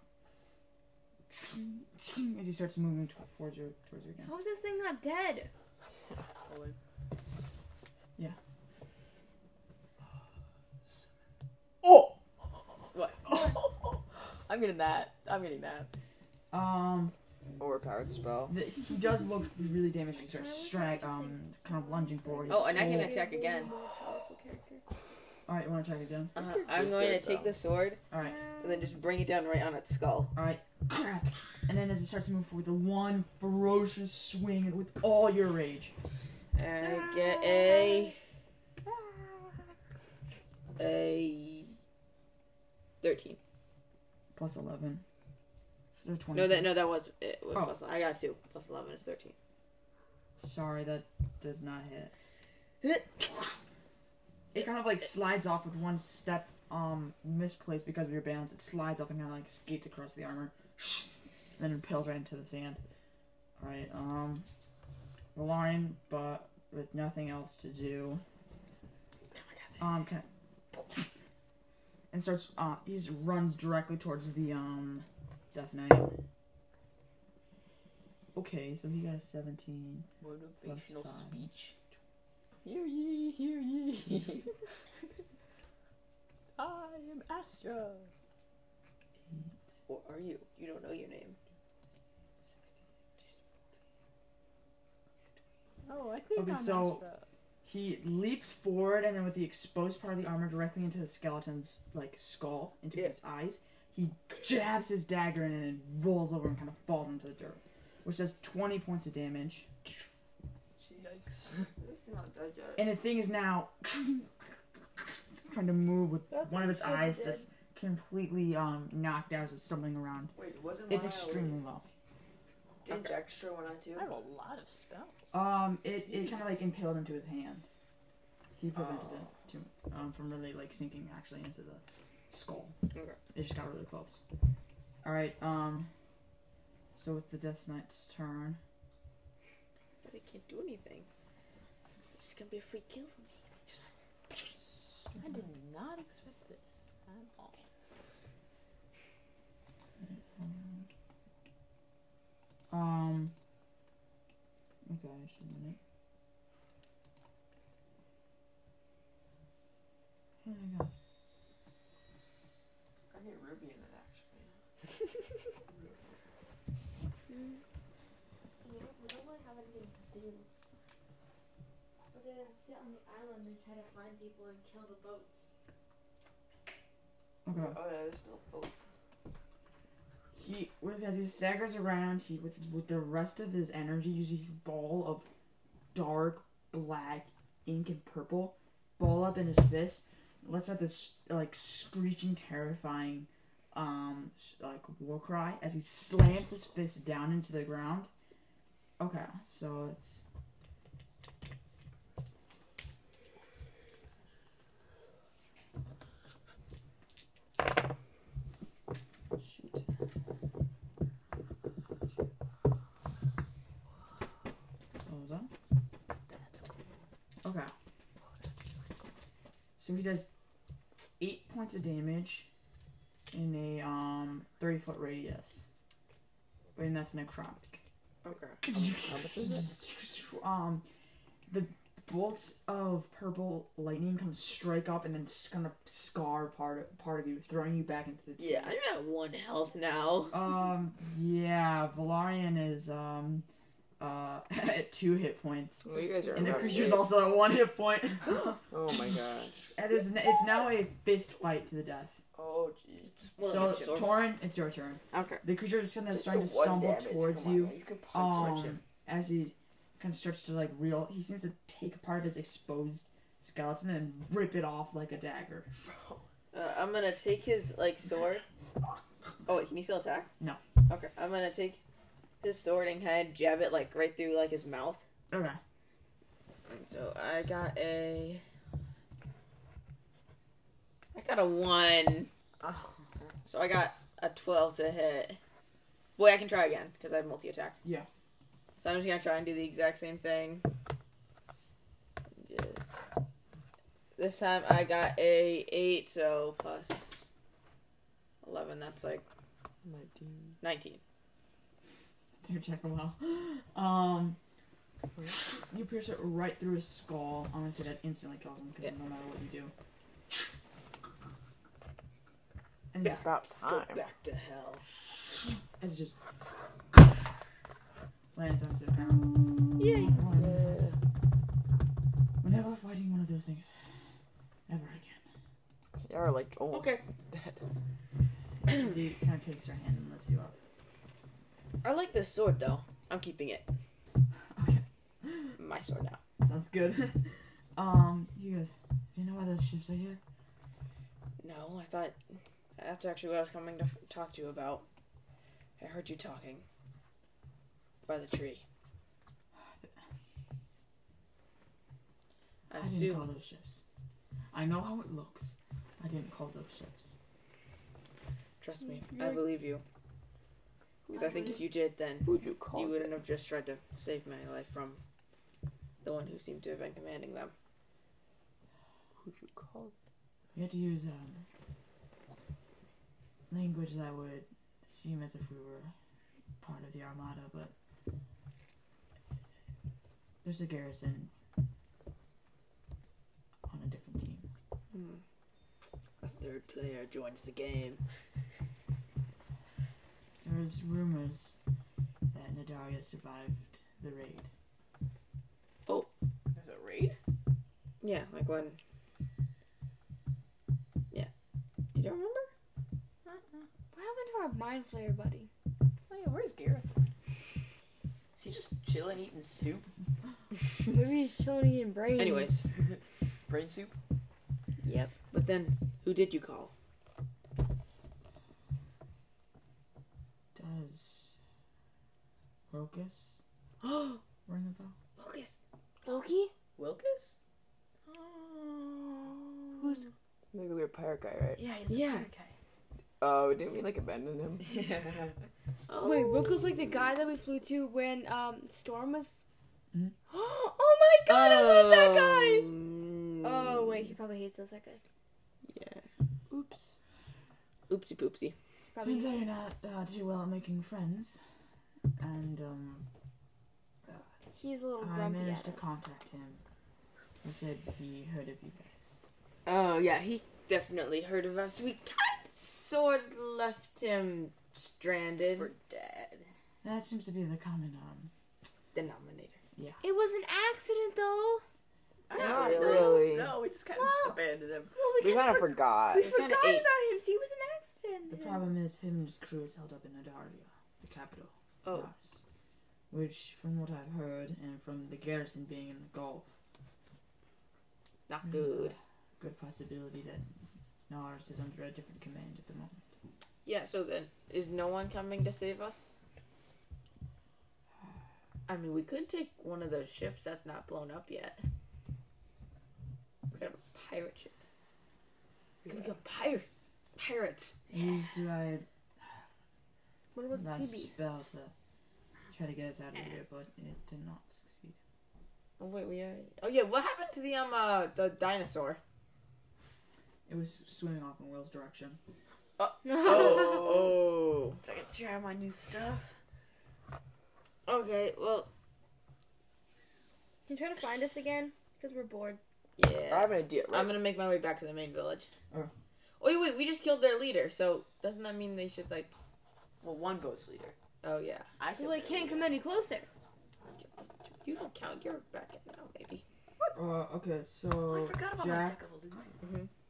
Speaker 1: as he starts moving t- towards you, towards you again.
Speaker 5: How is this thing not dead?
Speaker 3: Oh. What? I'm getting that. I'm getting that.
Speaker 1: Um,
Speaker 4: Overpowered spell.
Speaker 1: the, he does look really damaged. He starts strag, um, kind of lunging forward. He's
Speaker 2: Oh, and I can
Speaker 1: full-
Speaker 2: attack again.
Speaker 1: All right, you want to attack again?
Speaker 2: Uh, I'm going to take the sword
Speaker 1: All right,
Speaker 2: and then just bring it down right on its skull.
Speaker 1: all right. Crap. And then as he starts to move forward, the one ferocious swing and with all your rage.
Speaker 2: I get a a thirteen.
Speaker 1: Plus 11. So 20.
Speaker 2: No, that no, that was it. Was
Speaker 1: Oh.
Speaker 2: plus, I got two. Plus eleven is thirteen.
Speaker 1: Sorry, that does not hit. It kind of like slides off with one step um misplaced because of your balance. It slides off and kind of like skates across the armor, and then impales right into the sand. All right, um, Lauren, but with nothing else to do, um, kind of, and starts. Uh, he just runs directly towards the um, Death Knight. Okay, so he got a seventeen.
Speaker 3: Motivational
Speaker 1: five.
Speaker 3: speech. Hear ye, hear ye. I am Astra.
Speaker 2: Or are you? You don't know your name.
Speaker 3: Oh, I think
Speaker 1: Okay,
Speaker 3: I'm
Speaker 1: so-
Speaker 3: Astra.
Speaker 1: He leaps forward, and then with the exposed part of the armor directly into the skeleton's like skull, into his eyes, he jabs his dagger in and then rolls over and kind of falls into the dirt, which does twenty points of damage.
Speaker 3: Yikes.
Speaker 1: And the thing is now trying to move with one of its eyes just completely um knocked out as it's stumbling around.
Speaker 2: Wait, wasn't
Speaker 1: It's extremely low.
Speaker 2: Didn't Dexter one on two?
Speaker 3: I have a lot of spells.
Speaker 1: Um, it, it kind of like impaled into his hand. He prevented it to, um, from really like sinking actually into the skull.
Speaker 2: Okay.
Speaker 1: It just got really close. All right. Um. So with the Death Knight's turn,
Speaker 2: But They can't do anything. It's just gonna be a free kill for me.
Speaker 3: I did not expect this at all.
Speaker 1: um. Okay, just a minute. Here we go.
Speaker 2: I get Ruby in it actually.
Speaker 1: Okay.
Speaker 2: Oh yeah, there's still hope.
Speaker 1: he with as he staggers around, he with with the rest of his energy uses his ball of dark black ink and purple ball up in his fist, and lets out this like screeching, terrifying, um, sh- like war cry as he slams his fist down into the ground. Okay, so it's. Shoot. Hold on. Okay. So he does eight points of damage in a um thirty foot radius. And that's necrotic.
Speaker 2: Okay.
Speaker 4: How much is it?
Speaker 1: Um, the bolts of purple lightning kind of strike up and then s- kind of scar part part of you, throwing you back into the
Speaker 2: Yeah, I'm at one health now.
Speaker 1: Um, yeah, Valarian is um uh at two hit points.
Speaker 4: Well, you guys are.
Speaker 1: And the
Speaker 4: rough
Speaker 1: creature's
Speaker 4: shape.
Speaker 1: also at one hit point.
Speaker 4: Oh my gosh.
Speaker 1: it is. It's now a fist fight to the death.
Speaker 2: Oh jeez.
Speaker 1: So Torin, it's your turn.
Speaker 2: Okay.
Speaker 1: The creature is kind of
Speaker 6: Just
Speaker 1: starting
Speaker 6: do
Speaker 1: to
Speaker 6: one
Speaker 1: stumble
Speaker 6: damage,
Speaker 1: towards
Speaker 6: come on,
Speaker 1: you.
Speaker 6: man. You can punch
Speaker 1: Um,
Speaker 6: him.
Speaker 1: as he kind of starts to like reel, he seems to take apart his exposed skeleton and rip it off like a dagger.
Speaker 2: Uh, I'm gonna take his like sword. Oh wait, can he still attack?
Speaker 1: No.
Speaker 2: Okay, I'm gonna take his sword and kind of jab it like right through like his mouth.
Speaker 1: Okay.
Speaker 2: And so I got a. I got a one.
Speaker 6: Oh.
Speaker 2: So I got a twelve to hit. Boy, I can try again because I have multi attack.
Speaker 1: Yeah.
Speaker 2: So I'm just gonna try and do the exact same thing. Just this time I got a eight, so plus eleven. That's like nineteen.
Speaker 1: Dear Checkerwell. Um, you pierce it right through his skull. I'm gonna say that instantly kills him because no matter what you do. And
Speaker 4: It's about time.
Speaker 2: back to hell.
Speaker 1: it's just lands onto the ground.
Speaker 5: Yay.
Speaker 1: One of those places. We're never fighting one of those things ever again.
Speaker 4: You are like almost
Speaker 2: Okay.
Speaker 4: dead.
Speaker 1: As he kind of takes her hand and lifts you up.
Speaker 2: I like this sword though. I'm keeping it.
Speaker 1: Okay,
Speaker 2: My sword now.
Speaker 1: sounds good. um, he goes, "Do you know why those ships are here?"
Speaker 2: No, I thought that's actually what I was coming to f- talk to you about. I heard you talking by the tree. I
Speaker 1: I didn't call
Speaker 2: assume.
Speaker 1: those ships. I know how it looks. I didn't call those ships.
Speaker 2: Trust me, I believe you. Because I think if you did, then
Speaker 4: Who'd you call?
Speaker 2: you
Speaker 4: it?
Speaker 2: wouldn't have just tried to save my life from the one who seemed to have been commanding them.
Speaker 4: Who'd you call? it?
Speaker 1: We had to use um, language that would seem as if we were part of the Armada, but there's a garrison on a different team.
Speaker 2: Hmm. A third player joins the game.
Speaker 1: There was rumors that Nadaria survived the raid.
Speaker 3: There's a raid?
Speaker 2: Yeah, like when. Yeah. You don't remember?
Speaker 5: What happened to our mind flayer buddy?
Speaker 3: Oh yeah, where's Gareth? Is he just chilling, eating soup?
Speaker 5: Maybe he's chilling eating brains.
Speaker 2: Anyways.
Speaker 3: Brain soup?
Speaker 5: Yep.
Speaker 2: But then, who did you call?
Speaker 1: Does Rokus ring a bell?
Speaker 2: Lucas.
Speaker 5: Loki?
Speaker 3: Wilkes?
Speaker 5: Who's
Speaker 4: Like the weird pirate guy, right?
Speaker 3: Yeah, he's
Speaker 2: a Yeah.
Speaker 4: Oh, didn't we like abandon him?
Speaker 3: Okay.
Speaker 2: Oh.
Speaker 5: Wait, Wilco's like the guy that we flew to when um Storm was.
Speaker 1: Mhm.
Speaker 5: oh my god, I love that guy.
Speaker 2: Mm,
Speaker 5: Oh wait, he probably hates those guys.
Speaker 2: Yeah.
Speaker 1: Oops.
Speaker 2: Oopsie poopsie.
Speaker 5: Probably.
Speaker 1: Turns out you're not uh, too well at making friends, and um,
Speaker 5: He's a little
Speaker 1: I
Speaker 5: Oh, grumpy.
Speaker 1: managed
Speaker 5: at
Speaker 1: to
Speaker 5: us.
Speaker 1: contact him. He said he heard of you guys.
Speaker 2: Oh yeah, he definitely heard of us. We kind of sort of left him stranded.
Speaker 3: For dead.
Speaker 1: That seems to be the common um.
Speaker 2: Denominator.
Speaker 5: It was an accident though.
Speaker 2: Not
Speaker 4: really.
Speaker 3: No, we just kind of
Speaker 5: Well-
Speaker 3: abandoned him.
Speaker 5: Well, we,
Speaker 4: We
Speaker 5: kinda
Speaker 4: kind of
Speaker 5: for-
Speaker 4: forgot.
Speaker 5: we
Speaker 2: we
Speaker 5: forgot
Speaker 2: kinda
Speaker 5: about
Speaker 2: ate.
Speaker 5: him. See, it was an accident.
Speaker 1: The problem is him and his crew is held up in Adaria, the capital. of
Speaker 2: Oh.
Speaker 1: ours, which, from what I've heard, and from the garrison being in the Gulf,
Speaker 5: Mm.
Speaker 2: Not good.
Speaker 1: good possibility that Nars is under a different command at the moment.
Speaker 2: Yeah. So then, is no one coming to save us? I mean, we could take one of those ships that's not blown up yet. Could have a pirate ship. We could become pirate pirates.
Speaker 1: Used to I
Speaker 5: What about the
Speaker 1: last
Speaker 5: sea beast? Eh.
Speaker 1: spell to try to get us out of here, but it did not succeed.
Speaker 2: Oh wait, we are. Oh yeah, what happened to the um uh, the dinosaur?
Speaker 1: It was swimming off in Will's direction.
Speaker 2: Oh.
Speaker 3: I get to try my new stuff.
Speaker 2: oh. Okay. Well.
Speaker 5: Can you try to find us again? Because we're bored.
Speaker 4: I
Speaker 2: Yeah.
Speaker 4: have an idea. Right?
Speaker 2: I'm gonna make my way back to the main village.
Speaker 1: Oh.
Speaker 2: Oh wait, wait, we just killed their leader, so doesn't that mean they should like?
Speaker 3: Well, one boat's leader.
Speaker 2: Oh yeah.
Speaker 3: I
Speaker 5: We like can't come any closer.
Speaker 2: You don't count. You're back in now, maybe.
Speaker 1: Uh, okay,
Speaker 5: Oh,
Speaker 1: so Jack,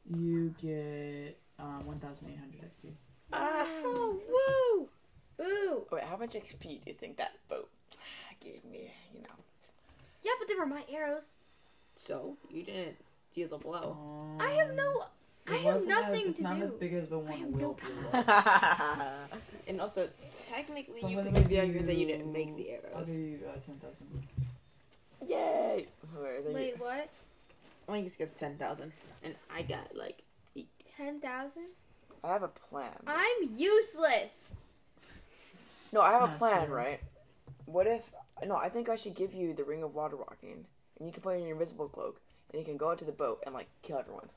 Speaker 1: you get uh, 1,800 XP.
Speaker 2: Ah, woo!
Speaker 5: Boo!
Speaker 4: Wait, how much XP do you think that boat gave me?
Speaker 5: they were my arrows.
Speaker 2: So you didn't deal the blow.
Speaker 5: Oh. I have no.
Speaker 1: Um, It
Speaker 5: I have
Speaker 1: wasn't as-
Speaker 5: nothing
Speaker 1: it's
Speaker 5: to
Speaker 1: not
Speaker 5: do.
Speaker 1: as big as the one
Speaker 5: have no
Speaker 1: Will blew up.
Speaker 2: And also, technically,
Speaker 1: So I'm
Speaker 2: you
Speaker 1: gonna
Speaker 2: could make the
Speaker 1: give
Speaker 2: argument that you didn't
Speaker 1: you-
Speaker 2: make the
Speaker 1: I'll
Speaker 2: arrows.
Speaker 1: give you uh, 10,000.
Speaker 4: Yay! Alright, thank you.
Speaker 5: Wait, what?
Speaker 2: Linkus gets ten thousand, and I got like
Speaker 5: Ten thousand?
Speaker 4: I have a plan.
Speaker 5: I'm useless.
Speaker 4: No, I have
Speaker 1: It's
Speaker 4: a
Speaker 1: not
Speaker 4: plan,
Speaker 1: true.
Speaker 4: right? What if? No, I think I should give you the ring of water walking, and you can put it in your invisible cloak, and you can go out to the boat and like kill everyone,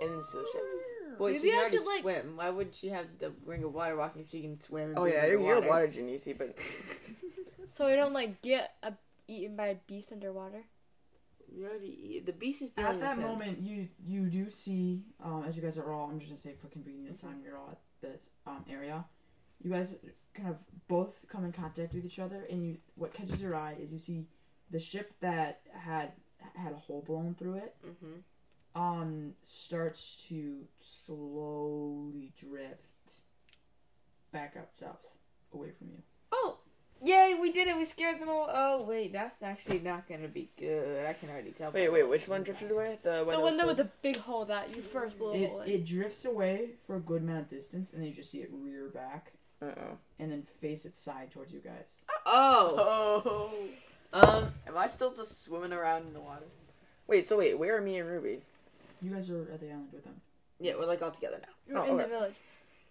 Speaker 4: and then steal the ship.
Speaker 2: Boy,
Speaker 5: Maybe
Speaker 2: she can
Speaker 5: I
Speaker 2: already
Speaker 5: could, like-
Speaker 2: swim. Why would she have the ring of water walking if she can swim? and
Speaker 4: Oh
Speaker 2: breathe
Speaker 4: yeah, you're, you're a
Speaker 2: underwater?
Speaker 4: water genie, you see, but
Speaker 9: So I don't like get a, eaten by a beast underwater.
Speaker 2: You already, the beast is dealing
Speaker 1: At that
Speaker 2: with him.
Speaker 1: moment, you you do see, um, as you guys are all, I'm just gonna say for convenience,
Speaker 2: Mm-hmm.
Speaker 1: um, you're all at this um, area. You guys kind of both come in contact with each other, and you what catches your eye is you see the ship that had had a hole blown through it.
Speaker 2: Mm-hmm.
Speaker 1: um starts to slowly drift back out south away from you.
Speaker 5: Oh,
Speaker 2: Yay, we did it. We scared them all. Oh, wait, that's actually not going to be good. I can already tell. by
Speaker 4: wait, wait,
Speaker 2: what
Speaker 4: which
Speaker 2: it
Speaker 4: one
Speaker 2: is.
Speaker 4: drifted away? The one,
Speaker 9: the
Speaker 4: that
Speaker 9: one that
Speaker 4: was
Speaker 9: with the big hole that you first
Speaker 2: Oh,
Speaker 9: blew a hole
Speaker 1: It,
Speaker 9: in.
Speaker 1: it drifts away for a good amount of distance and then you just see it rear back
Speaker 4: the. Uh-uh.
Speaker 1: and then face its side towards you guys.
Speaker 2: Oh.
Speaker 3: Oh.
Speaker 2: Um,
Speaker 3: Am I still just swimming around in the water?
Speaker 4: Wait, so wait, where are me and Ruby?
Speaker 1: You guys are at the island with them.
Speaker 2: yeah, we're like all together now.
Speaker 9: You're
Speaker 4: Oh,
Speaker 9: in
Speaker 4: okay.
Speaker 9: the village.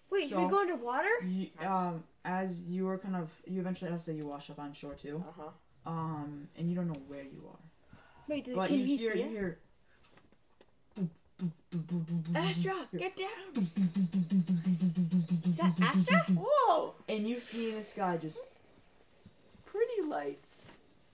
Speaker 5: Wait, should
Speaker 1: So-
Speaker 5: we go underwater?
Speaker 1: You, um as you are kind of you eventually have to say you wash up on shore too.
Speaker 4: Uh huh.
Speaker 3: Uh-huh.
Speaker 1: Um and you don't know where you are.
Speaker 9: Wait, does,
Speaker 1: But
Speaker 9: can
Speaker 1: you
Speaker 9: he
Speaker 1: hear
Speaker 9: see
Speaker 1: you
Speaker 9: us?
Speaker 1: hear
Speaker 2: Astra, get down.
Speaker 5: Is that Astra?
Speaker 3: Whoa!
Speaker 1: and you see this guy just
Speaker 3: Pretty lights.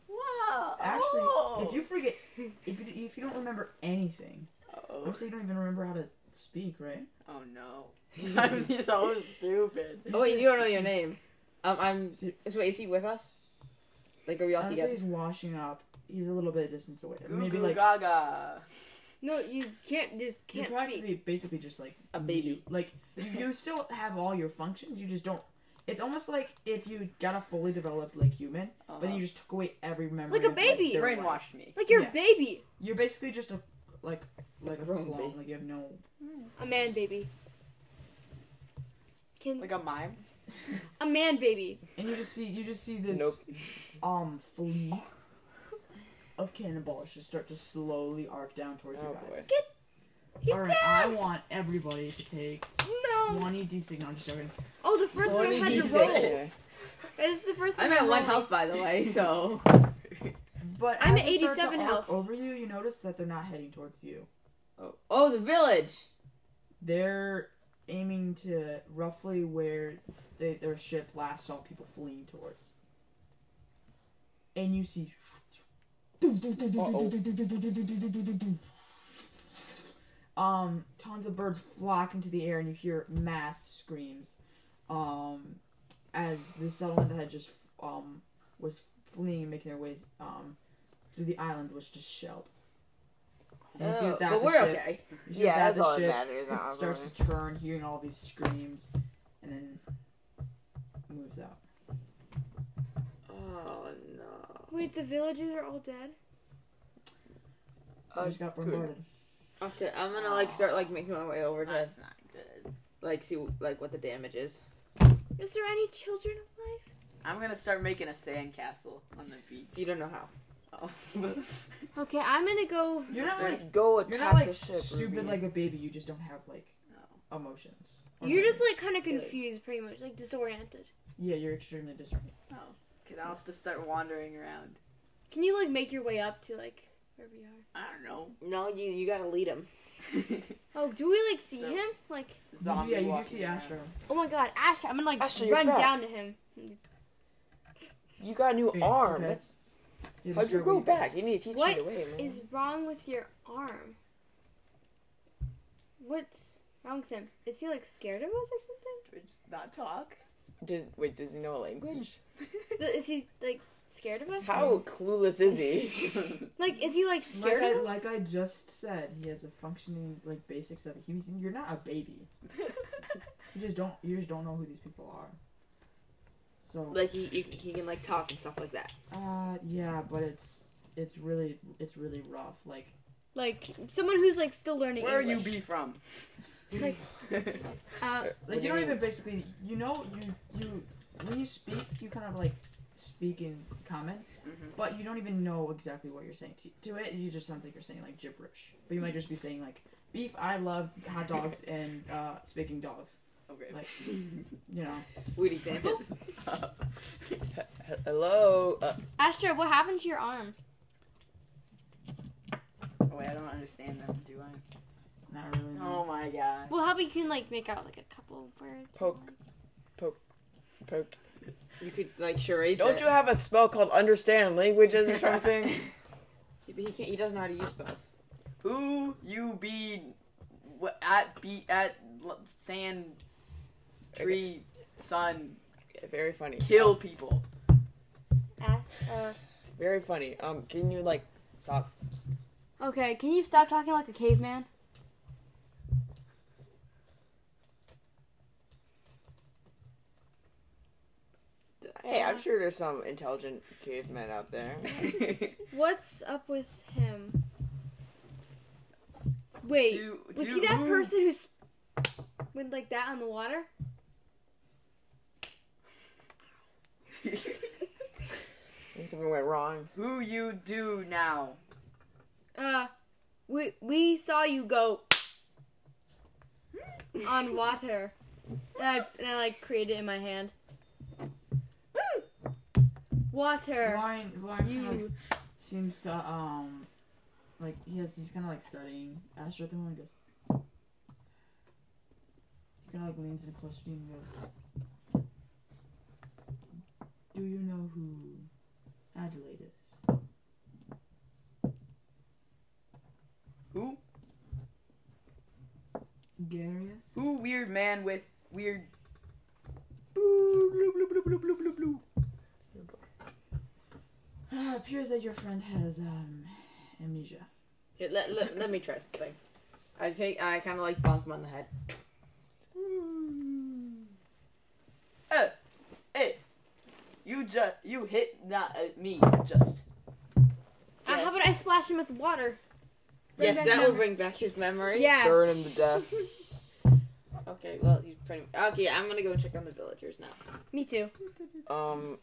Speaker 3: Wow.
Speaker 1: Actually,
Speaker 3: oh.
Speaker 1: if you forget, if you, if you don't remember anything,
Speaker 3: Oh.
Speaker 1: obviously you don't even remember how to speak, right?
Speaker 3: Oh no. I'm so stupid.
Speaker 2: Oh, wait, you don't know your name. Um, I'm.
Speaker 1: See,
Speaker 2: So, wait, is he with us? Like, are we all
Speaker 1: I'd say
Speaker 2: together?
Speaker 1: he's washing up. He's a little bit of distance away.
Speaker 3: Goo
Speaker 1: Maybe
Speaker 3: goo
Speaker 1: like
Speaker 3: gaga.
Speaker 5: No, you can't. Just
Speaker 1: you're
Speaker 5: can't speak.
Speaker 1: practically basically just like
Speaker 2: A baby.
Speaker 1: mute. Like you, you still have all your functions. You just don't. It's almost like if you got a fully developed like human,
Speaker 3: Uh-huh.
Speaker 1: but then you just took away every memory.
Speaker 5: Like a
Speaker 1: of,
Speaker 5: baby.
Speaker 1: their life.
Speaker 3: brainwashed me.
Speaker 5: Like you're
Speaker 1: Yeah.
Speaker 5: a baby,
Speaker 1: You're basically just a like like a
Speaker 2: grown
Speaker 1: clone.
Speaker 2: baby.
Speaker 1: Like you have no.
Speaker 5: a man baby. Can
Speaker 3: Like a mime.
Speaker 5: a man baby?
Speaker 1: And you just see you just see this.
Speaker 4: Nope.
Speaker 1: um flea of cannonballs just start to slowly arc down towards
Speaker 4: Oh,
Speaker 1: you
Speaker 4: boy.
Speaker 1: guys.
Speaker 5: Get
Speaker 1: All right, I
Speaker 5: down! Oh.
Speaker 1: want everybody to take
Speaker 5: no.
Speaker 1: twenty d6. No, I'm just joking.
Speaker 5: Oh, the first one had to roll.
Speaker 4: Yeah.
Speaker 5: This is the first.
Speaker 2: I'm
Speaker 5: one
Speaker 2: at one
Speaker 5: rolling.
Speaker 2: health, Oh, by the way, so.
Speaker 1: But
Speaker 5: I'm
Speaker 1: as
Speaker 5: at
Speaker 1: they start to
Speaker 5: 87
Speaker 1: arc
Speaker 5: health.
Speaker 1: Over you, you notice that they're not heading towards you.
Speaker 2: Oh, oh the village.
Speaker 1: They're aiming to roughly where they, their ship last saw people fleeing towards. And you see. Um, tons of birds flock into the air, and you hear mass screams. Um, as the settlement that had just um was fleeing and making their way um through the island was just shelled. And you see
Speaker 2: Oh,
Speaker 1: that
Speaker 2: but
Speaker 1: the
Speaker 2: we're
Speaker 1: ship-
Speaker 2: okay.
Speaker 1: you see
Speaker 4: Yeah,
Speaker 1: that
Speaker 4: that's
Speaker 1: the
Speaker 4: all that
Speaker 1: ship
Speaker 4: matters. not
Speaker 1: starts
Speaker 4: really.
Speaker 1: to turn, hearing all these screams, and then moves out.
Speaker 2: Oh, no.
Speaker 5: Wait, the villagers are all dead.
Speaker 1: I
Speaker 4: Uh,
Speaker 1: just got
Speaker 4: good.
Speaker 1: bombarded.
Speaker 2: Okay, I'm gonna, like, start, like, making my way over to,
Speaker 3: That's not good.
Speaker 2: like, see, like, what the damage is.
Speaker 5: Is there any children alive?
Speaker 3: I'm gonna start making a sandcastle on the beach.
Speaker 2: You don't know how.
Speaker 3: Oh.
Speaker 5: Okay, I'm gonna go.
Speaker 1: You're not like
Speaker 4: Go
Speaker 1: you're
Speaker 4: attack
Speaker 1: not like
Speaker 4: the ship.
Speaker 1: stupid
Speaker 4: Ruby.
Speaker 1: like a baby. You just don't have like emotions. Or
Speaker 5: You're just
Speaker 1: memory.
Speaker 5: like kind of confused, pretty much, like disoriented.
Speaker 1: yeah. You're extremely disoriented.
Speaker 3: Oh. Can I also start wandering around?
Speaker 5: Can you like make your way up to like where we are?
Speaker 3: I don't know.
Speaker 2: No, you you gotta lead him.
Speaker 5: Oh, do we like see
Speaker 3: No.
Speaker 5: him? Like,
Speaker 3: Zombie
Speaker 1: yeah, you do
Speaker 3: walking
Speaker 1: see
Speaker 3: around.
Speaker 1: Astro.
Speaker 5: oh my God, Astra! I'm gonna like
Speaker 4: Astra, you're
Speaker 5: run
Speaker 4: back.
Speaker 5: down to him.
Speaker 4: You got a new
Speaker 1: Okay,
Speaker 4: arm.
Speaker 1: okay.
Speaker 4: That's
Speaker 1: You
Speaker 4: how'd you
Speaker 1: discover
Speaker 4: grow
Speaker 1: you-
Speaker 4: back? You need to teach
Speaker 5: What
Speaker 4: me the way, man.
Speaker 5: Is wrong with your arm? What's wrong with him? Is he like scared of us or something?
Speaker 3: Which is not talk.
Speaker 4: Does, wait, does he know a language?
Speaker 5: Th- Is he like scared of us?
Speaker 4: How clueless is he?
Speaker 5: Like, is he like
Speaker 1: Like
Speaker 5: scared
Speaker 1: I,
Speaker 5: of us?
Speaker 1: like I just said, he has a functioning like basics of a human. You're not a baby. You just don't. You just don't know who these people are. So So
Speaker 2: Like he, he, he can like talk and stuff like that.
Speaker 1: uh yeah, but it's it's really it's really rough. Like
Speaker 5: Like someone who's like still learning
Speaker 3: Where you
Speaker 5: English.
Speaker 3: be from?
Speaker 5: Like- Uh,
Speaker 1: like
Speaker 3: What
Speaker 1: you
Speaker 3: do
Speaker 1: don't
Speaker 3: you
Speaker 1: even basically you know you you when you speak you kind of like speak in comment,
Speaker 3: Mhm.
Speaker 1: but you don't even know exactly what you're saying to, to it. You just sound like you're saying like gibberish, but you might just be saying like beef. I love hot dogs and uh, speaking dogs.
Speaker 3: Okay.
Speaker 1: Like you know.
Speaker 2: Weird example.
Speaker 4: Hello. Uh,
Speaker 9: Astra, what happened to your arm?
Speaker 3: Oh, wait, I don't understand them, do I?
Speaker 1: Not really.
Speaker 5: Mm-hmm.
Speaker 1: no.
Speaker 3: Oh my god.
Speaker 9: Well, how about you can like make out like a couple words?
Speaker 4: poke, poke, poke.
Speaker 2: you could like charade.
Speaker 4: Don't you have a spell called understand languages or something?
Speaker 2: He can't. He doesn't know how to use spells.
Speaker 3: Who you be? What at be at l- sand tree sun
Speaker 4: Very funny.
Speaker 3: kill people?
Speaker 9: Ask, uh,
Speaker 4: Very funny. Um, can you like stop?
Speaker 9: okay, can you stop talking like a caveman?
Speaker 4: Hey, I'm sure there's some intelligent cavemen out there.
Speaker 5: what's up with him? Wait,
Speaker 3: Do-
Speaker 5: was
Speaker 3: do-
Speaker 5: he that
Speaker 3: who-
Speaker 5: person who's went like that on the water?
Speaker 4: Think something went wrong.
Speaker 3: Who you do now?
Speaker 5: Uh, we we saw you go on water, and I and I like created it in my hand. Water.
Speaker 1: Vine, Vine kind of seems to um, like he has, he's kind of like studying Astro at the moment. he Goes, he kind of like leans in closer to you and goes, "Do you know who Adelaide is?"
Speaker 3: Who?
Speaker 1: Garius.
Speaker 3: Who weird man with weird?
Speaker 1: Uh, appears that your friend has um, amnesia.
Speaker 2: Here, let, let, let me try something. I take. I kind of like bonk him on the head.
Speaker 3: Uh, hey, you just you hit not uh, me just.
Speaker 5: Uh, how about I splash him with water? Bring
Speaker 2: Yes,
Speaker 5: back
Speaker 2: that
Speaker 5: memory.
Speaker 2: will bring back his memory.
Speaker 5: Yeah.
Speaker 4: Burn him to death.
Speaker 2: Okay. Well, he's pretty. Okay, I'm gonna go check on the villagers now.
Speaker 5: Me too.
Speaker 4: Um,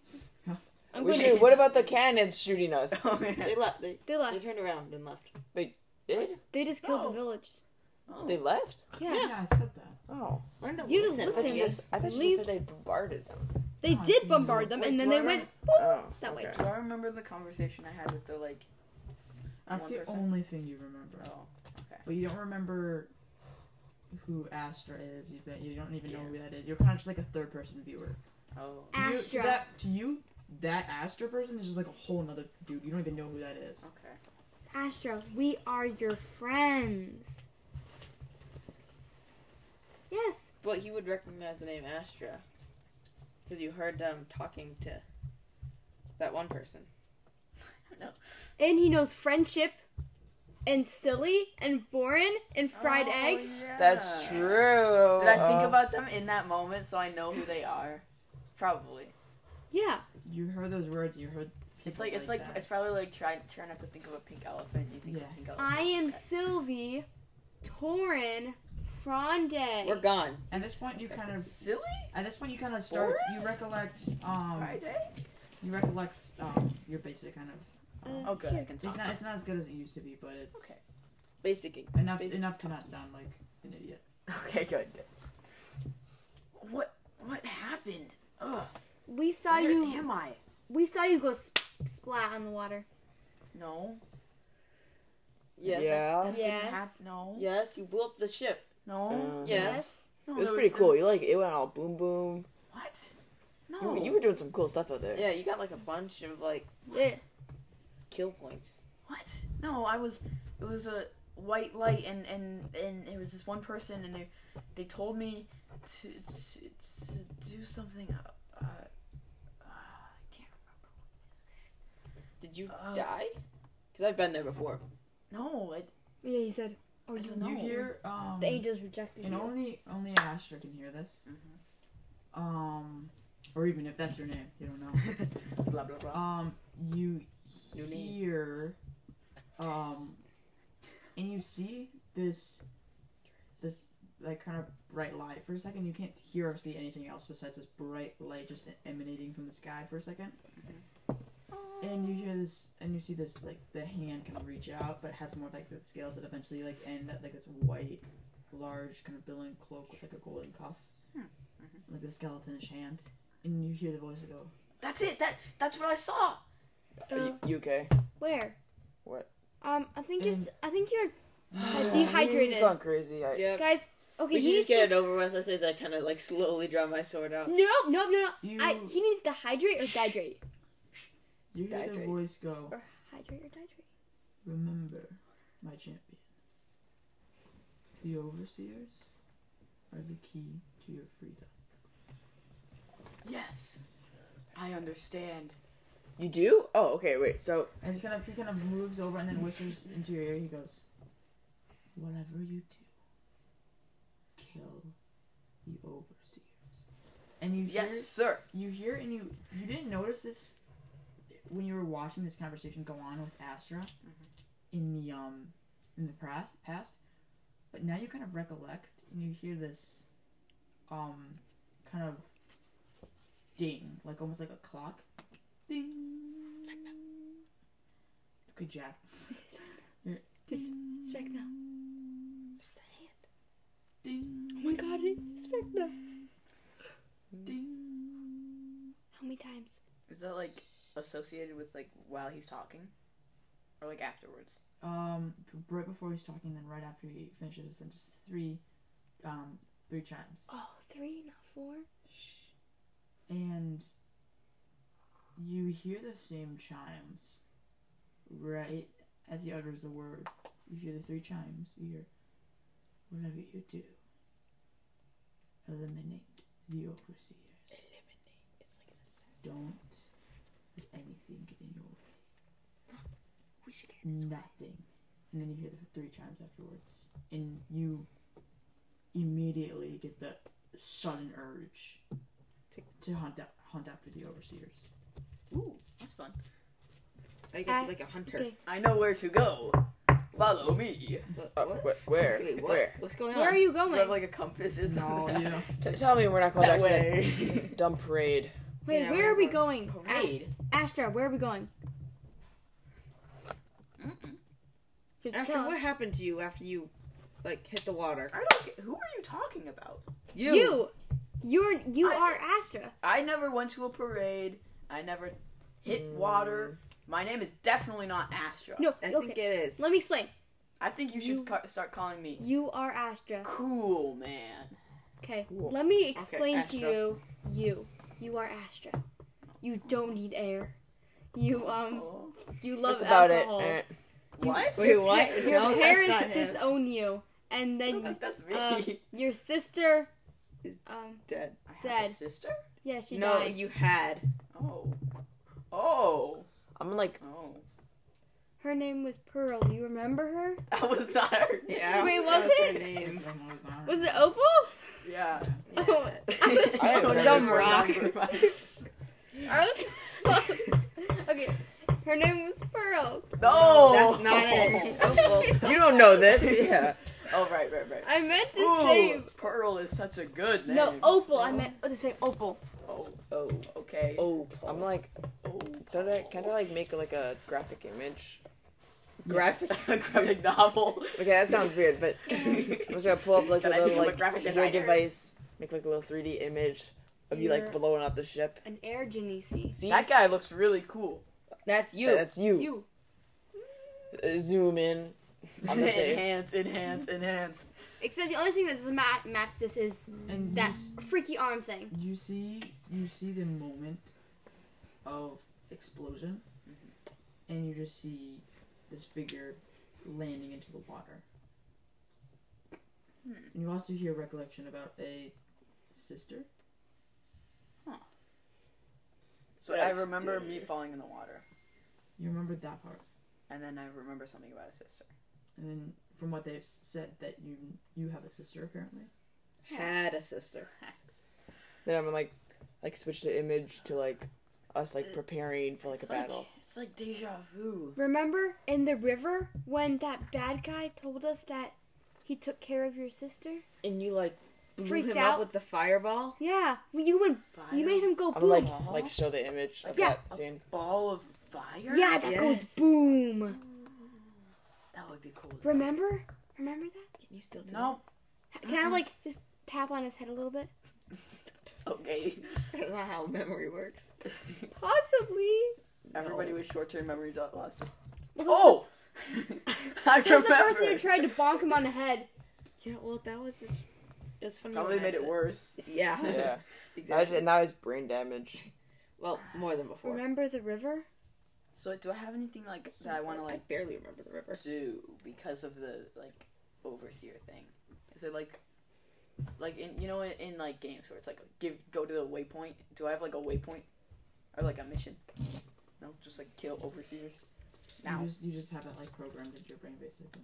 Speaker 5: I'm
Speaker 4: we
Speaker 5: going.
Speaker 4: should,
Speaker 5: to
Speaker 4: what about the cannons shooting us?
Speaker 3: Oh
Speaker 2: They
Speaker 3: man.
Speaker 2: left. They,
Speaker 5: They
Speaker 2: they
Speaker 5: left.
Speaker 2: turned around and left.
Speaker 4: Did
Speaker 5: They just killed
Speaker 3: Oh.
Speaker 5: the village.
Speaker 4: they left?
Speaker 5: Yeah.
Speaker 1: yeah I said that.
Speaker 4: Oh,
Speaker 2: Learn to
Speaker 5: You just
Speaker 2: listen.
Speaker 4: I thought
Speaker 5: listen.
Speaker 4: you just I thought you
Speaker 5: Leave.
Speaker 4: just said they bombarded them.
Speaker 5: They
Speaker 1: Oh, I see.
Speaker 5: did bombard them,
Speaker 3: Wait,
Speaker 5: and then
Speaker 3: do
Speaker 5: they
Speaker 3: I
Speaker 5: went.
Speaker 4: Oh,
Speaker 5: That way.
Speaker 4: okay.
Speaker 3: Do I remember the conversation I had with the like?
Speaker 1: That's
Speaker 3: One
Speaker 1: the
Speaker 3: person.
Speaker 1: only thing you remember.
Speaker 3: Oh,
Speaker 1: But you don't remember who Astra is. You, that you don't even know who that is. You're kind of just like a third person viewer.
Speaker 3: oh.
Speaker 1: To you- to
Speaker 5: Astra.
Speaker 1: that- to you, that Astra person is just like a whole nother dude. You don't even know who that is.
Speaker 3: Okay.
Speaker 9: Astra, we are your friends.
Speaker 5: Yes.
Speaker 2: But he would recognize the name Astra. Because you heard them talking to that one person.
Speaker 5: And he knows friendship, and silly, and foreign, and fried
Speaker 3: Oh,
Speaker 5: egg.
Speaker 3: yeah.
Speaker 4: That's true.
Speaker 3: Did I think
Speaker 4: Uh,
Speaker 3: about them in that moment so I know who they are? Probably.
Speaker 5: Yeah.
Speaker 1: You heard those words. You heard.
Speaker 3: It's
Speaker 1: people
Speaker 3: like it's like
Speaker 1: that.
Speaker 3: it's probably like try try not to think of a pink elephant. You think of
Speaker 1: Yeah.
Speaker 3: a pink elephant.
Speaker 5: I am Sylvie, Torin, Fronde.
Speaker 2: We're gone.
Speaker 1: at this point you kind of
Speaker 3: silly
Speaker 1: at this point you kind of start. You recollect um
Speaker 3: Friday.
Speaker 1: you recollect um your basic kind of.
Speaker 5: Mm. Uh,
Speaker 1: Um,
Speaker 3: Oh, good. I can
Speaker 1: It's
Speaker 3: talk.
Speaker 1: not it's not as good as it used to be, but it's
Speaker 3: Okay.
Speaker 2: Basically.
Speaker 1: enough
Speaker 2: Basic.
Speaker 1: enough to not sound like an idiot.
Speaker 3: Okay, good, good. What what happened? Ugh,
Speaker 5: we saw
Speaker 3: where
Speaker 5: you.
Speaker 3: am I?
Speaker 5: We saw you go sp- splat on the water.
Speaker 3: No.
Speaker 2: Yes.
Speaker 4: Yeah.
Speaker 3: That
Speaker 5: Yes.
Speaker 3: Didn't hap- no.
Speaker 2: Yes, you blew up the ship.
Speaker 3: No.
Speaker 4: Uh,
Speaker 2: Yes.
Speaker 3: no.
Speaker 4: It was
Speaker 3: there
Speaker 4: pretty
Speaker 3: there
Speaker 4: cool. You like it went all boom boom.
Speaker 3: What?
Speaker 4: You,
Speaker 3: No.
Speaker 4: were- you were doing some cool stuff out there.
Speaker 2: Yeah, you got like a bunch of like
Speaker 5: Yeah.
Speaker 2: kill points.
Speaker 3: What? No, I was. It was a white light, and and and it was this one person, and they they told me to to, to do something. Uh, uh, uh, I can't
Speaker 2: Did you
Speaker 3: Uh.
Speaker 2: die? Because I've been there before.
Speaker 3: remember. No, I,
Speaker 5: Yeah, he said. Oh,
Speaker 3: I
Speaker 5: you.
Speaker 3: don't know.
Speaker 1: You hear um
Speaker 5: The angels rejected
Speaker 1: And
Speaker 5: you.
Speaker 3: Mm-hmm.
Speaker 1: only only Astra can hear this. Um, or even if that's your name, you don't know.
Speaker 3: blah blah blah.
Speaker 1: Um, you
Speaker 3: You need-
Speaker 1: hear, um, and you see this, this like kind of bright light for a second. You can't hear or see anything else besides this bright light just emanating from the sky for a second. And you hear this, and you see this like the hand kind of reach out, but it has more like the scales that eventually like end at like this white, large kind of billowing cloak with like a golden cuff, Mm-hmm. like the skeletonish hand. And you hear the voice go,
Speaker 3: That's it. That that's what I saw.
Speaker 4: Are you, you okay?
Speaker 5: Where?
Speaker 4: What?
Speaker 5: Um, I think you're. s- I think you're uh,
Speaker 4: He's
Speaker 5: dehydrated,
Speaker 4: gone crazy. I,
Speaker 2: Yeah.
Speaker 5: guys. Okay,
Speaker 2: We should
Speaker 5: he
Speaker 2: just
Speaker 5: needs
Speaker 2: get
Speaker 5: to.
Speaker 2: it over with. Let's say I kind of like slowly draw my sword out.
Speaker 5: No, no, no, no. I,
Speaker 1: You-
Speaker 5: he needs to hydrate or dehydrate
Speaker 1: You hear the
Speaker 4: Dehydrate.
Speaker 1: voice go,
Speaker 5: or hydrate or dehydrate.
Speaker 1: Remember, my champion. The overseers are the key to your freedom.
Speaker 3: Yes, I understand.
Speaker 4: You do? Oh, okay. Wait. So
Speaker 1: And he's kind of, he kind of moves over and then whispers into your ear. He goes, Whatever you do, kill the overseers. And you hear,
Speaker 3: Yes, sir.
Speaker 1: you hear, and you you didn't notice this when you were watching this conversation go on with Astra in the um in the past past, but now you kind of recollect and you hear this um kind of ding, like almost like a clock ding. Good Jack.
Speaker 5: It's, it's back now.
Speaker 1: Ding,
Speaker 5: Oh my god, it's back now.
Speaker 1: ding.
Speaker 5: How many times?
Speaker 3: Is that like associated with like while he's talking, or like afterwards?
Speaker 1: Um, right before he's talking, then right after he finishes this, and just three, um, three chimes.
Speaker 5: Oh, three, not four.
Speaker 1: and you hear the same chimes right as he utters the word. You hear the three chimes. You hear, whatever you do, eliminate the overseers. Eliminate. It's like an assassin. Don't let anything get in your way.
Speaker 5: We should get
Speaker 1: Nothing. And then you hear the three chimes afterwards, and you immediately get the sudden urge to, hunt out, hunt after the overseers.
Speaker 3: Ooh, that's fun.
Speaker 2: I got
Speaker 5: I-
Speaker 2: like a hunter.
Speaker 5: okay.
Speaker 3: I know where to go. Follow me.
Speaker 2: What?
Speaker 4: uh,
Speaker 2: what?
Speaker 4: wh- where?
Speaker 2: Wait, what?
Speaker 4: Where?
Speaker 2: What's going on?
Speaker 5: Where are you
Speaker 3: Do I have
Speaker 5: going?
Speaker 3: like a compass? Is
Speaker 1: No, you know.
Speaker 4: T- tell me we're not going
Speaker 3: That
Speaker 4: back
Speaker 3: way.
Speaker 4: to that dumb parade.
Speaker 5: Wait,
Speaker 2: Yeah,
Speaker 5: where are we
Speaker 2: we're-
Speaker 5: going?
Speaker 3: parade.
Speaker 5: A- Astra, where are we going?
Speaker 3: Mm-mm.
Speaker 5: You have to
Speaker 2: After
Speaker 5: tell
Speaker 2: what
Speaker 5: us.
Speaker 2: happened to you after you like hit the water?
Speaker 3: I don't. Get, who are you talking about?
Speaker 2: You.
Speaker 5: You, you're you
Speaker 3: I-
Speaker 5: are Astra.
Speaker 3: I never went to a parade. I never hit water. My name is definitely not Astra.
Speaker 5: No,
Speaker 2: I
Speaker 5: okay.
Speaker 2: think it is.
Speaker 5: Let me explain.
Speaker 3: I think you should
Speaker 5: You-
Speaker 3: ca- start calling me
Speaker 5: You are Astra.
Speaker 3: Cool Man.
Speaker 5: Okay.
Speaker 4: Cool.
Speaker 5: Let me explain
Speaker 2: Astra.
Speaker 5: to you. You, you are Astra. You don't need air. You um,
Speaker 3: Oh.
Speaker 5: you love
Speaker 4: That's about
Speaker 5: alcohol.
Speaker 4: it. Alright.
Speaker 3: What?
Speaker 2: Wait, what? No,
Speaker 5: Your
Speaker 2: that's not
Speaker 5: parents
Speaker 2: him.
Speaker 5: disown you, and
Speaker 3: I don't
Speaker 5: then
Speaker 3: think that's me.
Speaker 5: uh, your sister
Speaker 2: Is-
Speaker 5: um,
Speaker 2: Dead.
Speaker 3: I have
Speaker 5: dead.
Speaker 3: a sister.
Speaker 5: yeah, she
Speaker 2: no,
Speaker 5: died.
Speaker 2: you had.
Speaker 3: Oh. Oh.
Speaker 4: I'm like,
Speaker 3: Oh.
Speaker 5: Her name was Pearl. Do you remember her?
Speaker 3: That was not her.
Speaker 2: Yeah.
Speaker 5: Wait,
Speaker 2: that
Speaker 5: was
Speaker 2: her
Speaker 5: it?
Speaker 2: name.
Speaker 1: oh
Speaker 5: Was it Opal?
Speaker 3: Yeah.
Speaker 5: Oh,
Speaker 4: I
Speaker 2: was
Speaker 4: remember
Speaker 2: some
Speaker 4: this
Speaker 2: rock.
Speaker 5: I was okay. Her name was Pearl.
Speaker 3: No.
Speaker 2: That's not it.
Speaker 4: Oh. you don't know this. Yeah.
Speaker 3: oh right, right, right.
Speaker 5: I meant to say
Speaker 3: Ooh, Pearl is such a good name.
Speaker 5: no Opal. I meant to say Opal.
Speaker 3: Oh. Oh. Okay.
Speaker 2: Oh,
Speaker 4: I'm like,
Speaker 3: Oh.
Speaker 4: don't I, can't I like make like a graphic image?
Speaker 2: graphic.
Speaker 3: graphic novel.
Speaker 4: Okay, that sounds weird, but I'm just gonna pull up like a
Speaker 3: Can I
Speaker 4: little
Speaker 3: become a
Speaker 4: like
Speaker 3: graphic
Speaker 4: your
Speaker 3: designer?
Speaker 4: device, make like a little 3D image of you
Speaker 5: You're-
Speaker 4: like blowing up the ship.
Speaker 5: An air genesi.
Speaker 4: See,
Speaker 3: That guy looks really cool.
Speaker 2: That's you.
Speaker 4: that's you.
Speaker 5: You.
Speaker 4: Uh, Zoom in on the face.
Speaker 3: enhance, enhance, enhance.
Speaker 5: Except the only thing that doesn't ma- match this is
Speaker 1: And
Speaker 5: that
Speaker 1: you, s-
Speaker 5: freaky arm thing.
Speaker 1: you see, you see the moment of explosion, and you just see this figure landing into the water. And you also hear recollection about a sister.
Speaker 3: So I remember me falling in the water,
Speaker 1: You remember that part,
Speaker 3: and then I remember something about a sister.
Speaker 1: and then from what they've s- said, that you you have a sister apparently.
Speaker 2: Had a sister.
Speaker 4: Then I'm like, like switch the image to like us
Speaker 2: Uh,
Speaker 4: like preparing for like a
Speaker 3: It's like,
Speaker 4: battle.
Speaker 3: it's like deja vu.
Speaker 5: Remember in the river when that bad guy told us that he took care of your sister?
Speaker 4: And you like
Speaker 2: Blew
Speaker 5: Freaked
Speaker 2: him
Speaker 5: out?
Speaker 2: up with the fireball.
Speaker 5: Yeah, well, you went. You made him go
Speaker 4: I'm
Speaker 5: boom.
Speaker 4: like like show the image of
Speaker 5: Yeah.
Speaker 4: that scene.
Speaker 3: Ball of fire.
Speaker 5: yeah, that goes boom.
Speaker 3: That would be cool.
Speaker 5: Remember? Remember that?
Speaker 4: Can you still do
Speaker 3: Nope.
Speaker 5: Can
Speaker 2: Mm-hmm.
Speaker 5: I like just tap on his head a little bit?
Speaker 3: Okay.
Speaker 2: That's not how memory works.
Speaker 5: Possibly.
Speaker 3: Everybody with short-term memory lo- loss just.
Speaker 5: This is-
Speaker 3: Oh. I
Speaker 5: This is the person who
Speaker 3: remember.
Speaker 5: tried to bonk him on the head.
Speaker 2: Yeah, well, that was just. It was funny.
Speaker 3: Probably
Speaker 2: when I-
Speaker 3: made it worse.
Speaker 2: Yeah.
Speaker 4: Yeah. Now
Speaker 2: exactly.
Speaker 4: it's- now it's brain damage.
Speaker 2: Well, more than before.
Speaker 5: Remember the river?
Speaker 3: So do I have anything like that I want to like
Speaker 2: barely remember the river.
Speaker 3: do because of the like overseer thing? Is it like like in you know in, in like games where it's like give go to the waypoint? Do I have like a waypoint or like a mission? No, just like kill overseers.
Speaker 1: You just, you just have it like programmed into your brain basically.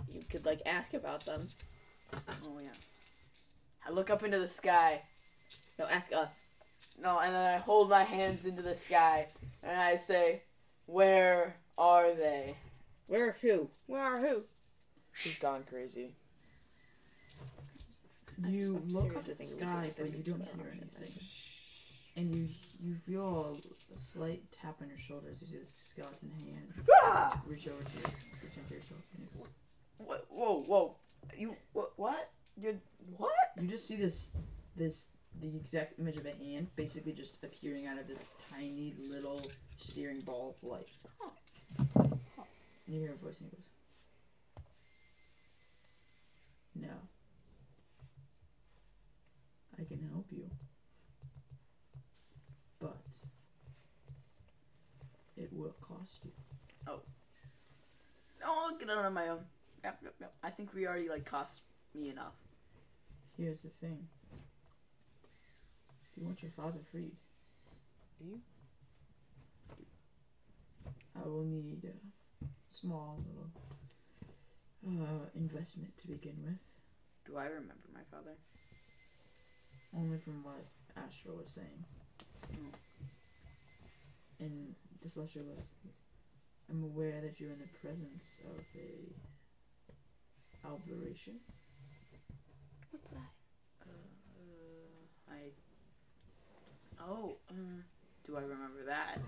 Speaker 2: Oh, You could like ask about them.
Speaker 3: Oh yeah. I look up into the sky.
Speaker 2: No, ask us.
Speaker 3: No, and then I hold my hands into the sky and I say, "Where are they?"
Speaker 2: Where? Who?
Speaker 5: Where are who?
Speaker 4: She's gone crazy.
Speaker 1: You
Speaker 2: I'm
Speaker 1: look
Speaker 2: serious,
Speaker 1: up
Speaker 2: I think we did
Speaker 1: at the sky, but
Speaker 2: that
Speaker 1: you don't
Speaker 2: before.
Speaker 1: hear anything. And you you feel a slight tap on your shoulders. You see the skeleton hanging.
Speaker 3: Ah!
Speaker 1: Reach over to your, reach into your shoulder.
Speaker 3: Wha- Whoa, whoa! You wha- what? You're what?
Speaker 1: You just see this this the exact image of a hand basically just appearing out of this tiny little steering ball of light. And you hear a voice and it goes. No. I can help you. But it will cost you.
Speaker 3: No, I'll get it on my own. Yep, yep, yep. I think we already like cost me enough.
Speaker 1: Here's the thing. You want your father freed.
Speaker 4: Do you?
Speaker 1: I will need a small little uh, investment to begin with.
Speaker 3: Do I remember my father?
Speaker 1: Only from what Astro was saying.
Speaker 3: Mm.
Speaker 1: And the Celestial was, I'm aware that you're in the presence of a aberration.
Speaker 5: What's that?
Speaker 3: Uh, I. Oh, uh, do I remember that?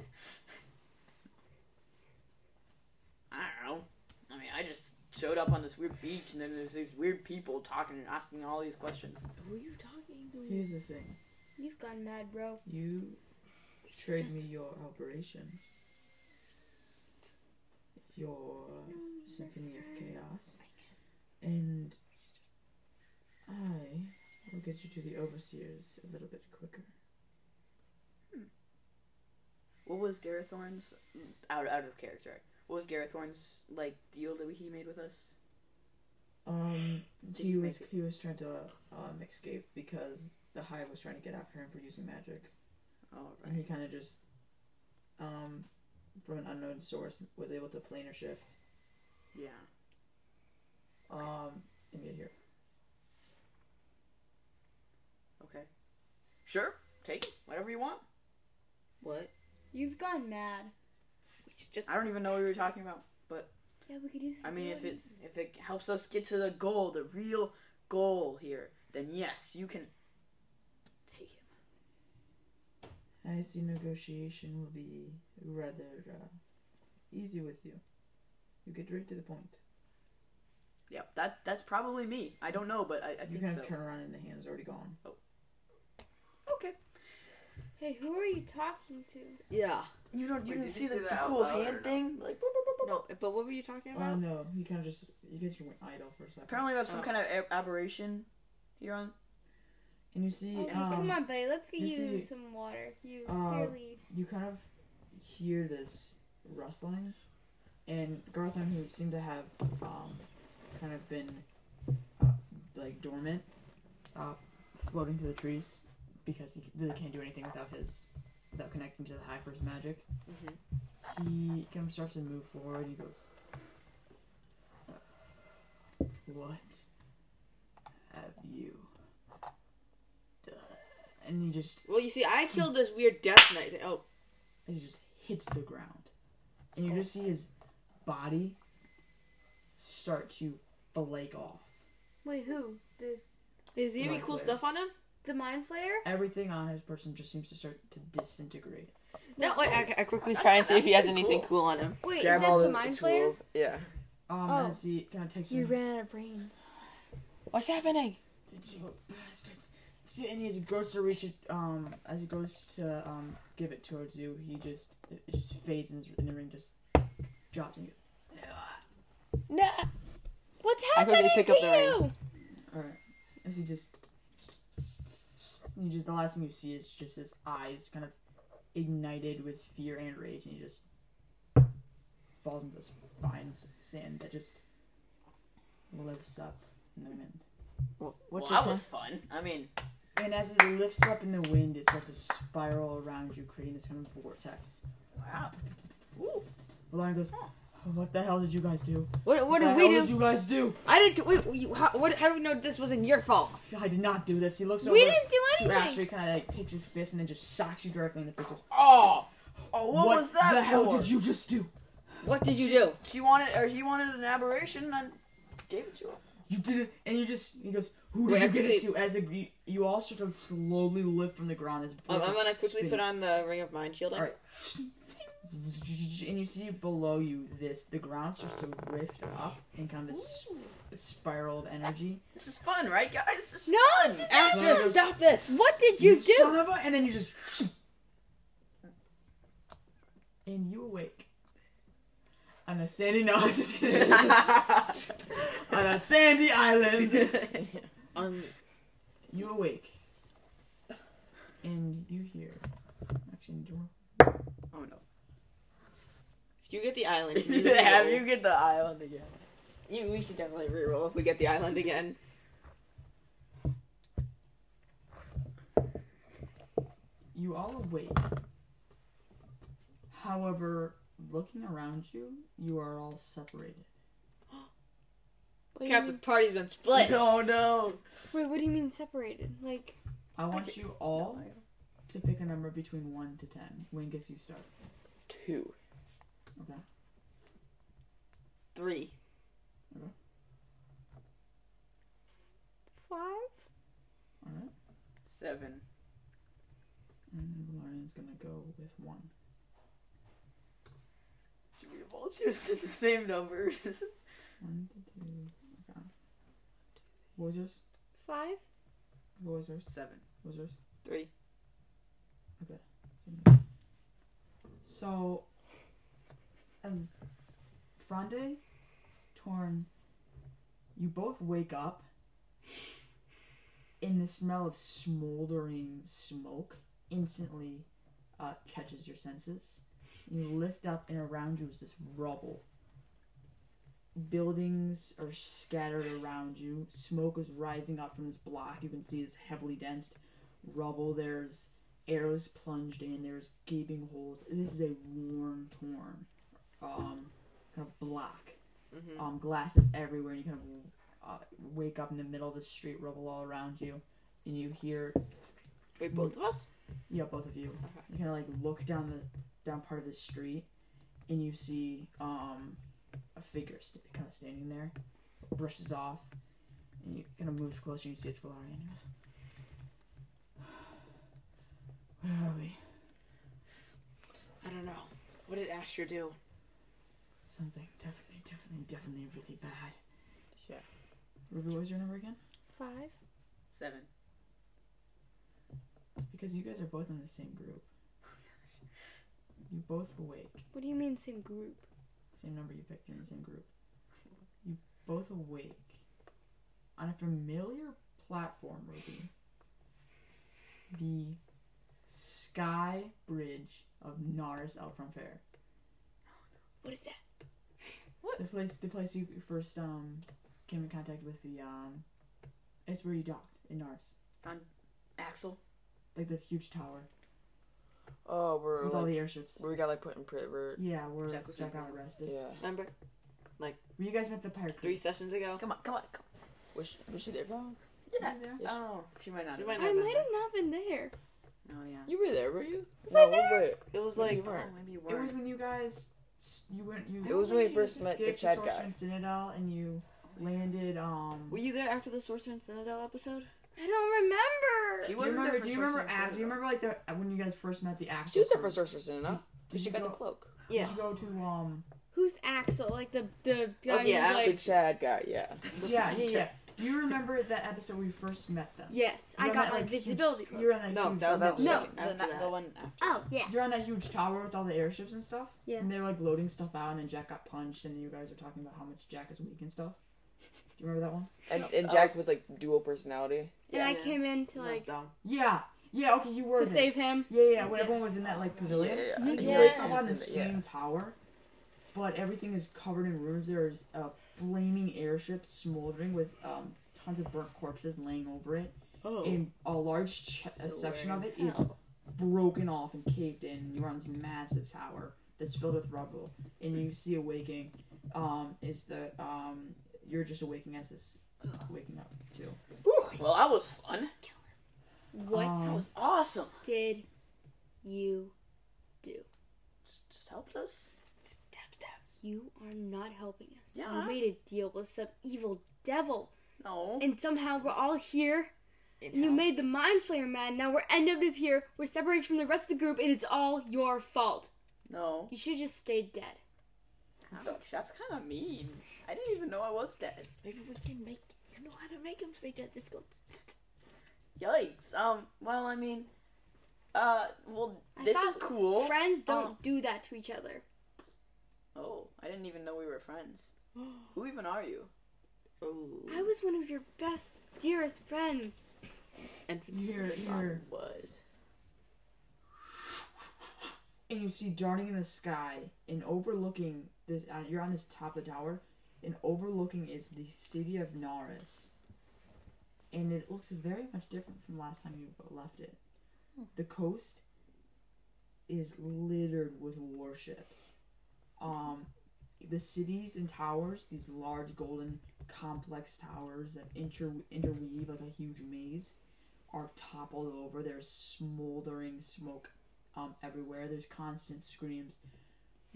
Speaker 3: I don't know. I mean, I just showed up on this weird beach, and then there's these weird people talking and asking all these questions.
Speaker 2: Who are you talking
Speaker 4: Mm.
Speaker 2: to?
Speaker 1: Here's the thing.
Speaker 5: You've gone mad, bro.
Speaker 1: You trade me your operation, your symphony of chaos, and I will get you to the overseers a little bit quicker.
Speaker 3: What was Gareth Thorne's out out of character? What was Gareth Thorne's like deal that he made with us?
Speaker 1: Um,
Speaker 3: Did
Speaker 1: he
Speaker 3: you
Speaker 1: was
Speaker 3: make
Speaker 1: he was trying to um, escape because the hive was trying to get after him for using magic,
Speaker 3: Oh
Speaker 1: and he
Speaker 3: right.
Speaker 1: kind of just um from an unknown source was able to planar shift
Speaker 3: Yeah.
Speaker 1: um and get here.
Speaker 3: Okay. Sure. Take it. Whatever you want.
Speaker 2: What?
Speaker 5: You've gone mad.
Speaker 2: We should just.
Speaker 3: I don't even know what you were talking about.
Speaker 5: Yeah, we could use.
Speaker 3: I mean, if it if it helps us get to the goal, the real goal here, then yes, you can take him.
Speaker 1: I see negotiation will be rather uh, easy with you. You get right to the point.
Speaker 3: Yep, that that's probably me. I don't know, but I, I
Speaker 1: You
Speaker 3: think
Speaker 1: kind
Speaker 3: so.
Speaker 1: of turn around and the hand is already gone.
Speaker 3: Okay.
Speaker 5: Hey, who are you talking to?
Speaker 2: Yeah.
Speaker 3: You don't you
Speaker 4: Wait,
Speaker 3: didn't
Speaker 4: did
Speaker 3: see
Speaker 4: you
Speaker 3: the,
Speaker 4: say
Speaker 3: the
Speaker 4: that out
Speaker 3: cool
Speaker 4: loud or
Speaker 3: hand
Speaker 4: no?
Speaker 3: thing? Like
Speaker 2: No, but what were you talking
Speaker 1: Oh
Speaker 2: about?
Speaker 1: no, he kind of just you guys just went idle for a second.
Speaker 3: apparently we have some
Speaker 2: Oh.
Speaker 3: kind of ab- aberration here on.
Speaker 1: And you see,
Speaker 5: Oh, come
Speaker 1: um,
Speaker 5: on, buddy. Let's get
Speaker 1: you
Speaker 5: you,
Speaker 1: see-
Speaker 5: some water. You
Speaker 1: uh,
Speaker 5: clearly.
Speaker 1: you kind of hear this rustling, and Garthon, who seemed to have um, kind of been uh, like dormant, uh, floating through the trees because he really can't do anything without his without connecting to the high for his magic.
Speaker 2: Mhm.
Speaker 1: He kind of starts to move forward. and He goes, "Uh, "What have you done?" and he just
Speaker 2: Well, you see, I killed this weird death knight. thing- Oh,
Speaker 1: he just hits the ground, and you just see his body start to flake off.
Speaker 5: Wait, who? The
Speaker 2: is there any
Speaker 1: Right,
Speaker 2: cool
Speaker 1: right.
Speaker 2: stuff on him?
Speaker 5: the mind flayer?
Speaker 1: Everything on his person just seems to start to disintegrate.
Speaker 2: No, wait, I, I quickly try and see if he has anything cool on him.
Speaker 5: Wait,
Speaker 4: Grab
Speaker 5: is that
Speaker 4: all
Speaker 5: the
Speaker 4: the
Speaker 5: mind flayer?
Speaker 4: tools. Yeah.
Speaker 1: Um,
Speaker 9: Oh.
Speaker 1: as he kind of takes
Speaker 9: You
Speaker 1: him,
Speaker 9: ran out of brains.
Speaker 2: What's happening?
Speaker 1: "You bastards." and as he goes to reach it, um, as he goes to um give it towards you, he just it it just fades and his- and the ring just drops and he goes.
Speaker 2: No.
Speaker 5: What's
Speaker 2: I
Speaker 5: happening
Speaker 2: quickly pick
Speaker 5: to
Speaker 2: up the
Speaker 5: you?
Speaker 2: ring.
Speaker 1: All right, as he just you just the last thing you see is just his eyes kind of ignited with fear and rage, and he just falls into this fine s- sand that just lifts up in the wind.
Speaker 2: What,
Speaker 3: Well,
Speaker 2: what
Speaker 3: that was fun. I mean,
Speaker 1: And as it lifts up in the wind, it starts to spiral around you, creating this kind of vortex.
Speaker 3: wow.
Speaker 1: Valerian goes, "Oh, "What the hell did you guys do?
Speaker 2: What, what
Speaker 1: the
Speaker 2: did
Speaker 1: hell
Speaker 2: we do?
Speaker 1: did you guys do?
Speaker 2: I didn't. Wait, you, how, what, how do we know this wasn't your fault?
Speaker 1: I did not do this." He looks over.
Speaker 5: We didn't do
Speaker 1: to
Speaker 5: anything.
Speaker 1: Astrid, kind of like takes his fist and then just socks you directly in the face. Goes,
Speaker 3: Oh, oh, what, was that
Speaker 1: the hell
Speaker 3: for?
Speaker 1: did you just do?
Speaker 2: What did you do?
Speaker 3: She wanted, or he wanted an aberration, and I gave it to her.
Speaker 1: You did it, and you just he goes, "Who
Speaker 2: Wait,
Speaker 1: did
Speaker 2: I
Speaker 1: you get
Speaker 2: quickly-
Speaker 1: this to?" As a, you, you all start to slowly lift from the ground. As
Speaker 2: Um, I'm
Speaker 1: vortex
Speaker 2: gonna quickly
Speaker 1: spinning.
Speaker 2: put on the ring of mind shielding.
Speaker 1: All right. and you see below you this the ground starts to rift up and kind of this spiral of energy.
Speaker 3: This is fun, right, guys? This is
Speaker 5: No,
Speaker 3: fun.
Speaker 5: this is
Speaker 2: Astra,
Speaker 1: No.
Speaker 2: stop this!
Speaker 5: What did you do?
Speaker 1: son of a, and then you just, and you awake. On a sandy, no, I'm just kidding. on a sandy island,
Speaker 2: Um,
Speaker 1: you awake, and you hear. Actually, do
Speaker 3: oh no.
Speaker 2: if you get the island, you
Speaker 3: Have
Speaker 2: re-roll.
Speaker 3: you get the island again?
Speaker 2: You, we should definitely reroll if we get the island again.
Speaker 1: You all awake. However, looking around you, you are all separated.
Speaker 9: What do, you
Speaker 2: Cap, the
Speaker 9: mean?
Speaker 2: party's been split.
Speaker 3: Oh no.
Speaker 9: Wait, what do you mean separated? Like,
Speaker 1: I want you all to pick a number between 1 to 10. Wingus, you start.
Speaker 4: Two.
Speaker 1: Okay.
Speaker 2: Three.
Speaker 5: Five?
Speaker 1: Alright.
Speaker 3: Seven.
Speaker 1: And then Valerian's gonna go with 1.
Speaker 3: Do we all choose the same numbers?
Speaker 1: 1 to 2. Okay. What was yours?
Speaker 5: Five?
Speaker 1: What was yours?
Speaker 3: Seven.
Speaker 1: What was yours?
Speaker 2: Three.
Speaker 1: So, as Fronde, Torn, you both wake up and the smell of smoldering smoke instantly uh, catches your senses. You lift up, and around you is this rubble. Buildings are scattered around you. Smoke is rising up from this block. You can see it's heavily dense rubble. There's arrows plunged in. There's gaping holes. This is a worn, torn, um, kind of block. Um, glasses everywhere, and you kind of uh, wake up in the middle of the street, rubble all around you, and you hear,
Speaker 2: Wait, both of us?
Speaker 1: yeah, both of you. You kind of like look down the down part of the street, and you see um, a figure st- kind of standing there, brushes off, and you kind of moves closer, and you see it's Valerian. He goes, Where are we?
Speaker 2: I don't know. What did Astra do?
Speaker 1: Something definitely, definitely, definitely really bad.
Speaker 4: Yeah.
Speaker 1: Ruby, what was your number again?
Speaker 5: Five?
Speaker 3: Seven.
Speaker 1: It's because you guys are both in the same group. You both awake.
Speaker 5: What do you mean same group?
Speaker 1: Same number you picked, you're in the same group. You both awake on a familiar platform, Ruby. The sky bridge of Nars Elfram Fair.
Speaker 5: What is that?
Speaker 1: The place, the place you first um came in contact with the um, it's where you docked in Nars,
Speaker 3: Axel.
Speaker 1: like the huge tower.
Speaker 4: Oh, we're
Speaker 1: With all
Speaker 4: like,
Speaker 1: the airships.
Speaker 4: we got like put in prison. We're,
Speaker 1: Yeah, we're
Speaker 3: Jack was
Speaker 1: Jack got
Speaker 3: in-
Speaker 1: arrested.
Speaker 4: yeah.
Speaker 2: Remember?
Speaker 1: Were you guys met the pirate
Speaker 2: Three
Speaker 1: crew?
Speaker 2: sessions ago?
Speaker 3: Come on, come on, come
Speaker 4: Was she, was she there, Val?
Speaker 3: Yeah.
Speaker 4: Yes.
Speaker 3: Oh, she might not.
Speaker 2: She
Speaker 3: have
Speaker 2: might
Speaker 3: been.
Speaker 2: not
Speaker 5: I
Speaker 2: have been
Speaker 5: might have not been there.
Speaker 3: Oh yeah.
Speaker 4: You were there, were you? No, we were.
Speaker 2: It was
Speaker 4: Maybe
Speaker 2: like
Speaker 4: you weren't.
Speaker 3: Oh, maybe you
Speaker 1: It
Speaker 3: were.
Speaker 1: was when you guys s- you went you.
Speaker 4: It was when we first met the
Speaker 1: escaped
Speaker 4: Chad
Speaker 1: Sorcerer's
Speaker 4: guy.
Speaker 1: Citadel and you landed. Um.
Speaker 2: Were you there after the Sorcerer and Citadel episode?
Speaker 5: I don't remember.
Speaker 3: She
Speaker 1: do you
Speaker 3: wasn't
Speaker 1: remember?
Speaker 3: there for
Speaker 1: Do you
Speaker 3: Sorcerer's
Speaker 1: remember? Ab,
Speaker 3: Stone,
Speaker 1: do you remember like the uh, when you guys first met the actor?
Speaker 4: She was there for Sorcerer's Stone, no?
Speaker 1: Did
Speaker 4: She
Speaker 1: you
Speaker 4: got
Speaker 1: go,
Speaker 4: the cloak.
Speaker 1: Did
Speaker 2: Yeah.
Speaker 1: you go to um?
Speaker 5: Who's Axel? Like the the guy
Speaker 3: Oh,
Speaker 5: who's
Speaker 2: yeah,
Speaker 5: like.
Speaker 4: Oh, The Chad guy, yeah.
Speaker 1: Yeah, yeah, yeah. Do you remember that episode we first met them?
Speaker 5: Yes, I
Speaker 1: You're on
Speaker 5: got
Speaker 1: that,
Speaker 5: like
Speaker 1: huge-
Speaker 5: visibility. cloak.
Speaker 1: You're on that
Speaker 2: No,
Speaker 1: huge
Speaker 2: that was- that
Speaker 1: tower.
Speaker 2: was
Speaker 5: No.
Speaker 2: second after
Speaker 3: The, na-
Speaker 2: that.
Speaker 3: the one after.
Speaker 5: Oh yeah.
Speaker 1: You're on that huge tower with all the airships and stuff.
Speaker 5: Yeah.
Speaker 1: And they were like loading stuff out, and then Jack got punched, and you guys are talking about how much Jack is weak and stuff. Do you remember that one?
Speaker 4: And, and Jack was like dual personality.
Speaker 5: And I came in to
Speaker 2: That was
Speaker 5: like
Speaker 2: dumb.
Speaker 1: Yeah. Yeah. Okay, you were.
Speaker 5: to
Speaker 1: there.
Speaker 5: save him.
Speaker 1: Yeah, yeah. When everyone was in that like pavilion.
Speaker 4: yeah.
Speaker 1: You
Speaker 5: Yeah.
Speaker 1: wake up on the same tower, but everything is covered in ruins. There's a flaming airship smoldering with um, tons of burnt corpses laying over it. And a large ch- a section of it is broken off and caved in. You're on this massive tower that's filled with rubble, and you see awaking. Um, is the um, you're just awaking as this waking up too.
Speaker 3: Whew, well, that was fun.
Speaker 5: What
Speaker 1: Um,
Speaker 3: That was awesome.
Speaker 5: did you?
Speaker 3: Just, just helped us.
Speaker 5: You are not helping us.
Speaker 3: Yeah.
Speaker 5: You made a deal with some evil devil,
Speaker 3: No.
Speaker 5: and somehow we're all here.
Speaker 2: It
Speaker 5: You
Speaker 2: helped.
Speaker 5: made the mind flayer mad. Now we're ended up here. We're separated from the rest of the group, and it's all your fault.
Speaker 3: No.
Speaker 5: You should just stay dead.
Speaker 3: Ouch, that's kind of mean. I didn't even know I was dead.
Speaker 2: Maybe we can make you know how to make him stay dead. Just go.
Speaker 3: Yikes. Um. Well, I mean, uh. Well,
Speaker 5: I
Speaker 3: this
Speaker 5: thought
Speaker 3: is cool.
Speaker 5: Friends don't
Speaker 3: Oh.
Speaker 5: do that to each other.
Speaker 3: oh, I didn't even know we were friends. Who even are you?
Speaker 5: I was one of your best, dearest friends.
Speaker 2: And
Speaker 1: Here, here.
Speaker 3: Was.
Speaker 1: and you see darting in the sky and overlooking this uh, you're on this top of the tower and overlooking is the city of Naris and it looks very much different from last time you left it the coast is littered with warships um the cities and towers these large golden complex towers that inter- interweave like a huge maze are toppled over there's smoldering smoke um, everywhere. There's constant screams.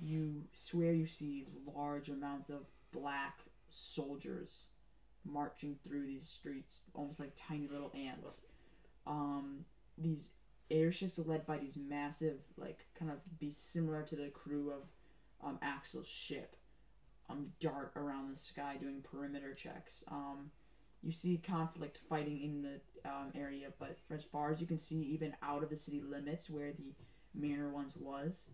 Speaker 1: You swear you see large amounts of black soldiers marching through these streets, almost like tiny little ants. Um, these airships are led by these massive, like kind of be similar to the crew of um, Axel's ship. Um, dart around the sky doing perimeter checks. Um, you see conflict fighting in the um, area, but as far as you can see, even out of the city limits where the manor once was,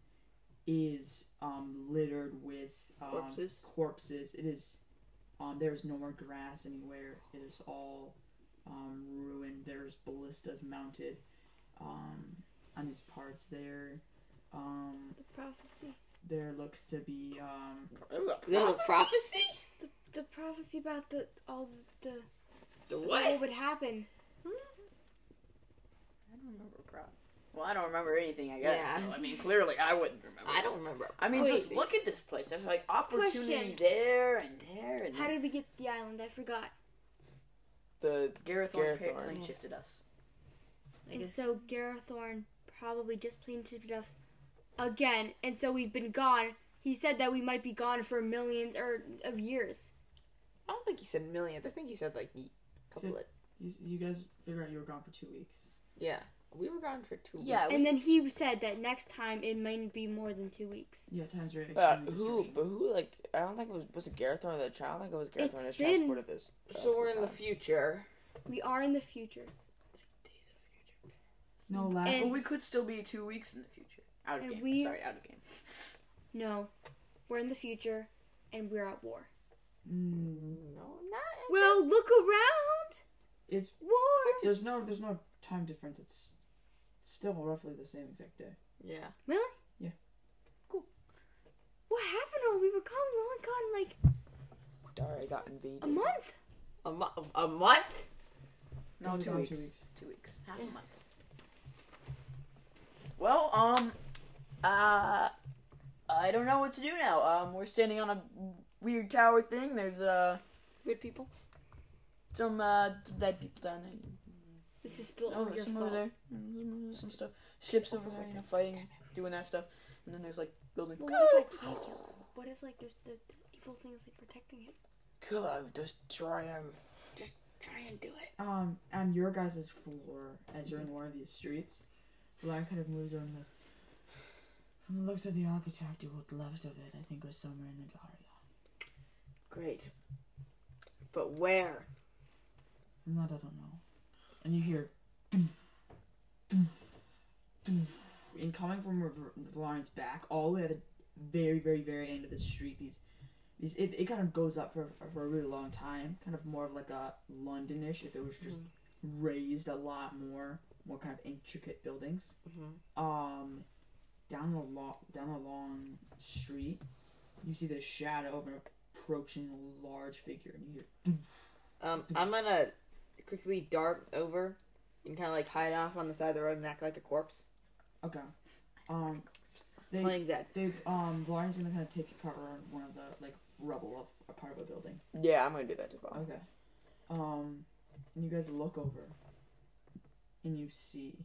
Speaker 1: is um, littered with um,
Speaker 2: Corpses?
Speaker 1: corpses. It is. Um, there's no more grass anywhere. It is all um, ruined. There's ballistas mounted um, on these parts there. Um,
Speaker 5: The prophecy.
Speaker 1: there looks to be um,
Speaker 2: There's a prophecy.
Speaker 5: The prophecy about the all the,
Speaker 2: The
Speaker 5: what
Speaker 2: what?
Speaker 5: would happen.
Speaker 3: I don't remember. Bro. Well, I don't remember anything. I guess.
Speaker 2: Yeah.
Speaker 3: So, I mean, clearly, I wouldn't remember.
Speaker 2: I don't remember.
Speaker 3: I mean, just
Speaker 2: Wait.
Speaker 3: look at this place. There's like opportunity
Speaker 5: Question.
Speaker 3: there and there and
Speaker 5: How did we get to the island? I forgot.
Speaker 4: The
Speaker 3: Gareth
Speaker 4: Gareth
Speaker 3: Gareth
Speaker 4: Thorne.
Speaker 3: shifted us.
Speaker 5: And so Garethorn probably just plain tipped us again, and so we've been gone. He said that we might be gone for millions or of years.
Speaker 4: I don't think he said millions. I think he said like a couple of.
Speaker 1: you, you guys figure out you were gone for two weeks.
Speaker 4: Yeah. We were gone for two
Speaker 3: Yeah.
Speaker 5: And then he said that next time it might be more than two weeks.
Speaker 1: Yeah, times
Speaker 3: Uh,
Speaker 1: are
Speaker 4: But
Speaker 1: extremely
Speaker 4: who?
Speaker 1: restricted.
Speaker 4: But who? Like, I don't think it was was it Gareth Thorne that trial. I think it was Gareth
Speaker 5: It's
Speaker 4: Thorne that
Speaker 5: been-
Speaker 4: transported this. uh,
Speaker 2: So we're in the
Speaker 4: process
Speaker 2: future.
Speaker 5: We are in the future.
Speaker 1: No, last
Speaker 5: And-
Speaker 3: Well, we could still be two weeks in the future. Out of
Speaker 5: And
Speaker 3: game.
Speaker 5: we-
Speaker 3: Sorry, out of game.
Speaker 5: No, we're in the future, and we're at war.
Speaker 1: Mm,
Speaker 4: on. No, not.
Speaker 5: Well, look around.
Speaker 1: it's
Speaker 5: War.
Speaker 1: there's no there's no time difference. It's still roughly the same exact day.
Speaker 2: Yeah.
Speaker 5: Really?
Speaker 1: Yeah.
Speaker 2: Cool.
Speaker 5: What happened? Oh, we were gone. We were only gone like
Speaker 4: Dara got invaded.
Speaker 5: a month.
Speaker 2: A, mo- a month?
Speaker 3: No,
Speaker 1: We've
Speaker 3: two
Speaker 1: been gone
Speaker 3: weeks. Two weeks. Half a month. Well, um, uh, I don't know what to do now. Um, we're standing on a weird tower thing. There's uh,
Speaker 2: Good people.
Speaker 3: some uh, some dead people down there.
Speaker 5: This is still
Speaker 3: Oh,
Speaker 5: all your
Speaker 3: there's some over
Speaker 5: fault.
Speaker 3: there. Mm, there's some- Some stuff. Ships over there, you know, fighting, doing that stuff. And then there's like building.
Speaker 5: Well, what if like they can't kill him? What if like there's the evil things like protecting him?
Speaker 3: Kill him. Just try him.
Speaker 2: Try and do it.
Speaker 1: Um, on your guys' floor, as
Speaker 3: Mm-hmm.
Speaker 1: you're in one of these streets, Black kind of moves over and goes, From the looks of the architecture, what's left of it, I think, was somewhere in Adaria.
Speaker 2: Great. But where?
Speaker 1: And that I don't know. And you hear, and coming from Ver- Valarian's back, all the way at the very, very, very end of the street, these, these, it, it kind of goes up for, for a really long time, kind of more of like a Londonish, if it was just raised a lot more, more kind of intricate buildings. Um, down the lo- down the long street, you see the shadow of an approaching large figure, and you hear
Speaker 2: Um, I'm gonna quickly dart over and kind of like hide off on the side of the road and act like a corpse.
Speaker 1: okay. Um, they,
Speaker 2: Playing dead.
Speaker 1: They um Valarian's gonna kind of take cover on one of the like rubble of a part of a building.
Speaker 4: Yeah, I'm gonna do that as well.
Speaker 1: Okay. Um, and you guys look over, and you see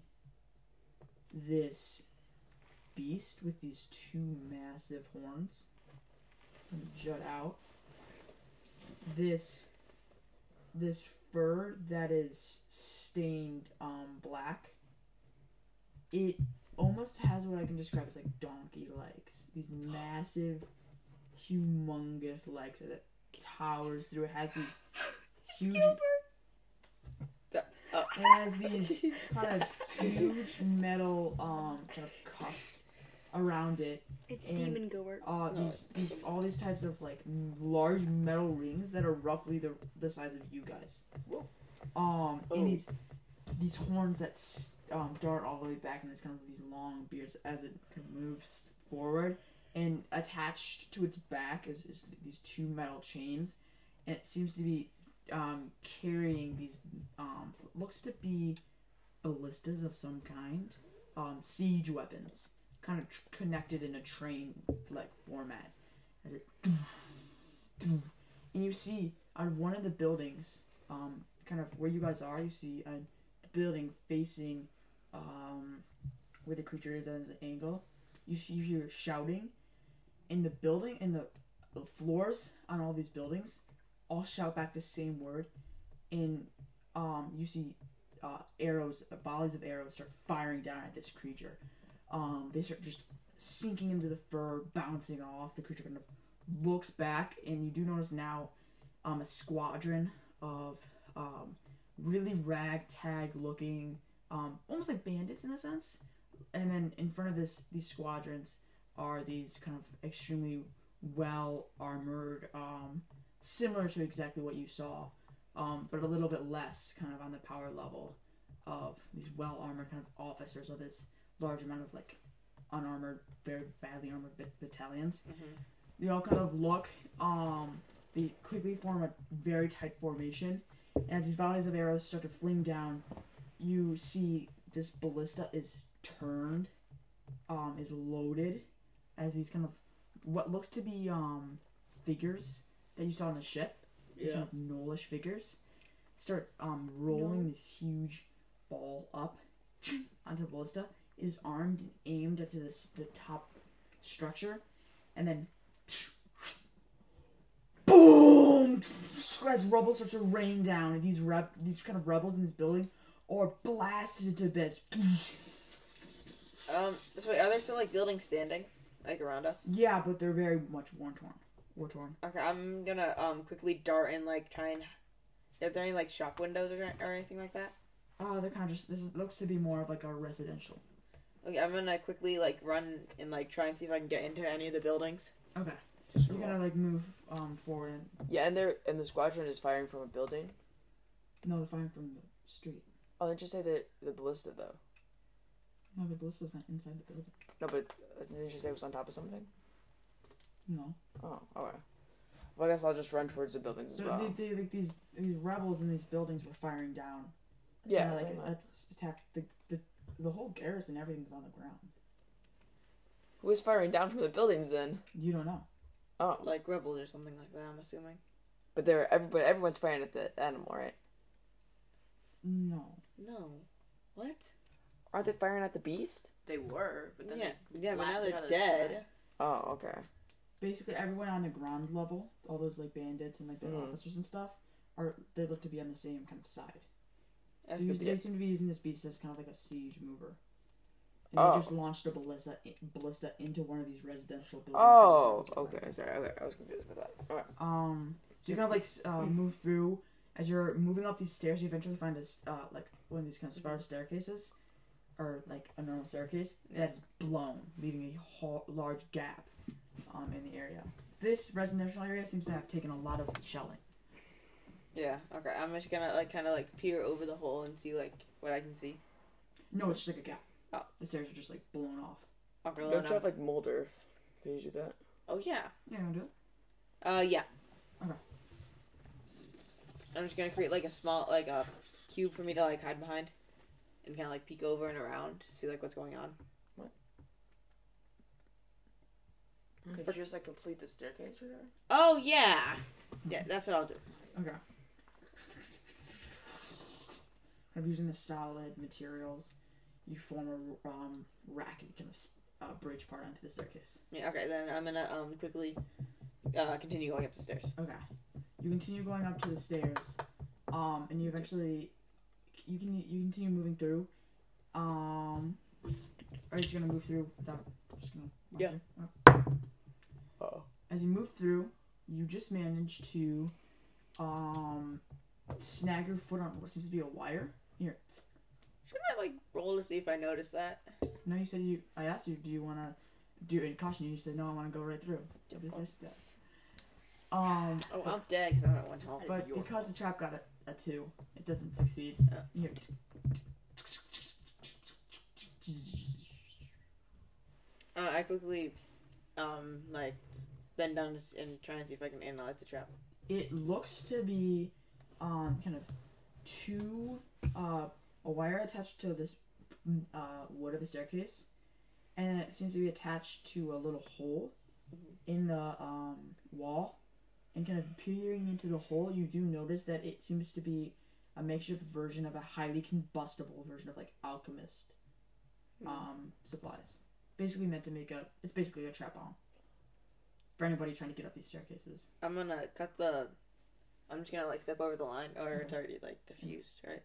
Speaker 1: this beast with these two massive horns and jut out. This this fur that is stained um black. It almost has what I can describe as like donkey legs. These massive, humongous legs that towers through. It has these huge. uh,
Speaker 2: Oh.
Speaker 1: It has these kind of huge metal um kind of cuffs around it.
Speaker 5: It's
Speaker 1: And-
Speaker 5: Demon Goer.
Speaker 1: Uh, these these all these types of like m- large metal rings that are roughly the the size of you guys. Um, and these these horns that s- um dart all the way back, and it's kind of these long beards as it kind of moves forward. And attached to its back is, is these two metal chains, and it seems to be um carrying these um looks to be ballistas of some kind, um siege weapons kind of tr- connected in a train like format as it and you see on one of the buildings um kind of where you guys are you see a building facing um where the creature is at an angle you see you hear shouting in the building in the floors on all these buildings all shout back the same word and um you see uh, arrows volleys of arrows start firing down at this creature um, they start just sinking into the fur, bouncing off. The creature kind of looks back, and you do notice now um, a squadron of um, really ragtag looking, um, almost like bandits in a sense. And then in front of this, these squadrons are these kind of extremely well armored, um, similar to exactly what you saw, um, but a little bit less kind of on the power level of these well armored kind of officers of this large amount of like unarmored, very badly armored bat- battalions. They all kind of look. Um, they quickly form a very tight formation, and as these volleys of arrows start to fling down, you see this ballista is turned, um, is loaded, as these kind of what looks to be um figures that you saw on the ship, these kind of Nolish figures, start um rolling this huge ball up onto the ballista. It is armed and aimed at this the top structure, and then boom! As rubble starts to rain down, and these rep, these kind of rebels in this building are blasted to bits.
Speaker 2: Um, so wait, are there still like buildings standing, like around us?
Speaker 1: Yeah, but they're very much war torn. War torn.
Speaker 2: Okay, I'm gonna um quickly dart and like try and. Are there any like shop windows or, or anything like that?
Speaker 1: Uh, they're kind of just. This is, looks to be more of like a residential.
Speaker 2: Okay, I'm gonna quickly like run and like try and see if I can get into any of the buildings.
Speaker 1: Okay.
Speaker 4: Just
Speaker 1: You're gonna like move um forward. And,
Speaker 4: Yeah, and they're and the squadron is firing from a building.
Speaker 1: no, they're firing from the street.
Speaker 4: Oh, they just say that the ballista though.
Speaker 1: No, the ballista's not inside the building.
Speaker 4: No, but uh, didn't you say it was on top of something?
Speaker 1: No.
Speaker 4: Oh, okay. Well, I guess I'll just run towards the buildings as
Speaker 1: So
Speaker 4: well.
Speaker 1: they, they, like these these rebels in these buildings were firing down.
Speaker 4: Yeah,
Speaker 1: Kinda
Speaker 4: so
Speaker 1: like
Speaker 4: am I.
Speaker 1: a- attack the, the the whole garrison. Everything's on the ground.
Speaker 4: Who is firing down from the buildings then?
Speaker 1: You don't know.
Speaker 4: Oh,
Speaker 2: Like rebels or something like that. I'm assuming.
Speaker 4: But they're everybody. Everyone's firing at the animal, right?
Speaker 1: No.
Speaker 2: No. What?
Speaker 4: Aren't they firing at the beast?
Speaker 3: They were, but then
Speaker 2: Yeah,
Speaker 3: they
Speaker 2: yeah, but now
Speaker 3: blasted
Speaker 2: they're
Speaker 3: out of the sky.
Speaker 2: dead.
Speaker 4: Oh, okay.
Speaker 1: Basically, everyone on the ground level, all those like bandits and like the
Speaker 4: Mm-hmm.
Speaker 1: officers and stuff, are they look to be on the same kind of side.
Speaker 2: That's
Speaker 1: They,
Speaker 2: the
Speaker 1: use- they
Speaker 2: best.
Speaker 1: seem to be using this beast as kind of like a siege mover. And
Speaker 4: Oh.
Speaker 1: they just launched a ballista, ballista into one of these residential buildings.
Speaker 4: Oh, okay. Sorry, okay. I was confused about that. All right.
Speaker 1: Um, so you kind of like s- uh, move through as you're moving up these stairs. You eventually find a s- uh, like one of these kind of spiral staircases, or like a normal staircase that's blown, leaving a ho- large gap um, in the area. This residential area seems to have taken a lot of shelling.
Speaker 2: Yeah. Okay. I'm just gonna like kind of like peer over the hole and see like what I can see.
Speaker 1: No, it's just like a gap.
Speaker 2: Oh.
Speaker 1: The stairs are just like blown off.
Speaker 2: Okay, low
Speaker 4: Don't you have
Speaker 2: enough.
Speaker 4: like Mulder? Could you do that?
Speaker 2: Oh yeah.
Speaker 1: Yeah, you wanna do it.
Speaker 2: Uh yeah.
Speaker 1: Okay.
Speaker 2: I'm just gonna create like a small like a cube for me to like hide behind, and kind of like peek over and around, see like what's going on.
Speaker 4: Could you just like complete the staircase or whatever?
Speaker 2: Oh yeah. Yeah, that's what I'll do.
Speaker 1: Okay. Kind of using the solid materials, you form a um, rack and you kind of s- uh, bridge part onto the staircase.
Speaker 2: Yeah, okay, then I'm gonna um quickly uh continue going up the stairs.
Speaker 1: Okay. You continue going up to the stairs, um, and you eventually you can you continue moving through. Um, are you just gonna move through? Without, just gonna walk
Speaker 2: Yeah.
Speaker 1: through? Okay.
Speaker 4: Oh.
Speaker 1: As you move through, you just manage to um, snag your foot on what seems to be a wire. Here,
Speaker 2: Shouldn't I like roll to see if I notice that?
Speaker 1: no, you said you. I asked you, do you want to do it? And caution you, you said no, I want to go right through.
Speaker 2: Don't
Speaker 1: This
Speaker 2: call.
Speaker 1: is that. Um,
Speaker 2: Oh, I'm dead because I'm at one health.
Speaker 1: But because the trap got a, a two, it doesn't succeed.
Speaker 2: Oh.
Speaker 1: Here.
Speaker 2: Uh, I quickly um like bend down to s- and try and see if I can analyze the trap.
Speaker 1: It looks to be um, kind of two, uh, a wire attached to this mm, uh, wood of the staircase, and it seems to be attached to a little hole in the um, wall. And kind of peering into the hole, you do notice that it seems to be a makeshift version of a highly combustible version of like alchemist um, supplies. Basically meant to make a. It's basically a trap bomb for anybody trying to get up these staircases.
Speaker 2: I'm gonna cut the. I'm just gonna like step over the line, or it's already like diffused, right?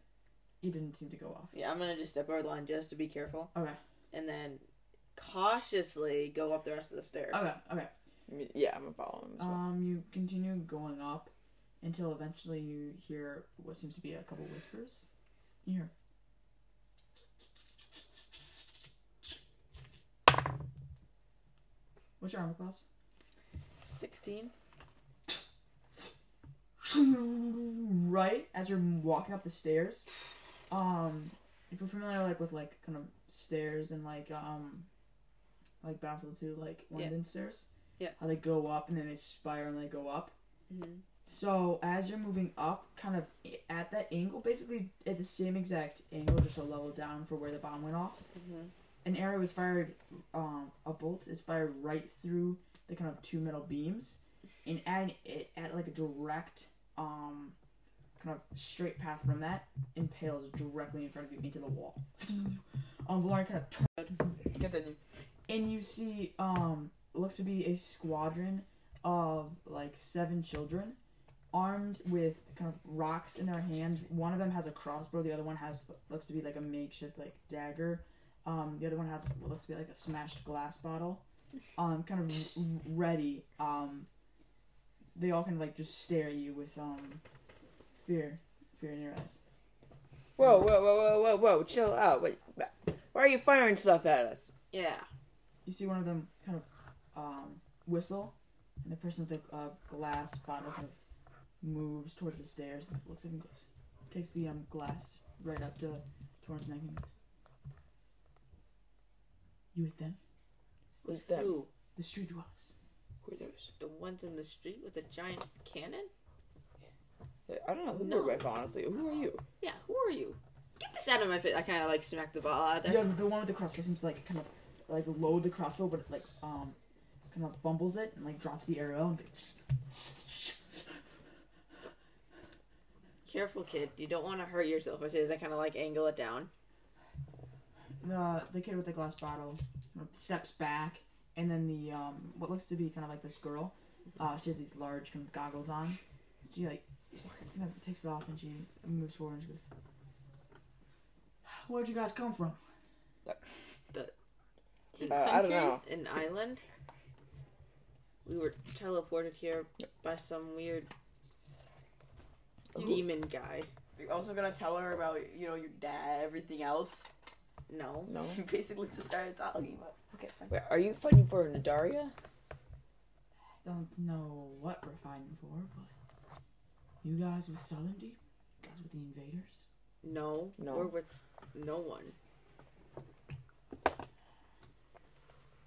Speaker 1: It didn't seem to go off.
Speaker 2: Yeah, I'm gonna just step over the line just to be careful,
Speaker 1: Okay.
Speaker 2: and then cautiously go up the rest of the stairs.
Speaker 1: Okay. Okay.
Speaker 4: I mean, yeah, I'm gonna follow him as well.
Speaker 1: Um, you continue going up until eventually you hear what seems to be a couple whispers. You hear. What's your armor class?
Speaker 2: Sixteen.
Speaker 1: right as you're walking up the stairs. Um, if you're familiar, like with like kind of stairs and like um, like Battlefield Two, like
Speaker 2: Yeah.
Speaker 1: London stairs.
Speaker 2: Yeah.
Speaker 1: How they go up and then they spiral and they go up.
Speaker 2: Mhm.
Speaker 1: So as you're moving up, kind of i- at that angle, basically at the same exact angle, just a level down for where the bomb went off.
Speaker 2: Mhm.
Speaker 1: An arrow is fired. Um, a bolt is fired right through the kind of two metal beams, and at an, it at like a direct um kind of straight path from that impales directly in front of you into the wall. um, Valari kind of turns
Speaker 3: Continue.
Speaker 1: and you see um looks to be a squadron of like seven children armed with kind of rocks in their hands one of them has a crossbow the other one has looks to be like a makeshift like dagger um the other one has what looks to be like a smashed glass bottle um kind of r- r- ready um they all can like just stare at you with um fear fear in your eyes
Speaker 4: Whoa, whoa, whoa, whoa, whoa, whoa! Chill out. Wait, why are you firing stuff at us?
Speaker 2: Yeah.
Speaker 1: you see one of them kind of um, whistle, and the person with the uh, glass bottle kind of moves towards the stairs, looks up and goes, takes the um, glass right up to Torrance neck and goes, You with them?
Speaker 4: Who's them?
Speaker 2: Ooh,
Speaker 1: The street dwellers.
Speaker 4: Who are those?
Speaker 2: the ones in the street with the giant cannon.
Speaker 4: Like, I don't know who
Speaker 2: No.
Speaker 4: we're with, honestly. Who are you?
Speaker 2: Yeah. Who are you? Get this out of my face! I kind of like smack the ball out of there.
Speaker 1: Yeah, the one with the crossbow seems to like kind of like load the crossbow, but like um kind of bumbles it and like drops the arrow and goes,
Speaker 2: Careful, kid. You don't want to hurt yourself. I say, as I kind of like angle it down.
Speaker 1: the the kid with the glass bottle steps back, and then the um what looks to be kind of like this girl, uh, she has these large kind of goggles on. She like takes it off and she moves forward and she goes, "Where'd you guys come from?"
Speaker 4: Uh, I don't
Speaker 9: Country?
Speaker 4: know.
Speaker 2: An island. We were teleported here by some weird demon guy.
Speaker 3: You're also gonna tell her about you know your dad, everything else.
Speaker 2: No.
Speaker 4: No.
Speaker 3: You basically just started talking about. Okay, fine.
Speaker 4: Wait, are you fighting for Nadaria?
Speaker 1: Don't know what we're fighting for, but you guys with Southern Deep, you guys with the invaders.
Speaker 2: No.
Speaker 4: No.
Speaker 2: We're with no one.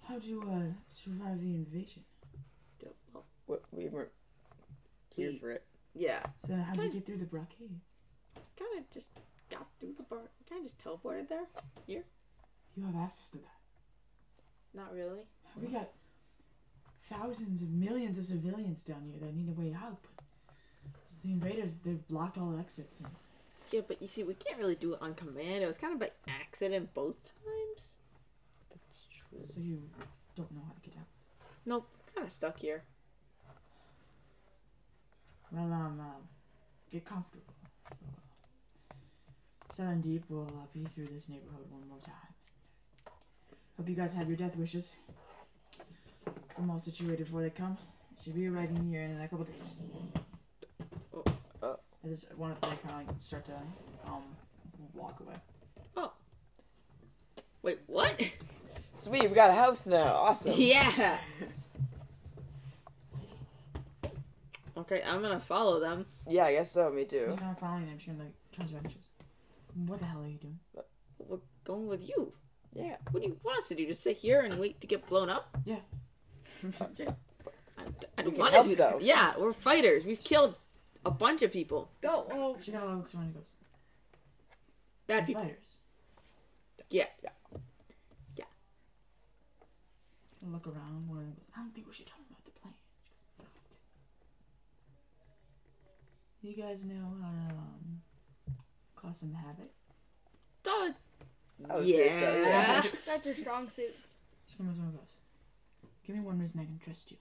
Speaker 1: How'd you uh, survive the invasion?
Speaker 2: Don't- well,
Speaker 4: What we weren't here for it.
Speaker 2: Yeah.
Speaker 1: So then how'd you
Speaker 2: Kind-
Speaker 1: get through the blockade?
Speaker 2: Kind of just got through the bar. Kind of just teleported there.
Speaker 1: You have access to that.
Speaker 2: Not really.
Speaker 1: We got thousands and millions of civilians down here that need a way out, but it's the invaders, they've blocked all exits. And
Speaker 2: Yeah, but you see, we can't really do it on command. It was kind of by accident both times.
Speaker 1: so you don't know how to get out.
Speaker 2: Nope. Kind of stuck here.
Speaker 1: Well, um, uh, get comfortable. So, uh, Silent Deep will uh, be through this neighborhood one more time. Hope you guys have your death wishes. I'm all situated before they come. Should be arriving here in a couple days.
Speaker 2: Oh,
Speaker 4: uh.
Speaker 1: I just wanted to kind of like start to um walk away.
Speaker 2: Wait, what?
Speaker 4: Sweet, we got a house now. Awesome.
Speaker 2: yeah. Okay, I'm gonna follow them.
Speaker 4: Yeah, I guess so. Me
Speaker 1: She's
Speaker 4: too.
Speaker 1: kind of following him. She's gonna like turns around and she goes, "What the hell are you doing?"
Speaker 2: We're going with you.
Speaker 4: Yeah.
Speaker 2: What do you want us to do? Just sit here and wait to get blown up?
Speaker 1: Yeah.
Speaker 2: I, I don't
Speaker 4: can
Speaker 2: want to
Speaker 4: help,
Speaker 2: do that.
Speaker 4: though.
Speaker 2: Yeah, we're fighters. We've killed a bunch of people.
Speaker 5: Go. Oh,
Speaker 1: She kind of looks around and goes,
Speaker 2: Bad people.
Speaker 1: "Fighters."
Speaker 2: Yeah.
Speaker 1: I look around. One of them goes, I don't think we should talk about the plane. She goes, You guys know how to um, cause some havoc.
Speaker 2: Duh.
Speaker 4: I would say so, yeah.
Speaker 5: that's your strong suit.
Speaker 1: She comes over and goes, Give me one reason I can trust you.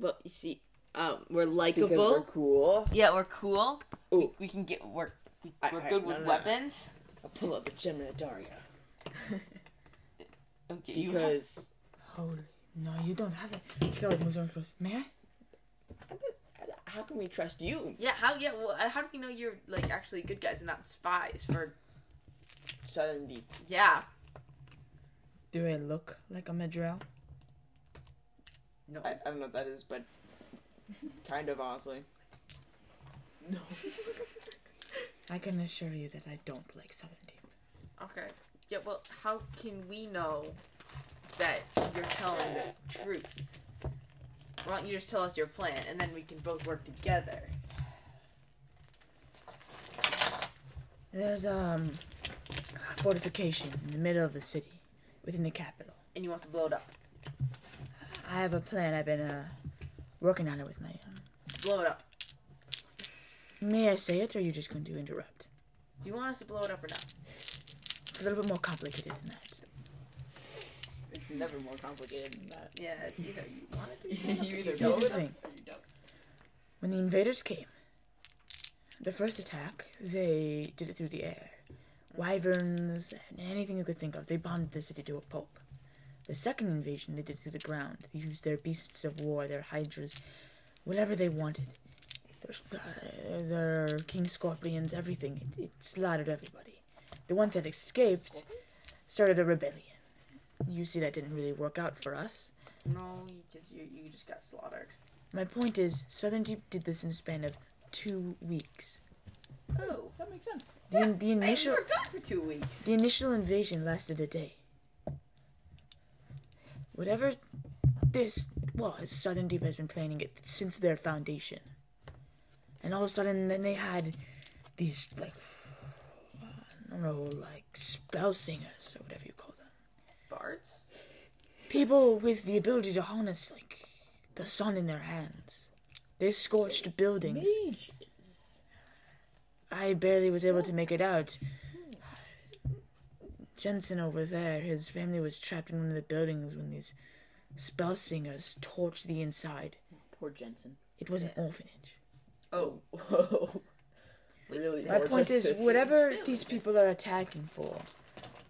Speaker 2: Well, you see, um, we're
Speaker 4: Because
Speaker 2: likable.
Speaker 4: we're cool.
Speaker 2: Yeah, we're cool. We,
Speaker 4: Ooh.
Speaker 2: we can get we're we,
Speaker 4: I-
Speaker 2: we're
Speaker 4: I-
Speaker 2: good
Speaker 4: no,
Speaker 2: with
Speaker 4: no, no.
Speaker 2: weapons.
Speaker 4: I'll pull up the gem of Nadaria.
Speaker 2: Okay, you have-
Speaker 4: Because
Speaker 1: Holy. No, you don't have that. She kind of moves over and goes, May I?
Speaker 4: how can we trust you?
Speaker 2: yeah, how yeah, well, uh, how do we know you're like actually good guys and not spies for
Speaker 4: Southern Deep.
Speaker 2: yeah.
Speaker 1: Do I look like I'm a drow?
Speaker 2: No.
Speaker 4: I, I don't know what that is, but kind of honestly.
Speaker 1: I can assure you that I don't like Southern Deep.
Speaker 2: Okay. Yeah, well, how can we know that you're telling the truth? Why don't you just tell us your plan and then we can both work together?
Speaker 1: There's um, a fortification in the middle of the city, within the capital.
Speaker 2: And you want us to blow it up.
Speaker 1: I have a plan. I've been uh, working on it with my. um,
Speaker 2: Blow it up.
Speaker 1: May I say it, or are you just going to interrupt?
Speaker 2: Do you want us to blow it up or not?
Speaker 1: It's a little bit more complicated than that.
Speaker 3: It's never more complicated than that.
Speaker 2: Yeah, it's either you want it
Speaker 3: you either
Speaker 1: Here's
Speaker 3: go
Speaker 1: the
Speaker 3: with
Speaker 1: thing.
Speaker 3: or you don't.
Speaker 1: When the invaders came, the first attack, they did it through the air. Wyverns and anything you could think of, they bombed the city to a pulp. The second invasion, they did it through the ground. They used their beasts of war, their hydras, whatever they wanted. Their, sp- uh, their king scorpions, everything. It, it slaughtered everybody. The ones that escaped started a rebellion. You see, that didn't really work out for us.
Speaker 2: No, you just you, you just got slaughtered.
Speaker 1: My point is, Southern Deep did this in a span of two weeks.
Speaker 2: Oh,
Speaker 3: That makes sense.
Speaker 1: The, the initial
Speaker 2: we're gone for two weeks.
Speaker 1: the initial invasion lasted a day. Whatever this was, Southern Deep has been planning it since their foundation. And all of a sudden, then they had these like I don't know, like spell singers or whatever you call them.
Speaker 2: Bards.
Speaker 1: people with the ability to harness like the sun in their hands. They scorched buildings. I barely was able to make it out. Jensen over there, his family was trapped in one of the buildings when these spell singers torched the inside.
Speaker 6: Poor Jensen.
Speaker 1: It was an orphanage.
Speaker 6: Oh. Whoa.
Speaker 4: Really?
Speaker 1: My
Speaker 4: poor
Speaker 1: point is,
Speaker 4: justice.
Speaker 1: whatever these people are attacking for,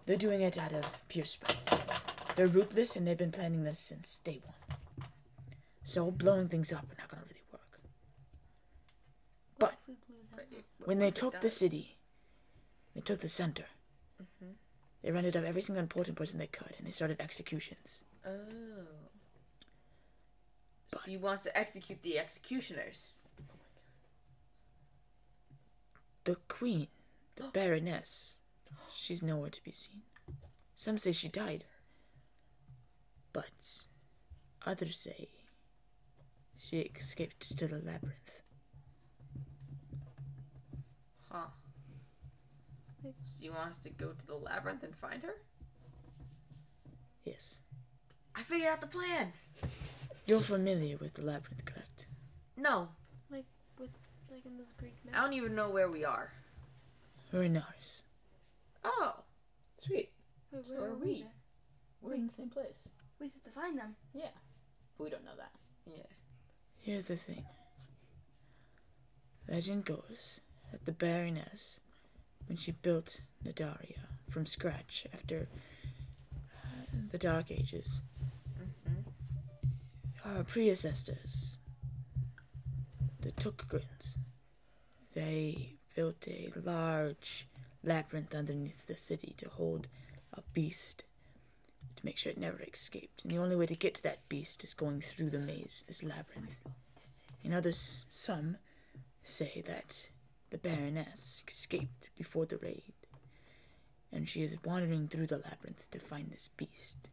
Speaker 1: they're doing it out of pure spite. They're ruthless and they've been planning this since day one. So blowing things up are not going to really work. But when they took the city, they took the center. They rounded up every single important person they could, and they started executions.
Speaker 2: Oh. So he wants to execute the executioners.
Speaker 1: The queen, the baroness, she's nowhere to be seen. Some say she died, but others say she escaped to the labyrinth.
Speaker 2: Huh. So you want us to go to the labyrinth and find her?
Speaker 1: Yes.
Speaker 2: I figured out the plan.
Speaker 1: You're familiar with the labyrinth, correct?
Speaker 2: No,
Speaker 9: Like in those Greek
Speaker 2: I don't even know where we are.
Speaker 1: Renaris.
Speaker 2: Oh.
Speaker 6: Sweet.
Speaker 9: Wait,
Speaker 6: So are we. We're in the same place.
Speaker 5: We just have to find them.
Speaker 6: But we don't know that.
Speaker 1: Here's the thing. Legend goes that the Baroness, when she built Nadaria from scratch after uh, the Dark Ages, her predecessors, the Tukgrins, they built a large labyrinth underneath the city to hold a beast to make sure it never escaped. And the only way to get to that beast is going through the maze, this labyrinth. And others, some, say that the Baroness escaped before the raid, and she is wandering through the labyrinth to find this beast,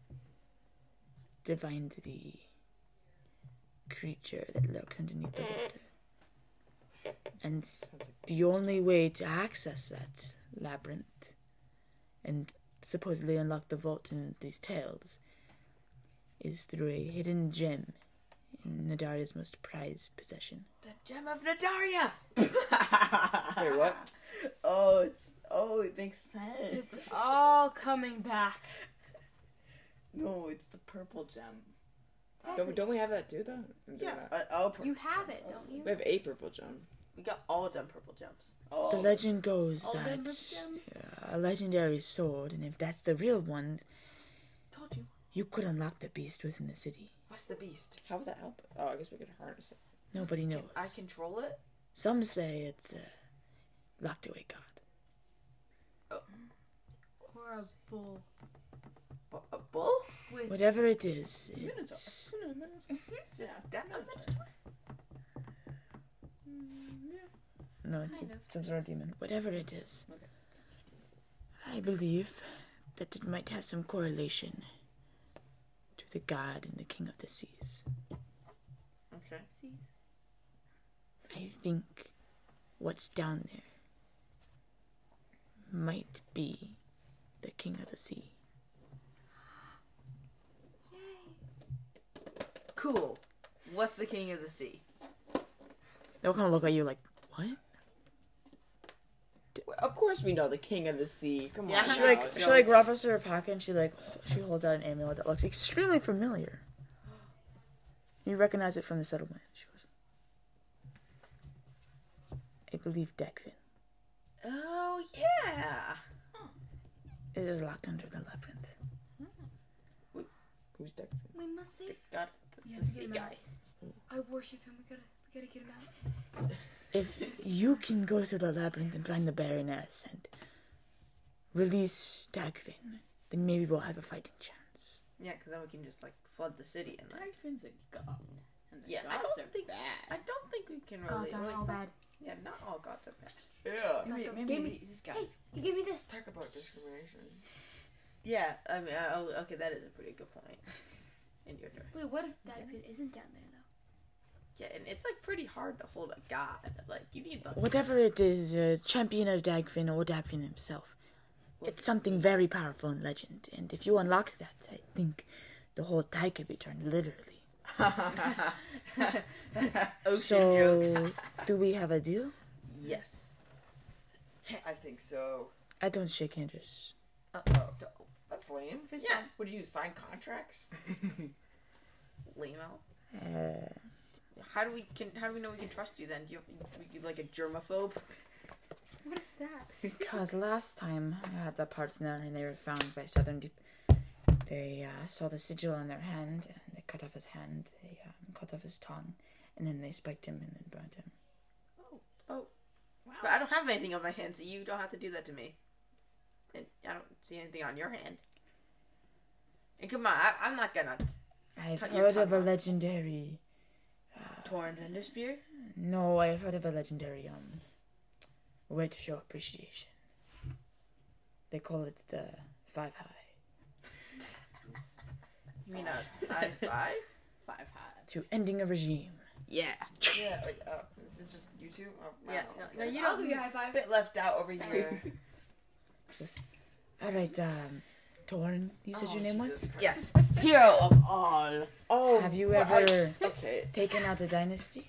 Speaker 1: to find the creature that lurks underneath the water. And the only way to access that labyrinth and supposedly unlock the vault in these tales is through a hidden gem in Nadaria's most prized possession.
Speaker 2: The gem of Nadaria.
Speaker 4: Wait, what?
Speaker 3: Oh, it's oh, it makes sense.
Speaker 5: It's all coming back.
Speaker 3: No, it's the purple gem.
Speaker 4: Don't, don't we have that too, though? Or do we not?
Speaker 3: Uh, oh, pur-
Speaker 5: You have it, don't you?
Speaker 4: We have a purple gem.
Speaker 2: We got all them purple gems.
Speaker 3: oh.
Speaker 1: The legend goes
Speaker 3: all
Speaker 1: that
Speaker 3: numbered gems?
Speaker 1: uh, a legendary sword, and if that's the real one,
Speaker 2: Told you.
Speaker 1: you could unlock the beast within the city.
Speaker 2: What's the beast?
Speaker 4: How would that help? Oh, I guess we could harness it.
Speaker 1: Nobody knows.
Speaker 2: Can I control it?
Speaker 1: Some say it's a locked away god.
Speaker 5: Horrible.
Speaker 2: What, a bull?
Speaker 5: With
Speaker 1: Whatever it is, it's
Speaker 2: Is it that of it?
Speaker 1: no, it's some sort of demon. Whatever it is, I believe that it might have some correlation to the god and the king of the seas.
Speaker 2: Okay.
Speaker 1: I think what's down there might be the king of the sea.
Speaker 2: Cool. What's the king of the sea?
Speaker 1: They'll kind of look at you like, what?
Speaker 4: Of course we know the king of the sea. Come
Speaker 2: Yeah.
Speaker 4: on.
Speaker 2: She,
Speaker 1: She
Speaker 4: now.
Speaker 1: like she like ruffles through her pocket and she like h- she holds out an amulet that looks extremely familiar. You recognize it from the settlement. She goes, I believe Dekvin.
Speaker 2: Oh yeah.
Speaker 1: It is locked under the labyrinth.
Speaker 4: Who's Deck?
Speaker 5: we must save.
Speaker 2: God,
Speaker 5: have
Speaker 2: the
Speaker 5: to get
Speaker 2: sea
Speaker 5: him out.
Speaker 2: guy.
Speaker 5: I worship him. We gotta, we gotta get him out.
Speaker 1: If you can go through the labyrinth and find the Baroness and release Dagvin, then maybe we'll have a fighting chance.
Speaker 2: Yeah, because then we can just like flood the city and like.
Speaker 3: Dragons are god. And the
Speaker 2: Yeah, I
Speaker 3: gods
Speaker 2: don't
Speaker 3: are
Speaker 2: think- I
Speaker 3: bad.
Speaker 2: don't think we can really.
Speaker 5: Gods are
Speaker 2: like,
Speaker 5: all bad.
Speaker 2: Yeah, not all gods are bad.
Speaker 5: Not
Speaker 4: Yeah.
Speaker 5: the-
Speaker 3: Maybe,
Speaker 5: give
Speaker 3: maybe
Speaker 5: me-
Speaker 3: these guys.
Speaker 5: Hey, you gave me this.
Speaker 4: Talk about discrimination.
Speaker 2: Yeah, I mean, I, oh, okay, that is a pretty good point. And you're right.
Speaker 5: Wait, what if that kid isn't down there though?
Speaker 2: Yeah, and it's like pretty hard to hold a god. Like you need the
Speaker 1: Whatever it is, uh, champion of Dagvin or Dagvin himself, it's something very powerful in legend. And if you unlock that, I think the whole tide could be turned literally.
Speaker 2: ocean
Speaker 1: So,
Speaker 2: jokes.
Speaker 1: do we have a deal?
Speaker 2: Yes.
Speaker 4: I think so.
Speaker 1: I don't shake hands. Just
Speaker 4: Uh oh. That's lame.
Speaker 2: Yeah.
Speaker 4: What do you sign contracts?
Speaker 2: Lame-o.
Speaker 1: Uh,
Speaker 2: How do we can? How do we know we can trust you then? Do you, you, you like a germaphobe?
Speaker 5: What is that?
Speaker 1: because last time I had a partner and they were found by Southern Deep. They uh, saw the sigil on their hand and they cut off his hand. They um, cut off his tongue, and then they spiked him and then burned him.
Speaker 2: But I don't have anything on my hand, so you don't have to do that to me. And I don't see anything on your hand. And come on, I, I'm not gonna
Speaker 1: I've
Speaker 2: Cut your
Speaker 1: heard of
Speaker 2: tongue
Speaker 1: a
Speaker 2: off.
Speaker 1: legendary
Speaker 2: torn vendor spear.
Speaker 1: No, I've heard of a legendary um way to show appreciation. They call it the five high.
Speaker 2: You mean a high five?
Speaker 11: Five high.
Speaker 1: To ending a regime.
Speaker 2: Yeah.
Speaker 4: yeah. Wait, uh, this is just you two. Oh, wow,
Speaker 2: Yeah.
Speaker 4: okay.
Speaker 2: No, no, you
Speaker 5: I'll give
Speaker 2: don't.
Speaker 5: you a high five.
Speaker 4: bit left out over here.
Speaker 1: Alright, um Torn, you said your name was?
Speaker 2: Yes.
Speaker 11: Hero of all.
Speaker 1: Oh, Have you
Speaker 11: well, I-
Speaker 1: ever
Speaker 11: Okay.
Speaker 1: taken out a dynasty?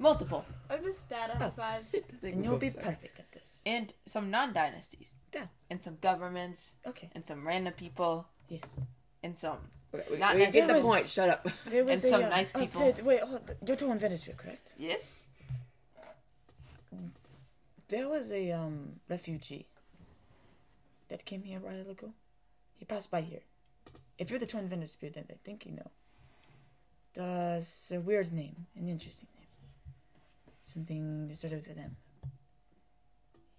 Speaker 11: Multiple.
Speaker 5: I'm just bad at
Speaker 1: Oh.
Speaker 5: high fives.
Speaker 1: And you'll be perfect at this.
Speaker 2: And some non dynasties.
Speaker 1: Yeah.
Speaker 2: And some governments.
Speaker 1: Okay.
Speaker 2: And some random people.
Speaker 1: Yes.
Speaker 2: And some.
Speaker 12: Okay, we,
Speaker 2: Oh. Not
Speaker 12: we
Speaker 2: next
Speaker 12: get the
Speaker 1: time.
Speaker 12: point. Shut up.
Speaker 1: There uh,
Speaker 2: was And a, some um, nice oh, people. wait,
Speaker 1: wait, you're Torn Venezuela, correct?
Speaker 2: Yes.
Speaker 1: There was a um refugee that came here a while ago. He passed by here. If you're the twin vendor spirit, then I think you know. That's a weird name, an interesting name. Something deserted to them.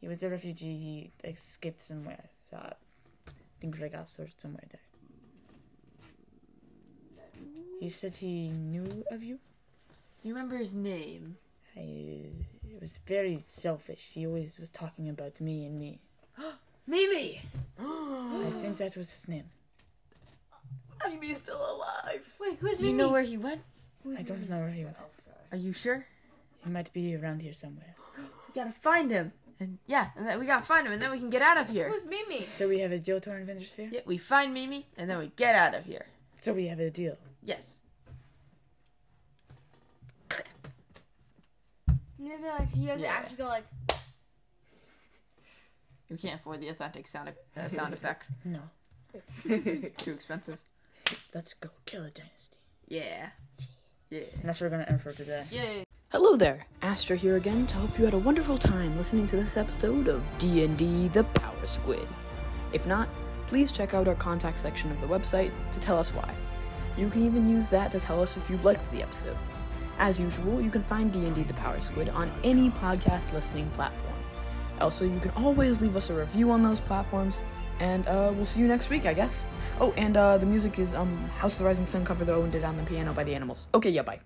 Speaker 1: He was a refugee. He escaped somewhere. Uh, I think Regas or somewhere there. He said he knew of you.
Speaker 2: Do you remember his name?
Speaker 1: I, it was very selfish. He always was talking about me and me.
Speaker 2: Mimi!
Speaker 1: I think that was his name.
Speaker 4: Mimi's still alive.
Speaker 5: Wait, who's
Speaker 2: Do you know where he went?
Speaker 1: I don't know where he went.
Speaker 2: Are you sure?
Speaker 1: He might be around here somewhere.
Speaker 2: We gotta find him. And yeah, and then we gotta find him, and then we can get out of here.
Speaker 5: Who's Mimi?
Speaker 1: So we have a deal to our Avengers Fair?
Speaker 2: Yeah, we find Mimi, and then we get out of here.
Speaker 1: So we have a deal.
Speaker 2: Yes.
Speaker 5: You have to, like, you have to
Speaker 2: Yeah.
Speaker 5: actually go like.
Speaker 2: We can't afford the authentic sound, uh, sound effect.
Speaker 1: No.
Speaker 2: Too expensive.
Speaker 1: Let's go kill a dynasty.
Speaker 2: Yeah. Yeah.
Speaker 1: And that's what we're gonna end for today.
Speaker 2: Yay.
Speaker 3: Hello there, Astra here again to hope you had a wonderful time listening to this episode of D&D The Power Squid. If not, please check out our contact section of the website to tell us why. You can even use that to tell us if you liked the episode. As usual, you can find D&D The Power Squid on any podcast listening platform. Also, you can always leave us a review on those platforms, and uh, we'll see you next week, I guess. Oh, and uh, the music is um, House of the Rising Sun cover that Owen did on the piano by the Animals. Okay, yeah, bye.